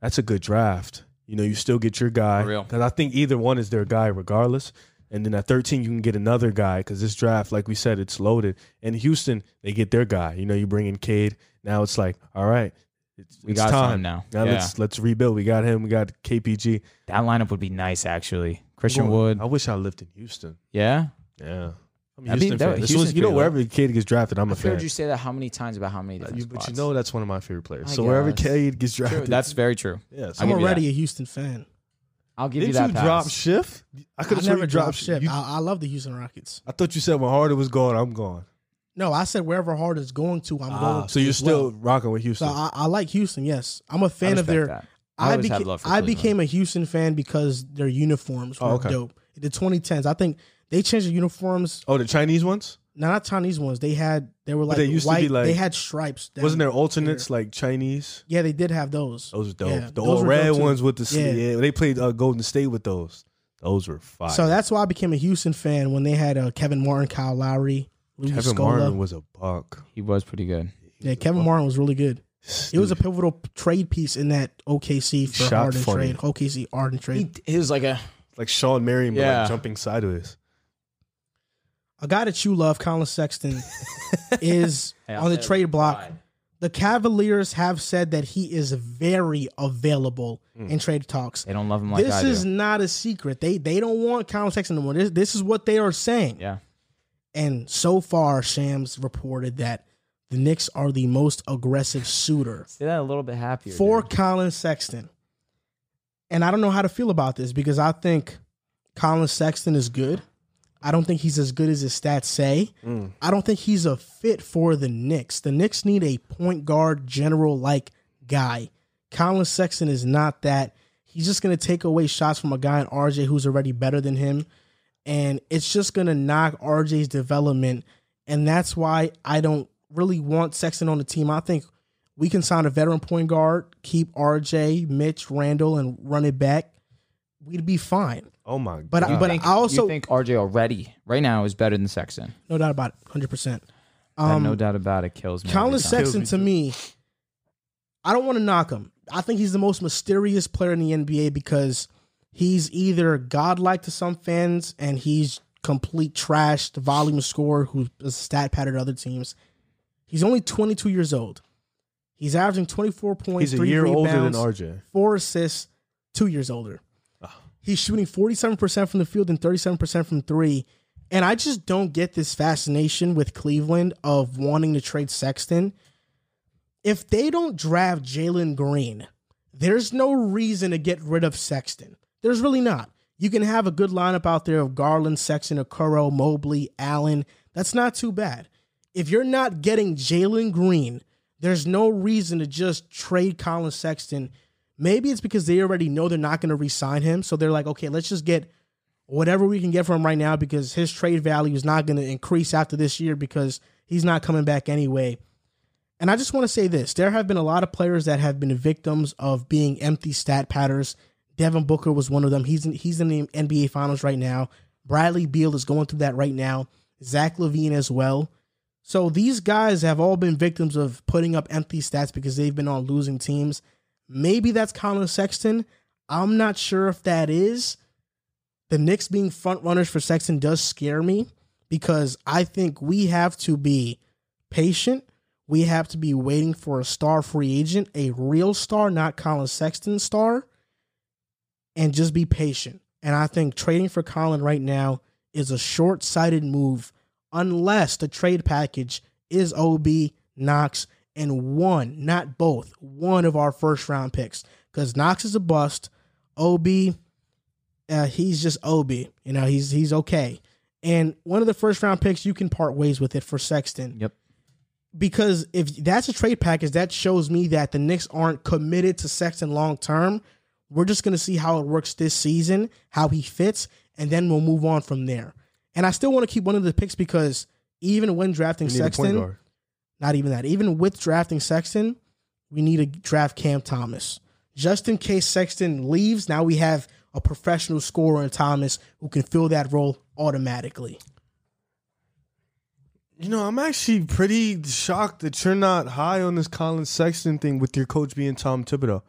[SPEAKER 4] That's a good draft. You know, you still get your guy.
[SPEAKER 3] For real.
[SPEAKER 4] Because I think either one is their guy regardless. And then at 13, you can get another guy because this draft, like we said, it's loaded. And Houston, they get their guy. You know, you bring in Cade. Now it's like, all right, it's,
[SPEAKER 3] We
[SPEAKER 4] it's
[SPEAKER 3] got
[SPEAKER 4] time
[SPEAKER 3] time now.
[SPEAKER 4] Now
[SPEAKER 3] Yeah.
[SPEAKER 4] let's let's rebuild. We got him. We got KPG.
[SPEAKER 3] That lineup would be nice, actually. Christian
[SPEAKER 4] Boy,
[SPEAKER 3] Wood.
[SPEAKER 4] I wish I lived in Houston.
[SPEAKER 3] Yeah.
[SPEAKER 4] Yeah, I'm a
[SPEAKER 3] That'd be-
[SPEAKER 4] Houston
[SPEAKER 3] that-
[SPEAKER 4] fan. As soon
[SPEAKER 3] Houston's
[SPEAKER 4] as- you know,
[SPEAKER 3] pretty
[SPEAKER 4] wherever a kid gets drafted, I'm a
[SPEAKER 3] I've heard
[SPEAKER 4] fan.
[SPEAKER 3] you say that how many times about how many
[SPEAKER 4] Uh,
[SPEAKER 3] different
[SPEAKER 4] you- but you
[SPEAKER 3] spots.
[SPEAKER 4] know that's one of my favorite players.
[SPEAKER 3] I
[SPEAKER 4] so wherever
[SPEAKER 3] guess.
[SPEAKER 4] Cade gets
[SPEAKER 3] True,
[SPEAKER 4] drafted,
[SPEAKER 3] that's very true.
[SPEAKER 4] yeah. so-
[SPEAKER 3] I'll
[SPEAKER 2] I'm
[SPEAKER 3] give you
[SPEAKER 2] already a Houston fan.
[SPEAKER 3] I'll give
[SPEAKER 4] Did you,
[SPEAKER 3] you that pass.
[SPEAKER 4] drop shift? I
[SPEAKER 2] I
[SPEAKER 4] could have
[SPEAKER 2] never
[SPEAKER 4] you
[SPEAKER 2] dropped
[SPEAKER 4] dropped
[SPEAKER 2] ship.
[SPEAKER 4] shift. You-
[SPEAKER 2] I, I love the Houston Rockets.
[SPEAKER 4] I thought you said when Harden was gone, I'm gone.
[SPEAKER 2] No, I said wherever Hard is going to, I'm
[SPEAKER 4] Ah,
[SPEAKER 2] going.
[SPEAKER 4] so
[SPEAKER 2] to
[SPEAKER 4] you're
[SPEAKER 2] as
[SPEAKER 4] still
[SPEAKER 2] well.
[SPEAKER 4] rocking with
[SPEAKER 2] So
[SPEAKER 4] Houston.
[SPEAKER 2] I, I like Houston. Yes, I'm a
[SPEAKER 3] I
[SPEAKER 2] fan of their.
[SPEAKER 3] respect that. I
[SPEAKER 2] I,
[SPEAKER 3] always
[SPEAKER 2] beca-
[SPEAKER 3] have love for
[SPEAKER 2] I
[SPEAKER 3] Cleveland.
[SPEAKER 2] became a Houston fan because their uniforms were
[SPEAKER 4] Oh, okay.
[SPEAKER 2] dope. The 2010s, I think they changed the uniforms.
[SPEAKER 4] oh, the Chinese ones?
[SPEAKER 2] No, not Chinese ones. They had they were like
[SPEAKER 4] they used to
[SPEAKER 2] white.
[SPEAKER 4] be like-
[SPEAKER 2] they had stripes. down
[SPEAKER 4] Wasn't there alternates like Chinese?
[SPEAKER 2] Yeah, they did have those.
[SPEAKER 4] Those were dope.
[SPEAKER 2] Yeah,
[SPEAKER 4] the
[SPEAKER 2] those
[SPEAKER 4] old
[SPEAKER 2] were
[SPEAKER 4] red
[SPEAKER 2] dope too.
[SPEAKER 4] ones with the
[SPEAKER 2] Yeah.
[SPEAKER 4] yeah. yeah they played uh, Golden State with those. Those were fire.
[SPEAKER 2] So that's why I became a Houston fan when they had uh, Kevin Martin, Kyle Lowry, Lou
[SPEAKER 4] Kevin
[SPEAKER 2] Scola.
[SPEAKER 4] Martin was a buck.
[SPEAKER 3] He was pretty good.
[SPEAKER 2] yeah, Kevin Martin was really good. It was a pivotal p- trade piece in that OKC for
[SPEAKER 4] Shot
[SPEAKER 2] Harden
[SPEAKER 4] funny.
[SPEAKER 2] trade, OKC Harden trade.
[SPEAKER 3] he was like a
[SPEAKER 4] like Sean Marion, but
[SPEAKER 3] Yeah.
[SPEAKER 4] like jumping sideways.
[SPEAKER 2] A guy that you love, Colin Sexton, is on the trade block. The Cavaliers have said that he is very available
[SPEAKER 4] Hmm.
[SPEAKER 2] in trade talks.
[SPEAKER 3] They don't love him like
[SPEAKER 2] this
[SPEAKER 3] I
[SPEAKER 2] is
[SPEAKER 3] do.
[SPEAKER 2] not a secret. They they don't want Colin Sexton anymore. This, this is what they are saying.
[SPEAKER 3] Yeah.
[SPEAKER 2] And so far, Shams reported that the Knicks are the most aggressive suitor
[SPEAKER 3] See that a little bit happier.
[SPEAKER 2] for
[SPEAKER 3] dude.
[SPEAKER 2] Colin Sexton. And I don't know how to feel about this because I think Colin Sexton is good. I don't think he's as good as his stats say. I don't think he's a fit for the Knicks. The Knicks need a point guard general like guy. Colin Sexton is not that. He's just going to take away shots from a guy in RJ who's already better than him. And it's just going to knock RJ's development. And that's why I don't really want Sexton on the team. I think we can sign a veteran point guard, keep RJ, Mitch, Randall, and run it back. We'd be fine.
[SPEAKER 4] Oh my
[SPEAKER 2] But
[SPEAKER 4] god!
[SPEAKER 2] I, but I also
[SPEAKER 3] you think RJ already right now is better than Sexton.
[SPEAKER 2] no doubt about it, hundred percent.
[SPEAKER 3] I have
[SPEAKER 2] Um,
[SPEAKER 3] no doubt about it. Kills me.
[SPEAKER 2] Colin
[SPEAKER 3] every time.
[SPEAKER 2] Sexton to me, I don't want to knock him. I think he's the most mysterious player in the NBA because he's either godlike to some fans and he's complete trash, the volume scorer who is stat pattern to other teams. He's only 22 years old. He's averaging 24 points,
[SPEAKER 4] he's a
[SPEAKER 2] three
[SPEAKER 4] year
[SPEAKER 2] rebounds,
[SPEAKER 4] older than RJ.
[SPEAKER 2] four assists, two years older.
[SPEAKER 4] Ah.
[SPEAKER 2] He's shooting 47% from the field and 37% from three. And I just don't get this fascination with Cleveland of wanting to trade Sexton. If they don't draft Jalen Green, there's no reason to get rid of Sexton. There's really not. You can have a good lineup out there of Garland, Sexton, Okoro, Mobley, Allen. That's not too bad. If you're not getting Jalen Green, there's no reason to just trade Colin Sexton. Maybe it's because they already know they're not going to re sign him. So they're like, okay, let's just get whatever we can get from him right now because his trade value is not going to increase after this year because he's not coming back anyway. And I just want to say this there have been a lot of players that have been victims of being empty stat patters. Devin Booker was one of them. He's in, he's in the NBA Finals right now. Bradley Beal is going through that right now. Zach Levine as well. So these guys have all been victims of putting up empty stats because they've been on losing teams. Maybe that's Colin Sexton. I'm not sure if that is. The Knicks being front runners for Sexton does scare me because I think we have to be patient. We have to be waiting for a star free agent, a real star, not Colin Sexton star, and just be patient. And I think trading for Colin right now is a short sighted move unless the trade package is OB, Knox, and one, not both, one of our first round picks. Because Knox is a bust. OB, uh, he's just OB. You know, he's he's okay. And one of the first round picks, you can part ways with it for Sexton.
[SPEAKER 3] Yep.
[SPEAKER 2] Because if that's a trade package, that shows me that the Knicks aren't committed to Sexton long term. We're just going to see how it works this season, how he fits, and then we'll move on from there. And I still want to keep one of the picks because even when drafting
[SPEAKER 4] You need a point
[SPEAKER 2] Sexton,
[SPEAKER 4] guard.
[SPEAKER 2] not even that. Even with drafting Sexton, we need to draft Cam Thomas. Just in case Sexton leaves, now we have a professional scorer in Thomas who can fill that role automatically.
[SPEAKER 4] You know, I'm actually pretty shocked that you're not high on this Colin Sexton thing with your coach being Tom Thibodeau.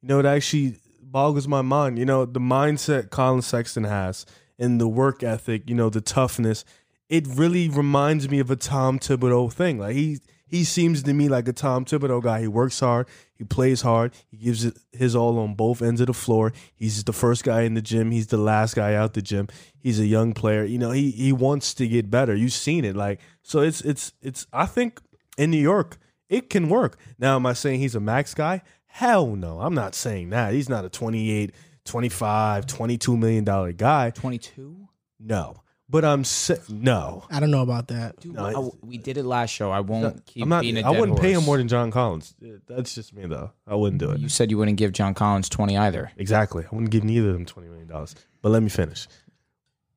[SPEAKER 4] You know, it actually boggles my mind. You know, the mindset Colin Sexton has and the work ethic, you know, the toughness, it really reminds me of a Tom Thibodeau thing. Like he he seems to me like a Tom Thibodeau guy. He works hard, he plays hard, he gives it his all on both ends of the floor. He's the first guy in the gym, he's the last guy out the gym. He's a young player. You know, he he wants to get better. You've seen it. Like so it's it's it's I think in New York, it can work. Now, am I saying he's a max guy? Hell no. I'm not saying that. He's not a 28, 25, 22 million dollar guy.
[SPEAKER 3] 22?
[SPEAKER 4] No. But I'm sa- no.
[SPEAKER 2] I don't know about that.
[SPEAKER 3] Dude,
[SPEAKER 4] No,
[SPEAKER 3] I-
[SPEAKER 4] it's-
[SPEAKER 3] we did it last show. I won't keep
[SPEAKER 4] I'm not,
[SPEAKER 3] being a
[SPEAKER 4] I
[SPEAKER 3] dead
[SPEAKER 4] wouldn't pay him
[SPEAKER 3] horse.
[SPEAKER 4] more than John Collins. That's just me though. I wouldn't do it.
[SPEAKER 3] You said you wouldn't give John Collins 20 either.
[SPEAKER 4] Exactly. I wouldn't give neither of them twenty million dollars. But let me finish.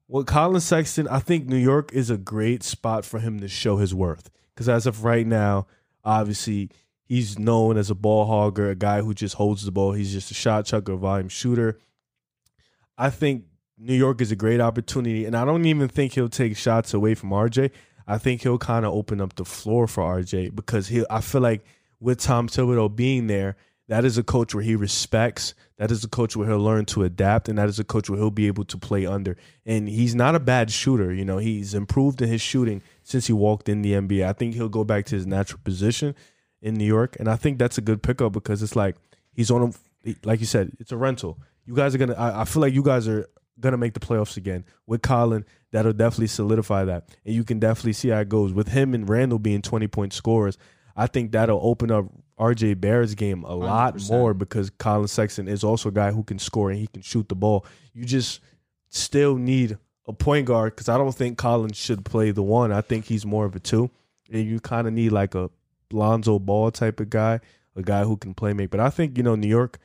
[SPEAKER 4] Well, Colin Sexton, I think New York is a great spot for him to show his worth. Because as of right now, obviously he's known as a ball hogger, a guy who just holds the ball. He's just a shot chucker, volume shooter. I think New York is a great opportunity, and I don't even think he'll take shots away from RJ. I think he'll kind of open up the floor for RJ because he. I feel like with Tom Thibodeau being there, that is a coach where he respects. That is a coach where he'll learn to adapt, and that is a coach where he'll be able to play under. And he's not a bad shooter. You know, he's improved in his shooting since he walked in the NBA. I think he'll go back to his natural position in New York, and I think that's a good pickup because it's like he's on a like you said, it's a rental. You guys are gonna. I, I feel like you guys are gonna make the playoffs again with Colin. That'll definitely solidify that, and you can definitely see how it goes with him and Randall being twenty point scorers. I think that'll open up RJ Barrett's game a lot
[SPEAKER 3] 100%.
[SPEAKER 4] more because Colin Sexton is also a guy who can score and he can shoot the ball. You just still need a point guard because I don't think Collins should play the one. I think he's more of a two, and you kind of need like a Lonzo Ball type of guy, a guy who can play make. But I think you know New York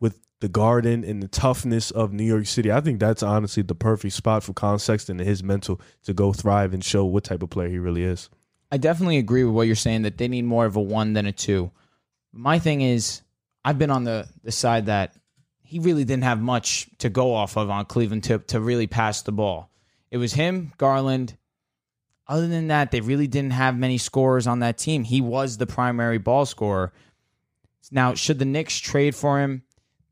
[SPEAKER 4] with the garden and the toughness of New York City, I think that's honestly the perfect spot for Colin Sexton and his mental to go thrive and show what type of player he really is.
[SPEAKER 3] I definitely agree with what you're saying that they need more of a one than a two. My thing is, I've been on the, the side that he really didn't have much to go off of on Cleveland tip to really pass the ball. It was him, Garland. Other than that, they really didn't have many scorers on that team. He was the primary ball scorer. Now, should the Knicks trade for him?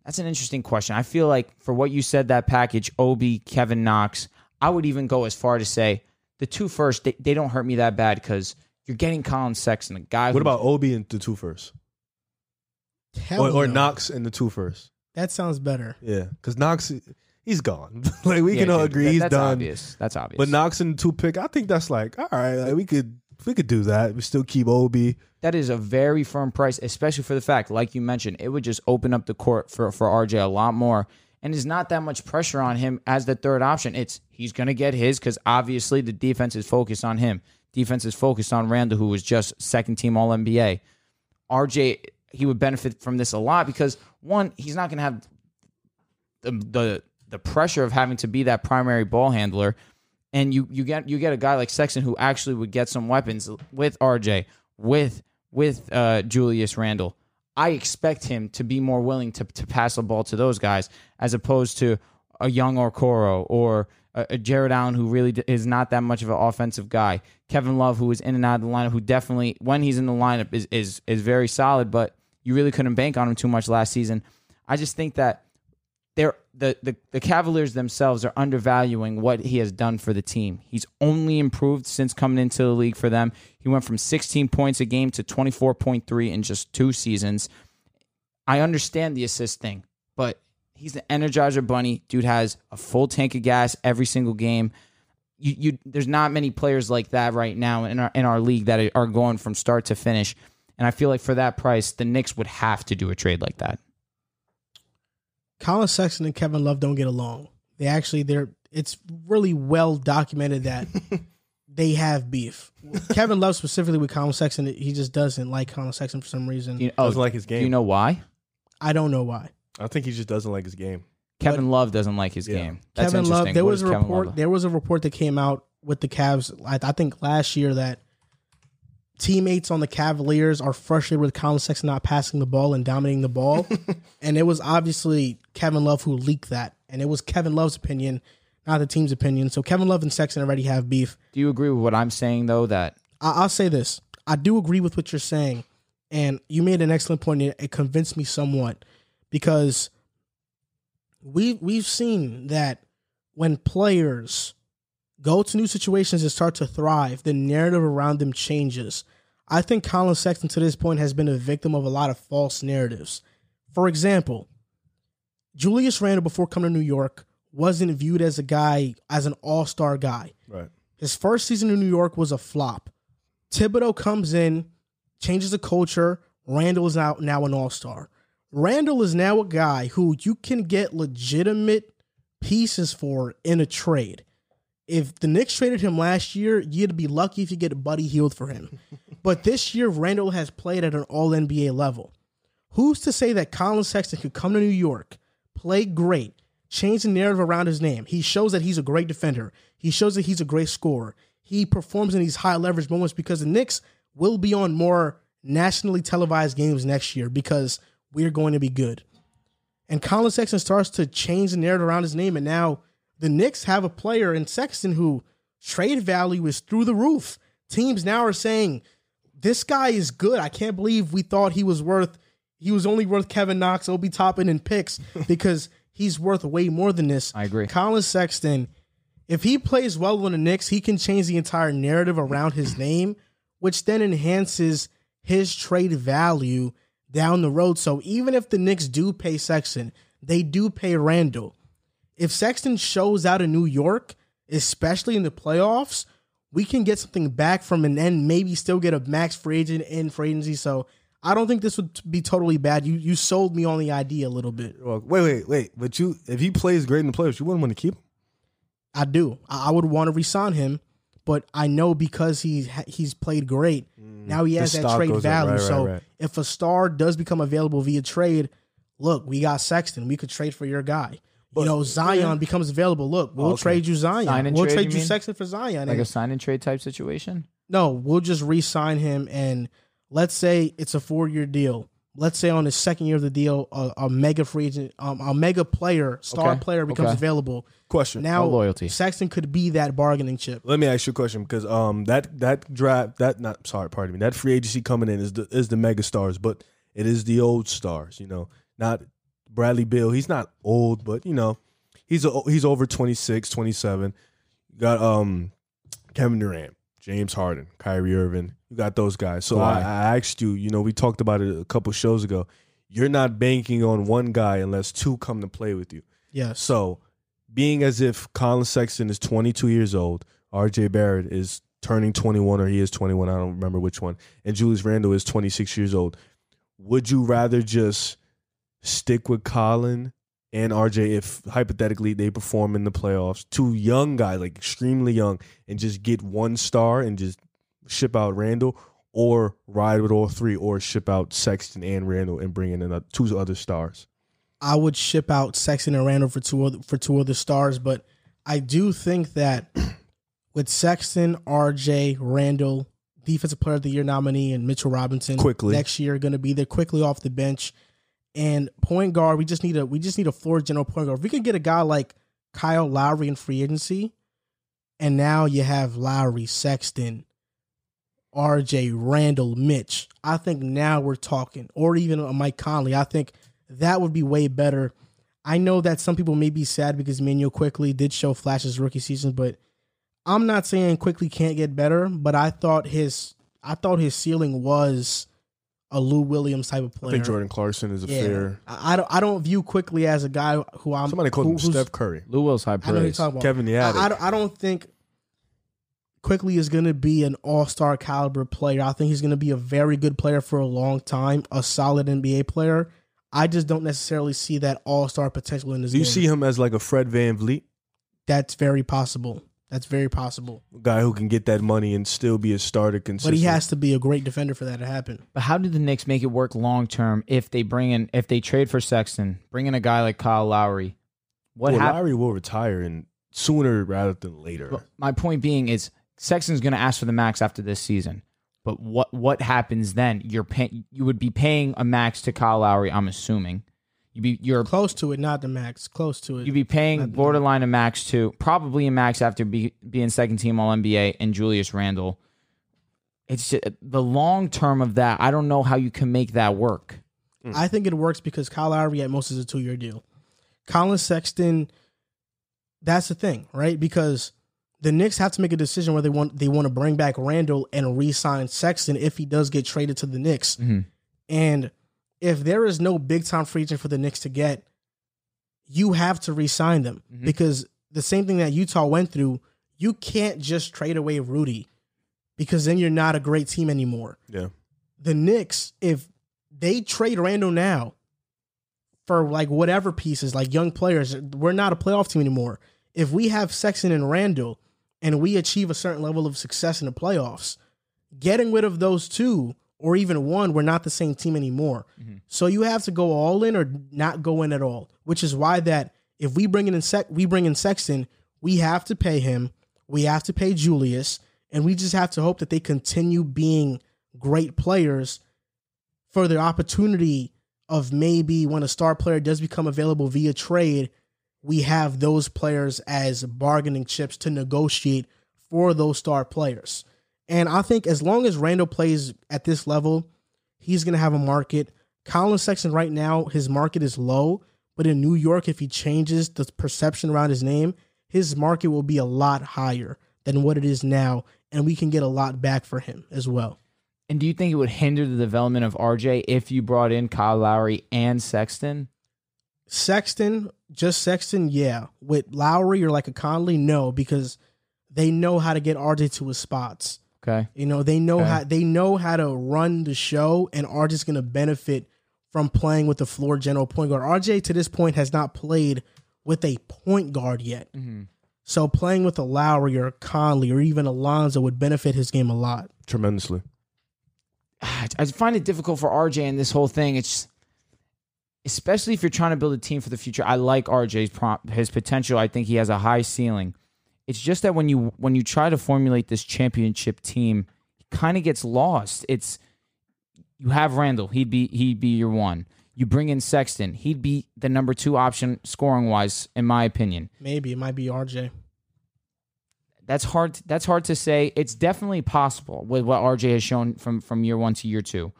[SPEAKER 3] That's an interesting question. I feel like for what you said, that package, Obi, Kevin Knox, I would even go as far to say the two first, they, they don't hurt me that bad because you're getting Colin Sexton, a guy
[SPEAKER 4] What
[SPEAKER 3] who
[SPEAKER 4] about Obi and the two first,
[SPEAKER 2] Hell
[SPEAKER 4] or, or
[SPEAKER 2] no.
[SPEAKER 4] Knox and the two first?
[SPEAKER 2] That sounds better.
[SPEAKER 4] Yeah, because Knox, he's gone. like we can all
[SPEAKER 3] dude,
[SPEAKER 4] agree
[SPEAKER 3] that-
[SPEAKER 4] he's
[SPEAKER 3] that's
[SPEAKER 4] done.
[SPEAKER 3] obvious. That's obvious.
[SPEAKER 4] But Knox and the two pick, I think that's like all right. Like we could we could do that. We still keep Obi.
[SPEAKER 3] that is a very firm price, especially for the fact, like you mentioned, it would just open up the court for, for RJ a lot more. And there's not that much pressure on him as the third option. It's he's going to get his because obviously the defense is focused on him. Defense is focused on Randall, who was just second team All NBA. RJ, he would benefit from this a lot because one, he's not going to have the, the the pressure of having to be that primary ball handler and you you get you get a guy like Sexton who actually would get some weapons with RJ with with uh, Julius Randle. I expect him to be more willing to to pass the ball to those guys as opposed to a young Okoro or a, a Jared Allen who really d- is not that much of an offensive guy. Kevin Love who is in and out of the lineup who definitely when he's in the lineup is is is very solid, but you really couldn't bank on him too much last season. I just think that they're the, the the Cavaliers themselves are undervaluing what he has done for the team. He's only improved since coming into the league for them. He went from 16 points a game to 24.3 in just two seasons. I understand the assist thing, but he's the energizer bunny. Dude has a full tank of gas every single game. You, you there's not many players like that right now in our in our league that are going from start to finish. And I feel like for that price, the Knicks would have to do a trade like that.
[SPEAKER 2] Colin Sexton and Kevin Love don't get along. They actually they're it's really well documented that they have beef. Kevin Love specifically with Colin Sexton, he just doesn't like Colin Sexton for some reason.
[SPEAKER 3] You-
[SPEAKER 4] Doesn't like his
[SPEAKER 3] do
[SPEAKER 4] game.
[SPEAKER 3] you know why?
[SPEAKER 2] I don't know why.
[SPEAKER 4] I think he just doesn't like his game.
[SPEAKER 3] Kevin Love doesn't like his
[SPEAKER 4] Yeah.
[SPEAKER 3] game. That's
[SPEAKER 2] Kevin
[SPEAKER 3] interesting.
[SPEAKER 2] Love, there
[SPEAKER 3] What
[SPEAKER 2] was a
[SPEAKER 3] does Kevin
[SPEAKER 2] report.
[SPEAKER 3] Love-
[SPEAKER 2] There was a report that came out with the Cavs. I, I think last year that teammates on the Cavaliers are frustrated with Colin Sexton not passing the ball and dominating the ball, and it was obviously Kevin Love who leaked that, and it was Kevin Love's opinion, not the team's opinion. So Kevin Love and Sexton already have beef.
[SPEAKER 3] Do you agree with what I'm saying though? That
[SPEAKER 2] I, I'll say this: I do agree with what you're saying, and you made an excellent point. and It convinced me somewhat because we we've seen that when players go to new situations and start to thrive, the narrative around them changes. I think Colin Sexton to this point has been a victim of a lot of false narratives. For example, Julius Randle before coming to New York wasn't viewed as a guy as an all-star guy.
[SPEAKER 4] Right.
[SPEAKER 2] His first season in New York was a flop. Thibodeau comes in, changes the culture. Randall is now, now an all star. Randall is now a guy who you can get legitimate pieces for in a trade. If the Knicks traded him last year, you'd be lucky if you get Buddy Healed for him. but this year, Randall has played at an All NBA level. Who's to say that Colin Sexton could come to New York, play great, change the narrative around his name? He shows that he's a great defender. He shows that he's a great scorer. He performs in these high leverage moments because the Knicks will be on more nationally televised games next year because we're going to be good. And Colin Sexton starts to change the narrative around his name, and now the Knicks have a player in Sexton who trade value is through the roof. Teams now are saying this guy is good. I can't believe we thought he was worth he was only worth Kevin Knox, Obi Toppin, and picks because he's worth way more than this.
[SPEAKER 3] I agree.
[SPEAKER 2] Colin Sexton, if he plays well on the Knicks, he can change the entire narrative around his name, which then enhances his trade value down the road. So even if the Knicks do pay Sexton, they do pay Randall. If Sexton shows out in New York, especially in the playoffs, we can get something back from an end, maybe still get a max free agent in free agency. So I don't think this would be totally bad. You you sold me on the idea a little bit.
[SPEAKER 4] Well, wait, wait, wait. But you, if he plays great in the playoffs, you wouldn't want to keep him.
[SPEAKER 2] I do. I, I would want to resign him, but I know because he ha- he's played great. Now he has
[SPEAKER 4] His
[SPEAKER 2] that
[SPEAKER 4] Mm. stock
[SPEAKER 2] trade
[SPEAKER 4] goes up.
[SPEAKER 2] value.
[SPEAKER 4] Right, right,
[SPEAKER 2] so
[SPEAKER 4] right.
[SPEAKER 2] if a star does become available via trade, look, we got Sexton. We could trade for your guy. you know, Zion becomes available. Look, we'll
[SPEAKER 4] okay.
[SPEAKER 2] trade you Zion.
[SPEAKER 3] Sign and
[SPEAKER 2] we'll
[SPEAKER 3] trade,
[SPEAKER 2] trade,
[SPEAKER 3] you
[SPEAKER 2] you
[SPEAKER 3] mean?
[SPEAKER 2] Sexton for Zion.
[SPEAKER 3] Like
[SPEAKER 2] And-
[SPEAKER 3] a sign and trade type situation?
[SPEAKER 2] no, we'll just re-sign him, and let's say it's a four-year deal. Let's say on his second year of the deal, a, a mega free agent, um, a mega player, star
[SPEAKER 3] Okay,
[SPEAKER 2] player becomes
[SPEAKER 3] okay.
[SPEAKER 2] available.
[SPEAKER 4] Question.
[SPEAKER 2] Now,
[SPEAKER 3] No loyalty.
[SPEAKER 2] Sexton could be that bargaining chip.
[SPEAKER 4] Let me ask you a question because um that that draft that not sorry pardon me that free agency coming in is the is the mega stars but it is the old stars you know not Bradley Bill he's not old but you know he's a, he's over 26 27 you got um Kevin Durant James Harden Kyrie Irving you got those guys so I,
[SPEAKER 3] Why?
[SPEAKER 4] I asked you you know we talked about it a couple shows ago you're not banking on one guy unless two come to play with you
[SPEAKER 2] Yes,
[SPEAKER 4] so, being as if Colin Sexton is 22 years old, RJ Barrett is turning 21 or he is 21, I don't remember which one, and Julius Randle is 26 years old, would you rather just stick with Colin and RJ if hypothetically they perform in the playoffs, two young guys, like extremely young, and just get one star and just ship out Randall? Or ride with all three, or ship out Sexton and Randall and bring in another, two other stars.
[SPEAKER 2] I would ship out Sexton and Randall for two other, for two other stars, but I do think that with Sexton, RJ, Randall, Defensive Player of the Year nominee, and Mitchell Robinson
[SPEAKER 4] Quickly.
[SPEAKER 2] next year going to be there quickly off the bench. And point guard, we just need a we just need a floor general point guard. If we could get a guy like Kyle Lowry in free agency, and now you have Lowry, Sexton, RJ, Randall, Mitch. I think now we're talking, or even a Mike Conley. I think that would be way better. I know that some people may be sad because Manuel quickly did show flashes rookie season, but I'm not saying quickly can't get better, but I thought his I thought his ceiling was a Lou Williams type of player.
[SPEAKER 4] I think Jordan Clarkson is a fair.
[SPEAKER 2] I, I don't I don't view quickly as a guy who I'm
[SPEAKER 4] Somebody called
[SPEAKER 2] who-
[SPEAKER 4] him
[SPEAKER 2] who's-
[SPEAKER 4] Steph Curry.
[SPEAKER 3] Lou Will's high
[SPEAKER 2] I know who you're
[SPEAKER 3] praise.
[SPEAKER 2] talking about.
[SPEAKER 4] Kevin the
[SPEAKER 2] I-
[SPEAKER 4] Attic.
[SPEAKER 2] I, don't- I don't think quickly is going to be an all-star caliber player. I think he's going to be a very good player for a long time, a solid NBA player. I just don't necessarily see that all-star potential in his
[SPEAKER 4] Do you
[SPEAKER 2] game.
[SPEAKER 4] see him as like a Fred Van Vliet
[SPEAKER 2] That's very possible. That's very possible.
[SPEAKER 4] guy who can get that money and still be a starter
[SPEAKER 2] But
[SPEAKER 4] consistently?
[SPEAKER 2] he has to be a great defender for that to happen.
[SPEAKER 3] But how do the Knicks make it work long term if they bring in if they trade for Sexton, bring in a guy like Kyle Lowry? What
[SPEAKER 4] well,
[SPEAKER 3] happened?
[SPEAKER 4] Lowry will retire and sooner rather than later.
[SPEAKER 3] My point being is Sexton's going to ask for the max after this season. But what what happens then? You're pay- you would be paying a max to Kyle Lowry, I'm assuming. You be you're
[SPEAKER 2] Close to it, not the max. Close to it.
[SPEAKER 3] you'd be paying borderline a max to probably a max after be, being second team All NBA and Julius Randle. It's just, the long term of that. I don't know how you can make that work.
[SPEAKER 2] I think it works because Kyle Lowry at most is a two year deal. Colin Sexton, that's the thing, right? Because the Knicks have to make a decision whether they want they want to bring back Randall and re-sign Sexton if he does get traded to the Knicks.
[SPEAKER 3] Mhm.
[SPEAKER 2] And if there is no big time free agent for the Knicks to get, you have to re-sign them
[SPEAKER 3] Mhm.
[SPEAKER 2] because the same thing that Utah went through, you can't just trade away Rudy because then you're not a great team anymore
[SPEAKER 4] Yeah.
[SPEAKER 2] the Knicks, if they trade Randall now, for like whatever pieces, like young players. We're not a playoff team anymore. If we have Sexton and Randall and we achieve a certain level of success in the playoffs, getting rid of those two or even one, we're not the same team anymore. So you have to go all in or not go in at all, which is why that if we bring in Sex, we bring in Sexton, we have to pay him, we have to pay Julius, and we just have to hope that they continue being great players for the opportunity of maybe when a star player does become available via trade, we have those players as bargaining chips to negotiate for those star players. And I think as long as Randall plays at this level, he's going to have a market. Colin Sexton, right now, his market is low, but in New York, if he changes the perception around his name, his market will be a lot higher than what it is now, and we can get a lot back for him as well.
[SPEAKER 3] And do you think it would hinder the development of RJ if you brought in Kyle Lowry and Sexton?
[SPEAKER 2] Sexton, just Sexton, yeah. With Lowry or like a Conley, no, because they know how to get RJ to his spots.
[SPEAKER 3] Okay.
[SPEAKER 2] You know, they know
[SPEAKER 3] Okay.
[SPEAKER 2] how they know how to run the show, and RJ's going to benefit from playing with the floor general point guard. RJ to this point has not played with a point guard yet,
[SPEAKER 3] Mm-hmm.
[SPEAKER 2] so playing with a Lowry or a Conley or even Alonzo would benefit his game a lot.
[SPEAKER 4] tremendously.
[SPEAKER 3] I I find it difficult for RJ in this whole thing. It's just- especially if you're trying to build a team for the future. I like RJ's prompt, his potential. I think he has a high ceiling. It's just that when you when you try to formulate this championship team, it kind of gets lost. It's you have Randall, he'd be he'd be your one. You bring in Sexton, he'd be the number two option scoring wise, in my opinion.
[SPEAKER 2] Maybe it might be RJ.
[SPEAKER 3] That's hard. That's hard to say. It's definitely possible with what RJ has shown from from year one to year two.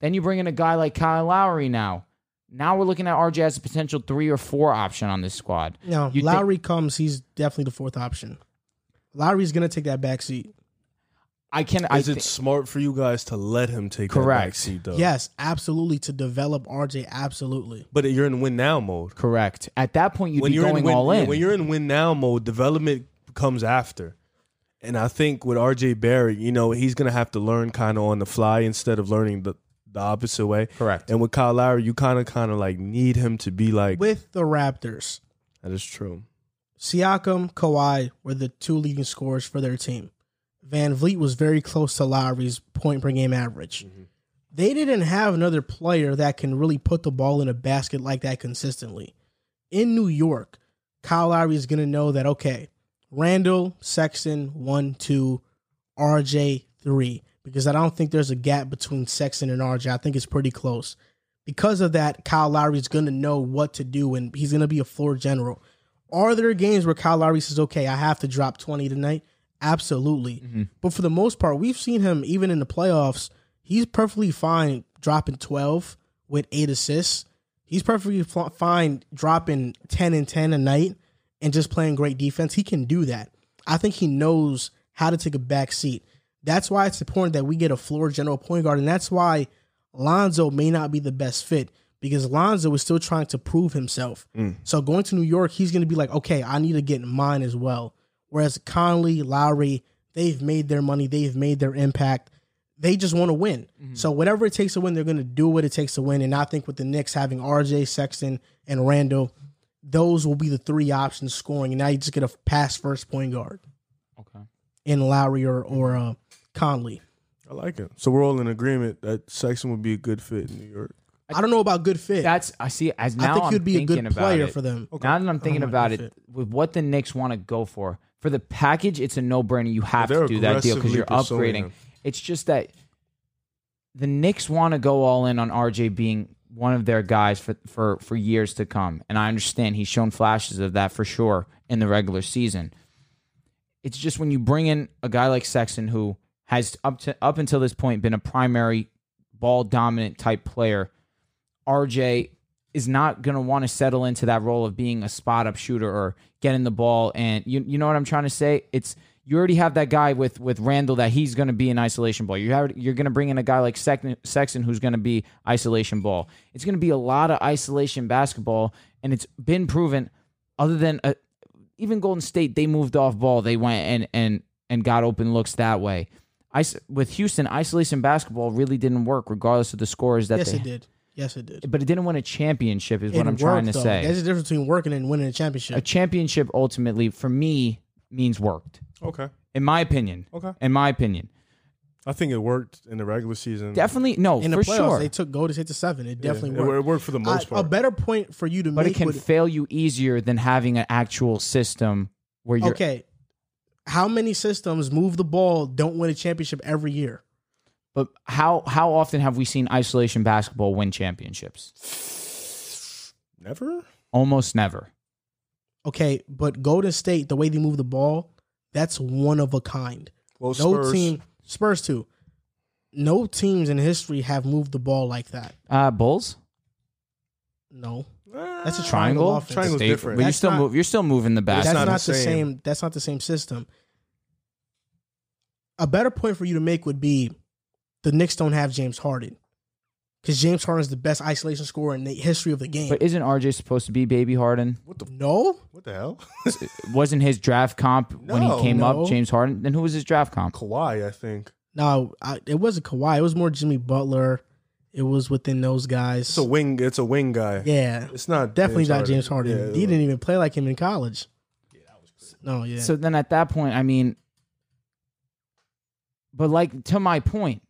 [SPEAKER 3] Then you bring in a guy like Kyle Lowry now. Now we're looking at RJ as a potential three or four option on this squad.
[SPEAKER 2] No,
[SPEAKER 3] You think-
[SPEAKER 2] Lowry comes, he's definitely the fourth option. Lowry's going to take that back seat.
[SPEAKER 3] I can. I
[SPEAKER 4] Is it
[SPEAKER 3] thi-
[SPEAKER 4] smart for you guys to let him take
[SPEAKER 3] Correct.
[SPEAKER 4] that backseat though?
[SPEAKER 2] Yes, absolutely to develop RJ absolutely.
[SPEAKER 4] But you're in win now mode.
[SPEAKER 3] correct? At that point, you'd
[SPEAKER 4] when
[SPEAKER 3] be
[SPEAKER 4] you're
[SPEAKER 3] going
[SPEAKER 4] in win,
[SPEAKER 3] all in.
[SPEAKER 4] When you're in win now mode, development comes after. And I think with RJ Barrett, you know, he's gonna have to learn kind of on the fly instead of learning the, the opposite way.
[SPEAKER 3] Correct.
[SPEAKER 4] And with Kyle Lowry, you kind of kind of like need him to be like
[SPEAKER 2] With the Raptors,
[SPEAKER 4] that is true.
[SPEAKER 2] Siakam, Kawhi were the two leading scorers for their team. Van Vliet was very close to Lowry's point per game average. They didn't have another player that can really put the ball in a basket like that consistently. In New York, Kyle Lowry is going to know that, okay, Randall, Sexton, one, two, RJ, three, because I don't think there's a gap between Sexton and RJ. I think it's pretty close. Because of that, Kyle Lowry's going to know what to do, and he's going to be a floor general. Are there games where Kyle Lowry says, okay, I have to drop 20 tonight? Absolutely. But for the most part, we've seen him even in the playoffs, he's perfectly fine dropping 12 with eight assists. He's perfectly fl- fine dropping 10 and 10 a night and just playing great defense. He can do that. I think he knows how to take a back seat. That's why it's important that we get a floor general point guard. And that's why Lonzo may not be the best fit because Lonzo is still trying to prove himself. So going to New York, he's going to be like, okay, I need to get mine as well. Whereas Conley, Lowry, they've made their money, they've made their impact. They just want to win. So whatever it takes to win, they're going to do what it takes to win. And I think with the Knicks having RJ, Sexton, and Randall, those will be the three options scoring. And now you just get a pass first point guard
[SPEAKER 3] okay.
[SPEAKER 2] in Lowry or, or uh, Conley.
[SPEAKER 4] I like it. So we're all in agreement that Sexton would be a good fit in New York.
[SPEAKER 2] I don't know about good fit.
[SPEAKER 3] That's I see. As now
[SPEAKER 2] I think
[SPEAKER 3] am
[SPEAKER 2] he would be a good
[SPEAKER 3] thinking about
[SPEAKER 2] player
[SPEAKER 3] it.
[SPEAKER 2] for them.
[SPEAKER 3] Um, Now that I'm thinking
[SPEAKER 2] Oh my
[SPEAKER 3] about it,
[SPEAKER 2] goodness.
[SPEAKER 3] with what the Knicks want to go for for the package, it's a no brainer. You have to
[SPEAKER 4] They're
[SPEAKER 3] do that deal because
[SPEAKER 4] aggressively
[SPEAKER 3] you're
[SPEAKER 4] pursuing
[SPEAKER 3] upgrading.
[SPEAKER 4] him.
[SPEAKER 3] It's just that the Knicks want to go all in on RJ being one of their guys for, for for years to come, and I understand he's shown flashes of that for sure in the regular season. It's just when you bring in a guy like Sexton who has up to up until this point been a primary ball dominant type player. RJ is not going to want to settle into that role of being a spot up shooter or getting the ball and you you know what I'm trying to say it's you already have that guy with with Randall that he's going to be an isolation ball. You have, you're going to bring in a guy like Sexton, Sexton who's going to be isolation ball. It's going to be a lot of isolation basketball and it's been proven other than a, even Golden State they moved off ball. They went and and and got open looks that way. Is- with Houston, isolation basketball really didn't work regardless of the scores that
[SPEAKER 2] yes,
[SPEAKER 3] they
[SPEAKER 2] it did. Yes, it did.
[SPEAKER 3] but it didn't win a championship. Is
[SPEAKER 2] It
[SPEAKER 3] what I'm trying to
[SPEAKER 2] worked, though.
[SPEAKER 3] say.
[SPEAKER 2] There's a difference between working and winning a championship.
[SPEAKER 3] a championship ultimately for me means worked,
[SPEAKER 4] Okay.
[SPEAKER 3] in my opinion.
[SPEAKER 4] Okay.
[SPEAKER 3] In my opinion,
[SPEAKER 4] I think it worked in the regular season.
[SPEAKER 3] definitely no
[SPEAKER 2] in the
[SPEAKER 3] oh, for
[SPEAKER 2] playoffs,
[SPEAKER 3] sure.
[SPEAKER 2] they took Golden State to seven. It
[SPEAKER 4] Yeah,
[SPEAKER 2] definitely
[SPEAKER 4] it,
[SPEAKER 2] worked.
[SPEAKER 4] it worked for the most
[SPEAKER 2] I-
[SPEAKER 4] part.
[SPEAKER 2] A better point for you to
[SPEAKER 3] but
[SPEAKER 2] make
[SPEAKER 3] it can
[SPEAKER 2] would-
[SPEAKER 3] fail you easier than having an actual system where you're.
[SPEAKER 2] okay. How many systems move the ball don't win a championship every year?
[SPEAKER 3] But how how often have we seen isolation basketball win championships?
[SPEAKER 4] Never.
[SPEAKER 3] Almost never.
[SPEAKER 2] Okay, but Golden State, the way they move the ball, that's one of a kind.
[SPEAKER 4] Well,
[SPEAKER 2] No
[SPEAKER 4] Spurs.
[SPEAKER 2] team, Spurs too. No teams in history have moved the ball like that.
[SPEAKER 3] Uh, Bulls
[SPEAKER 2] No,
[SPEAKER 4] Ah,
[SPEAKER 2] that's a triangle.
[SPEAKER 3] triangle.
[SPEAKER 2] offense.
[SPEAKER 4] Triangle's
[SPEAKER 3] Stay-
[SPEAKER 4] different.
[SPEAKER 3] But you
[SPEAKER 2] That's
[SPEAKER 3] still
[SPEAKER 2] not-
[SPEAKER 3] move. You're still moving the
[SPEAKER 2] That's
[SPEAKER 3] basket.
[SPEAKER 2] not,
[SPEAKER 4] not
[SPEAKER 2] the
[SPEAKER 4] the
[SPEAKER 2] same.
[SPEAKER 4] same.
[SPEAKER 2] That's not the same system. A better point for you to make would be the Knicks don't have James Harden because James Harden is the best isolation scorer in the history of the game.
[SPEAKER 3] But isn't RJ supposed to be Baby Harden?
[SPEAKER 2] no,
[SPEAKER 4] what the hell?
[SPEAKER 3] Wasn't his draft comp when
[SPEAKER 4] No.
[SPEAKER 3] he came
[SPEAKER 2] No.
[SPEAKER 3] up James Harden? Then who was his draft comp?
[SPEAKER 4] Kawhi, I think.
[SPEAKER 2] no, I, it wasn't Kawhi. It was more Jimmy Butler. It was within those guys.
[SPEAKER 4] It's a wing. It's a wing guy.
[SPEAKER 2] yeah,
[SPEAKER 4] It's not
[SPEAKER 2] definitely
[SPEAKER 4] James
[SPEAKER 2] not
[SPEAKER 4] Harden.
[SPEAKER 2] James Harden.
[SPEAKER 4] Yeah,
[SPEAKER 2] he didn't even play like him in college. No, yeah.
[SPEAKER 3] So then at that point, I mean, but like to my point,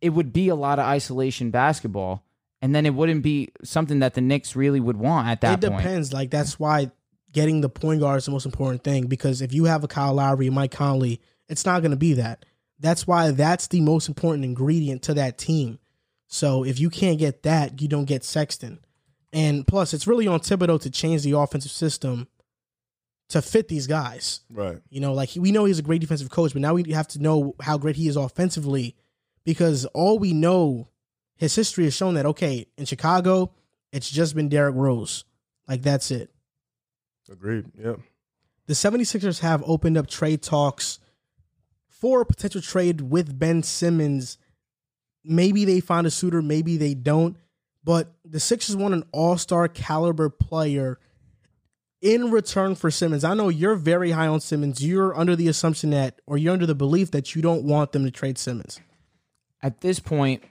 [SPEAKER 3] it would be a lot of isolation basketball, and then it wouldn't be something that the Knicks really would want at that
[SPEAKER 2] it
[SPEAKER 3] point.
[SPEAKER 2] depends. Like that's why getting the point guard is the most important thing because if you have a Kyle Lowry, Mike Conley, it's not going to be that. That's why that's the most important ingredient to that team. So if you can't get that, you don't get Sexton. And plus, it's really on Thibodeau to change the offensive system to fit these guys.
[SPEAKER 4] Right.
[SPEAKER 2] You know, like we know he's a great defensive coach, but now we have to know how great he is offensively because all we know, his history has shown that, okay, in Chicago, it's just been Derrick Rose. Like, that's it.
[SPEAKER 4] Agreed. Yep.
[SPEAKER 2] The 76ers have opened up trade talks for a potential trade with Ben Simmons. Maybe they find a suitor, maybe they don't. But the Sixers want an all star caliber player in return for Simmons. I know you're very high on Simmons. You're under the assumption that, or you're under the belief that you don't want them to trade Simmons.
[SPEAKER 3] At this point,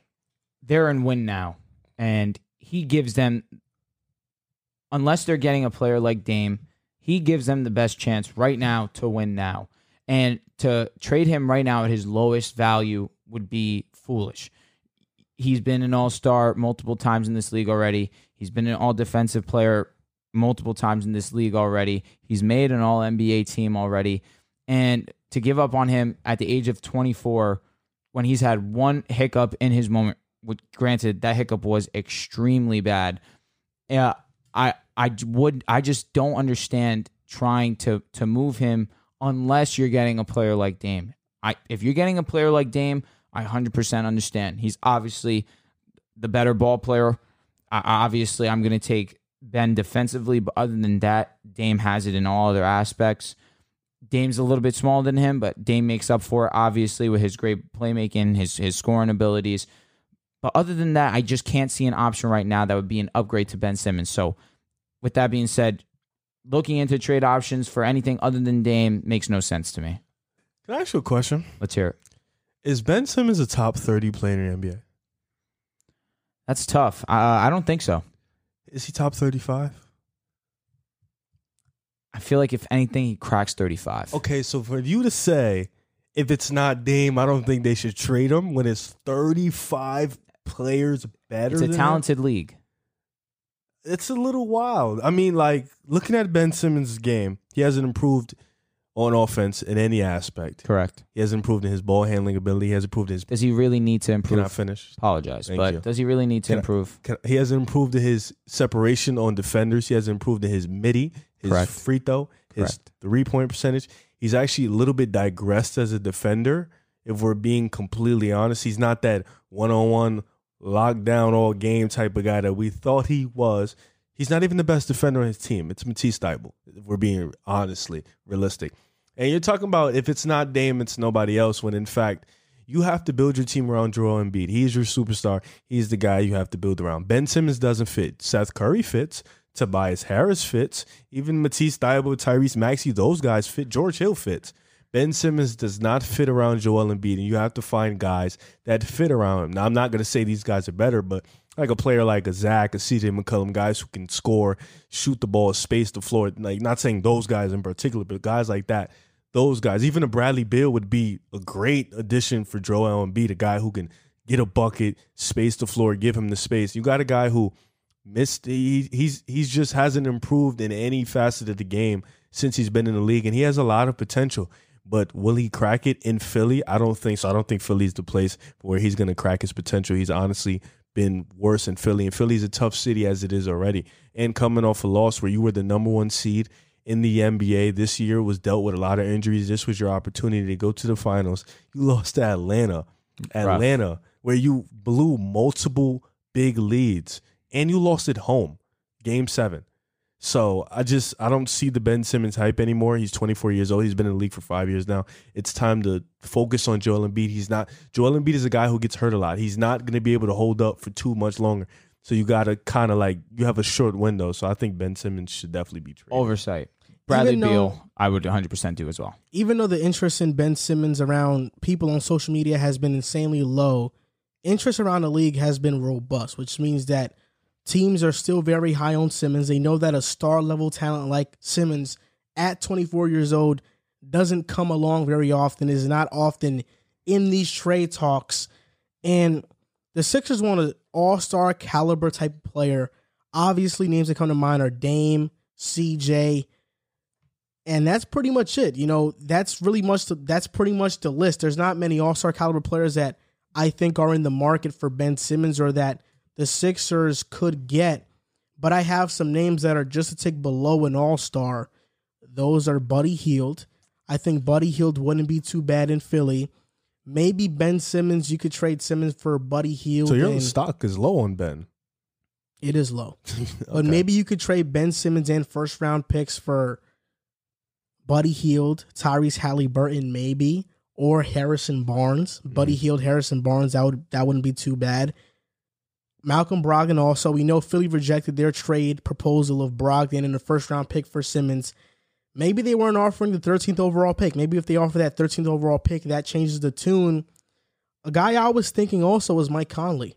[SPEAKER 3] they're in win now, and he gives them, unless they're getting a player like Dame, he gives them the best chance right now to win now. And to trade him right now at his lowest value would be foolish. He's been an all star multiple times in this league already. He's been an all defensive player multiple times in this league already. He's made an all NBA team already. And to give up on him at the age of 24, when he's had one hiccup in his moment, which granted, that hiccup was extremely bad. Yeah, I I j- would I just don't understand trying to to move him unless you're getting a player like Dame. I if you're getting a player like Dame, I 100% understand. He's obviously the better ball player. I, I- obviously, I'm going to take Ben defensively, but other than that, Dame has it in all other aspects. Dame's a little bit smaller than him, but Dame makes up for it obviously with his great playmaking, his his scoring abilities. But other than that, I just can't see an option right now that would be an upgrade to Ben Simmons. So, with that being said, looking into trade options for anything other than Dame makes no sense to me.
[SPEAKER 4] Can I ask you a question?
[SPEAKER 3] Let's hear it.
[SPEAKER 4] Is Ben Simmons a top thirty player in the NBA?
[SPEAKER 3] That's tough. Uh, I don't think so.
[SPEAKER 4] Is he top thirty-five?
[SPEAKER 3] I feel like if anything, he cracks thirty-five.
[SPEAKER 4] Okay, so for you to say if it's not Dame, I don't think they should trade him when it's thirty-five players better.
[SPEAKER 3] it's a
[SPEAKER 4] than him?
[SPEAKER 3] talented league.
[SPEAKER 4] it's a little wild. I mean, like looking at Ben Simmons' game, he hasn't improved on offense in any aspect.
[SPEAKER 3] Correct.
[SPEAKER 4] He hasn't improved in his ball handling ability. He hasn't improved in his.
[SPEAKER 3] Does he really need to
[SPEAKER 4] Can I
[SPEAKER 3] improve?
[SPEAKER 4] finish?
[SPEAKER 3] Apologize,
[SPEAKER 4] Thank
[SPEAKER 3] but
[SPEAKER 4] you.
[SPEAKER 3] does he really need to
[SPEAKER 4] Can I-
[SPEAKER 3] improve?
[SPEAKER 4] Can- He hasn't improved in his separation on defenders. He hasn't improved in his midi, his
[SPEAKER 3] Correct.
[SPEAKER 4] free throw, his
[SPEAKER 3] Correct.
[SPEAKER 4] three point percentage. He's actually a little bit digressed as a defender. If we're being completely honest, he's not that one on one lockdown all game type of guy that we thought he was. He's not even the best defender on his team. It's Matisse Thybulle. If we're being honestly realistic, and you're talking about if it's not Dame, it's nobody else. When in fact, you have to build your team around Joel Embiid. He's your superstar. He's the guy you have to build around. Ben Simmons doesn't fit. Seth Curry fits. Tobias Harris fits. Even Matisse Thybulle, Tyrese Maxey, those guys fit. George Hill fits. Ben Simmons does not fit around Joel Embiid, and you have to find guys that fit around him. Now, I'm not going to say these guys are better, but like a player like a Zach, a CJ McCullum, guys who can score, shoot the ball, space the floor. Like, not saying those guys in particular, but guys like that, those guys. Even a Bradley Beal would be a great addition for Joel Embiid, a guy who can get a bucket, space the floor, give him the space. You got a guy who missed. He, he's he's just hasn't improved in any facet of the game since he's been in the league, and he has a lot of potential. But will he crack it in Philly? I don't think so. I don't think Philly's the place where he's going to crack his potential. He's honestly been worse in Philly, and Philly's a tough city as it is already. And coming off a loss where you were the number one seed in the NBA this year, was dealt with a lot of injuries. This was your opportunity to go to the finals. You lost to Atlanta. Atlanta, where you blew multiple big leads and you lost at home, game seven. So I just I don't see the Ben Simmons hype anymore. He's 24 years old. He's been in the league for five years now. It's time to focus on Joel Embiid. He's not Joel Embiid is a guy who gets hurt a lot. He's not going to be able to hold up for too much longer. So you got to kind of like you have a short window. So I think Ben Simmons should definitely be traded.
[SPEAKER 3] Oversight. Bradley
[SPEAKER 2] Even though-
[SPEAKER 3] Beal, I would 100% do as well.
[SPEAKER 2] even though the interest in Ben Simmons around people on social media has been insanely low, interest around the league has been robust, which means that teams are still very high on Simmons. They know that a star level talent like Simmons at 24 years old doesn't come along very often, is not often in these trade talks. And the Sixers want an all star caliber type of player. Obviously, names that come to mind are Dame, CJ, and that's pretty much it. You know, that's really much. The, that's pretty much the list. There's not many All Star caliber players that I think are in the market for Ben Simmons or that the Sixers could get. But I have some names that are just a tick below an All Star. Those are Buddy Heald. I think Buddy Heald wouldn't be too bad in Philly. Maybe Ben Simmons. You could trade Simmons for Buddy Heald.
[SPEAKER 4] So your
[SPEAKER 2] and-
[SPEAKER 4] stock is low on Ben.
[SPEAKER 2] It is low. But
[SPEAKER 4] Okay.
[SPEAKER 2] maybe you could trade Ben Simmons and first round picks for Buddy Heald, Tyrese Halliburton, maybe, or Harrison Barnes.
[SPEAKER 4] Mm-hmm.
[SPEAKER 2] Buddy Heald, Harrison Barnes, that would that wouldn't be too bad. Malcolm Brogdon also, we know Philly rejected their trade proposal of Brogdon and the first round pick for Simmons. Maybe they weren't offering the 13th overall pick. Maybe if they offer that 13th overall pick, that changes the tune. A guy I was thinking also was Mike Conley.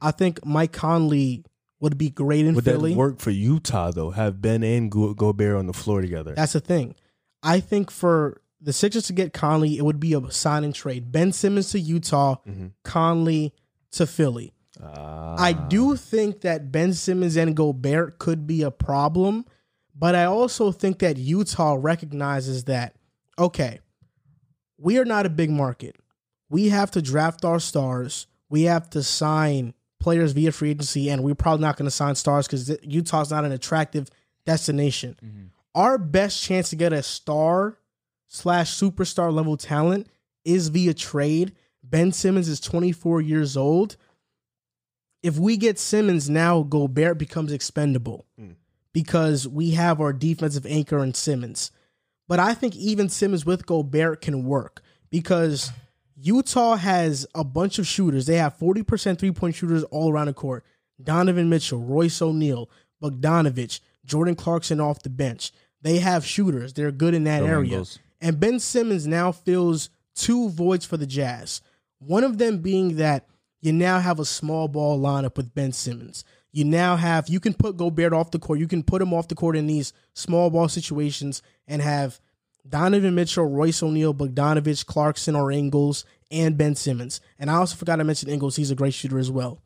[SPEAKER 2] I think Mike Conley would be great in
[SPEAKER 4] Hmm. Would that
[SPEAKER 2] Philly.
[SPEAKER 4] work for Utah though? Have Ben and Go- Gobert on the floor together.
[SPEAKER 2] That's the thing. I think for the Sixers to get Conley, it would be a sign and trade. Ben Simmons to Utah, Conley to Philly. I do think that Ben Simmons and Gobert could be a problem, but I also think that Utah recognizes that, okay, we are not a big market. We have to draft our stars. We have to sign players via free agency, and we're probably not going to sign stars because Utah's not an attractive destination. Our best chance to get a star slash superstar level talent is via trade. Ben Simmons is 24 years old. If we get Simmons now, Gobert becomes expendable because we have our defensive anchor in Simmons. But I think even Simmons with Gobert can work because Utah has a bunch of shooters. They have 40% three point shooters all around the court Donovan Mitchell, Royce O'Neal, Bogdanovich, Jordan Clarkson off the bench. They have shooters. They're good in that area. And Ben Simmons now fills two voids for the Jazz. One of them being that you now have a small ball lineup with Ben Simmons. You now have you can put Gobert off the court. You can put him off the court in these small ball situations and have Donovan Mitchell, Royce O'Neal, Bogdanovich, Clarkson, or Ingles, and Ben Simmons. And I also forgot to mention Ingles. He's a great shooter as well.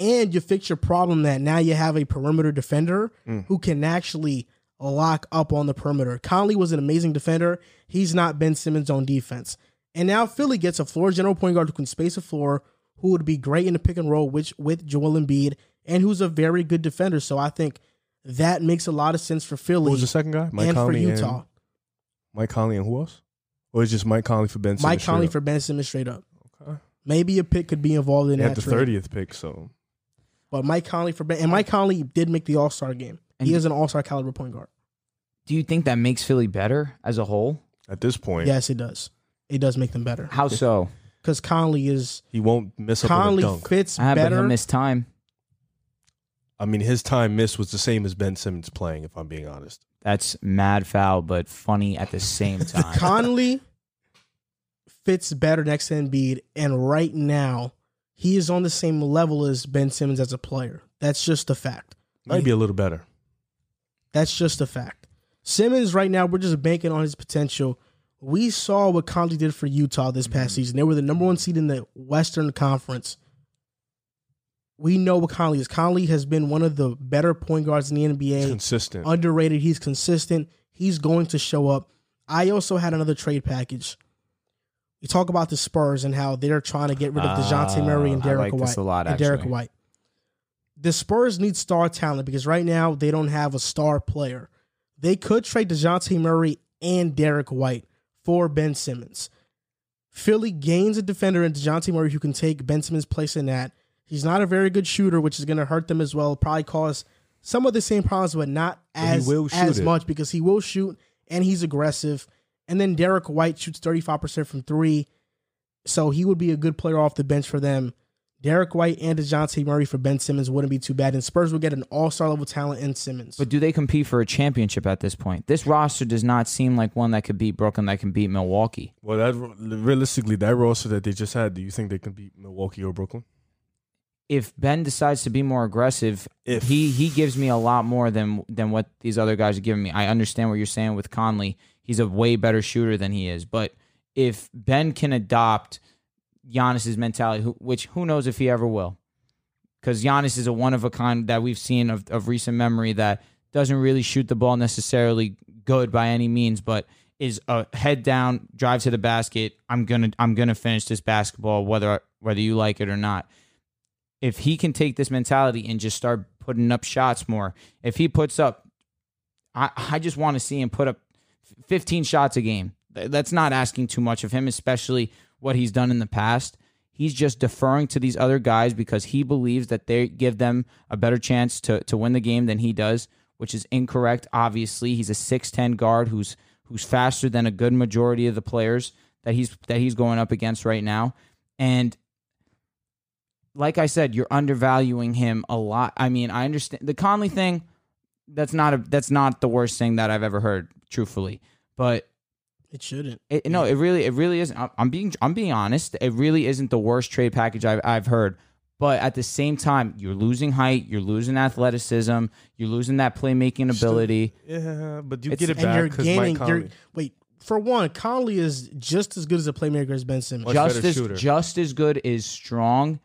[SPEAKER 2] And you fix your problem that now you have a perimeter defender
[SPEAKER 4] Mm.
[SPEAKER 2] who can actually lock up on the perimeter. Conley was an amazing defender. He's not Ben Simmons on defense. And now Philly gets a floor general point guard who can space the floor, who would be great in the pick and roll which, with Joel Embiid, and who's a very good defender. So I think that makes a lot of sense for Philly
[SPEAKER 4] Who was the second guy? Mike
[SPEAKER 2] and for
[SPEAKER 4] Conley
[SPEAKER 2] Utah.
[SPEAKER 4] And Mike Conley and who else? Or is just Mike Conley for Ben?
[SPEAKER 2] Mike
[SPEAKER 4] Simmons
[SPEAKER 2] Conley
[SPEAKER 4] straight
[SPEAKER 2] for
[SPEAKER 4] up?
[SPEAKER 2] Ben Simmons straight up.
[SPEAKER 4] Okay.
[SPEAKER 2] Maybe a pick could be involved in
[SPEAKER 4] They had
[SPEAKER 2] that
[SPEAKER 4] the
[SPEAKER 2] trade.
[SPEAKER 4] thirtieth pick. So
[SPEAKER 2] But Mike Conley for Ben and Mike Conley did make the All Star game.
[SPEAKER 3] And-
[SPEAKER 2] he is an All Star caliber point guard.
[SPEAKER 3] Do you think that makes Philly better as a whole?
[SPEAKER 4] at this point,
[SPEAKER 2] Yes, it does. It does make them better
[SPEAKER 3] How so?
[SPEAKER 2] because Conley is
[SPEAKER 4] he won't miss up on a
[SPEAKER 2] Conley
[SPEAKER 4] dunk.
[SPEAKER 2] fits
[SPEAKER 3] I have
[SPEAKER 2] better.
[SPEAKER 3] him this time.
[SPEAKER 4] I mean, his time missed was the same as Ben Simmons playing. If I'm being honest,
[SPEAKER 3] That's mad foul, but funny at the same time.
[SPEAKER 2] Conley fits better next to Embiid, and right now he is on the same level as Ben Simmons as a player. That's just a fact.
[SPEAKER 4] might be a little better.
[SPEAKER 2] That's just a fact. Simmons, right now, we're just banking on his potential. We saw what Conley did for Utah this past season. They were the number one seed in the Western Conference. We know what Conley is. Conley has been one of the better point guards in the
[SPEAKER 4] It's
[SPEAKER 2] NBA.
[SPEAKER 4] consistent.
[SPEAKER 2] Underrated. He's consistent. He's going to show up. I also had another trade package. You talk about the Spurs and how they're trying to get rid of DeJounte
[SPEAKER 3] Ah,
[SPEAKER 2] Murray and
[SPEAKER 3] I
[SPEAKER 2] Derek
[SPEAKER 3] like
[SPEAKER 2] White.
[SPEAKER 3] this a lot,
[SPEAKER 2] and Derek
[SPEAKER 3] actually.
[SPEAKER 2] White. The Spurs need star talent because right now they don't have a star player. They could trade DeJounte Murray and Derek White for Ben Simmons. Philly gains a defender in DeJounte Murray who can take Ben Simmons' place in that. He's not a very good shooter, which is going to hurt them as well. Probably cause some of the same problems, but not
[SPEAKER 4] he
[SPEAKER 2] as,
[SPEAKER 4] will shoot
[SPEAKER 2] as
[SPEAKER 4] it.
[SPEAKER 2] much because he will shoot and he's aggressive. And then Derek White shoots 35% from three. So he would be a good player off the bench for them. Derek White and DeJounte Murray for Ben Simmons wouldn't be too bad. And Spurs would get an all star level talent in Simmons.
[SPEAKER 3] But do they compete for a championship at this point? This roster does not seem like one that could beat Brooklyn, that can beat Milwaukee.
[SPEAKER 4] Well, that realistically, that roster that they just had, do you think they can beat Milwaukee or Brooklyn?
[SPEAKER 3] If Ben decides to be more aggressive,
[SPEAKER 4] If.
[SPEAKER 3] he he gives me a lot more than than what these other guys are giving me. I understand what you're saying with Conley. He's a way better shooter than he is, but if Ben can adopt Giannis's mentality, who, which who knows if he ever will, because Giannis is a one of a kind that we've seen of, of recent memory that doesn't really shoot the ball necessarily good by any means, but is a head down drive to the basket. I'm gonna I'm gonna finish this basketball whether whether you like it or not. If he can take this mentality and just start putting up shots more, if he puts up, I I just want to see him put up 15 shots a game. Th- That's not asking too much of him, especially what he's done in the past. He's just deferring to these other guys because he believes that they give them a better chance to, to win the game than he does, which is incorrect. Obviously, he's a 6'10 guard who's who's faster than a good majority of the players that he's that he's going up against right now. And like I said, you're undervaluing him a lot. I mean, I understand the Conley thing. That's not a that's not the worst thing that I've ever heard, truthfully. But
[SPEAKER 2] it shouldn't.
[SPEAKER 3] it, no, it really it really isn't. I'm- I'm being I'm being honest. It really isn't the worst trade package I've I've heard. But at the same time, you're losing height, you're losing athleticism, you're losing that playmaking ability.
[SPEAKER 4] Yeah, but you
[SPEAKER 3] It's-
[SPEAKER 4] get it
[SPEAKER 3] and
[SPEAKER 4] back
[SPEAKER 2] and
[SPEAKER 4] because
[SPEAKER 2] you're
[SPEAKER 4] Mike
[SPEAKER 2] gaining. You're,
[SPEAKER 4] Conley.
[SPEAKER 2] wait, for one, Conley is just as good as a playmaker as Ben Simmons.
[SPEAKER 4] Much
[SPEAKER 3] Just
[SPEAKER 4] better
[SPEAKER 3] as
[SPEAKER 4] shooter.
[SPEAKER 3] just as good is strong.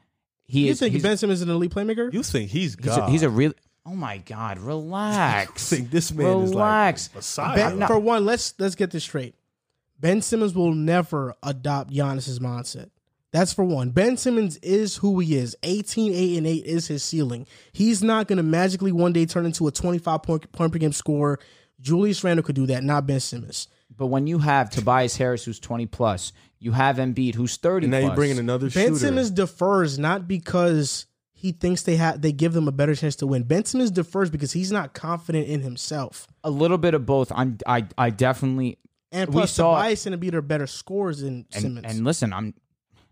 [SPEAKER 3] He
[SPEAKER 2] you
[SPEAKER 3] is
[SPEAKER 2] think
[SPEAKER 3] he's,
[SPEAKER 2] Ben Simmons is an elite playmaker?
[SPEAKER 4] You think he's
[SPEAKER 3] he's,
[SPEAKER 4] God?
[SPEAKER 3] a, he's a real Oh my God, relax.
[SPEAKER 4] You think this man is like
[SPEAKER 3] relax.
[SPEAKER 4] Messiah?
[SPEAKER 3] Ben-
[SPEAKER 2] Ben, for one, let's let's get this straight. Ben Simmons will never adopt Giannis's mindset. That's for one. Ben Simmons is who he is. 18, 8, and 8 is his ceiling. He's not going to magically one day turn into a 25 point, point per game scorer. Julius Randle could do that, not Ben Simmons.
[SPEAKER 3] But when you have Tobias Harris, who's 20 plus, you have Embiid, who's 30
[SPEAKER 4] and now you
[SPEAKER 3] plus.
[SPEAKER 4] bring in another
[SPEAKER 2] Ben
[SPEAKER 4] shooter.
[SPEAKER 2] Simmons defers not because he thinks they have they give them a better chance to win. Ben Simmons defers because he's not confident in himself.
[SPEAKER 3] a little bit of both. I'm, I, I definitely
[SPEAKER 2] And
[SPEAKER 3] We
[SPEAKER 2] plus,
[SPEAKER 3] saw-
[SPEAKER 2] Tobias and Embiid are better scorers than
[SPEAKER 3] and,
[SPEAKER 2] Simmons.
[SPEAKER 3] and listen, I'm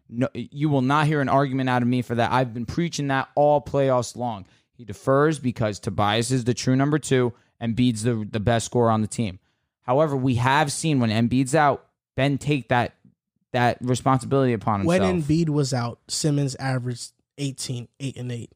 [SPEAKER 3] no, you will not hear an argument out of me for that. I've been preaching that all playoffs long. He defers because Tobias is the true number two, Embiid's the the best scorer on the team. However, we have seen when Embiid's out, Ben take that that responsibility upon himself,
[SPEAKER 2] when Embiid was out, Simmons averaged 18, 8 and 8.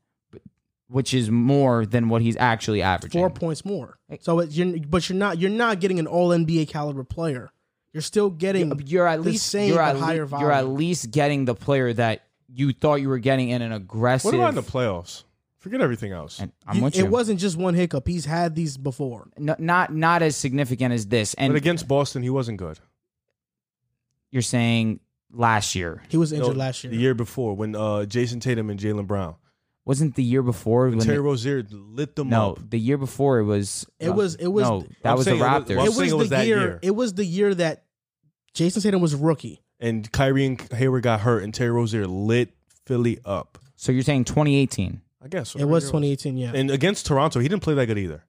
[SPEAKER 3] which is more than what he's actually averaging.
[SPEAKER 2] Four points more. So it's you're, but you're not you're not getting an all NBA caliber player. You're still getting
[SPEAKER 3] you're at
[SPEAKER 2] the
[SPEAKER 3] least
[SPEAKER 2] same
[SPEAKER 3] you're
[SPEAKER 2] but
[SPEAKER 3] at, le-
[SPEAKER 2] higher
[SPEAKER 3] you're at
[SPEAKER 2] volume.
[SPEAKER 3] least getting the player that you thought you were getting in an aggressive.
[SPEAKER 4] what about in the playoffs? Forget everything else.
[SPEAKER 3] and I'm
[SPEAKER 2] you-
[SPEAKER 3] with you.
[SPEAKER 2] It wasn't just one hiccup. He's had these before.
[SPEAKER 3] N- not not as significant as this. And
[SPEAKER 4] but against Boston, he wasn't good.
[SPEAKER 3] you're saying last year
[SPEAKER 2] He was injured
[SPEAKER 4] No,
[SPEAKER 2] last year.
[SPEAKER 4] the year before, when uh, Jason Tatum and Jalen Brown,
[SPEAKER 3] wasn't the year before when
[SPEAKER 4] Terry
[SPEAKER 3] the-
[SPEAKER 4] Rozier lit them
[SPEAKER 3] no
[SPEAKER 4] up.
[SPEAKER 3] the year before it was
[SPEAKER 2] It
[SPEAKER 3] uh,
[SPEAKER 2] was- it was-
[SPEAKER 3] no that
[SPEAKER 4] I'm
[SPEAKER 3] was the
[SPEAKER 4] saying it was- I'm
[SPEAKER 3] Raptors
[SPEAKER 2] it was
[SPEAKER 4] saying it
[SPEAKER 2] the
[SPEAKER 4] was that
[SPEAKER 2] year,
[SPEAKER 4] year.
[SPEAKER 2] It was the year that Jason Tatum was rookie.
[SPEAKER 4] And Kyrie and Hayward got hurt, and Terry Rozier lit Philly up.
[SPEAKER 3] so you're saying 2018
[SPEAKER 4] I guess
[SPEAKER 2] It was 2018. Yeah.
[SPEAKER 4] And against Toronto, he didn't play that good either.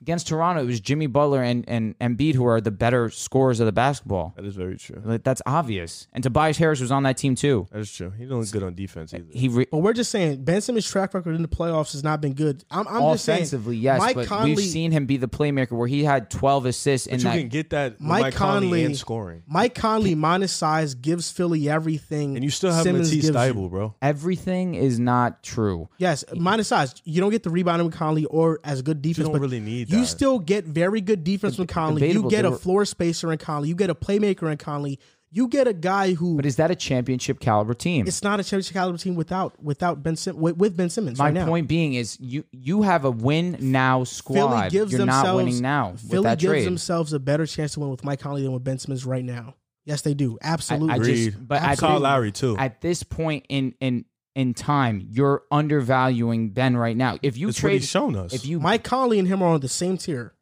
[SPEAKER 3] Against Toronto, it was Jimmy Butler and and Embiid who are the better scorers of the basketball.
[SPEAKER 4] That is very true.
[SPEAKER 3] Like that's obvious. And Tobias Harris was on that team too.
[SPEAKER 4] That is true. He don't look good on defense either.
[SPEAKER 3] He re-
[SPEAKER 2] But we're just saying Ben Simmons' track record in the playoffs has not been good. I'm, I'm just saying,
[SPEAKER 3] offensively, yes,
[SPEAKER 2] Mike
[SPEAKER 3] but
[SPEAKER 2] Conley,
[SPEAKER 3] we've seen him be the playmaker where he had 12 assists in
[SPEAKER 4] But you
[SPEAKER 3] that.
[SPEAKER 4] can get that with
[SPEAKER 2] Mike, Conley,
[SPEAKER 4] and scoring,
[SPEAKER 2] Mike Conley minus size gives Philly everything,
[SPEAKER 4] and you still have
[SPEAKER 2] Simmons gives
[SPEAKER 4] Matisse
[SPEAKER 2] you.
[SPEAKER 4] Thybulle, bro.
[SPEAKER 3] Everything is not true.
[SPEAKER 2] Yes, minus size. You don't get the rebounding with Conley or as good defense.
[SPEAKER 4] don't
[SPEAKER 2] but
[SPEAKER 4] really need
[SPEAKER 2] You
[SPEAKER 4] that.
[SPEAKER 2] still get very good defense from Conley. You
[SPEAKER 3] debatable,
[SPEAKER 2] get
[SPEAKER 3] they
[SPEAKER 2] a
[SPEAKER 3] were-
[SPEAKER 2] floor spacer in Conley. You get a playmaker in Conley. You get a guy who
[SPEAKER 3] But is that a championship caliber team?
[SPEAKER 2] it's not a championship caliber team without without Ben Sim- with, with Ben Simmons.
[SPEAKER 3] My
[SPEAKER 2] right now.
[SPEAKER 3] point being is you you have a win now squad.
[SPEAKER 2] Philly gives
[SPEAKER 3] You're
[SPEAKER 2] themselves
[SPEAKER 3] not winning now with
[SPEAKER 2] Philly
[SPEAKER 3] that
[SPEAKER 2] gives
[SPEAKER 3] trade.
[SPEAKER 2] themselves a better chance to win with Mike Conley than with Ben Simmons right now. Yes, they do.
[SPEAKER 3] I-
[SPEAKER 2] Absolutely.
[SPEAKER 3] I, just
[SPEAKER 4] Agreed.
[SPEAKER 3] but at,
[SPEAKER 4] Kyle
[SPEAKER 3] thi-
[SPEAKER 4] Lowry too.
[SPEAKER 3] at this point in in in time, you're undervaluing Ben right now. If you
[SPEAKER 4] That's what
[SPEAKER 3] trade
[SPEAKER 4] he's shown us.
[SPEAKER 3] if you
[SPEAKER 2] Mike Conley and him are on the same tier.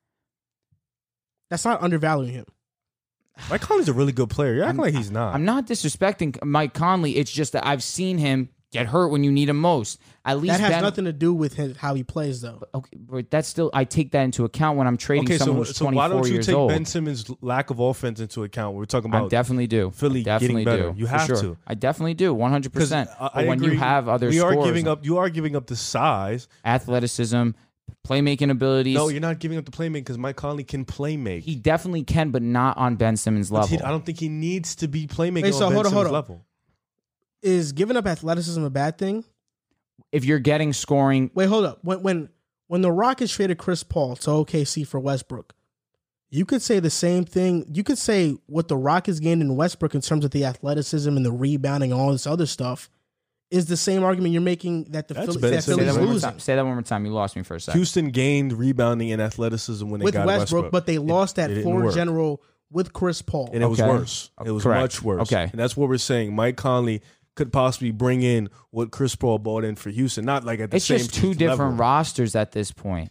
[SPEAKER 2] That's not undervaluing him.
[SPEAKER 4] Mike Conley's a really good player. You're acting like he's not.
[SPEAKER 3] I'm not disrespecting Mike Conley. It's just that I've seen him get hurt when you need him most. At least
[SPEAKER 2] That has
[SPEAKER 3] Ben-
[SPEAKER 2] nothing to do with his, how he plays, though.
[SPEAKER 3] Okay, but that's still I take that into account when I'm trading
[SPEAKER 4] okay,
[SPEAKER 3] someone
[SPEAKER 4] so,
[SPEAKER 3] who's
[SPEAKER 4] so
[SPEAKER 3] 24
[SPEAKER 4] why don't you
[SPEAKER 3] years
[SPEAKER 4] take
[SPEAKER 3] old.
[SPEAKER 4] Ben Simmons' lack of offense into account? We're talking
[SPEAKER 3] I
[SPEAKER 4] about
[SPEAKER 3] definitely do.
[SPEAKER 4] Philly
[SPEAKER 3] I
[SPEAKER 4] getting
[SPEAKER 3] definitely
[SPEAKER 4] better.
[SPEAKER 3] Do,
[SPEAKER 4] You
[SPEAKER 3] for
[SPEAKER 4] have
[SPEAKER 3] sure.
[SPEAKER 4] to.
[SPEAKER 3] I definitely do. 100. percent
[SPEAKER 4] I-
[SPEAKER 3] But
[SPEAKER 4] I
[SPEAKER 3] when you
[SPEAKER 4] agree.
[SPEAKER 3] have other,
[SPEAKER 4] we are
[SPEAKER 3] scorers,
[SPEAKER 4] giving up. You are giving up the size.
[SPEAKER 3] athleticism, playmaking abilities.
[SPEAKER 4] No, you're not giving up the playmaking because Mike Conley can playmake.
[SPEAKER 3] he definitely can, but not on Ben Simmons' level.
[SPEAKER 4] He- I don't think he needs to be playmaking
[SPEAKER 2] Wait,
[SPEAKER 4] on
[SPEAKER 2] so
[SPEAKER 4] Ben
[SPEAKER 2] hold on, hold
[SPEAKER 4] Simmons'
[SPEAKER 2] on.
[SPEAKER 4] level.
[SPEAKER 2] Is giving up athleticism a bad thing?
[SPEAKER 3] if you're getting scoring,
[SPEAKER 2] Wait, hold up. When when when the Rockets traded Chris Paul to OKC for Westbrook, you could say the same thing. You could say what the Rockets gained in Westbrook in terms of the athleticism and the rebounding and all this other stuff is the same argument you're making that the
[SPEAKER 4] That's
[SPEAKER 2] Phillies,
[SPEAKER 4] Ben
[SPEAKER 2] that
[SPEAKER 3] say
[SPEAKER 2] Phillies
[SPEAKER 3] that, one more
[SPEAKER 2] losing
[SPEAKER 3] time, say that one more time. You lost me for a second.
[SPEAKER 4] Houston gained rebounding and athleticism when they
[SPEAKER 2] with
[SPEAKER 4] got
[SPEAKER 2] Westbrook, but they
[SPEAKER 4] It-
[SPEAKER 2] lost
[SPEAKER 4] it
[SPEAKER 2] that
[SPEAKER 4] didn't
[SPEAKER 2] floor
[SPEAKER 4] work.
[SPEAKER 2] general with Chris Paul.
[SPEAKER 4] and it was
[SPEAKER 3] Okay.
[SPEAKER 4] worse. It was
[SPEAKER 3] Correct.
[SPEAKER 4] much worse.
[SPEAKER 3] Okay.
[SPEAKER 4] and that's what we're saying. Mike Conley could possibly bring in what Chris Paul brought in for Houston. Not like at the
[SPEAKER 3] it's
[SPEAKER 4] same.
[SPEAKER 3] just two
[SPEAKER 4] level.
[SPEAKER 3] different rosters at this point.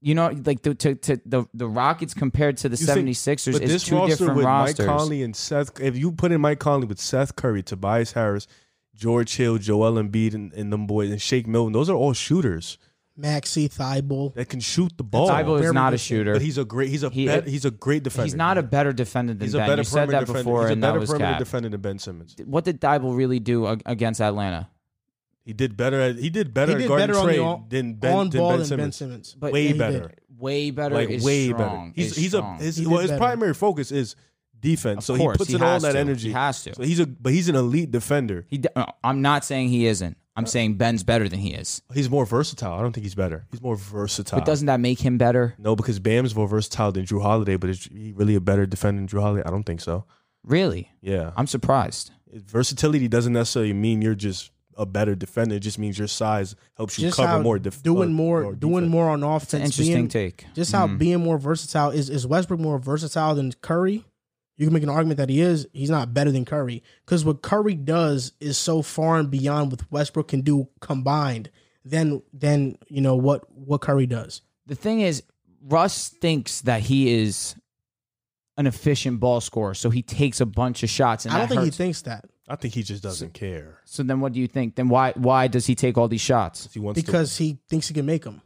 [SPEAKER 3] You know, like the to, to the the Rockets compared to the
[SPEAKER 4] You think-
[SPEAKER 3] 76ers
[SPEAKER 4] but
[SPEAKER 3] is
[SPEAKER 4] this
[SPEAKER 3] two
[SPEAKER 4] roster
[SPEAKER 3] different
[SPEAKER 4] with
[SPEAKER 3] rosters.
[SPEAKER 4] Mike Conley and Seth. If you put in Mike Conley with Seth Curry, Tobias Harris, George Hill, Joel Embiid, and, and them boys, and Shake Milton, those are all shooters
[SPEAKER 2] Maxi Thibault.
[SPEAKER 4] that can shoot the ball.
[SPEAKER 3] Thibault is
[SPEAKER 2] Very
[SPEAKER 3] not a
[SPEAKER 2] good.
[SPEAKER 3] shooter.
[SPEAKER 4] but he's a great. He's a
[SPEAKER 3] He-
[SPEAKER 4] bet- he's a great defender.
[SPEAKER 3] He's not a better defender than
[SPEAKER 4] He's a
[SPEAKER 3] Ben.
[SPEAKER 4] better
[SPEAKER 3] you said
[SPEAKER 4] perimeter
[SPEAKER 3] that
[SPEAKER 4] defender.
[SPEAKER 3] before,
[SPEAKER 4] He's a
[SPEAKER 3] and
[SPEAKER 4] better
[SPEAKER 3] that was
[SPEAKER 4] perimeter
[SPEAKER 3] cap.
[SPEAKER 4] defender than Ben Simmons.
[SPEAKER 3] What did Thibault really do ag- against Atlanta?
[SPEAKER 4] He did better. At, he did better
[SPEAKER 2] He did
[SPEAKER 4] at guarding
[SPEAKER 2] better on the
[SPEAKER 4] trade
[SPEAKER 2] on,
[SPEAKER 4] than Ben,
[SPEAKER 2] on
[SPEAKER 4] than
[SPEAKER 2] ball
[SPEAKER 4] ben
[SPEAKER 2] than Ben
[SPEAKER 4] Simmons.
[SPEAKER 2] Simmons.
[SPEAKER 3] But
[SPEAKER 4] Way
[SPEAKER 2] Yeah, he
[SPEAKER 4] better.
[SPEAKER 2] did.
[SPEAKER 3] way better,
[SPEAKER 4] Like
[SPEAKER 3] is
[SPEAKER 4] way better.
[SPEAKER 3] strong,
[SPEAKER 4] He's
[SPEAKER 3] is
[SPEAKER 4] he's
[SPEAKER 3] strong.
[SPEAKER 4] a his,
[SPEAKER 2] He did
[SPEAKER 4] well, his
[SPEAKER 2] better.
[SPEAKER 4] primary focus is defense. so
[SPEAKER 3] Of course,
[SPEAKER 4] he puts
[SPEAKER 3] he
[SPEAKER 4] in all
[SPEAKER 3] has
[SPEAKER 4] that
[SPEAKER 3] to.
[SPEAKER 4] energy.
[SPEAKER 3] He has to.
[SPEAKER 4] So he's a but he's an elite defender.
[SPEAKER 3] He d- no, I'm not saying he isn't.
[SPEAKER 4] Uh,
[SPEAKER 3] I'm saying Ben's better than he is.
[SPEAKER 4] He's more versatile. I don't think he's better. He's more versatile.
[SPEAKER 3] But doesn't that make him better?
[SPEAKER 4] no because Bam's more versatile than Drew Holiday, but is he really a better defender than Drew Holiday? I don't think so.
[SPEAKER 3] Really?
[SPEAKER 4] Yeah,
[SPEAKER 3] I'm surprised.
[SPEAKER 4] versatility doesn't necessarily mean you're just a better defender. It just means your size helps you
[SPEAKER 2] Just
[SPEAKER 4] cover
[SPEAKER 2] how
[SPEAKER 4] more. Def-
[SPEAKER 2] doing
[SPEAKER 4] uh,
[SPEAKER 2] more, doing
[SPEAKER 4] defense.
[SPEAKER 2] more on offense.
[SPEAKER 3] It's an interesting
[SPEAKER 2] being-
[SPEAKER 3] take.
[SPEAKER 2] Just how being more versatile is is Westbrook more versatile than Curry? You can make an argument that he is. He's not better than Curry because what Curry does is so far and beyond what Westbrook can do combined. Than than you know what what Curry does.
[SPEAKER 3] The thing is, Russ thinks that he is an efficient ball scorer, so he takes a bunch of shots. And
[SPEAKER 2] I don't
[SPEAKER 3] that
[SPEAKER 2] think he
[SPEAKER 3] hurts.
[SPEAKER 2] thinks that
[SPEAKER 4] I think he just doesn't care.
[SPEAKER 3] So then, what do you think? Then why why does he take all these shots?
[SPEAKER 4] He wants to-
[SPEAKER 2] because he thinks he can make them.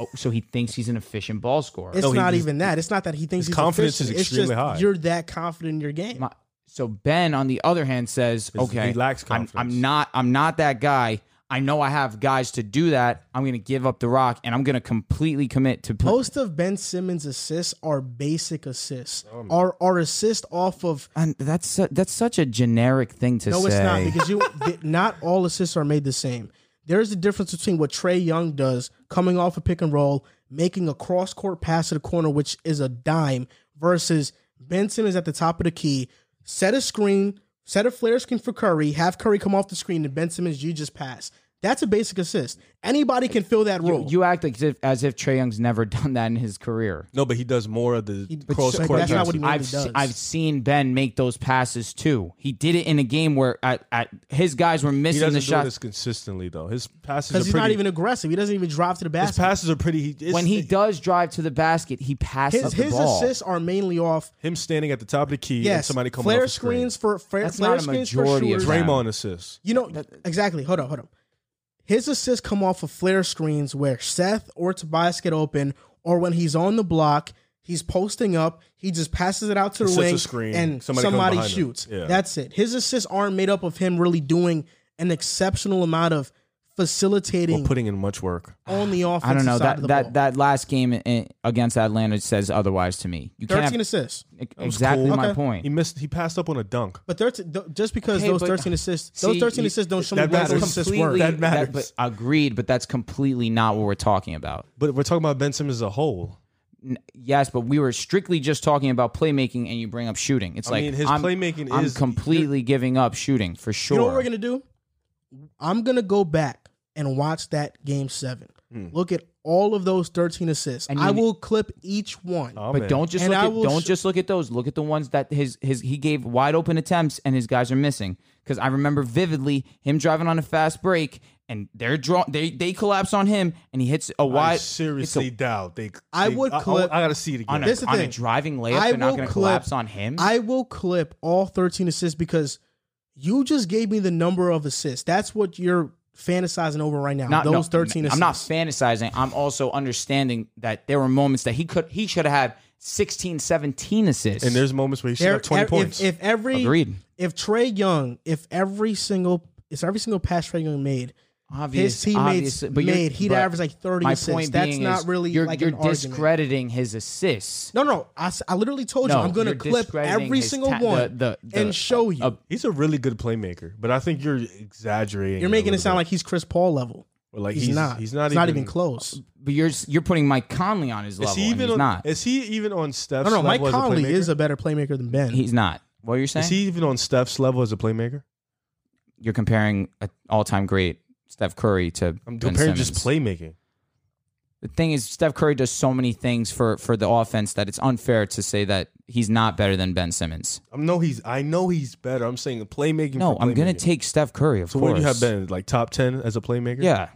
[SPEAKER 3] Oh, so he thinks he's an efficient ball scorer.
[SPEAKER 2] It's
[SPEAKER 4] No, he
[SPEAKER 2] not
[SPEAKER 4] just-
[SPEAKER 2] even that. It's not that he thinks
[SPEAKER 4] His
[SPEAKER 2] he's
[SPEAKER 4] confidence is
[SPEAKER 2] efficient. It's
[SPEAKER 4] extremely
[SPEAKER 2] just
[SPEAKER 4] high.
[SPEAKER 2] You're that confident in your game.
[SPEAKER 3] My- so Ben, on the other hand, says,
[SPEAKER 4] His-
[SPEAKER 3] "Okay,
[SPEAKER 4] he lacks
[SPEAKER 3] I'm,
[SPEAKER 4] confidence.
[SPEAKER 3] I'm not. I'm not that guy. I know I have guys to do that. I'm going to give up the rock, and I'm going to completely commit to put,
[SPEAKER 2] Most of Ben Simmons' assists are basic assists. Are are assists off of
[SPEAKER 3] And that's su- that's such a generic thing to
[SPEAKER 2] No,
[SPEAKER 3] say.
[SPEAKER 2] it's not because you th- not all assists are made the same. There's a difference between what Trey Young does coming off a pick and roll, making a cross court pass to the corner, which is a dime, versus Ben Simmons at the top of the key, set a screen, set a flare screen for Curry, have Curry come off the screen, and Ben Simmons you just pass. That's a basic assist. Anybody can fill that role.
[SPEAKER 3] you act like as if, as if Trey Young's never done that in his career.
[SPEAKER 4] No, but he does more of the
[SPEAKER 2] but
[SPEAKER 4] cross
[SPEAKER 2] so-
[SPEAKER 4] court.
[SPEAKER 2] that's not what he
[SPEAKER 4] passes.
[SPEAKER 2] really does.
[SPEAKER 3] I've se- I've seen Ben make those passes too. He did it in a game where at, at, his guys were
[SPEAKER 4] He
[SPEAKER 3] missing
[SPEAKER 4] doesn't
[SPEAKER 3] the
[SPEAKER 4] do
[SPEAKER 3] shots.
[SPEAKER 4] this consistently though. His passes are
[SPEAKER 2] because he's
[SPEAKER 4] pretty,
[SPEAKER 2] not even aggressive. He doesn't even drive to the
[SPEAKER 4] his
[SPEAKER 2] basket.
[SPEAKER 4] passes are pretty. He, it's-
[SPEAKER 3] When he does drive to the basket, he passes
[SPEAKER 2] his
[SPEAKER 3] the
[SPEAKER 2] his
[SPEAKER 3] ball.
[SPEAKER 2] assists are mainly off
[SPEAKER 4] him standing at the top of the key and
[SPEAKER 2] yes,
[SPEAKER 4] somebody coming
[SPEAKER 2] flare
[SPEAKER 4] off the screen.
[SPEAKER 2] screens for flare,
[SPEAKER 3] That's
[SPEAKER 2] flare
[SPEAKER 3] not a
[SPEAKER 2] screens for
[SPEAKER 3] majority of
[SPEAKER 2] shooters.
[SPEAKER 3] them.
[SPEAKER 4] Draymond assists.
[SPEAKER 2] You know exactly. Hold on, hold on. His assists come off of flare screens where Seth or Tobias get open, or when he's on the block, he's posting up, he just passes it out to the
[SPEAKER 4] He sets a
[SPEAKER 2] wing
[SPEAKER 4] screen,
[SPEAKER 2] and
[SPEAKER 4] somebody
[SPEAKER 2] somebody,
[SPEAKER 4] comes behind him.
[SPEAKER 2] shoots.
[SPEAKER 4] Yeah.
[SPEAKER 2] That's it. His assists aren't made up of him really doing an exceptional amount of
[SPEAKER 4] Or
[SPEAKER 2] facilitating
[SPEAKER 4] putting in much work.
[SPEAKER 2] on the offensive
[SPEAKER 3] I don't know
[SPEAKER 2] side of
[SPEAKER 3] that
[SPEAKER 2] the
[SPEAKER 3] that
[SPEAKER 2] ball.
[SPEAKER 3] that last game in, against Atlanta says otherwise to me. You can't
[SPEAKER 2] 13
[SPEAKER 3] have,
[SPEAKER 2] assists.
[SPEAKER 3] ex-
[SPEAKER 4] was
[SPEAKER 3] exactly
[SPEAKER 4] cool.
[SPEAKER 3] my
[SPEAKER 2] Okay.
[SPEAKER 3] point.
[SPEAKER 4] He missed. He passed up on a dunk.
[SPEAKER 2] But 13, th- just because
[SPEAKER 3] Okay,
[SPEAKER 2] those
[SPEAKER 3] but-
[SPEAKER 2] 13 assists, those
[SPEAKER 3] See,
[SPEAKER 2] 13
[SPEAKER 3] you-
[SPEAKER 2] assists don't show me
[SPEAKER 4] that
[SPEAKER 2] why
[SPEAKER 4] matters.
[SPEAKER 2] those assists work.
[SPEAKER 4] That matters.
[SPEAKER 3] but agreed, but that's completely not what we're talking about.
[SPEAKER 4] But we're talking about Ben Simmons as a whole.
[SPEAKER 3] Yes, but we were strictly just talking about playmaking, and you bring up shooting. It's
[SPEAKER 4] I
[SPEAKER 3] like
[SPEAKER 4] mean, his
[SPEAKER 3] I'm,
[SPEAKER 4] playmaking
[SPEAKER 3] I'm
[SPEAKER 4] is-
[SPEAKER 3] completely giving up shooting for sure.
[SPEAKER 2] You know what we're gonna do? I'm gonna go back and watch that game seven.
[SPEAKER 4] Hmm.
[SPEAKER 2] Look at all of those 13 assists.
[SPEAKER 3] And
[SPEAKER 2] I
[SPEAKER 3] you-
[SPEAKER 2] will clip each one.
[SPEAKER 4] Oh,
[SPEAKER 3] but
[SPEAKER 4] man.
[SPEAKER 3] don't just
[SPEAKER 2] And
[SPEAKER 3] look
[SPEAKER 2] I
[SPEAKER 3] at
[SPEAKER 2] will
[SPEAKER 3] don't
[SPEAKER 2] sh-
[SPEAKER 3] just look at those. Look at the ones that his his he gave wide open attempts and his guys are missing. Because I remember vividly him driving on a fast break and they're draw they they collapse on him and he hits a
[SPEAKER 4] I
[SPEAKER 3] wide it's a-
[SPEAKER 4] seriously doubt they.
[SPEAKER 2] I
[SPEAKER 4] they-
[SPEAKER 2] would
[SPEAKER 4] I,
[SPEAKER 2] clip-
[SPEAKER 4] I, gotta see it
[SPEAKER 3] on
[SPEAKER 4] again.
[SPEAKER 3] a,
[SPEAKER 2] This is the
[SPEAKER 3] on a
[SPEAKER 2] thing.
[SPEAKER 3] driving layup.
[SPEAKER 2] I
[SPEAKER 3] They're not
[SPEAKER 2] will
[SPEAKER 3] going to
[SPEAKER 2] clip-
[SPEAKER 3] collapse on him.
[SPEAKER 2] I will clip all 13 assists because you just gave me the number of assists. That's what you're fantasizing over right now.
[SPEAKER 3] not, no,
[SPEAKER 2] those 13 assists.
[SPEAKER 3] I'm not fantasizing. I'm also understanding that there were moments that he could he should have had 16, 17 assists.
[SPEAKER 4] and there's moments where he should
[SPEAKER 2] There-
[SPEAKER 4] have twenty
[SPEAKER 2] if-
[SPEAKER 4] points.
[SPEAKER 2] If, every
[SPEAKER 3] Agreed.
[SPEAKER 2] if Trey Young, if every single if every single pass Trey Young made
[SPEAKER 3] obvious,
[SPEAKER 2] his teammates
[SPEAKER 3] obvious, but you're-
[SPEAKER 2] made, he'd
[SPEAKER 3] but
[SPEAKER 2] average like 30
[SPEAKER 3] my
[SPEAKER 2] assists.
[SPEAKER 3] Point
[SPEAKER 2] That's
[SPEAKER 3] being
[SPEAKER 2] not
[SPEAKER 3] is
[SPEAKER 2] really
[SPEAKER 3] you're,
[SPEAKER 2] like
[SPEAKER 3] you're
[SPEAKER 2] an argument.
[SPEAKER 3] discrediting his assists.
[SPEAKER 2] No, no. I, s- I literally told
[SPEAKER 3] No,
[SPEAKER 2] you I'm going to
[SPEAKER 3] you're
[SPEAKER 2] clip
[SPEAKER 3] discrediting
[SPEAKER 2] every
[SPEAKER 3] his
[SPEAKER 2] single
[SPEAKER 3] ta-
[SPEAKER 2] one
[SPEAKER 3] the- the- the-
[SPEAKER 2] and show you.
[SPEAKER 3] uh,
[SPEAKER 4] he's a really good playmaker, but I think you're exaggerating.
[SPEAKER 2] you're making it sound like he's Chris Paul level.
[SPEAKER 4] like
[SPEAKER 2] he's,
[SPEAKER 4] he's-
[SPEAKER 2] not.
[SPEAKER 4] he's not
[SPEAKER 2] It's not
[SPEAKER 4] even- uh,
[SPEAKER 2] even close.
[SPEAKER 3] But you're you're putting Mike Conley on his
[SPEAKER 4] Is
[SPEAKER 3] level.
[SPEAKER 4] he
[SPEAKER 3] and
[SPEAKER 4] even
[SPEAKER 3] he's
[SPEAKER 4] on,
[SPEAKER 3] not.
[SPEAKER 4] Is he even on Steph's
[SPEAKER 2] No, no. Mike
[SPEAKER 4] level
[SPEAKER 2] Conley
[SPEAKER 4] as a playmaker?
[SPEAKER 2] is a better playmaker than Ben.
[SPEAKER 3] He's not. What you're saying?
[SPEAKER 4] Is he even on Steph's level as a playmaker?
[SPEAKER 3] you're comparing an all-time great Steph Curry to
[SPEAKER 4] I'm
[SPEAKER 3] Ben
[SPEAKER 4] comparing just
[SPEAKER 3] Simmons.
[SPEAKER 4] playmaking.
[SPEAKER 3] The thing is, Steph Curry does so many things for for the offense that it's unfair to say that he's not better than Ben Simmons.
[SPEAKER 4] I know he's. I know he's better. I'm saying playmaking.
[SPEAKER 3] No,
[SPEAKER 4] for
[SPEAKER 3] I'm gonna
[SPEAKER 4] playmaking.
[SPEAKER 3] take Steph Curry. Of
[SPEAKER 4] So
[SPEAKER 3] course.
[SPEAKER 4] what do you have been like top ten as a playmaker?
[SPEAKER 3] Yeah,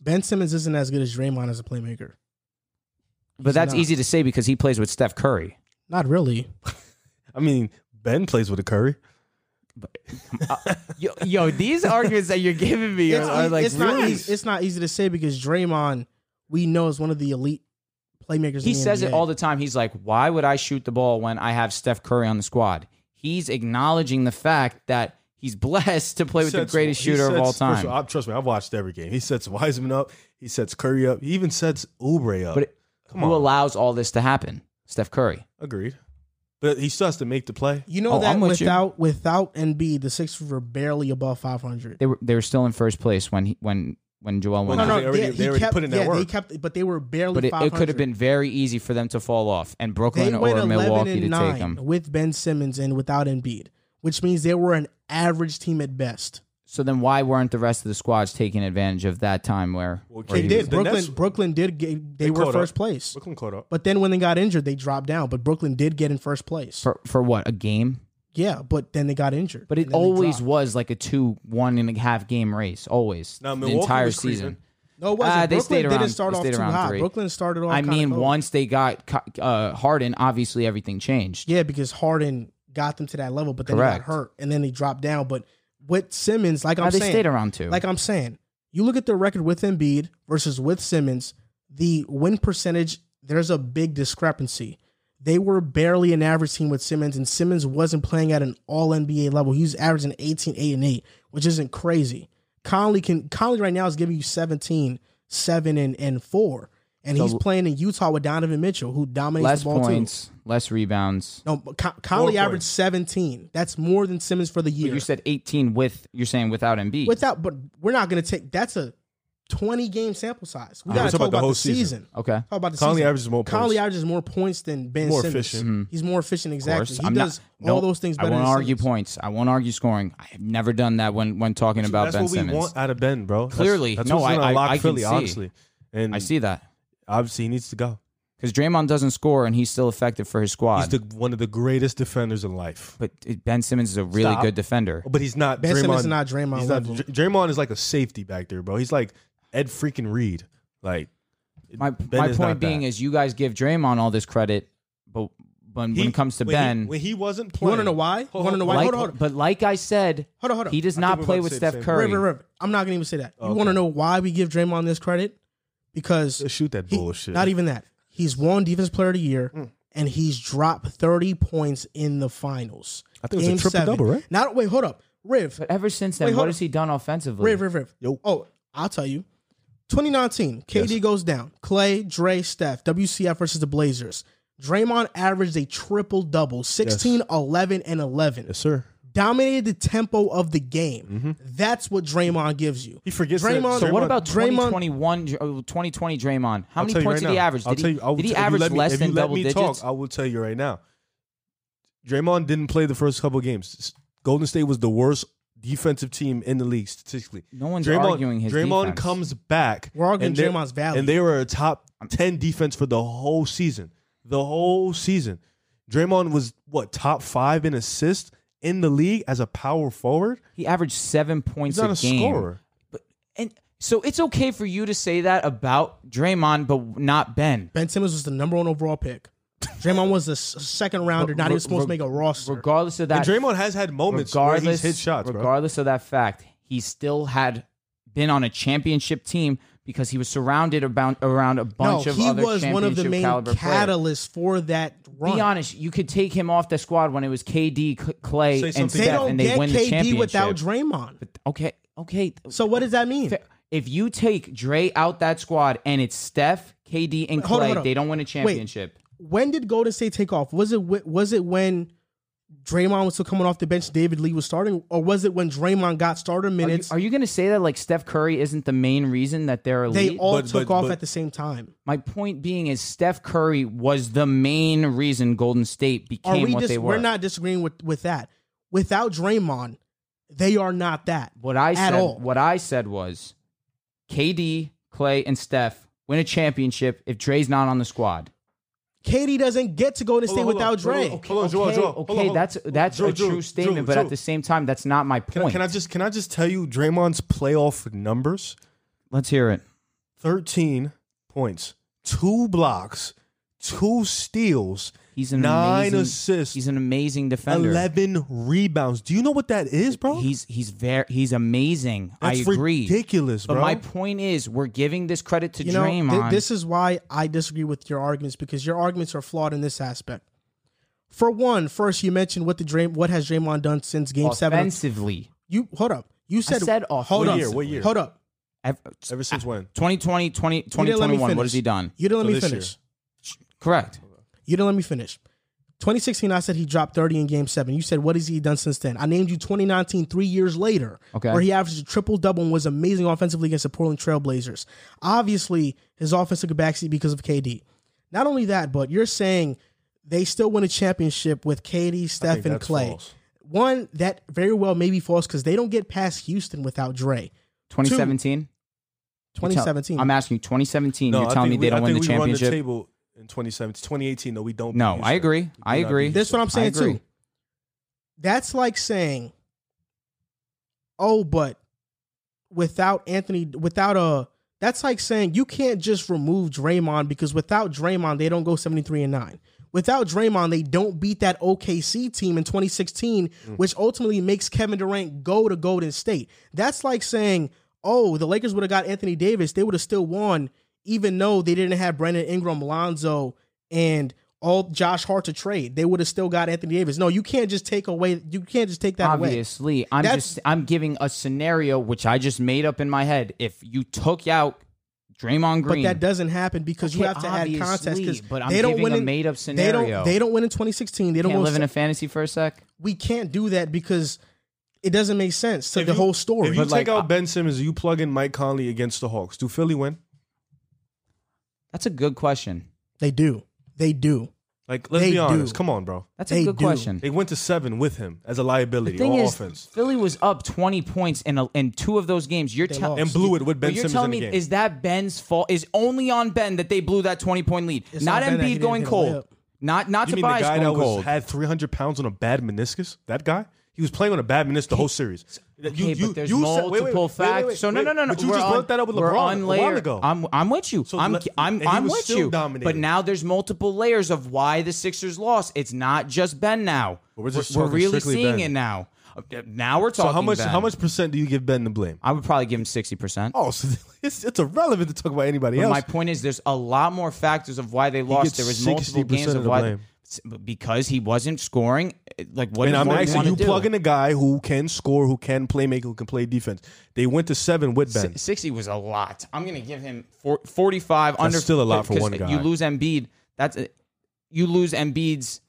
[SPEAKER 2] ben Simmons isn't as good as Draymond as a playmaker.
[SPEAKER 3] but that's
[SPEAKER 2] not.
[SPEAKER 3] easy to say because he plays with Steph Curry.
[SPEAKER 2] Not really.
[SPEAKER 4] I mean, Ben plays with a Curry.
[SPEAKER 3] Yo, yo these arguments that you're giving me
[SPEAKER 2] It's, e- it's not easy, it's not easy to say because Draymond, we know, is one of the elite playmakers.
[SPEAKER 3] He
[SPEAKER 2] in the
[SPEAKER 3] says
[SPEAKER 2] NBA.
[SPEAKER 3] it all the time. He's like, "Why would I shoot the ball when I have Steph Curry on the squad?" He's acknowledging the fact that he's blessed to play with the
[SPEAKER 4] sets-
[SPEAKER 3] greatest
[SPEAKER 4] he
[SPEAKER 3] shooter of
[SPEAKER 4] sets-
[SPEAKER 3] all
[SPEAKER 4] first
[SPEAKER 3] time.
[SPEAKER 4] all, I- trust me, I've watched every game. He sets Wiseman up. He sets Curry up. He even sets Oubre up.
[SPEAKER 3] But it-
[SPEAKER 4] Come
[SPEAKER 3] Who
[SPEAKER 4] on.
[SPEAKER 3] allows all this to happen? Steph Curry.
[SPEAKER 4] Agreed. But he still has to make the play.
[SPEAKER 2] You know
[SPEAKER 3] Oh,
[SPEAKER 2] that
[SPEAKER 3] I'm with you.
[SPEAKER 2] without without Embiid, the Sixers were barely above 500.
[SPEAKER 3] They were they were still in first place when he, when when Joel
[SPEAKER 4] Well,
[SPEAKER 3] went.
[SPEAKER 2] no,
[SPEAKER 3] out.
[SPEAKER 2] no,
[SPEAKER 4] they already-
[SPEAKER 2] they,
[SPEAKER 4] they
[SPEAKER 2] he
[SPEAKER 4] already
[SPEAKER 2] kept,
[SPEAKER 4] put in that
[SPEAKER 2] yeah, they
[SPEAKER 4] work.
[SPEAKER 2] kept, but they were barely.
[SPEAKER 3] But it, it could
[SPEAKER 2] 500.
[SPEAKER 3] have been very easy for them to fall off and
[SPEAKER 2] They
[SPEAKER 3] Brooklyn
[SPEAKER 2] went
[SPEAKER 3] or
[SPEAKER 2] 11
[SPEAKER 3] Milwaukee
[SPEAKER 2] and
[SPEAKER 3] to take
[SPEAKER 2] 9
[SPEAKER 3] them.
[SPEAKER 2] with Ben Simmons and without Embiid, which means they were an average team at best.
[SPEAKER 3] So then why weren't the rest of the squads taking advantage of that time where,
[SPEAKER 4] Well,
[SPEAKER 3] where
[SPEAKER 2] They
[SPEAKER 4] Brady
[SPEAKER 3] he
[SPEAKER 2] did.
[SPEAKER 4] was-
[SPEAKER 3] was-
[SPEAKER 4] the
[SPEAKER 2] Brooklyn Brooklyn
[SPEAKER 4] Nets-
[SPEAKER 2] did get, they, were
[SPEAKER 4] caught up.
[SPEAKER 2] first place.
[SPEAKER 4] Brooklyn caught up.
[SPEAKER 2] But then when they got injured, they dropped down. But Brooklyn did get in first place.
[SPEAKER 3] for for what a game?
[SPEAKER 2] yeah, but then they got injured.
[SPEAKER 3] But it
[SPEAKER 2] and then they
[SPEAKER 3] always
[SPEAKER 2] dropped.
[SPEAKER 3] was like a two one and a half game race always
[SPEAKER 4] Now,
[SPEAKER 3] the
[SPEAKER 4] Milwaukee
[SPEAKER 3] entire
[SPEAKER 4] was creeping.
[SPEAKER 3] season.
[SPEAKER 2] No, it wasn't.
[SPEAKER 3] Ah, they
[SPEAKER 2] Brooklyn
[SPEAKER 3] stayed
[SPEAKER 2] didn't
[SPEAKER 3] around-
[SPEAKER 2] start
[SPEAKER 3] they
[SPEAKER 2] off
[SPEAKER 3] stayed
[SPEAKER 2] too
[SPEAKER 3] around
[SPEAKER 2] high.
[SPEAKER 3] three.
[SPEAKER 2] Brooklyn started off.
[SPEAKER 3] I
[SPEAKER 2] kinda
[SPEAKER 3] mean,
[SPEAKER 2] cold.
[SPEAKER 3] once they got co- uh, Harden, obviously everything changed.
[SPEAKER 2] Yeah, because Harden got them to that level, but then he
[SPEAKER 3] Correct.
[SPEAKER 2] got hurt and then he dropped down. But with Simmons, like
[SPEAKER 3] Now,
[SPEAKER 2] I'm
[SPEAKER 3] they
[SPEAKER 2] saying,
[SPEAKER 3] stayed around two.
[SPEAKER 2] like I'm saying, you look at the record with Embiid versus with Simmons, the win percentage, there's a big discrepancy. They were barely an average team with Simmons, and Simmons wasn't playing at an all NBA level. He was averaging 18, 8, and 8, which isn't crazy. Conley can Conley right now is giving you 17, 7, and, and 4. And he's playing in Utah with Donovan Mitchell, who dominates
[SPEAKER 3] less
[SPEAKER 2] the ball too.
[SPEAKER 3] points, less rebounds.
[SPEAKER 2] No, but Con- Conley
[SPEAKER 4] More
[SPEAKER 2] averaged
[SPEAKER 4] points.
[SPEAKER 2] 17. That's more than Simmons for the year.
[SPEAKER 3] But you said 18 with you're saying without Embiid.
[SPEAKER 2] without, but we're not going to take. That's a 20 game sample size. We
[SPEAKER 4] Oh, We're
[SPEAKER 2] got to
[SPEAKER 4] talking
[SPEAKER 2] talk about, the, whole season.
[SPEAKER 3] okay.
[SPEAKER 2] Talk about the
[SPEAKER 4] Conley
[SPEAKER 2] season.
[SPEAKER 4] averages more points.
[SPEAKER 2] Conley averages more points than Ben
[SPEAKER 4] More
[SPEAKER 2] Simmons.
[SPEAKER 4] efficient.
[SPEAKER 2] He's more efficient. Exactly.
[SPEAKER 3] Mm-hmm. course.
[SPEAKER 2] He
[SPEAKER 3] I'm not-
[SPEAKER 2] does all
[SPEAKER 3] nope,
[SPEAKER 2] those things better.
[SPEAKER 3] I won't
[SPEAKER 2] than
[SPEAKER 3] argue
[SPEAKER 2] Simmons.
[SPEAKER 3] points. I won't argue scoring. I have never done that when when talking about
[SPEAKER 4] that's
[SPEAKER 3] Ben
[SPEAKER 4] what we
[SPEAKER 3] Simmons.
[SPEAKER 4] want out of Ben, bro. That's-
[SPEAKER 3] Clearly.
[SPEAKER 4] that's
[SPEAKER 3] No,
[SPEAKER 4] what's
[SPEAKER 3] I-
[SPEAKER 4] gonna
[SPEAKER 3] I-
[SPEAKER 4] lock
[SPEAKER 3] I can
[SPEAKER 4] Philly,
[SPEAKER 3] see.
[SPEAKER 4] honestly. And
[SPEAKER 3] I see that
[SPEAKER 4] Obviously, he needs to go.
[SPEAKER 3] because Draymond doesn't score and he's still effective for his squad.
[SPEAKER 4] He's the, one of the greatest defenders in life.
[SPEAKER 3] but it- Ben Simmons is a really
[SPEAKER 4] Stop.
[SPEAKER 3] good defender.
[SPEAKER 4] But he's not.
[SPEAKER 2] Ben
[SPEAKER 4] Draymond,
[SPEAKER 2] Simmons is not Draymond
[SPEAKER 4] He's not,
[SPEAKER 2] level.
[SPEAKER 4] Dr- Draymond is like a safety back there, bro. He's like Ed freaking Reed. Like
[SPEAKER 3] My
[SPEAKER 4] Ben
[SPEAKER 3] my
[SPEAKER 4] is
[SPEAKER 3] point
[SPEAKER 4] not
[SPEAKER 3] being
[SPEAKER 4] that.
[SPEAKER 3] is you guys give Draymond all this credit, but when, when
[SPEAKER 4] He-
[SPEAKER 3] it comes to
[SPEAKER 4] when he-
[SPEAKER 3] Ben,
[SPEAKER 4] when he wasn't
[SPEAKER 2] You
[SPEAKER 4] playing,
[SPEAKER 2] want to know why? You want to know why?
[SPEAKER 3] like,
[SPEAKER 2] hold on, hold on.
[SPEAKER 3] but like I said,
[SPEAKER 2] Hold on, hold on.
[SPEAKER 3] he does
[SPEAKER 4] I
[SPEAKER 3] not
[SPEAKER 4] think we're
[SPEAKER 3] play
[SPEAKER 4] about
[SPEAKER 3] with
[SPEAKER 4] to say the
[SPEAKER 3] Steph
[SPEAKER 4] same
[SPEAKER 3] Curry.
[SPEAKER 2] River, River, I'm not going to even say that. You want to
[SPEAKER 4] Okay.
[SPEAKER 2] know why we give Draymond this credit? because
[SPEAKER 4] Just shoot that
[SPEAKER 2] he-
[SPEAKER 4] bullshit.
[SPEAKER 2] not even that. He's won Defense Player of the Year,
[SPEAKER 3] Mm.
[SPEAKER 2] and he's dropped thirty points in the finals.
[SPEAKER 4] I think it was a
[SPEAKER 2] Game
[SPEAKER 4] triple
[SPEAKER 2] seven.
[SPEAKER 4] double, right?
[SPEAKER 2] Not wait, hold up, Riv,
[SPEAKER 3] But ever since then,
[SPEAKER 2] Wait, hold
[SPEAKER 3] what
[SPEAKER 2] on.
[SPEAKER 3] has he done offensively?
[SPEAKER 2] Riv, Riv, Riv.
[SPEAKER 4] Yo.
[SPEAKER 2] Oh, I'll tell you. 2019, KD goes down. Clay, Dre, Steph, WCF versus the Blazers. Draymond averaged a triple double 16, 11, and 11.
[SPEAKER 4] Yes, sir.
[SPEAKER 2] Dominated the tempo of the game.
[SPEAKER 3] Mm-hmm.
[SPEAKER 2] That's what Draymond gives you.
[SPEAKER 4] He forgets that
[SPEAKER 2] Draymond.
[SPEAKER 4] So
[SPEAKER 3] What about
[SPEAKER 2] Draymond-
[SPEAKER 3] 2021, Dr- oh, 2020 Draymond? How
[SPEAKER 4] I'll
[SPEAKER 3] many
[SPEAKER 4] tell you
[SPEAKER 3] points
[SPEAKER 4] right
[SPEAKER 3] did he
[SPEAKER 4] now.
[SPEAKER 3] average?
[SPEAKER 4] I'll
[SPEAKER 3] Did
[SPEAKER 4] tell
[SPEAKER 3] he,
[SPEAKER 4] you- I will
[SPEAKER 3] did he
[SPEAKER 4] tell- if you
[SPEAKER 3] average
[SPEAKER 4] let me-
[SPEAKER 3] less
[SPEAKER 4] if
[SPEAKER 3] than
[SPEAKER 4] you let
[SPEAKER 3] double
[SPEAKER 4] me
[SPEAKER 3] digits?
[SPEAKER 4] Talk, I will tell you right now. Draymond didn't play the first couple games. S- Golden State was the worst defensive team in the league statistically.
[SPEAKER 3] No one's
[SPEAKER 4] Draymond,
[SPEAKER 3] arguing his
[SPEAKER 4] Draymond
[SPEAKER 3] defense.
[SPEAKER 4] comes back.
[SPEAKER 2] We're arguing
[SPEAKER 4] and they're-
[SPEAKER 2] Draymond's value.
[SPEAKER 4] And they were a top ten defense for the whole season. The whole season. Draymond was what top five in assists in the league as a power forward.
[SPEAKER 3] he averaged seven points
[SPEAKER 4] He's not a,
[SPEAKER 3] game.
[SPEAKER 4] scorer.
[SPEAKER 3] And so it's okay for you to say that about Draymond, but not Ben.
[SPEAKER 2] Ben Simmons was the number one overall pick. Draymond was the s- second rounder, not even supposed to make a roster.
[SPEAKER 3] Regardless of that,
[SPEAKER 4] and Draymond has had moments where he's
[SPEAKER 3] regardless,
[SPEAKER 4] hit shots, bro.
[SPEAKER 3] regardless of that fact, he still had been on a championship team because he was surrounded around around a bunch
[SPEAKER 2] no,
[SPEAKER 3] of
[SPEAKER 2] he
[SPEAKER 3] other
[SPEAKER 2] was one of the
[SPEAKER 3] championship
[SPEAKER 2] main
[SPEAKER 3] caliber players.
[SPEAKER 2] catalysts for that run.
[SPEAKER 3] Be honest, you could take him off the squad when it was KD, C- Clay,
[SPEAKER 4] Say
[SPEAKER 3] and
[SPEAKER 4] something.
[SPEAKER 2] they
[SPEAKER 3] Steph,
[SPEAKER 2] don't
[SPEAKER 3] and they
[SPEAKER 2] get
[SPEAKER 3] win the
[SPEAKER 2] KD
[SPEAKER 3] championship.
[SPEAKER 2] without Draymond.
[SPEAKER 3] okay, okay.
[SPEAKER 2] So what does that mean?
[SPEAKER 3] Fa- If you take Dre out that squad and it's Steph, KD, and
[SPEAKER 2] Wait, hold on,
[SPEAKER 3] Clay,
[SPEAKER 2] hold on.
[SPEAKER 3] they don't win a championship.
[SPEAKER 2] when did Golden State take off? Was it wh- was it when Draymond was still coming off the bench, David Lee was starting, or was it when Draymond got starter
[SPEAKER 3] Are you,
[SPEAKER 2] minutes?
[SPEAKER 3] are you going to say that like Steph Curry isn't the main reason that they're elite?
[SPEAKER 2] they all
[SPEAKER 4] But-
[SPEAKER 2] took
[SPEAKER 4] but-
[SPEAKER 2] off
[SPEAKER 4] but-
[SPEAKER 2] at the same time.
[SPEAKER 3] My point being is Steph Curry was the main reason Golden State
[SPEAKER 2] Are
[SPEAKER 3] became
[SPEAKER 2] we
[SPEAKER 3] what
[SPEAKER 2] just
[SPEAKER 3] they were.
[SPEAKER 2] we're not disagreeing with with that. Without Draymond, they are not that.
[SPEAKER 3] what I
[SPEAKER 2] at
[SPEAKER 3] said.
[SPEAKER 2] all.
[SPEAKER 3] What I said was, KD, Clay, and Steph win a championship if Dre's not on the squad.
[SPEAKER 2] Katie doesn't get to Golden
[SPEAKER 4] Hold
[SPEAKER 2] State
[SPEAKER 4] on, hold on,
[SPEAKER 2] without
[SPEAKER 4] hold on,
[SPEAKER 2] Dre.
[SPEAKER 4] okay, hold on, Joel,
[SPEAKER 3] okay,
[SPEAKER 4] Joel, hold on,
[SPEAKER 3] okay,
[SPEAKER 4] hold on.
[SPEAKER 3] that's that's
[SPEAKER 4] Joel,
[SPEAKER 3] a
[SPEAKER 4] Joel,
[SPEAKER 3] true statement,
[SPEAKER 4] Joel,
[SPEAKER 3] but
[SPEAKER 4] Joel.
[SPEAKER 3] at the same time, that's not my point.
[SPEAKER 4] Can I, can I just can I just tell you Draymond's playoff numbers?
[SPEAKER 3] Let's hear it.
[SPEAKER 4] 13 points, 2 blocks, 2 steals,
[SPEAKER 3] He's an
[SPEAKER 4] 9
[SPEAKER 3] amazing,
[SPEAKER 4] assists,
[SPEAKER 3] He's an amazing defender.
[SPEAKER 4] 11 rebounds. Do you know what that is, bro?
[SPEAKER 3] He's he's very he's amazing.
[SPEAKER 4] That's
[SPEAKER 3] I agree.
[SPEAKER 4] ridiculous,
[SPEAKER 3] But
[SPEAKER 4] bro.
[SPEAKER 3] my point is, we're giving this credit to
[SPEAKER 2] You know,
[SPEAKER 3] Draymond.
[SPEAKER 2] thi- this is why I disagree with your arguments because your arguments are flawed in this aspect. For one, first you mentioned what the Dray- what has Draymond done since Game Seven?
[SPEAKER 3] offensively.
[SPEAKER 2] You hold up. You said
[SPEAKER 3] said
[SPEAKER 2] hold up.
[SPEAKER 4] offensively. What year? What year?
[SPEAKER 2] Hold up.
[SPEAKER 3] Ev-
[SPEAKER 4] Ever since when?
[SPEAKER 3] 2020, 20,
[SPEAKER 2] You didn't let me
[SPEAKER 3] 2021, what
[SPEAKER 2] finish.
[SPEAKER 3] has he done?
[SPEAKER 2] You didn't
[SPEAKER 4] So
[SPEAKER 2] let me
[SPEAKER 4] this
[SPEAKER 2] finish.
[SPEAKER 3] Correct.
[SPEAKER 2] You didn't let me finish. 2016, I said he dropped 30 in game seven. You said, what has he done since then? I named you 2019, three years later,
[SPEAKER 3] Okay.
[SPEAKER 2] where he averaged a triple double and was amazing offensively against the Portland Trailblazers. Obviously, his offense took a backseat because of KD. Not only that, but you're saying they still win a championship with KD, Steph, and
[SPEAKER 4] that's
[SPEAKER 2] Clay.
[SPEAKER 4] false.
[SPEAKER 2] One, that very well may be false because they don't get past Houston without Dre.
[SPEAKER 3] 2017? You tell-
[SPEAKER 2] 2017.
[SPEAKER 3] I'm asking you, 2017,
[SPEAKER 4] No,
[SPEAKER 3] you're
[SPEAKER 4] I
[SPEAKER 3] telling me
[SPEAKER 4] think
[SPEAKER 3] they
[SPEAKER 4] we-
[SPEAKER 3] don't
[SPEAKER 4] I
[SPEAKER 3] win the
[SPEAKER 4] think we run
[SPEAKER 3] championship?
[SPEAKER 4] the table in 2017, 2018 though we don't.
[SPEAKER 3] No,
[SPEAKER 4] beat
[SPEAKER 3] I
[SPEAKER 4] Houston.
[SPEAKER 3] agree.
[SPEAKER 4] We do
[SPEAKER 3] I
[SPEAKER 4] not
[SPEAKER 3] agree.
[SPEAKER 4] beat
[SPEAKER 2] That's what I'm
[SPEAKER 3] I
[SPEAKER 2] saying
[SPEAKER 3] agree.
[SPEAKER 2] too. That's like saying, oh, but without Anthony, without a, that's like saying you can't just remove Draymond because without Draymond they don't go 73 and nine. Without Draymond, they don't beat that OKC team in 2016, which ultimately makes Kevin Durant go to Golden State. That's like saying, oh, the Lakers would have got Anthony Davis, they would have still won, even though they didn't have Brandon Ingram, Lonzo, and all Josh Hart to trade. They would have still got Anthony Davis. No, you can't just take away. You can't just take that away.
[SPEAKER 3] Obviously, I'm
[SPEAKER 2] That's-
[SPEAKER 3] just I'm giving a scenario which I just made up in my head. If you took out Draymond
[SPEAKER 2] But
[SPEAKER 3] Green,
[SPEAKER 2] that doesn't happen because you
[SPEAKER 3] Okay,
[SPEAKER 2] have to add contest
[SPEAKER 3] obviously,
[SPEAKER 2] because
[SPEAKER 3] but I'm
[SPEAKER 2] they don't
[SPEAKER 3] giving
[SPEAKER 2] win
[SPEAKER 3] a
[SPEAKER 2] in-
[SPEAKER 3] made-up
[SPEAKER 2] They
[SPEAKER 3] scenario.
[SPEAKER 2] don't. They don't win in 2016. They don't
[SPEAKER 3] can't
[SPEAKER 2] win
[SPEAKER 3] live in a fantasy for a sec.
[SPEAKER 2] we can't do that because it doesn't make sense to
[SPEAKER 4] If
[SPEAKER 2] the
[SPEAKER 4] you-
[SPEAKER 2] whole story.
[SPEAKER 4] If you
[SPEAKER 3] But,
[SPEAKER 4] take
[SPEAKER 3] like,
[SPEAKER 4] out
[SPEAKER 3] I-
[SPEAKER 4] Ben Simmons, you plug in Mike Conley against the Hawks. Do Philly win?
[SPEAKER 3] That's a good question.
[SPEAKER 2] they do. They do.
[SPEAKER 4] Like, let's
[SPEAKER 2] They
[SPEAKER 4] be
[SPEAKER 2] do.
[SPEAKER 4] honest. Come on, bro.
[SPEAKER 3] That's a
[SPEAKER 2] They
[SPEAKER 3] good
[SPEAKER 2] do.
[SPEAKER 3] question.
[SPEAKER 4] They went to seven with him as a liability
[SPEAKER 3] The thing
[SPEAKER 4] on
[SPEAKER 3] is,
[SPEAKER 4] offense
[SPEAKER 3] Philly was up 20 points in a, in two of those games. You're
[SPEAKER 2] They
[SPEAKER 3] telling
[SPEAKER 2] lost.
[SPEAKER 4] and blew it with Ben
[SPEAKER 3] But you're
[SPEAKER 4] Simmons
[SPEAKER 3] telling
[SPEAKER 4] in the
[SPEAKER 3] me
[SPEAKER 4] game.
[SPEAKER 3] is that Ben's fault? Is only on Ben that they blew that 20 point lead,
[SPEAKER 2] It's
[SPEAKER 3] not
[SPEAKER 2] on Ben that he
[SPEAKER 3] Embiid
[SPEAKER 2] didn't
[SPEAKER 3] going
[SPEAKER 2] hit a
[SPEAKER 3] cold,
[SPEAKER 2] layup.
[SPEAKER 3] not not
[SPEAKER 4] you mean the
[SPEAKER 3] Tobias
[SPEAKER 4] guy
[SPEAKER 3] going
[SPEAKER 4] that was
[SPEAKER 3] cold.
[SPEAKER 4] had 300 pounds on a bad meniscus? That guy? He was playing on a bad minutes the whole series.
[SPEAKER 3] Okay, but there's multiple facts. so no, no, no, no.
[SPEAKER 4] But you
[SPEAKER 3] We're
[SPEAKER 4] just
[SPEAKER 3] on-
[SPEAKER 4] brought that up with
[SPEAKER 3] we're
[SPEAKER 4] LeBron
[SPEAKER 3] on
[SPEAKER 4] a
[SPEAKER 3] layer-
[SPEAKER 4] while ago.
[SPEAKER 3] I'm, I'm with you.
[SPEAKER 4] So
[SPEAKER 3] I'm,
[SPEAKER 4] le-
[SPEAKER 3] I'm,
[SPEAKER 4] and he
[SPEAKER 3] I'm
[SPEAKER 4] was
[SPEAKER 3] with
[SPEAKER 4] still
[SPEAKER 3] you. But
[SPEAKER 4] dominating.
[SPEAKER 3] now there's multiple layers of why the Sixers lost. It's not just Ben now.
[SPEAKER 4] But we're just talking
[SPEAKER 3] really
[SPEAKER 4] strictly
[SPEAKER 3] seeing
[SPEAKER 4] Ben.
[SPEAKER 3] it now. Uh, Now we're talking.
[SPEAKER 4] so how much?
[SPEAKER 3] Ben.
[SPEAKER 4] How much percent do you give Ben to blame?
[SPEAKER 3] I would probably give him sixty percent.
[SPEAKER 4] Oh, so it's, it's irrelevant to talk about anybody
[SPEAKER 3] But
[SPEAKER 4] else.
[SPEAKER 3] my point is, there's a lot more factors of why they
[SPEAKER 4] gets
[SPEAKER 3] lost. There was multiple
[SPEAKER 4] 60%
[SPEAKER 3] games
[SPEAKER 4] of
[SPEAKER 3] of
[SPEAKER 4] the
[SPEAKER 3] why
[SPEAKER 4] blame.
[SPEAKER 3] s- because he wasn't scoring. eh, Like what?
[SPEAKER 4] and
[SPEAKER 3] did
[SPEAKER 4] I'm
[SPEAKER 3] Mark
[SPEAKER 4] asking
[SPEAKER 3] wanna
[SPEAKER 4] you,
[SPEAKER 3] do?
[SPEAKER 4] plug in a guy who can score, who can play make, who can play defense. They went to seven with Ben.
[SPEAKER 3] Si- 60 was a lot. I'm going to give him four, 45 under
[SPEAKER 4] still a lot for
[SPEAKER 3] 'cause
[SPEAKER 4] one guy.
[SPEAKER 3] You lose Embiid. That's a, you lose Embiid's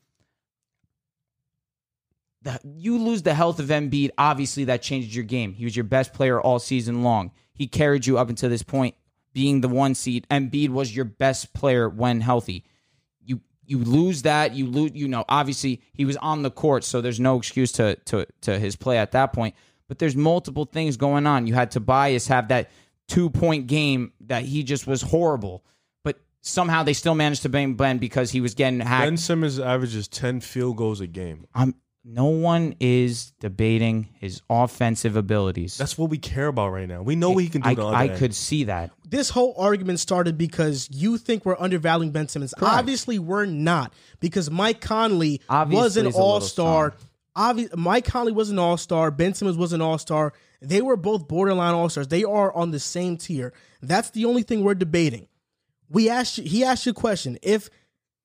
[SPEAKER 3] the, you lose the health of Embiid, obviously that changes your game. He was your best player all season long. He carried you up until this point being the one seed. Embiid was your best player when healthy. You you lose that, you lose you know, obviously he was on the court, so there's no excuse to to to his play at that point. But there's multiple things going on. You had Tobias have that two point game that he just was horrible. But somehow they still managed to blame Ben because he was getting hacked.
[SPEAKER 4] Ben Simmons averages ten field goals a game.
[SPEAKER 3] I'm no one is debating his offensive abilities.
[SPEAKER 4] That's what we care about right now. We know what he can do.
[SPEAKER 3] I,
[SPEAKER 4] on the other
[SPEAKER 3] I
[SPEAKER 4] end.
[SPEAKER 3] could see that.
[SPEAKER 2] this whole argument started because you think we're undervaluing Ben Simmons. Obviously, we're not because Mike Conley
[SPEAKER 3] Obviously,
[SPEAKER 2] was an
[SPEAKER 3] he's a little
[SPEAKER 2] all star.
[SPEAKER 3] strong.
[SPEAKER 2] Obvi- Mike Conley was an all star. Ben Simmons was an all star. They were both borderline all stars. They are on the same tier. That's the only thing we're debating. We asked you, he asked you a question. If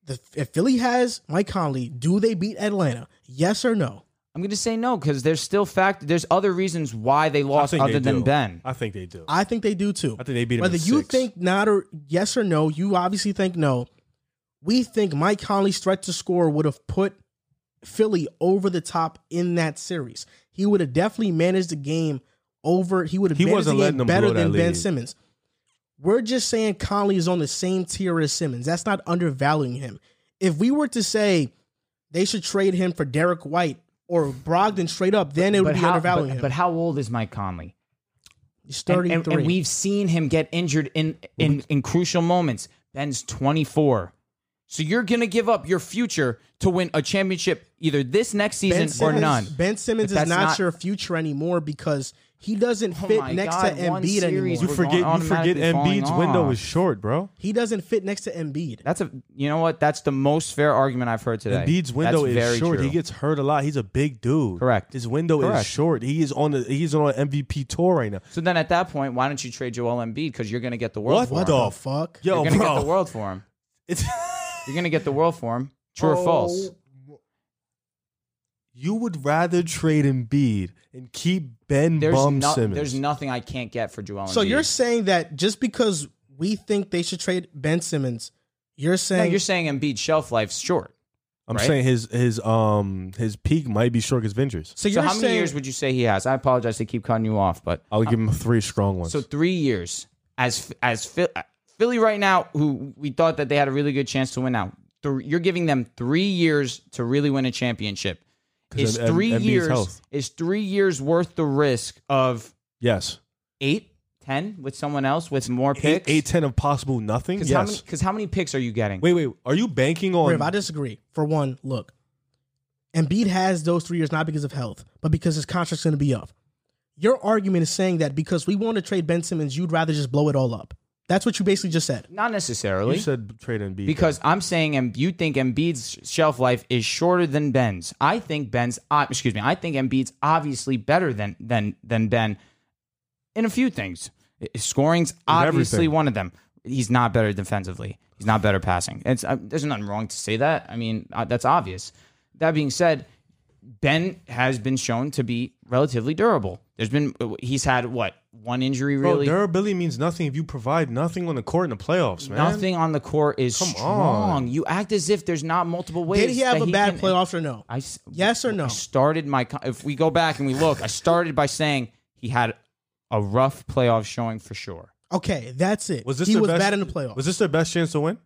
[SPEAKER 2] the if Philly has Mike Conley, do they beat Atlanta? Yes or no?
[SPEAKER 3] I'm going to say no because there's still fact. There's other reasons why they
[SPEAKER 4] Oh, I
[SPEAKER 3] lost
[SPEAKER 4] think
[SPEAKER 3] other
[SPEAKER 4] they
[SPEAKER 3] than
[SPEAKER 4] do.
[SPEAKER 3] Ben.
[SPEAKER 4] I think they do.
[SPEAKER 2] I think they do too.
[SPEAKER 4] I think they beat him
[SPEAKER 2] Whether
[SPEAKER 4] in
[SPEAKER 2] you
[SPEAKER 4] six.
[SPEAKER 2] think not or yes or no, you obviously think no. We think Mike Conley's threat to score would have put Philly over the top in that series. He would have definitely managed the game over. He would have
[SPEAKER 4] He
[SPEAKER 2] managed
[SPEAKER 4] wasn't
[SPEAKER 2] the
[SPEAKER 4] letting
[SPEAKER 2] game
[SPEAKER 4] them
[SPEAKER 2] better
[SPEAKER 4] blow that
[SPEAKER 2] than Ben
[SPEAKER 4] lead.
[SPEAKER 2] Simmons. We're just saying Conley is on the same tier as Simmons. That's not undervaluing him. If we were to say they should trade him for Derek White or Brogdon straight up, then it would
[SPEAKER 3] But
[SPEAKER 2] be
[SPEAKER 3] how,
[SPEAKER 2] undervaluing
[SPEAKER 3] but,
[SPEAKER 2] him.
[SPEAKER 3] but how old is Mike Conley?
[SPEAKER 2] He's
[SPEAKER 3] And-
[SPEAKER 2] 33.
[SPEAKER 3] And, and we've seen him get injured in in, in crucial moments. Ben's 24. So you're going to give up your future to win a championship either this next season or
[SPEAKER 2] Simmons-
[SPEAKER 3] none.
[SPEAKER 2] Ben Simmons
[SPEAKER 3] But
[SPEAKER 2] is
[SPEAKER 3] that's
[SPEAKER 2] not,
[SPEAKER 3] not-
[SPEAKER 2] your future anymore because he doesn't
[SPEAKER 3] Oh
[SPEAKER 2] fit
[SPEAKER 3] my
[SPEAKER 2] next
[SPEAKER 3] God,
[SPEAKER 2] to
[SPEAKER 3] one
[SPEAKER 2] Embiid anymore.
[SPEAKER 3] series
[SPEAKER 4] you
[SPEAKER 3] we're
[SPEAKER 4] forget.
[SPEAKER 3] going
[SPEAKER 4] You forget
[SPEAKER 3] automatically falling
[SPEAKER 4] Embiid's window
[SPEAKER 3] off.
[SPEAKER 4] is short, bro.
[SPEAKER 2] He doesn't fit next to Embiid.
[SPEAKER 3] That's a you know what? That's the most fair argument I've heard today.
[SPEAKER 4] Embiid's window
[SPEAKER 3] That's
[SPEAKER 4] is
[SPEAKER 3] very
[SPEAKER 4] short.
[SPEAKER 3] True.
[SPEAKER 4] He gets hurt a lot. He's a big dude.
[SPEAKER 3] Correct.
[SPEAKER 4] His window
[SPEAKER 3] Correct.
[SPEAKER 4] is short. He is on the he's on an MVP tour right now.
[SPEAKER 3] So then at that point, why don't you trade Joel Embiid? Because you're going to get the world
[SPEAKER 4] What
[SPEAKER 3] for
[SPEAKER 2] What
[SPEAKER 3] him.
[SPEAKER 2] the
[SPEAKER 4] Bro.
[SPEAKER 2] fuck?
[SPEAKER 4] Yo,
[SPEAKER 3] You're going to
[SPEAKER 4] bro.
[SPEAKER 3] get the world for him.
[SPEAKER 4] It's
[SPEAKER 3] You're going to get the world for him. True
[SPEAKER 4] Oh,
[SPEAKER 3] or false?
[SPEAKER 4] You would rather trade Embiid and keep Ben
[SPEAKER 3] There's,
[SPEAKER 4] Bum
[SPEAKER 3] no-
[SPEAKER 4] Simmons.
[SPEAKER 3] there's nothing I can't get for Joel Embiid.
[SPEAKER 2] So you're saying that just because we think they should trade Ben Simmons, you're
[SPEAKER 3] no,
[SPEAKER 2] saying
[SPEAKER 3] you're saying Embiid's shelf life's short.
[SPEAKER 4] I'm
[SPEAKER 3] right?
[SPEAKER 4] saying his his um his peak might be short as ventures.
[SPEAKER 2] so
[SPEAKER 3] So
[SPEAKER 2] you're
[SPEAKER 3] how many
[SPEAKER 2] saying
[SPEAKER 3] years would you say he has? I apologize to keep cutting you off, but
[SPEAKER 4] I'll give him three strong ones.
[SPEAKER 3] so three years as as Phil- uh, Philly right now, who we thought that they had a really good chance to win now. Th- you're giving them three years to really win a championship.
[SPEAKER 4] 'Cause
[SPEAKER 3] Is
[SPEAKER 4] of Em-
[SPEAKER 3] three
[SPEAKER 4] Embiid's
[SPEAKER 3] years
[SPEAKER 4] health.
[SPEAKER 3] is three years worth the risk of
[SPEAKER 4] yes.
[SPEAKER 3] eight, ten with someone else with more
[SPEAKER 4] Eight,
[SPEAKER 3] picks?
[SPEAKER 4] eight ten of possible nothing.
[SPEAKER 3] Because
[SPEAKER 4] Yes.
[SPEAKER 3] how many? Because how many picks are you getting?
[SPEAKER 4] wait, wait. Are you banking on
[SPEAKER 2] Riv, I disagree. For one, look, Embiid has those three years not because of health, but because his contract's going to be up. Your argument is saying that because we want to trade Ben Simmons, you'd rather just blow it all up. That's what you basically just said.
[SPEAKER 3] Not necessarily.
[SPEAKER 4] you said trade Embiid.
[SPEAKER 3] because I'm saying, and you think Embiid's shelf life is shorter than Ben's. I think Ben's, uh, excuse me, I think Embiid's obviously better than than than Ben in a few things. His Scoring's obviously
[SPEAKER 4] everything.
[SPEAKER 3] one of them. He's not better defensively. He's not better passing. It's uh, there's nothing wrong to say that. I mean, uh, that's obvious. That being said, Ben has been shown to be relatively durable. There's been uh, he's had what one injury
[SPEAKER 4] Bro,
[SPEAKER 3] really.
[SPEAKER 4] durability means nothing if you provide nothing on the court in the playoffs, man.
[SPEAKER 3] Nothing on the court is
[SPEAKER 4] Come
[SPEAKER 3] strong.
[SPEAKER 4] on.
[SPEAKER 3] You act as if there's not multiple ways.
[SPEAKER 2] Did he have
[SPEAKER 3] that
[SPEAKER 2] a bad
[SPEAKER 3] can-
[SPEAKER 2] playoffs or no?
[SPEAKER 3] I s-
[SPEAKER 2] Yes or no?
[SPEAKER 3] I started my. co- If we go back and we look, I started by saying he had a rough playoff showing for sure.
[SPEAKER 2] Okay, that's it.
[SPEAKER 4] Was this
[SPEAKER 2] he
[SPEAKER 4] their
[SPEAKER 2] was
[SPEAKER 4] best,
[SPEAKER 2] bad in the playoffs.
[SPEAKER 4] Was this their best chance to win?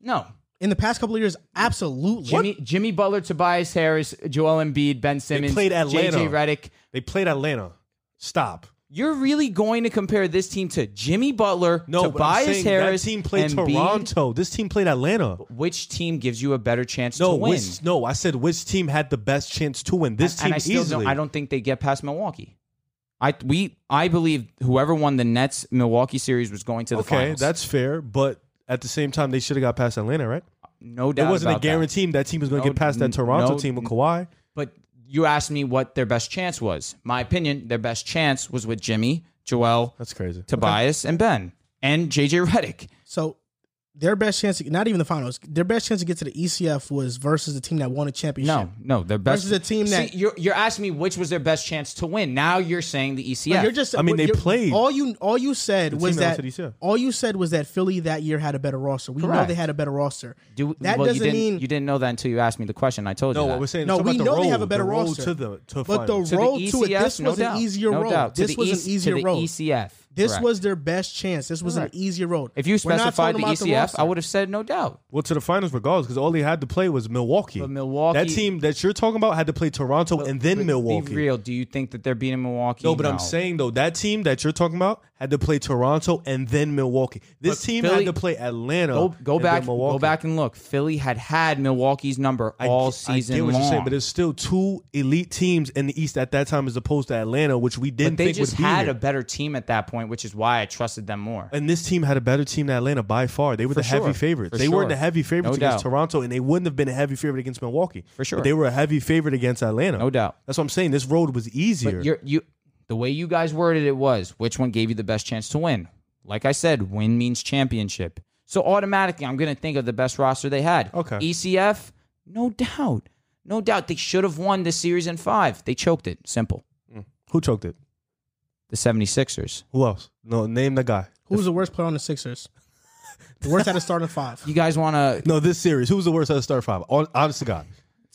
[SPEAKER 3] No,
[SPEAKER 2] in the past couple of years? Absolutely.
[SPEAKER 3] Jimmy Jimmy Butler, Tobias Harris, Joel Embiid, Ben Simmons,
[SPEAKER 4] played
[SPEAKER 3] JJ
[SPEAKER 4] Atlanta.
[SPEAKER 3] Redick.
[SPEAKER 4] They played Atlanta. Stop.
[SPEAKER 3] You're really going to compare this team to Jimmy Butler,
[SPEAKER 4] No, but I'm
[SPEAKER 3] Tobias
[SPEAKER 4] saying
[SPEAKER 3] Harris,
[SPEAKER 4] that team played
[SPEAKER 3] Embiid?
[SPEAKER 4] Toronto. This team played Atlanta.
[SPEAKER 3] Which team gives you a better chance
[SPEAKER 4] No,
[SPEAKER 3] to win?
[SPEAKER 4] which, no, I said which team had the best chance to win. This
[SPEAKER 3] and
[SPEAKER 4] team
[SPEAKER 3] I still
[SPEAKER 4] easily.
[SPEAKER 3] Don't, I don't think they get past Milwaukee. I we I believe whoever won the Nets Milwaukee series was going to the
[SPEAKER 4] okay,
[SPEAKER 3] finals.
[SPEAKER 4] that's fair, but at the same time, they should have got past Atlanta, right?
[SPEAKER 3] no doubt.
[SPEAKER 4] It wasn't a
[SPEAKER 3] about that.
[SPEAKER 4] guarantee that, team was going to
[SPEAKER 3] No,
[SPEAKER 4] get past
[SPEAKER 3] n-
[SPEAKER 4] that Toronto
[SPEAKER 3] no,
[SPEAKER 4] team with
[SPEAKER 3] n-
[SPEAKER 4] Kawhi.
[SPEAKER 3] But you asked me what their best chance was. My opinion, their best chance was with Jimmy, Joel,
[SPEAKER 4] That's crazy.
[SPEAKER 3] Tobias, and Ben, and JJ Redick.
[SPEAKER 2] So their best chance, not even the finals, their best chance to get to the ECF was versus the team that won a championship.
[SPEAKER 3] No, no, their best
[SPEAKER 2] Versus a team
[SPEAKER 3] See,
[SPEAKER 2] that-
[SPEAKER 3] you're you're asking me which was their best chance to win. Now you're saying the E ECF.
[SPEAKER 2] But You're just.
[SPEAKER 4] I mean, they
[SPEAKER 2] you're-
[SPEAKER 4] played.
[SPEAKER 2] All you all you said
[SPEAKER 4] The
[SPEAKER 2] was
[SPEAKER 4] team that went
[SPEAKER 2] that
[SPEAKER 4] to the E ECF.
[SPEAKER 2] all you said was that Philly that year had a better roster. We know
[SPEAKER 3] Correct.
[SPEAKER 2] they had a better roster.
[SPEAKER 3] Do-
[SPEAKER 2] that
[SPEAKER 3] well, you
[SPEAKER 2] doesn't
[SPEAKER 3] didn't-
[SPEAKER 2] mean
[SPEAKER 3] you didn't know that until you asked me the question. I told
[SPEAKER 4] No,
[SPEAKER 3] you
[SPEAKER 4] what
[SPEAKER 3] that.
[SPEAKER 4] we're saying.
[SPEAKER 2] No,
[SPEAKER 4] it's
[SPEAKER 2] we know
[SPEAKER 4] about the road,
[SPEAKER 2] they have a better
[SPEAKER 4] the road
[SPEAKER 2] roster.
[SPEAKER 4] to the to
[SPEAKER 2] But the
[SPEAKER 4] finals.
[SPEAKER 3] To the
[SPEAKER 2] road to it, this
[SPEAKER 3] ECF,
[SPEAKER 2] was
[SPEAKER 3] no
[SPEAKER 2] an
[SPEAKER 3] doubt,
[SPEAKER 2] easier
[SPEAKER 3] no
[SPEAKER 2] road.
[SPEAKER 3] doubt. To
[SPEAKER 2] This
[SPEAKER 3] the
[SPEAKER 2] was an
[SPEAKER 3] EC
[SPEAKER 2] easier
[SPEAKER 3] to the
[SPEAKER 2] road.
[SPEAKER 3] ECF.
[SPEAKER 2] This
[SPEAKER 3] Correct.
[SPEAKER 2] was their best chance. This was
[SPEAKER 3] Correct.
[SPEAKER 2] an easier road.
[SPEAKER 3] If you
[SPEAKER 2] We're not
[SPEAKER 3] specified the
[SPEAKER 2] talking about
[SPEAKER 3] ECF, I
[SPEAKER 2] roster.
[SPEAKER 3] would have said no doubt.
[SPEAKER 4] Well, to the finals, regardless, because all they had to play was Milwaukee.
[SPEAKER 3] But Milwaukee-
[SPEAKER 4] that team that you're talking about, had to play Toronto and then
[SPEAKER 3] But Be
[SPEAKER 4] Milwaukee.
[SPEAKER 3] real. Do you think that they're beating Milwaukee?
[SPEAKER 4] No, but I'm saying though that team that you're talking about had to play Toronto and then Milwaukee. This
[SPEAKER 3] But
[SPEAKER 4] team
[SPEAKER 3] Philly-
[SPEAKER 4] had to play Atlanta.
[SPEAKER 3] Go, go
[SPEAKER 4] and then
[SPEAKER 3] back, go
[SPEAKER 4] Milwaukee.
[SPEAKER 3] back and look. Philly had had Milwaukee's number
[SPEAKER 4] I-
[SPEAKER 3] all
[SPEAKER 4] I
[SPEAKER 3] season
[SPEAKER 4] get what
[SPEAKER 3] long.
[SPEAKER 4] you're saying, but there's still two elite teams in the East at that time, as opposed to Atlanta, which we
[SPEAKER 3] But
[SPEAKER 4] didn't
[SPEAKER 3] they
[SPEAKER 4] think
[SPEAKER 3] just
[SPEAKER 4] would be
[SPEAKER 3] had
[SPEAKER 4] here.
[SPEAKER 3] a better team at that point, which is why I trusted them more.
[SPEAKER 4] And this team had a better team than Atlanta by far. They were
[SPEAKER 3] For
[SPEAKER 4] the
[SPEAKER 3] sure.
[SPEAKER 4] heavy favorites.
[SPEAKER 3] For
[SPEAKER 4] they weren't the
[SPEAKER 3] sure.
[SPEAKER 4] heavy favorites
[SPEAKER 3] No
[SPEAKER 4] against
[SPEAKER 3] doubt.
[SPEAKER 4] Toronto, and they wouldn't have been a heavy favorite against Milwaukee.
[SPEAKER 3] For sure.
[SPEAKER 4] But they were a heavy favorite against Atlanta.
[SPEAKER 3] No doubt.
[SPEAKER 4] That's what I'm saying. This road was easier.
[SPEAKER 3] But you're, you, the way you guys worded it was, which one gave you the best chance to win? Like I said, win means championship. So automatically, I'm going to think of the best roster they had.
[SPEAKER 4] Okay.
[SPEAKER 3] ECF, no doubt, no doubt, they should have won the series in five. They choked it. Simple.
[SPEAKER 4] Who choked it?
[SPEAKER 3] The 76ers.
[SPEAKER 4] Who else? No, name the guy.
[SPEAKER 2] Who was the worst player on the Sixers? The worst at a starting five.
[SPEAKER 3] You guys want to?
[SPEAKER 4] No, this series. Who was the worst out of Star Five? Hon- Honest to God.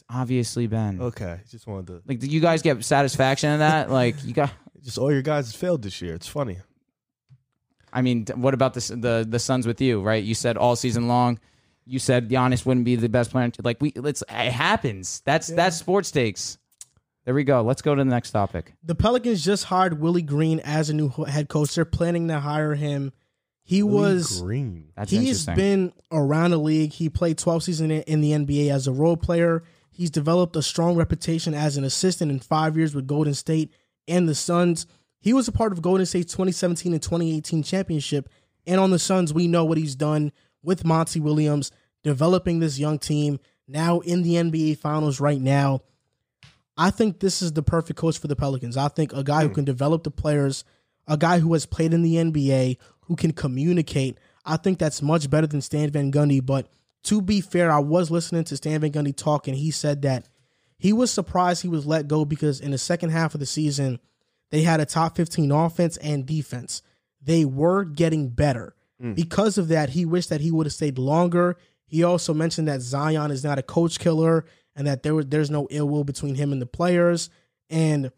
[SPEAKER 3] Obviously, Ben.
[SPEAKER 4] Okay, just wanted to.
[SPEAKER 3] Like, do you guys get satisfaction in that? Like, you got.
[SPEAKER 4] Just all your guys failed this year. It's funny.
[SPEAKER 3] I mean, t- what about the s- the the Suns with you? Right? You said all season long. You said Giannis wouldn't be the best player. Like we, let's. It happens. That's that's sports takes. There we go. Let's go to the next topic.
[SPEAKER 2] The Pelicans just hired Willie Green as a new ho- head coach. They're planning to hire him. He was
[SPEAKER 4] green.
[SPEAKER 3] That's
[SPEAKER 2] he's
[SPEAKER 3] interesting.
[SPEAKER 2] been around the league. He played 12 seasons in in the NBA as a role player. He's developed a strong reputation as an assistant in five years with Golden State and the Suns. He was a part of Golden State's 2017 and 2018 championship. And on the Suns, we know what he's done with Monty Williams, developing this young team now in the NBA Finals right now. I think this is the perfect coach for the Pelicans. I think a guy who can develop the players, a guy who has played in the NBA, who can communicate. I think that's much better than Stan Van Gundy. But to be fair, I was listening to Stan Van Gundy talk, and he said that he was surprised he was let go because in the second half of the season, they had a top 15 offense and defense. They were getting better. Because of that, he wished that he would have stayed longer. He also mentioned that Zion is not a coach killer and that there was there's no ill will between him and the players. And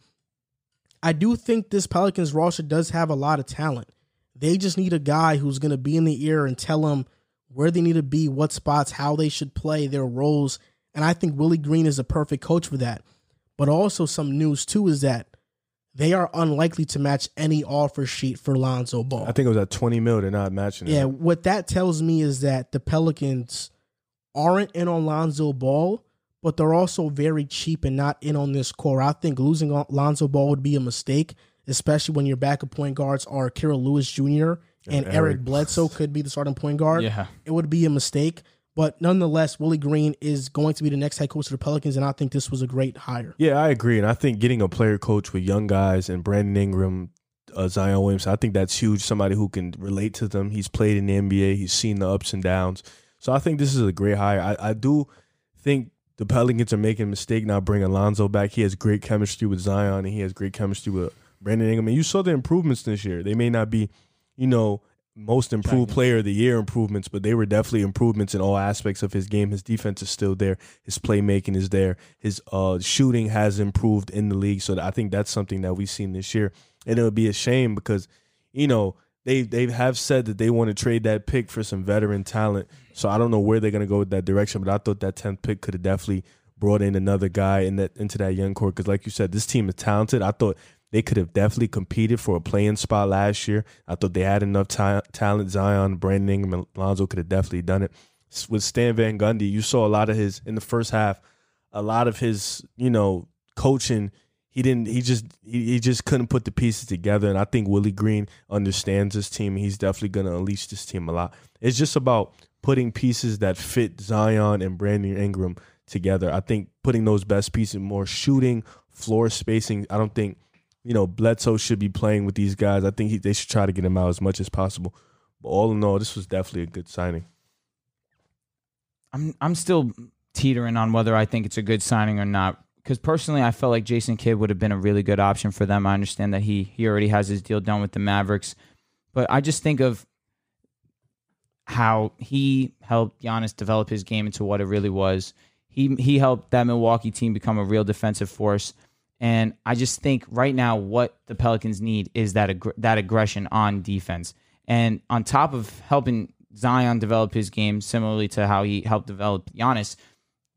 [SPEAKER 2] I do think this Pelicans roster does have a lot of talent. They just need a guy who's going to be in the ear and tell them where they need to be, what spots, how they should play, their roles. And I think Willie Green is a perfect coach for that. But also, some news too is that they are unlikely to match any offer sheet for Lonzo Ball.
[SPEAKER 4] I think it was at 20 mil. They're not matching it.
[SPEAKER 2] Yeah, what that tells me is that the Pelicans aren't in on Lonzo Ball, but they're also very cheap and not in on this core. I think losing on Lonzo Ball would be a mistake, especially when your backup point guards are Kira Lewis Jr. and Eric,
[SPEAKER 4] Eric.
[SPEAKER 2] Bledsoe could be the starting point guard.
[SPEAKER 3] Yeah.
[SPEAKER 2] It would be a mistake. But nonetheless, Willie Green is going to be the next head coach of the Pelicans, and I think this was a great hire.
[SPEAKER 4] Yeah, I agree, and I think getting a player coach with young guys and Brandon Ingram, uh, Zion Williamson, I think that's huge. Somebody who can relate to them. He's played in the NBA. He's seen the ups and downs. So I think this is a great hire. I, I do think the Pelicans are making a mistake now bringing Alonzo back. He has great chemistry with Zion, and he has great chemistry with Brandon Ingram. And you saw the improvements this year. They may not be, you know. Most improved player of the year improvements, but they were definitely improvements in all aspects of his game. His defense is still there. His playmaking is there. His uh, shooting has improved in the league. So I think that's something that we've seen this year. And it would be a shame because, you know, they they have said that they want to trade that pick for some veteran talent. So I don't know where they're going to go with that direction. But I thought that 10th pick could have definitely brought in another guy in that into that young core because, like you said, this team is talented. I thought They could have definitely competed for a playing spot last year. I thought they had enough ti- talent. Zion, Brandon Ingram, and Lonzo could have definitely done it. S- With Stan Van Gundy, you saw a lot of his in the first half. A lot of his, you know, coaching. He didn't. He just. He, he just couldn't put the pieces together. And I think Willie Green understands this team. He's definitely going to unleash this team a lot. It's just about putting pieces that fit Zion and Brandon Ingram together. I think putting those best pieces, more shooting, floor spacing. I don't think you know Bledsoe should be playing with these guys. I think he, they should try to get him out as much as possible. But all in all, this was definitely a good signing.
[SPEAKER 3] I'm I'm still teetering on whether I think it's a good signing or not. Because personally, I felt like Jason Kidd would have been a really good option for them. I understand that he he already has his deal done with the Mavericks, but I just think of how he helped Giannis develop his game into what it really was. He he helped that Milwaukee team become a real defensive force, and I just think right now what the Pelicans need is that aggr- that aggression on defense, and on top of helping Zion develop his game similarly to how he helped develop Giannis,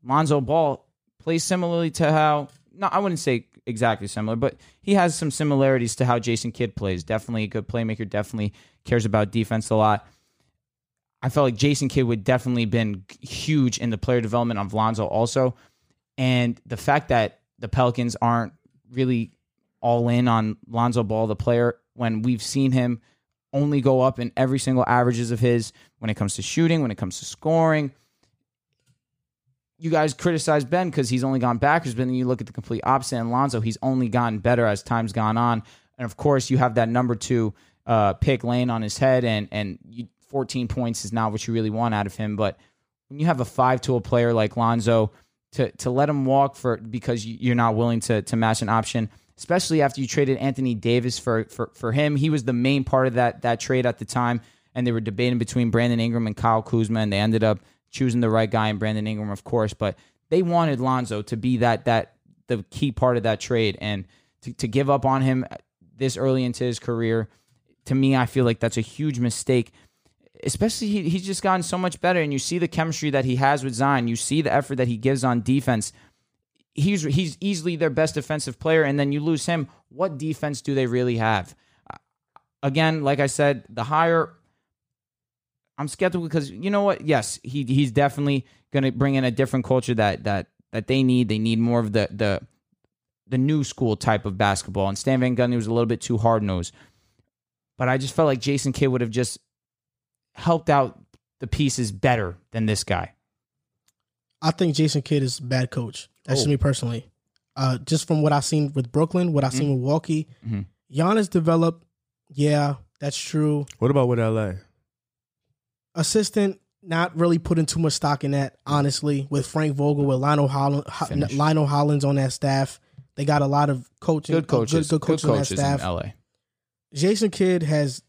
[SPEAKER 3] Lonzo Ball plays similarly to how no, I wouldn't say exactly similar, but he has some similarities to how Jason Kidd plays. Definitely a good playmaker. Definitely cares about defense a lot. I felt like Jason Kidd would definitely been huge in the player development of Lonzo also, and the fact that the Pelicans aren't really all in on Lonzo Ball the player when we've seen him only go up in every single averages of his when it comes to shooting, when it comes to scoring. You guys criticize Ben because he's only gone backwards, but then you look at the complete opposite in Lonzo. He's only gotten better as time's gone on, and of course you have that number two uh, pick laying on his head, and and you, 14 points is not what you really want out of him. But when you have a five tool player like Lonzo, to to let him walk for because you- you're not willing to to match an option, especially after you traded Anthony Davis for for for him. He was the main part of that that trade at the time, and they were debating between Brandon Ingram and Kyle Kuzma, and they ended up choosing the right guy in Brandon Ingram, of course. But they wanted Lonzo to be that that the key part of that trade, and to to give up on him this early into his career, to me, I feel like that's a huge mistake especially he, he's just gotten so much better and you see the chemistry that he has with Zion you see the effort that he gives on defense he's he's easily their best defensive player and then you lose him what defense do they really have Uh, again like I said the higher I'm skeptical because you know what yes he he's definitely going to bring in a different culture that that that they need they need more of the the the new school type of basketball and Stan Van Gundy was a little bit too hard nosed but I just felt like Jason Kidd would have just helped out the pieces better than this guy.
[SPEAKER 2] I think Jason Kidd is a bad coach. That's just
[SPEAKER 4] Oh.
[SPEAKER 2] me personally. Uh, just from what I've seen with Brooklyn, what I've seen with Milwaukee,
[SPEAKER 3] Mhm.
[SPEAKER 2] Giannis developed. Yeah, that's true.
[SPEAKER 4] What about with LA?
[SPEAKER 2] Assistant, not really putting too much stock in that, honestly. With Frank Vogel, with Lionel, Holland, Ho-
[SPEAKER 3] Finish.
[SPEAKER 2] Lionel Hollins on that staff, they got a lot of coaching.
[SPEAKER 3] Good coaches,
[SPEAKER 2] good, coaches, on that staff.
[SPEAKER 3] in LA.
[SPEAKER 2] Jason Kidd has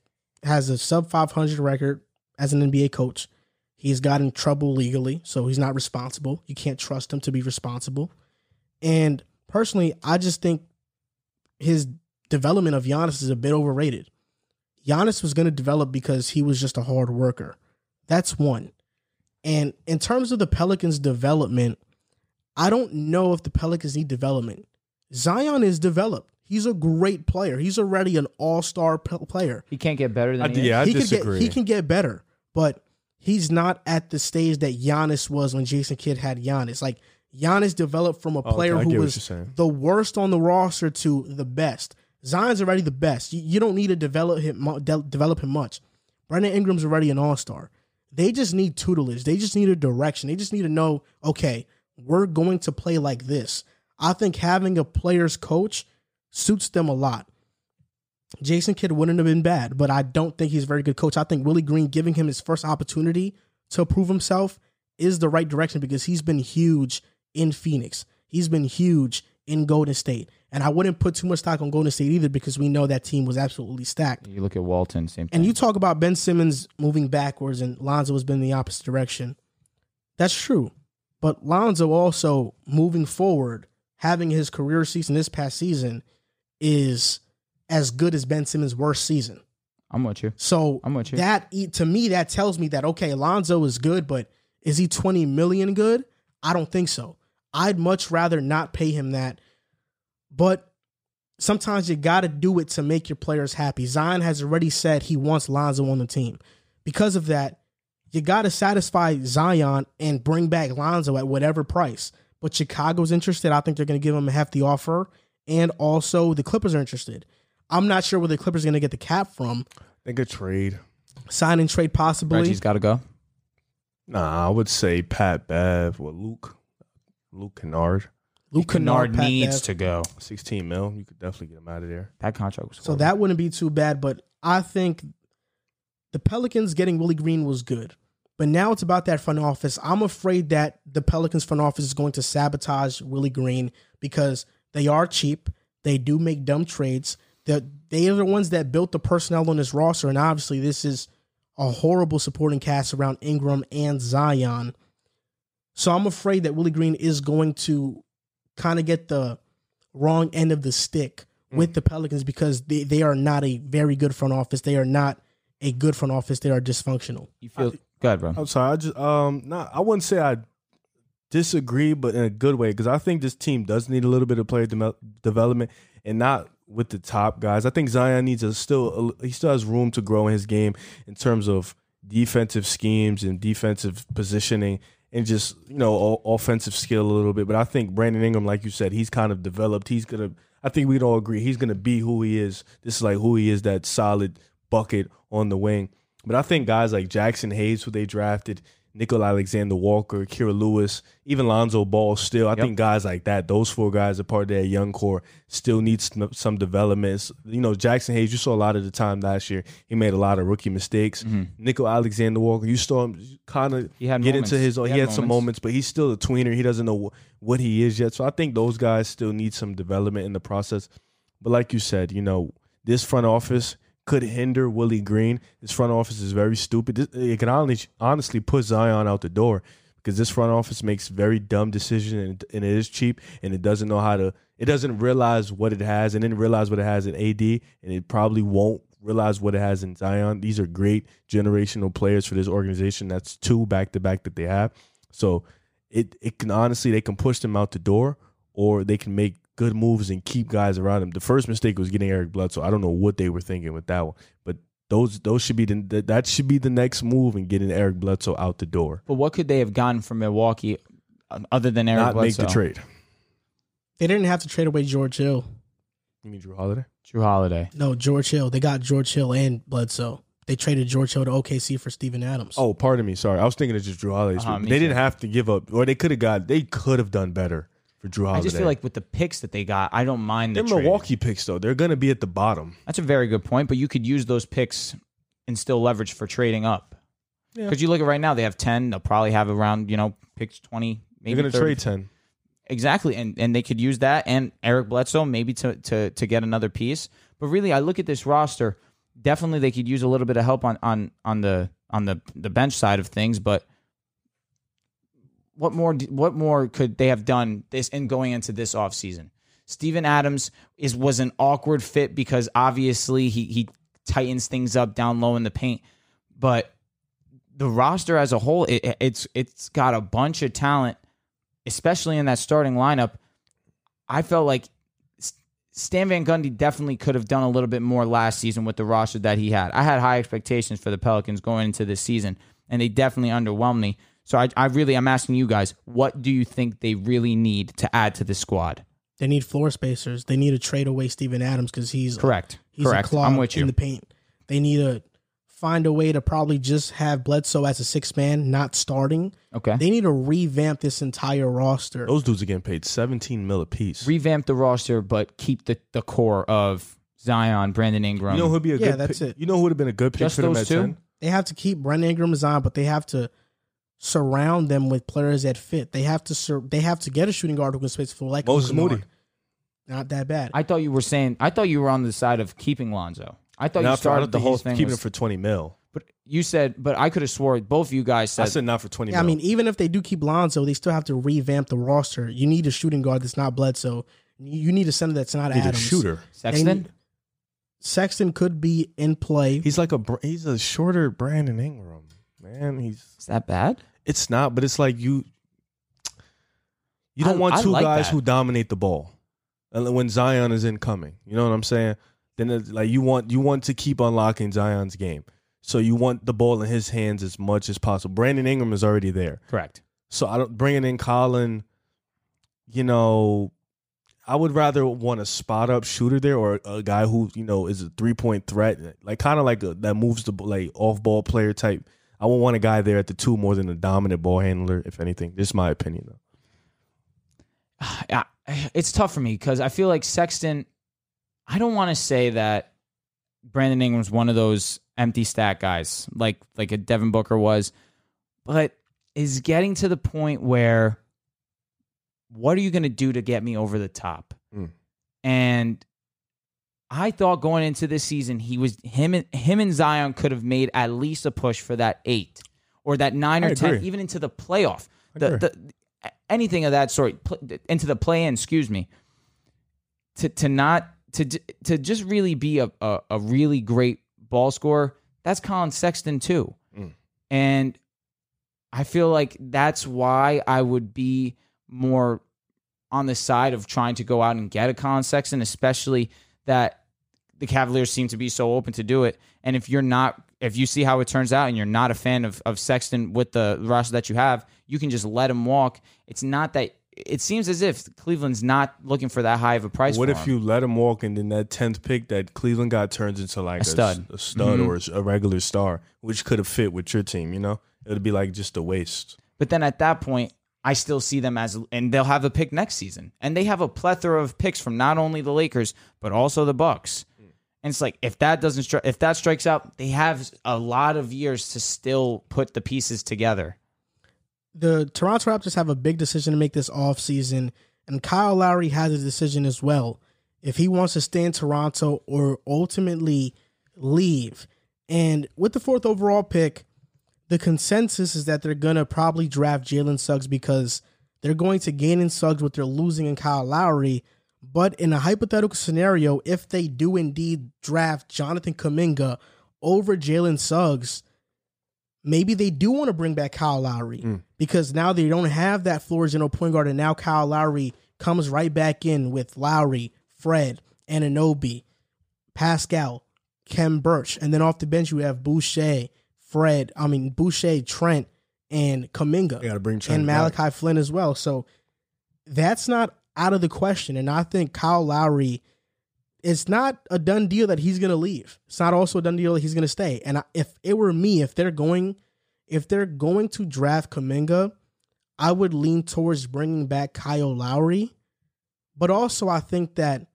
[SPEAKER 2] has a sub 500 record as an NBA coach. He's gotten in trouble legally, so he's not responsible. You can't trust him to be responsible. And personally, I just think his development of Giannis is a bit overrated. Giannis was going to develop because he was just a hard worker. That's one. And in terms of the Pelicans' development, I don't know if the Pelicans need development. Zion is developed. He's a great player. He's already an all-star p- player.
[SPEAKER 3] He can't get better than
[SPEAKER 4] I,
[SPEAKER 3] he is.
[SPEAKER 4] Uh, yeah, I
[SPEAKER 2] he
[SPEAKER 4] disagree.
[SPEAKER 2] Could get, he can get better, but he's not at the stage that Giannis was when Jason Kidd had Giannis. Like Giannis developed from a
[SPEAKER 4] okay,
[SPEAKER 2] player
[SPEAKER 4] I get
[SPEAKER 2] who
[SPEAKER 4] what
[SPEAKER 2] was
[SPEAKER 4] you're saying.
[SPEAKER 2] the worst on the roster to the best. Zion's already the best. You, you don't need to develop him mu- de- develop him much. Brandon Ingram's already an all-star. They just need tutelage. They just need a direction. They just need to know, okay, we're going to play like this. I think having a player's coach suits them a lot. Jason Kidd wouldn't have been bad, but I don't think he's a very good coach. I think Willie Green giving him his first opportunity to prove himself is the right direction because he's been huge in Phoenix. He's been huge in Golden State. And I wouldn't put too much stock on Golden State either because we know that team was absolutely stacked.
[SPEAKER 3] You look at Walton, same thing.
[SPEAKER 2] And you talk about Ben Simmons moving backwards and Lonzo has been the opposite direction. That's true. But Lonzo also moving forward, having his career season this past season is as good as Ben Simmons' worst season.
[SPEAKER 3] I'm with you.
[SPEAKER 2] So
[SPEAKER 3] I'm with you.
[SPEAKER 2] that e- to me that tells me that okay, Alonzo is good, but is he 20 million good? I don't think so. I'd much rather not pay him that. But sometimes you got to do it to make your players happy. Zion has already said he wants Lonzo on the team. Because of that, you got to satisfy Zion and bring back Lonzo at whatever price. But Chicago's interested. I think they're going to give him a hefty offer. And also, the Clippers are interested. I'm not sure where the Clippers are going to get the cap from.
[SPEAKER 4] Think a trade.
[SPEAKER 2] Sign and trade, possibly.
[SPEAKER 3] Reggie's got to go.
[SPEAKER 4] Nah, I would say Pat Bev or Luke. Luke Kennard.
[SPEAKER 2] Luke Kennard Pat Bev.
[SPEAKER 3] to go.
[SPEAKER 4] 16 mil. You could definitely get him out of there.
[SPEAKER 3] That contract was
[SPEAKER 2] So that wouldn't be too bad, but I think the Pelicans getting Willie Green was good. But now it's about that front office. I'm afraid that the Pelicans front office is going to sabotage Willie Green because they are cheap. They do make dumb trades. They're, they are the ones that built the personnel on this roster. And obviously, this is a horrible supporting cast around Ingram and Zion. So I'm afraid that Willie Green is going to kind of get the wrong end of the stick
[SPEAKER 3] Mm.
[SPEAKER 2] with the Pelicans because they, they are not a very good front office. They are not a good front office. They are dysfunctional.
[SPEAKER 3] You feel good, bro.
[SPEAKER 4] I'm sorry. I just um nah, I wouldn't say I disagree, but in a good way because I think this team does need a little bit of player de- development and not with the top guys. I think Zion needs a still he still has room to grow in his game in terms of defensive schemes and defensive positioning and just you know o- offensive skill a little bit. But I think Brandon Ingram, like you said, he's kind of developed. He's gonna. I think we'd all agree he's gonna be who he is. This is like who he is. That solid bucket on the wing. But I think guys like Jackson Hayes, who they drafted, Nickel Alexander Walker, Kira Lewis, even Lonzo Ball. Still, I think guys like that, those four guys are part of that young core. Still needs some- some developments. You know, Jackson Hayes. You saw a lot of the time last year. He made a lot of rookie mistakes. Nickel Alexander Walker. You saw him kind of
[SPEAKER 3] Mm-hmm. He had
[SPEAKER 4] get
[SPEAKER 3] moments.
[SPEAKER 4] into his. He,
[SPEAKER 3] He
[SPEAKER 4] he
[SPEAKER 3] had
[SPEAKER 4] had, some
[SPEAKER 3] moments.
[SPEAKER 4] moments, but he's still a tweener. He doesn't know wh- what he is yet. So I think those guys still need some development in the process. But like you said, you know, this front office could hinder Willie Green. This front office is very stupid. This- It can only honestly put Zion out the door because this front office makes very dumb decisions and, and it is cheap and it doesn't know how to. It doesn't realize what it has and didn't realize what it has in AD and it probably won't realize what it has in Zion. These are great generational players for this organization. That's two back to back that they have. So it it can honestly they can push them out the door or they can make good moves and keep guys around them. The first mistake was getting Eric Bledsoe. I don't know what they were thinking with that one, but those those should be the that- that should be the next move in getting Eric Bledsoe out the door.
[SPEAKER 3] But what could they have gotten from Milwaukee uh, other than Eric
[SPEAKER 4] Not
[SPEAKER 3] Bledsoe?
[SPEAKER 4] make the trade.
[SPEAKER 2] They didn't have to trade away George Hill.
[SPEAKER 4] You mean Drew Holiday?
[SPEAKER 3] Drew Holiday.
[SPEAKER 2] No, George Hill. They got George Hill and Bledsoe. They traded George Hill to OKC for Steven Adams.
[SPEAKER 4] Oh, pardon me. Sorry, I was thinking of just Drew Holiday.
[SPEAKER 3] Uh-huh, me
[SPEAKER 4] they
[SPEAKER 3] too.
[SPEAKER 4] didn't have to give up, or they could have got. They could have done better for Drew
[SPEAKER 3] I
[SPEAKER 4] Holiday.
[SPEAKER 3] just feel like with the picks that they got, I don't mind the
[SPEAKER 4] they're
[SPEAKER 3] trade.
[SPEAKER 4] Milwaukee picks though. They're going to be at the bottom.
[SPEAKER 3] That's a very good point, but you could use those picks and still leverage for trading up.
[SPEAKER 4] Yeah.
[SPEAKER 3] Because you look at right now, they have 10. They'll probably have around, you know, picks 20, maybe
[SPEAKER 4] They're going to
[SPEAKER 3] 30.
[SPEAKER 4] trade ten.
[SPEAKER 3] Exactly, and and they could use that and Eric Bledsoe maybe to to to get another piece. But really, I look at this roster. Definitely, they could use a little bit of help on on on the on the the bench side of things. But what more d- what more could they have done this in going into this offseason? Steven Adams is was an awkward fit because obviously he he tightens things up down low in the paint, but the roster as a whole, it, it's it's got a bunch of talent especially in that starting lineup, I felt like S- Stan Van Gundy definitely could have done a little bit more last season with the roster that he had. I had high expectations for the Pelicans going into this season, and they definitely underwhelmed me. So I, I really, I'm asking you guys, what do you think they really need to add to this squad?
[SPEAKER 2] They need floor spacers. They need to trade away Steven Adams because he's
[SPEAKER 3] Correct.
[SPEAKER 2] He's a
[SPEAKER 3] Correct.
[SPEAKER 2] claw
[SPEAKER 3] I'm with you.
[SPEAKER 2] in the paint. They need to find a way to probably just have Bledsoe as a six man, not starting.
[SPEAKER 3] okay.
[SPEAKER 2] They need to revamp this entire roster.
[SPEAKER 4] Those dudes are getting paid seventeen mil apiece.
[SPEAKER 3] Revamp the roster, but keep the, the core of Zion, Brandon Ingram.
[SPEAKER 4] You know who'd be a
[SPEAKER 2] Yeah,
[SPEAKER 4] good
[SPEAKER 2] that's
[SPEAKER 4] pick-
[SPEAKER 2] it.
[SPEAKER 4] You know who would have been a good pick
[SPEAKER 3] Just
[SPEAKER 4] for them
[SPEAKER 3] those
[SPEAKER 4] at
[SPEAKER 3] two?
[SPEAKER 4] 10?
[SPEAKER 2] They have to keep Brendan Ingram on, but they have to surround them with players that fit. They have to sur- they have to get a shooting guard who can space the floor like
[SPEAKER 4] Moses
[SPEAKER 2] Luke Kennard.
[SPEAKER 4] Moody.
[SPEAKER 2] Not that bad.
[SPEAKER 3] I thought you were saying, I thought you were on the side of keeping Lonzo. I thought you
[SPEAKER 4] Not for- I
[SPEAKER 3] started
[SPEAKER 4] don't
[SPEAKER 3] the
[SPEAKER 4] think
[SPEAKER 3] whole
[SPEAKER 4] he's
[SPEAKER 3] thing.
[SPEAKER 4] Keeping
[SPEAKER 3] with-
[SPEAKER 4] it for twenty mil.
[SPEAKER 3] But you said, but I could have swore both of you guys said,
[SPEAKER 4] I said not for twenty
[SPEAKER 2] yeah, I
[SPEAKER 4] mil.
[SPEAKER 2] mean, even if they do keep Lonzo, they still have to revamp the roster. You need a shooting guard that's not Bledsoe. You you need a center that's not
[SPEAKER 4] Need a
[SPEAKER 2] Adams.
[SPEAKER 4] shooter.
[SPEAKER 2] They
[SPEAKER 3] Sexton.
[SPEAKER 2] need- Sexton could be in play.
[SPEAKER 4] He's like a Br- he's a shorter Brandon Ingram. Man, he's
[SPEAKER 3] Is that bad?
[SPEAKER 4] it's not, but it's like you. You don't
[SPEAKER 3] I-
[SPEAKER 4] want
[SPEAKER 3] I
[SPEAKER 4] two
[SPEAKER 3] like
[SPEAKER 4] guys
[SPEAKER 3] that.
[SPEAKER 4] who dominate the ball. and when Zion is incoming. You know what I'm saying? Then it's like you want you want to keep unlocking Zion's game. So you want the ball in his hands as much as possible. Brandon Ingram is already there.
[SPEAKER 5] Correct.
[SPEAKER 4] So I don't bringing in Colin. You know, I would rather want a spot up shooter there or a guy who you know is a three point threat, like kind of like a, that moves the b- like off ball player type. I would want a guy there at the two more than a dominant ball handler. If anything, this is my opinion though.
[SPEAKER 3] I, it's tough for me because I feel like Sexton. I don't want to say that Brandon Ingram's one of those empty stack guys, like like a Devin Booker was, but is getting to the point where what are you going to do to get me over the top?
[SPEAKER 4] Mm.
[SPEAKER 3] And I thought going into this season, he was him and him and Zion could have made at least a push for that eight or that nine
[SPEAKER 4] I
[SPEAKER 3] or ten,
[SPEAKER 4] agree.
[SPEAKER 3] even into the playoff. The,
[SPEAKER 4] agree.
[SPEAKER 3] the anything of that sort pl- into the play in, excuse me. To to not to d- to just really be a, a, a really great ball scorer, that's Colin Sexton too. And I feel like that's why I would be more on the side of trying to go out and get a Colin Sexton, especially that the Cavaliers seem to be so open to do it. And if you're not, if you see how it turns out and you're not a fan of, of Sexton with the roster that you have, you can just let him walk. It's not that, it seems as if Cleveland's not looking for that high of a price.
[SPEAKER 4] What
[SPEAKER 3] for
[SPEAKER 4] if
[SPEAKER 3] him.
[SPEAKER 4] you let him walk and then that tenth pick that Cleveland got turns into like a
[SPEAKER 3] stud.
[SPEAKER 4] s- a stud or a s- a regular star, which could have fit with your team? You know, it would be like just a waste.
[SPEAKER 3] But then at that point, I still see them as, and they'll have a pick next season, and they have a plethora of picks from not only the Lakers but also the Bucks. And it's like if that doesn't, stri- if that strikes out, they have a lot of years to still put the pieces together.
[SPEAKER 2] the Toronto Raptors have a big decision to make this offseason, and Kyle Lowry has a decision as well. If he wants to stay in Toronto or ultimately leave. And with the fourth overall pick, the consensus is that they're going to probably draft Jalen Suggs because they're going to gain in Suggs what they're losing in Kyle Lowry. But in a hypothetical scenario, if they do indeed draft Jonathan Kaminga over Jalen Suggs, maybe they do want to bring back Kyle Lowry
[SPEAKER 4] Mm.
[SPEAKER 2] because now they don't have that floor general point guard, and now Kyle Lowry comes right back in with Lowry, Fred, Ananobi, Pascal, Kem Birch, and then off the bench you have Boucher, Fred, I mean Boucher, Trent, and Kaminga,
[SPEAKER 4] They gotta bring
[SPEAKER 2] and
[SPEAKER 4] Trent back.
[SPEAKER 2] Malachi Flynn as well. So that's not out of the question, and I think Kyle Lowry it's not a done deal that he's going to leave. It's not also a done deal that he's going to stay. And I, if it were me, if they're going, if they're going to draft Kaminga, I would lean towards bringing back Kyle Lowry. But also, I think that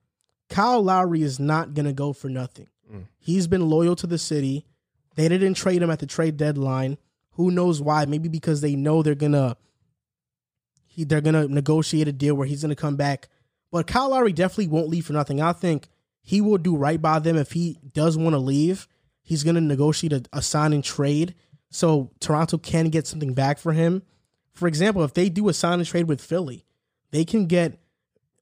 [SPEAKER 2] Kyle Lowry is not going to go for nothing. He's been loyal to the city. They didn't trade him at the trade deadline. Who knows why? Maybe because they know they're gonna he they're gonna negotiate a deal where he's gonna come back. But Kyle Lowry definitely won't leave for nothing. I think he will do right by them if he does want to leave. He's gonna negotiate a, a sign and trade so Toronto can get something back for him. For example, if they do a sign and trade with Philly, they can get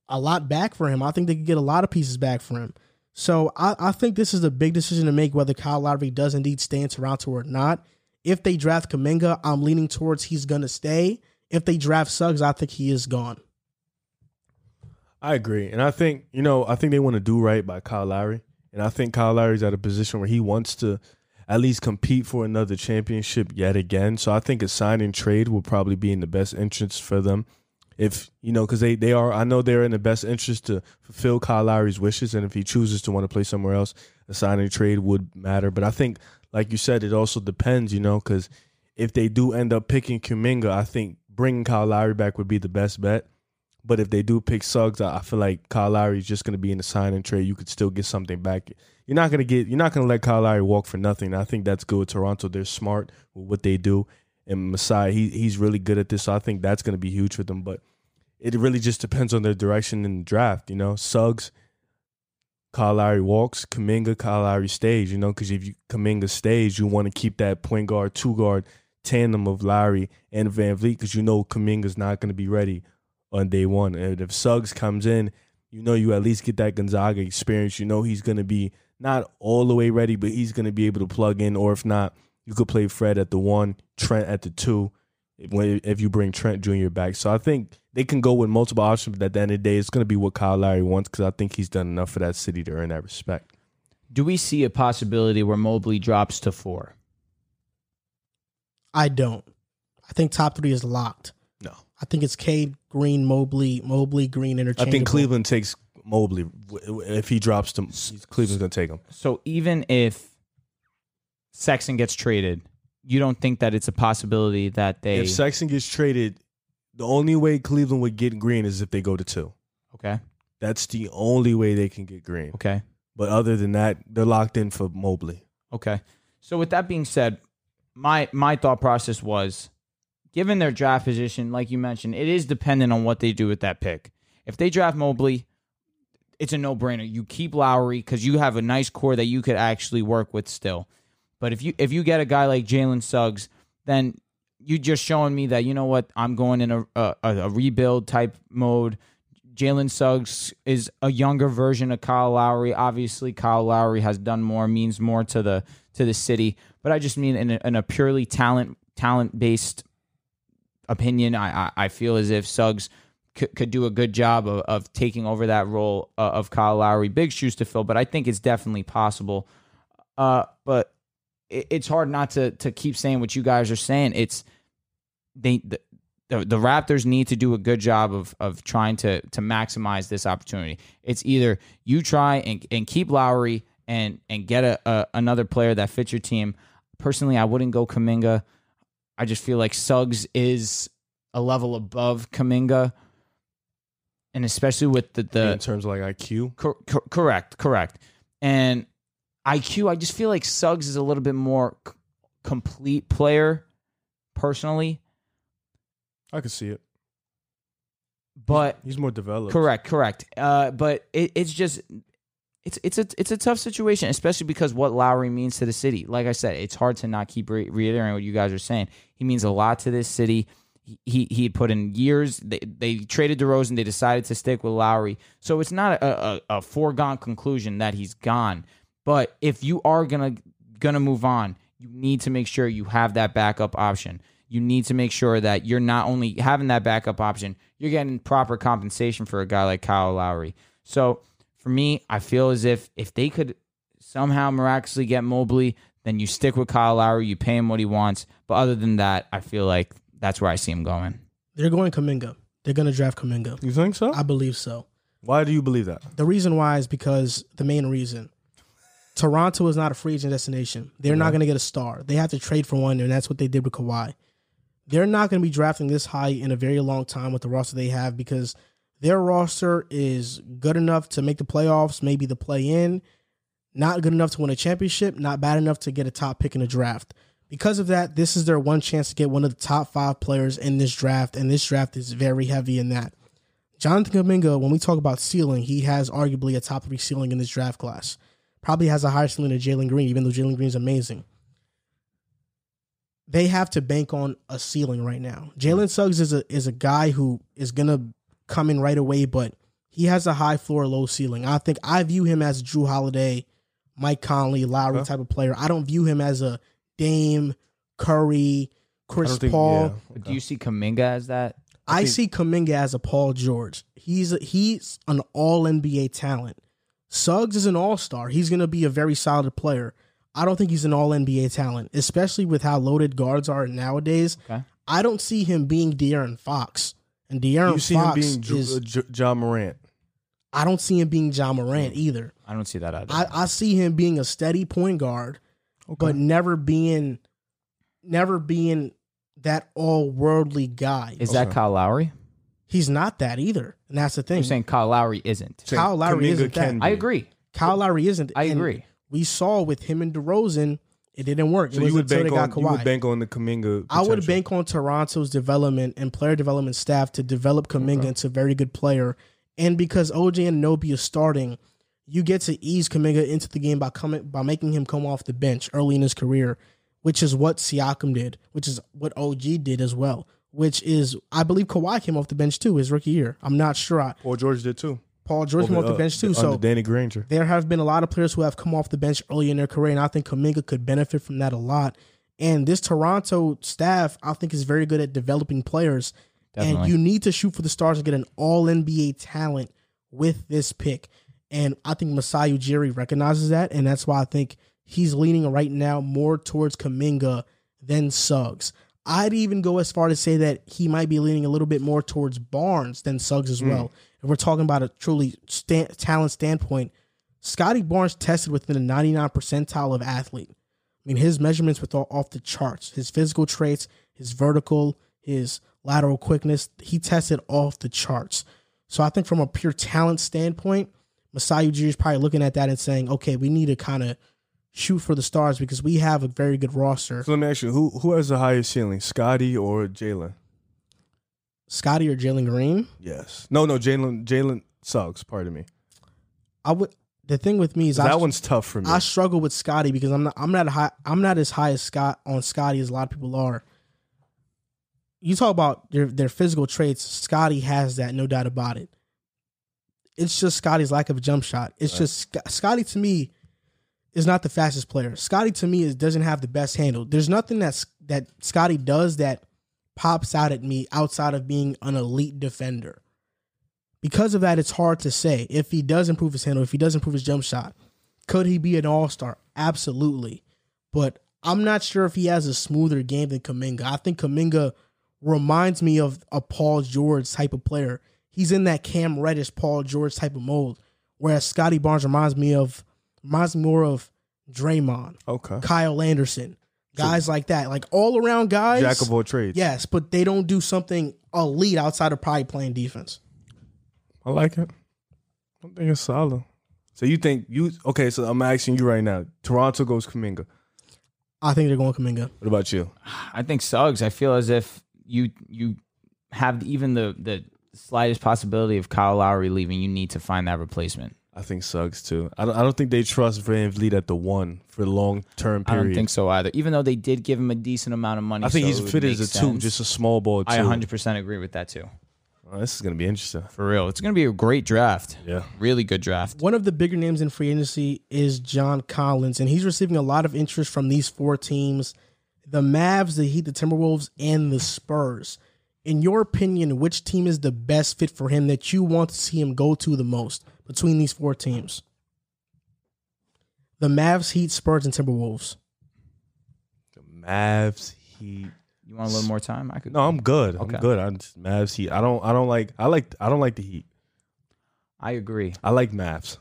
[SPEAKER 2] a lot back for him. I think they could get a lot of pieces back for him. So I, I think this is a big decision to make whether Kyle Lowry does indeed stay in Toronto or not. If they draft Kaminga, I'm leaning towards he's gonna stay. If they draft Suggs, I think he is gone.
[SPEAKER 4] I agree, and I think you know I think they want to do right by Kyle Lowry, and I think Kyle Lowry's at a position where he wants to at least compete for another championship yet again. So I think a sign and trade will probably be in the best interest for them. If you know, because they they are, I know they're in the best interest to fulfill Kyle Lowry's wishes, and if he chooses to want to play somewhere else, a sign and trade would matter. But I think, like you said, it also depends, you know, because if they do end up picking Kuminga, I think bringing Kyle Lowry back would be the best bet. But if they do pick Suggs, I I feel like Kyle Lowry is just going to be in the sign and trade. You could still get something back. You're not going to get. You're not going to let Kyle Lowry walk for nothing. I think that's good. Toronto, they're smart with what they do, and Masai, he he's really good at this. So I think that's going to be huge for them. But it really just depends on their direction in the draft. You know, Suggs, Kyle Lowry walks, Kaminga, Kyle Lowry stays. You know, because if you Kaminga stays, you want to keep that point guard, two guard tandem of Lowry and Van Vliet because you know Kaminga's not going to be ready on day one. And if Suggs comes in, you know you at least get that Gonzaga experience. You know he's going to be not all the way ready, but he's going to be able to plug in. Or if not, you could play Fred at the one, Trent at the two. if, when- if you bring Trent Jr. back. So I think they can go with multiple options, but at the end of the day, it's going to be what Kyle Lowry wants because I think he's done enough for that city to earn that respect.
[SPEAKER 3] Do we see a possibility where Mobley drops to four?
[SPEAKER 2] I don't. I think top three is locked.
[SPEAKER 4] No.
[SPEAKER 2] I think it's Cade, Green, Mobley, Mobley, Green,
[SPEAKER 4] I
[SPEAKER 2] interchangeable.
[SPEAKER 4] think Cleveland takes Mobley W- w- if he drops them. Cleveland's going to take him.
[SPEAKER 3] So even if Sexton gets traded, you don't think that it's a possibility that they
[SPEAKER 4] If Sexton gets traded, the only way Cleveland would get Green is if they go to two.
[SPEAKER 3] okay
[SPEAKER 4] That's the only way they can get Green.
[SPEAKER 3] okay
[SPEAKER 4] But other than that, they're locked in for Mobley.
[SPEAKER 3] okay. So with that being said, my my thought process was, given their draft position, like you mentioned, it is dependent on what they do with that pick. If they draft Mobley, it's a no brainer. You keep Lowry because you have a nice core that you could actually work with still. But if you if you get a guy like Jalen Suggs, then you just showing me that you know what I'm going in a a, a rebuild type mode. Jalen Suggs is a younger version of Kyle Lowry. Obviously, Kyle Lowry has done more, means more to the to the city. But I just mean in a, in a purely talent talent based opinion, I, I I feel as if Suggs could, could do a good job of, of taking over that role uh, of Kyle Lowry. Big shoes to fill, but I think it's definitely possible. Uh, but it, it's hard not to to keep saying what you guys are saying. It's they the, the the Raptors need to do a good job of of trying to to maximize this opportunity. It's either you try and, and keep Lowry and and get a, a another player that fits your team. Personally, I wouldn't go Kaminga. I just feel like Suggs is a level above Kaminga, and especially with the the
[SPEAKER 4] in terms of like IQ,
[SPEAKER 3] Cor- cor- correct, correct. And IQ, I just feel like Suggs is a little bit more c- complete player personally,
[SPEAKER 4] I can see it.
[SPEAKER 3] but
[SPEAKER 4] He's more developed.
[SPEAKER 3] correct, correct. Uh, but it, it's just it's it's a it's a tough situation, especially because what Lowry means to the city. Like I said, it's hard to not keep re- reiterating what you guys are saying. He means a lot to this city. He- He he had put in years. They they traded DeRozan. They decided to stick with Lowry. So it's not a, a, a foregone conclusion that he's gone. But if you are gonna gonna move on, you need to make sure you have that backup option. You need to make sure that you're not only having that backup option, you're getting proper compensation for a guy like Kyle Lowry. So for me, I feel as if if they could somehow miraculously get Mobley, then you stick with Kyle Lowry, you pay him what he wants. But other than that, I feel like that's where I see him going.
[SPEAKER 2] They're going Kaminga. They're going to draft Kaminga.
[SPEAKER 4] You think so?
[SPEAKER 2] I believe so.
[SPEAKER 4] Why do you believe that?
[SPEAKER 2] The reason why is because the main reason Toronto is not a free agent destination. They're not going to get a star. They have to trade for one, and that's what they did with Kawhi. They're not going to be drafting this high in a very long time with the roster they have because their roster is good enough to make the playoffs, maybe the play in, not good enough to win a championship, not bad enough to get a top pick in the draft. Because of that, this is their one chance to get one of the top five players in this draft, and this draft is very heavy in that. Jonathan Kaminga, when we talk about ceiling, he has arguably a top three ceiling in this draft class. Probably has a higher ceiling than Jalen Green, even though Jalen Green's amazing. They have to bank on a ceiling right now. Jalen Suggs is a is a guy who is gonna come in right away, but he has a high floor, low ceiling. I think I view him as Drew Holiday, Mike Conley, Lowry
[SPEAKER 4] Okay.
[SPEAKER 2] type of player. I don't view him as a Dame, Curry,
[SPEAKER 4] I
[SPEAKER 2] Chris
[SPEAKER 4] don't think-
[SPEAKER 2] Paul.
[SPEAKER 4] yeah,
[SPEAKER 3] But
[SPEAKER 4] okay.
[SPEAKER 3] do you see Kaminga as that?
[SPEAKER 2] I,
[SPEAKER 4] think-
[SPEAKER 2] see Kaminga as a Paul George. He's he's an All NBA talent. Suggs is an All Star. He's going to be a very solid player. I don't think he's an All NBA talent, especially with how loaded guards are nowadays.
[SPEAKER 3] Okay.
[SPEAKER 2] I don't see him being De'Aaron Fox, and De'Aaron
[SPEAKER 4] You see him
[SPEAKER 2] Fox
[SPEAKER 4] being Ju-
[SPEAKER 2] is.
[SPEAKER 4] uh, Ju- John Morant.
[SPEAKER 2] I don't see him being John Morant either.
[SPEAKER 3] I don't see that either.
[SPEAKER 2] I, I see him being a steady point guard, but never being, never being that all worldly guy.
[SPEAKER 3] Is that Kyle Lowry?
[SPEAKER 2] He's not that either, and that's the thing.
[SPEAKER 3] You're saying Kyle Lowry isn't.
[SPEAKER 2] Kyle Lowry
[SPEAKER 4] Kuminga
[SPEAKER 2] isn't that.
[SPEAKER 4] can
[SPEAKER 3] I agree.
[SPEAKER 2] Kyle Lowry isn't.
[SPEAKER 3] I
[SPEAKER 2] and
[SPEAKER 3] agree.
[SPEAKER 2] We saw with him and DeRozan, it didn't work.
[SPEAKER 4] So
[SPEAKER 2] it was
[SPEAKER 4] you would,
[SPEAKER 2] until
[SPEAKER 4] bank
[SPEAKER 2] they got
[SPEAKER 4] on,
[SPEAKER 2] Kawhi.
[SPEAKER 4] you would bank on the Kaminga.
[SPEAKER 2] I would
[SPEAKER 4] potential.
[SPEAKER 2] bank on Toronto's development and player development staff to develop Kaminga into a very good player. And because OJ and Nobi is starting, you get to ease Kaminga into the game by coming by making him come off the bench early in his career, which is what Siakam did, which is what OG did as well. Which is, I believe Kawhi came off the bench too his rookie year. I'm not sure. I,
[SPEAKER 4] Paul George did too.
[SPEAKER 2] Paul George came off the
[SPEAKER 4] Uh,
[SPEAKER 2] bench too.
[SPEAKER 4] under
[SPEAKER 2] So
[SPEAKER 4] Danny Granger.
[SPEAKER 2] there have been a lot of players who have come off the bench early in their career, and I think Kaminga could benefit from that a lot. And this Toronto staff, I think, is very good at developing players. And
[SPEAKER 3] Definitely.
[SPEAKER 2] you need to shoot for the stars and get an all NBA talent with this pick. And I think Masai Ujiri recognizes that. And that's why I think he's leaning right now more towards Kaminga than Suggs. I'd even go as far to say that he might be leaning a little bit more towards Barnes than Suggs as well. If we're talking about a truly stan talent standpoint, Scotty Barnes tested within the 99 percentile of athlete. I mean, his measurements were all off the charts. His physical traits, his vertical, his lateral quickness, he tested off the charts. So I think from a pure talent standpoint, Masai Ujiri is probably looking at that and saying, okay, we need to kind of shoot for the stars because we have a very good roster.
[SPEAKER 4] So let me ask you, who who has the highest ceiling, Scotty or Jalen?
[SPEAKER 2] Scotty or Jalen Green?
[SPEAKER 4] Yes. No, no, Jalen Jalen Suggs. Pardon me.
[SPEAKER 2] I would. The thing with me is
[SPEAKER 4] 'Cause
[SPEAKER 2] I,
[SPEAKER 4] That one's tough for me.
[SPEAKER 2] I struggle with Scotty because I'm not I'm not high I'm not as high as Scott on Scotty as a lot of people are. You talk about their their physical traits. Scotty has that, no doubt about it. It's just Scotty's lack of a jump shot. It's just Sc- Scotty to me is not the fastest player. Scotty to me is doesn't have the best handle. There's nothing that's that Scotty does that pops out at me outside of being an elite defender. Because of that, it's hard to say if he does improve his handle, if he does improve his jump shot. Could he be an all star? Absolutely. But I'm not sure if he has a smoother game than Kaminga. I think Kaminga reminds me of a Paul George type of player. He's in that Cam Reddish, Paul George type of mold. Whereas Scotty Barnes reminds me of reminds me more of Draymond,
[SPEAKER 4] okay.
[SPEAKER 2] Kyle Anderson, guys like that. Like all around guys.
[SPEAKER 4] Jack of all trades.
[SPEAKER 2] Yes, but they don't do something elite outside of probably playing defense.
[SPEAKER 4] I like it. I think it's solid. So you think you okay? So I'm asking you right now. Toronto goes Kaminga.
[SPEAKER 2] I think they're going Kaminga.
[SPEAKER 4] What about you?
[SPEAKER 3] I think Suggs. I feel as if you you have even the the slightest possibility of Kyle Lowry leaving. You need to find that replacement.
[SPEAKER 4] I think Suggs too. I don't, I don't think they trust Van Vliet at the one for long term
[SPEAKER 3] I
[SPEAKER 4] period.
[SPEAKER 3] don't think so either. Even though they did give him a decent amount of money,
[SPEAKER 4] I think
[SPEAKER 3] so it
[SPEAKER 4] he's
[SPEAKER 3] would
[SPEAKER 4] fit as
[SPEAKER 3] make
[SPEAKER 4] a two,
[SPEAKER 3] sense.
[SPEAKER 4] just a small ball two.
[SPEAKER 3] I 100 percent agree with that too.
[SPEAKER 4] Oh, this is gonna be interesting.
[SPEAKER 3] For real, it's gonna be a great draft.
[SPEAKER 4] Yeah.
[SPEAKER 3] Really good draft.
[SPEAKER 2] One of the bigger names in free agency is John Collins, and he's receiving a lot of interest from these four teams the Mavs, the Heat, the Timberwolves, and the Spurs. In your opinion, which team is the best fit for him that you want to see him go to the most between these four teams? The Mavs, Heat, Spurs, and Timberwolves.
[SPEAKER 4] The Mavs Heat.
[SPEAKER 3] You want a little more time? I could.
[SPEAKER 4] No, I'm good.
[SPEAKER 3] Okay.
[SPEAKER 4] I'm good. I'm just, Mavs Heat. I don't. I don't like. I like. I don't like the Heat.
[SPEAKER 3] I agree.
[SPEAKER 4] I like Mavs.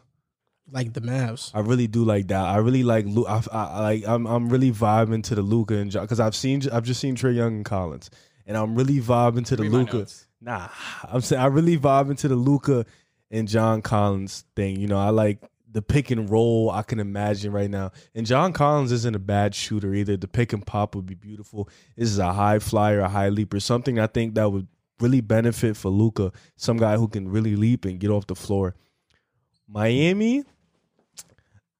[SPEAKER 2] Like the Mavs.
[SPEAKER 4] I really do like that. I really like. Lu- I, I, I like. I'm. I'm really vibing to the Luca and because I've seen. I've just seen Trey Young and Collins, and I'm really vibing to the
[SPEAKER 3] Read my
[SPEAKER 4] Luca.
[SPEAKER 3] notes.
[SPEAKER 4] Nah, I'm saying I really vibe into the Luca and John Collins thing. You know, I like the pick and roll I can imagine right now. And John Collins isn't a bad shooter either. The pick and pop would be beautiful. This is a high flyer, a high leaper, something I think that would really benefit for Luca, some guy who can really leap and get off the floor. Miami,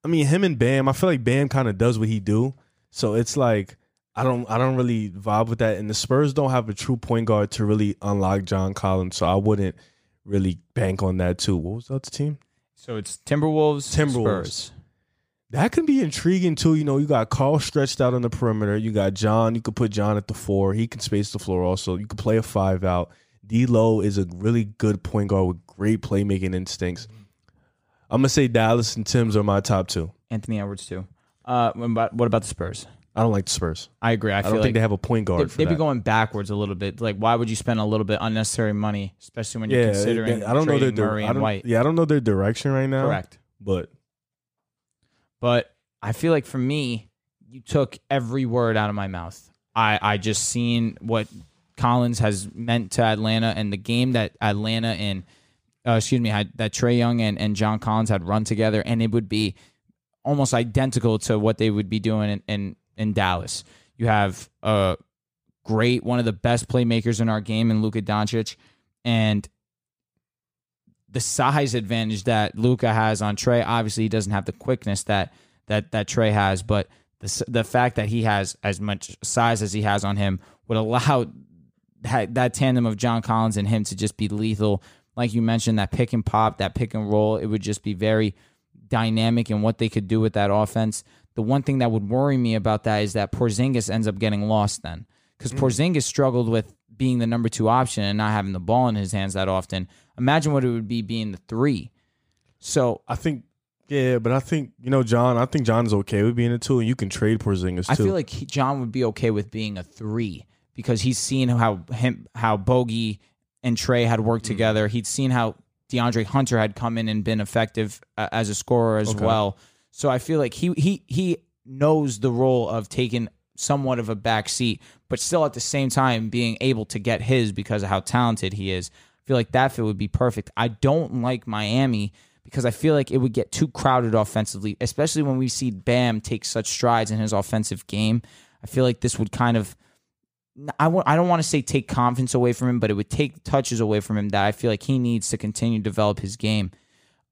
[SPEAKER 4] I mean him and Bam, I feel like Bam kind of does what he do. So it's like I don't I don't really vibe with that. And the Spurs don't have a true point guard to really unlock John Collins. So I wouldn't really bank on that too. What was the other team?
[SPEAKER 3] So it's Timberwolves.
[SPEAKER 4] Timberwolves.
[SPEAKER 3] Spurs.
[SPEAKER 4] That can be intriguing too. You know, you got Carl stretched out on the perimeter. You got John. You could put John at the four. He can space the floor also. You could play a five out. D Low is a really good point guard with great playmaking instincts. I'm gonna say Dallas and Tim's are my top two.
[SPEAKER 3] Anthony Edwards too. Uh, what about, what about the Spurs?
[SPEAKER 4] I don't like the Spurs.
[SPEAKER 3] I agree. I,
[SPEAKER 4] I,
[SPEAKER 3] feel
[SPEAKER 4] don't
[SPEAKER 3] like
[SPEAKER 4] think they have a point guard.
[SPEAKER 3] they,
[SPEAKER 4] for
[SPEAKER 3] they'd be
[SPEAKER 4] that.
[SPEAKER 3] going backwards a little bit. Like, why would you spend a little bit unnecessary money, especially when you're
[SPEAKER 4] Yeah,
[SPEAKER 3] considering
[SPEAKER 4] I don't know their
[SPEAKER 3] trading
[SPEAKER 4] dir-
[SPEAKER 3] Murray
[SPEAKER 4] I
[SPEAKER 3] and
[SPEAKER 4] don't-
[SPEAKER 3] White?
[SPEAKER 4] Yeah, I don't know their direction right now.
[SPEAKER 3] Correct.
[SPEAKER 4] But
[SPEAKER 3] But I feel like for me, you took every word out of my mouth. I I just seen what Collins has meant to Atlanta and the game that Atlanta and uh, excuse me had that Trey Young and and John Collins had run together, and it would be almost identical to what they would be doing in in, in Dallas. You have a great one of the best playmakers in our game in Luka Doncic, and the size advantage that Luca has on Trey. Obviously, he doesn't have the quickness that that that Trey has, but the s- the fact that he has as much size as he has on him would allow that, that tandem of John Collins and him to just be lethal. Like you mentioned, that pick and pop, that pick and roll, it would just be very dynamic in what they could do with that offense. The one thing that would worry me about that is that Porzingis ends up getting lost then, because Porzingis struggled with being the number two option and not having the ball in his hands that often. Imagine what it would be being the three. So
[SPEAKER 4] I think, yeah, but I think you know John. I think John's okay with being a two, and you can trade Porzingis too.
[SPEAKER 3] I feel like he, John would be okay with being a three because he's seen how him how Bogey and Trey had worked together. He'd seen how DeAndre Hunter had come in and been effective uh, as a scorer as well. So I feel like he he he knows the role of taking somewhat of a back seat, but still at the same time being able to get his because of how talented he is. I feel like that fit would be perfect. I don't like Miami because I feel like it would get too crowded offensively, especially when we see Bam take such strides in his offensive game. I feel like this would kind of I w- I don't want to say take confidence away from him, but it would take touches away from him that I feel like he needs to continue to develop his game.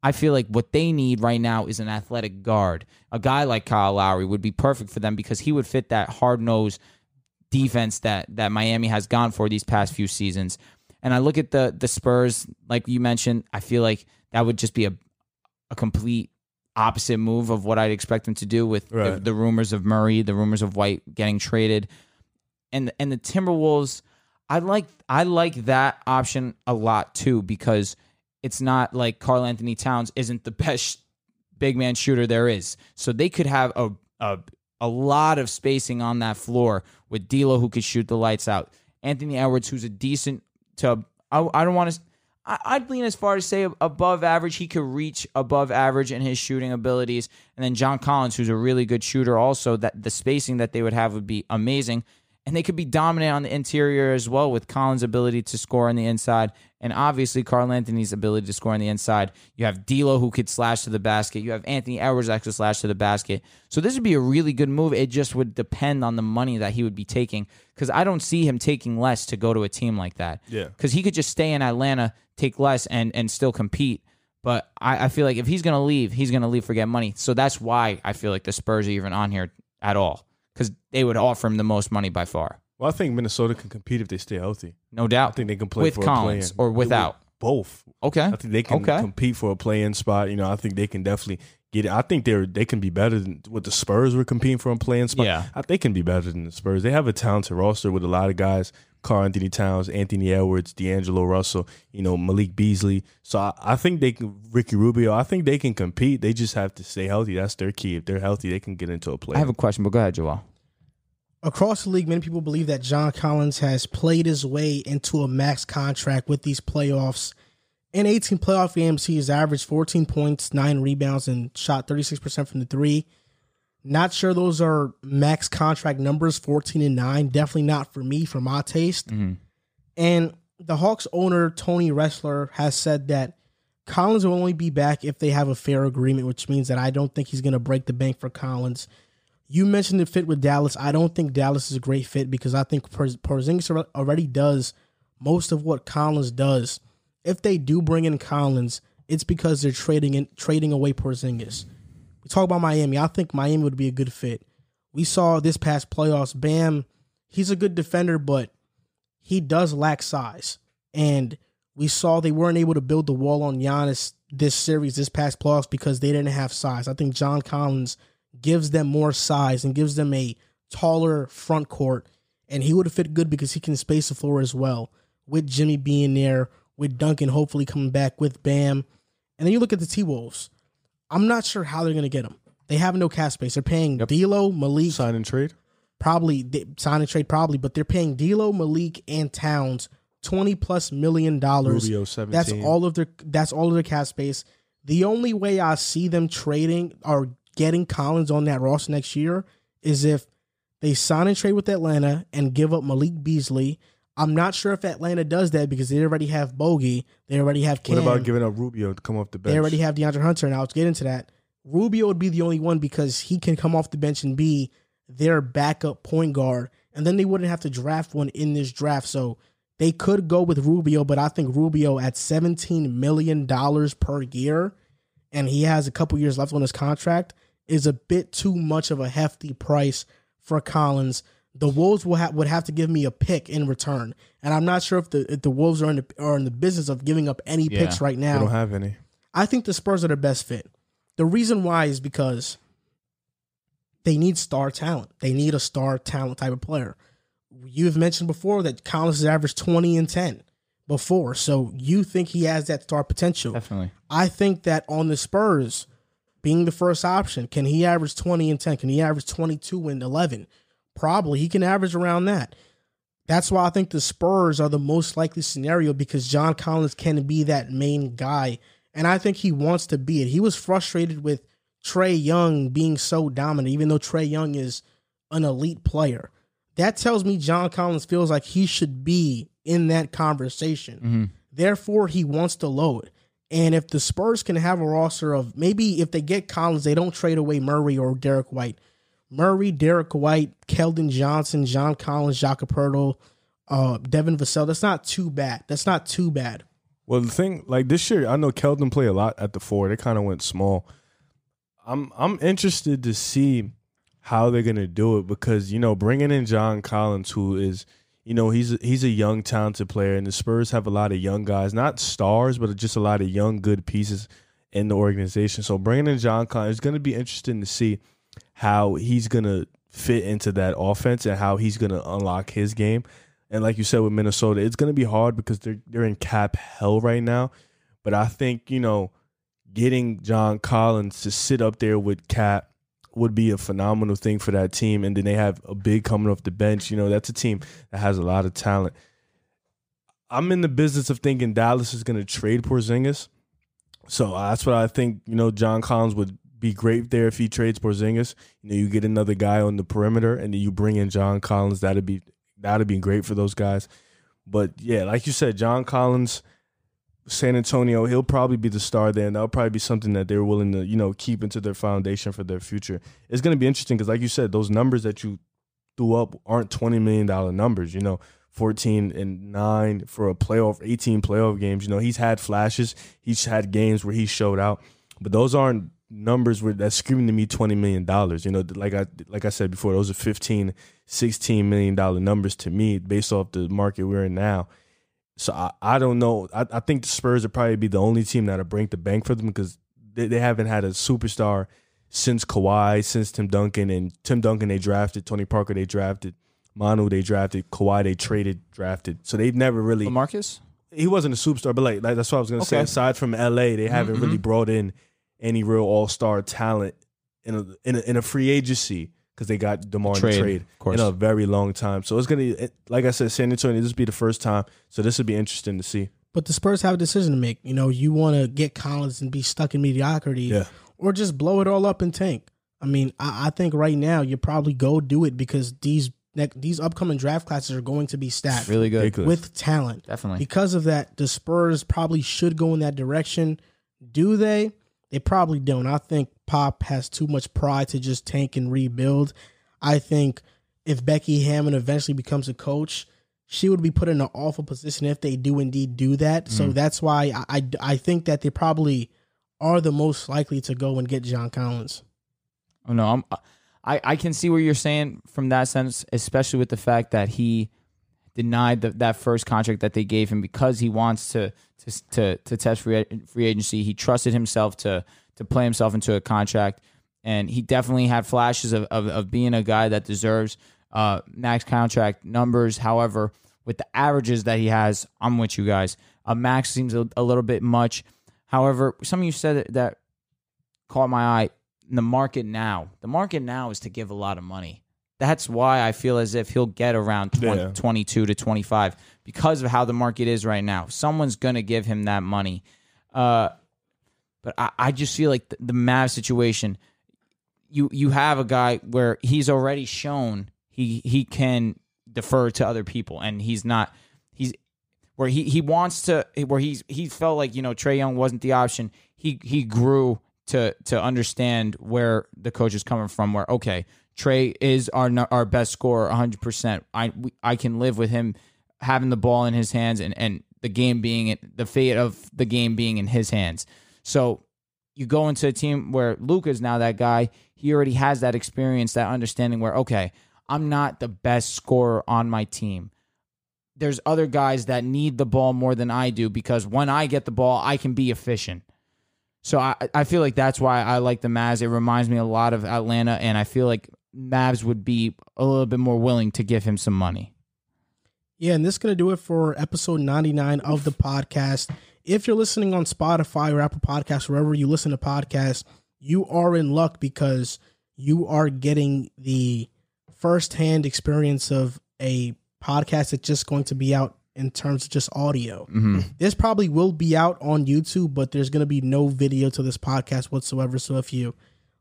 [SPEAKER 3] I feel like what they need right now is an athletic guard. A guy like Kyle Lowry would be perfect for them because he would fit that hard nosed defense that that Miami has gone for these past few seasons. And I look at the the Spurs, like you mentioned, I feel like that would just be a a complete opposite move of what I'd expect them to do with the-
[SPEAKER 4] Right.
[SPEAKER 3] the rumors of Murray, the rumors of White getting traded and and the Timberwolves, I like I like that option a lot too because it's not like Carl Anthony Towns isn't the best big man shooter there is, so they could have a a a lot of spacing on that floor with D'Lo who could shoot the lights out, Anthony Edwards who's a decent to I, I don't want to. I'd lean as far to say above average. He could reach above average in his shooting abilities, and then John Collins, who's a really good shooter, also that the spacing that they would have would be amazing and they could be dominant on the interior as well with Collins' ability to score on the inside, and obviously Carl Anthony's ability to score on the inside. You have D'Lo who could slash to the basket. You have Anthony Edwards that could slash to the basket. So this would be a really good move. It just would depend on the money that he would be taking because I don't see him taking less to go to a team like that.
[SPEAKER 4] Yeah.
[SPEAKER 3] because he could just stay in Atlanta, take less, and and still compete. But I, I feel like if he's gonna leave, he's gonna leave for get money. So that's why I feel like the Spurs are even on here at all because they would offer him the most money by far,
[SPEAKER 4] well, I think Minnesota can compete if they stay healthy.
[SPEAKER 3] no
[SPEAKER 4] I
[SPEAKER 3] doubt.
[SPEAKER 4] think they can play
[SPEAKER 3] with
[SPEAKER 4] for
[SPEAKER 3] Collins
[SPEAKER 4] a play
[SPEAKER 3] or without.
[SPEAKER 4] both.
[SPEAKER 3] Okay,
[SPEAKER 4] I think they can
[SPEAKER 3] Okay.
[SPEAKER 4] compete for a play-in spot. You know, I think they can definitely get it. I think they're they can be better than what the Spurs were competing for a play-in spot.
[SPEAKER 3] Yeah.
[SPEAKER 4] I, they can be better than the Spurs. They have a talented roster with a lot of guys: Carl Anthony Towns, Anthony Edwards, D'Angelo Russell. You know, Malik Beasley. So I, I think they can. Ricky Rubio. I think they can compete. They just have to stay healthy. That's their key. If they're healthy, they can get into a play.
[SPEAKER 3] I have a question, but go ahead, Joel.
[SPEAKER 2] Across the league, many people believe that John Collins has played his way into a max contract with these playoffs. In 18 playoff games, he's averaged 14 points, 9 rebounds, and shot 36% from the three. Not sure those are max contract numbers, 14 and 9. Definitely not for me, for my taste. And the Hawks owner, Tony Wrestler, has said that Collins will only be back if they have a fair agreement, which means that I don't think he's going to break the bank for Collins. You mentioned the fit with Dallas. I don't think Dallas is a great fit because I think Por- Porzingis alre- already does most of what Collins does. If they do bring in Collins, it's because they're trading in, trading away Porzingis. We talk about Miami. I think Miami would be a good fit. We saw this past playoffs. Bam, he's a good defender, but he does lack size. And we saw they weren't able to build the wall on Giannis this series, this past playoffs, because they didn't have size. I think John Collins gives them more size and gives them a taller front court. And he would fit good because he can space the floor as well, with Jimmy being there, with Duncan hopefully coming back, with Bam. And then you look at the T Wolves. I'm not sure how they're going to get him. They have no cap space. They're paying D'Lo, Malik,
[SPEAKER 4] sign and trade.
[SPEAKER 2] probably they- sign and trade probably, but they're paying D'Lo, Malik, and Towns twenty plus million dollars.
[SPEAKER 4] Rubio, 17.
[SPEAKER 2] That's all of their that's all of their cap space. The only way I see them trading or getting Collins on that roster next year is if they sign and trade with Atlanta and give up Malik Beasley. I'm not sure if Atlanta does that because they already have Bogey, they already have Cam,
[SPEAKER 4] What about giving up Rubio to come off the bench?
[SPEAKER 2] they already have DeAndre Hunter, and I'll get into that. Rubio would be the only one because he can come off the bench and be their backup point guard, and then they wouldn't have to draft one in this draft. So they could go with Rubio, but I think Rubio at seventeen million dollars per year, and he has a couple years left on his contract, is a bit too much of a hefty price for Collins. The Wolves will ha- would have to give me a pick in return, and I'm not sure if the if the Wolves are in the are in the business of giving up any
[SPEAKER 3] Yeah,
[SPEAKER 2] picks right
[SPEAKER 4] They
[SPEAKER 2] now.
[SPEAKER 4] don't have any.
[SPEAKER 2] I think the Spurs are the best fit. The reason why is because they need star talent. They need a star talent type of player. You've mentioned before that Collins has averaged 20 and 10 before, so you think he has that star potential.
[SPEAKER 3] Definitely.
[SPEAKER 2] I think that on the Spurs, being the first option, can he average 20 and 10? Can he average 22 and 11? Probably. He can average around that. That's why I think the Spurs are the most likely scenario because John Collins can be that main guy. And I think he wants to be it. He was frustrated with Trey Young being so dominant, even though Trey Young is an elite player. That tells me John Collins feels like he should be in that conversation. Therefore, he wants to load. And if the Spurs can have a roster of maybe if they get Collins, they don't trade away Murray or Derek White. Murray, Derek White, Keldon Johnson, John Collins, Jakob Pertl, uh, Devin Vassell. That's not too bad. That's not too bad.
[SPEAKER 4] Well, the thing like this year, I know Keldon played a lot at the four. They kind of went small. I'm I'm interested to see how they're gonna do it because you know bringing in John Collins, who is you know he's he's a young talented player, and the Spurs have a lot of young guys, not stars, but just a lot of young good pieces in the organization. So bringing in John Collins is gonna be interesting to see how he's gonna fit into that offense and how he's gonna unlock his game. And like you said with Minnesota, it's gonna be hard because they're they're in cap hell right now. But I think you know getting John Collins to sit up there with Cap would be a phenomenal thing for that team. And then they have a big coming off the bench. You know, that's a team that has a lot of talent. I'm in the business of thinking Dallas is going to trade Porzingis. So uh, that's what I think, you know, John Collins would be great there if he trades Porzingis. You know, you get another guy on the perimeter and then you bring in John Collins. That'd be that'd be great for those guys. But yeah, like you said, John Collins, San Antonio, he'll probably be the star there, and that'll probably be something that they're willing to, you know, keep into their foundation for their future. It's going to be interesting because, like you said, those numbers that you threw up aren't twenty million dollar numbers. You know, fourteen and nine for a playoff, eighteen playoff games. You know, he's had flashes, he's had games where he showed out, but those aren't numbers where that's screaming to me twenty million dollars. You know, like I like I said before, those are 15, 16 million dollar numbers to me based off the market we're in now. So I, I don't know. I, I think the Spurs would probably be the only team that'll break the bank for them because they, they haven't had a superstar since Kawhi, since Tim Duncan, and Tim Duncan they drafted, Tony Parker they drafted, Manu they drafted, Kawhi they traded, drafted. So they've never really
[SPEAKER 3] Marcus?
[SPEAKER 4] he wasn't a superstar, but like, like that's what I was gonna say.
[SPEAKER 3] Okay. Mm-hmm,
[SPEAKER 4] Aside from LA, they haven't really brought in any real all star talent in a, in a in a free agency because they got Demar trade,
[SPEAKER 3] Trade,
[SPEAKER 4] in trade
[SPEAKER 3] of course.
[SPEAKER 4] in a very long time. So it's gonna it- like I said, San Antonio. This will be the first time, so this would be interesting to see.
[SPEAKER 2] But the Spurs have a decision to make. You know, you want to get Collins and be stuck in mediocrity,
[SPEAKER 4] Yeah.
[SPEAKER 2] or just blow it all up and tank. I mean, I, I think right now you probably go do it because these ne- these upcoming draft classes are going to be stacked
[SPEAKER 3] Really good.
[SPEAKER 4] Ridiculous.
[SPEAKER 2] with talent.
[SPEAKER 3] Definitely.
[SPEAKER 2] Because of that, the Spurs probably should go in that direction. Do they? They probably don't. I think Pop has too much pride to just tank and rebuild. I think if Becky Hammond eventually becomes a coach, she would be put in an awful position if they do indeed do that. So that's why I, I, I think that they probably are the most likely to go and get John Collins.
[SPEAKER 3] Oh no, I'm, I I can see where you're saying from that sense, especially with the fact that he denied the, that first contract that they gave him because he wants to to to, to test free, free agency. He trusted himself to to play himself into a contract, and he definitely had flashes of of, of being a guy that deserves uh, max contract numbers. However, with the averages that he has, I'm with you guys. A max seems a, a little bit much. However, some of you said that- that caught my eye in the market now. The market now is to give a lot of money. That's why I feel as if he'll get around 20,
[SPEAKER 4] Yeah.
[SPEAKER 3] 22 to 25 because of how the market is right now. Someone's going to give him that money. Uh, but I, I just feel like the, the Mavs situation, you you have a guy where he's already shown he he can defer to other people and he's not he's where he he wants to where he's he felt like you know Trey Young wasn't the option. He he grew to to understand where the coach is coming from. Where okay, Trey is our nu- our best scorer, one hundred percent. I we, I can live with him having the ball in his hands and and the game being in- the fate of the game being in his hands. So you go into a team where Luca is now that guy. He already has that experience, that understanding. Where okay, I'm not the best scorer on my team there's other guys that need the ball more than I do because when I get the ball, I can be efficient. So I I feel like that's why I like the Mavs. It reminds me a lot of Atlanta, and I feel like Mavs would be a little bit more willing to give him some money.
[SPEAKER 2] Yeah, and this is going to do it for episode 99 of the podcast. If you're listening on Spotify or Apple Podcasts, wherever you listen to podcasts, you are in luck because you are getting the firsthand experience of a podcast that's just going to be out in terms of just audio.
[SPEAKER 3] Mm-hmm.
[SPEAKER 2] This probably will be out on YouTube, but there's going to be no video to this podcast whatsoever. So if you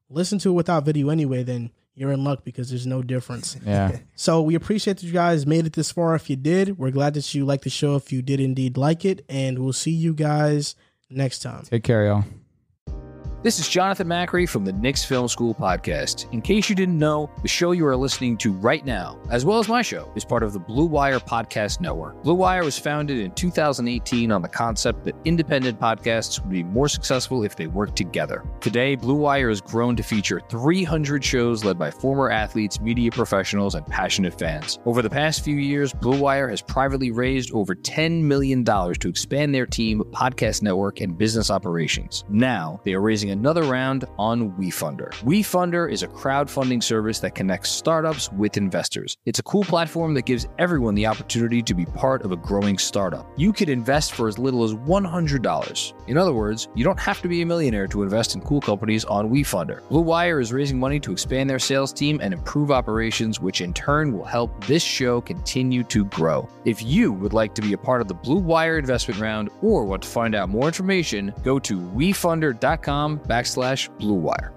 [SPEAKER 2] listen to it without video anyway, then you're in luck because there's no difference.
[SPEAKER 3] Yeah.
[SPEAKER 2] So we appreciate that you guys made it this far. If you did, we're glad that you liked the show. If you did indeed like it, and we'll see you guys next time.
[SPEAKER 3] Take care, y'all.
[SPEAKER 5] This is Jonathan Macri from the Knicks Film School podcast. In case you didn't know, the show you are listening to right now, as well as my show, is part of the Blue Wire Podcast Network. Blue Wire was founded in 2018 on the concept that independent podcasts would be more successful if they worked together. Today, Blue Wire has grown to feature 300 shows led by former athletes, media professionals, and passionate fans. Over the past few years, Blue Wire has privately raised over $10 million to expand their team, podcast network, and business operations. Now, they are raising another round on WeFunder. WeFunder is a crowdfunding service that connects startups with investors. It's a cool platform that gives everyone the opportunity to be part of a growing startup. You could invest for as little as $100. In other words, you don't have to be a millionaire to invest in cool companies on WeFunder. Blue Wire is raising money to expand their sales team and improve operations, which in turn will help this show continue to grow. If you would like to be a part of the Blue Wire investment round or want to find out more information, go to wefunder.com backslash Blue Wire.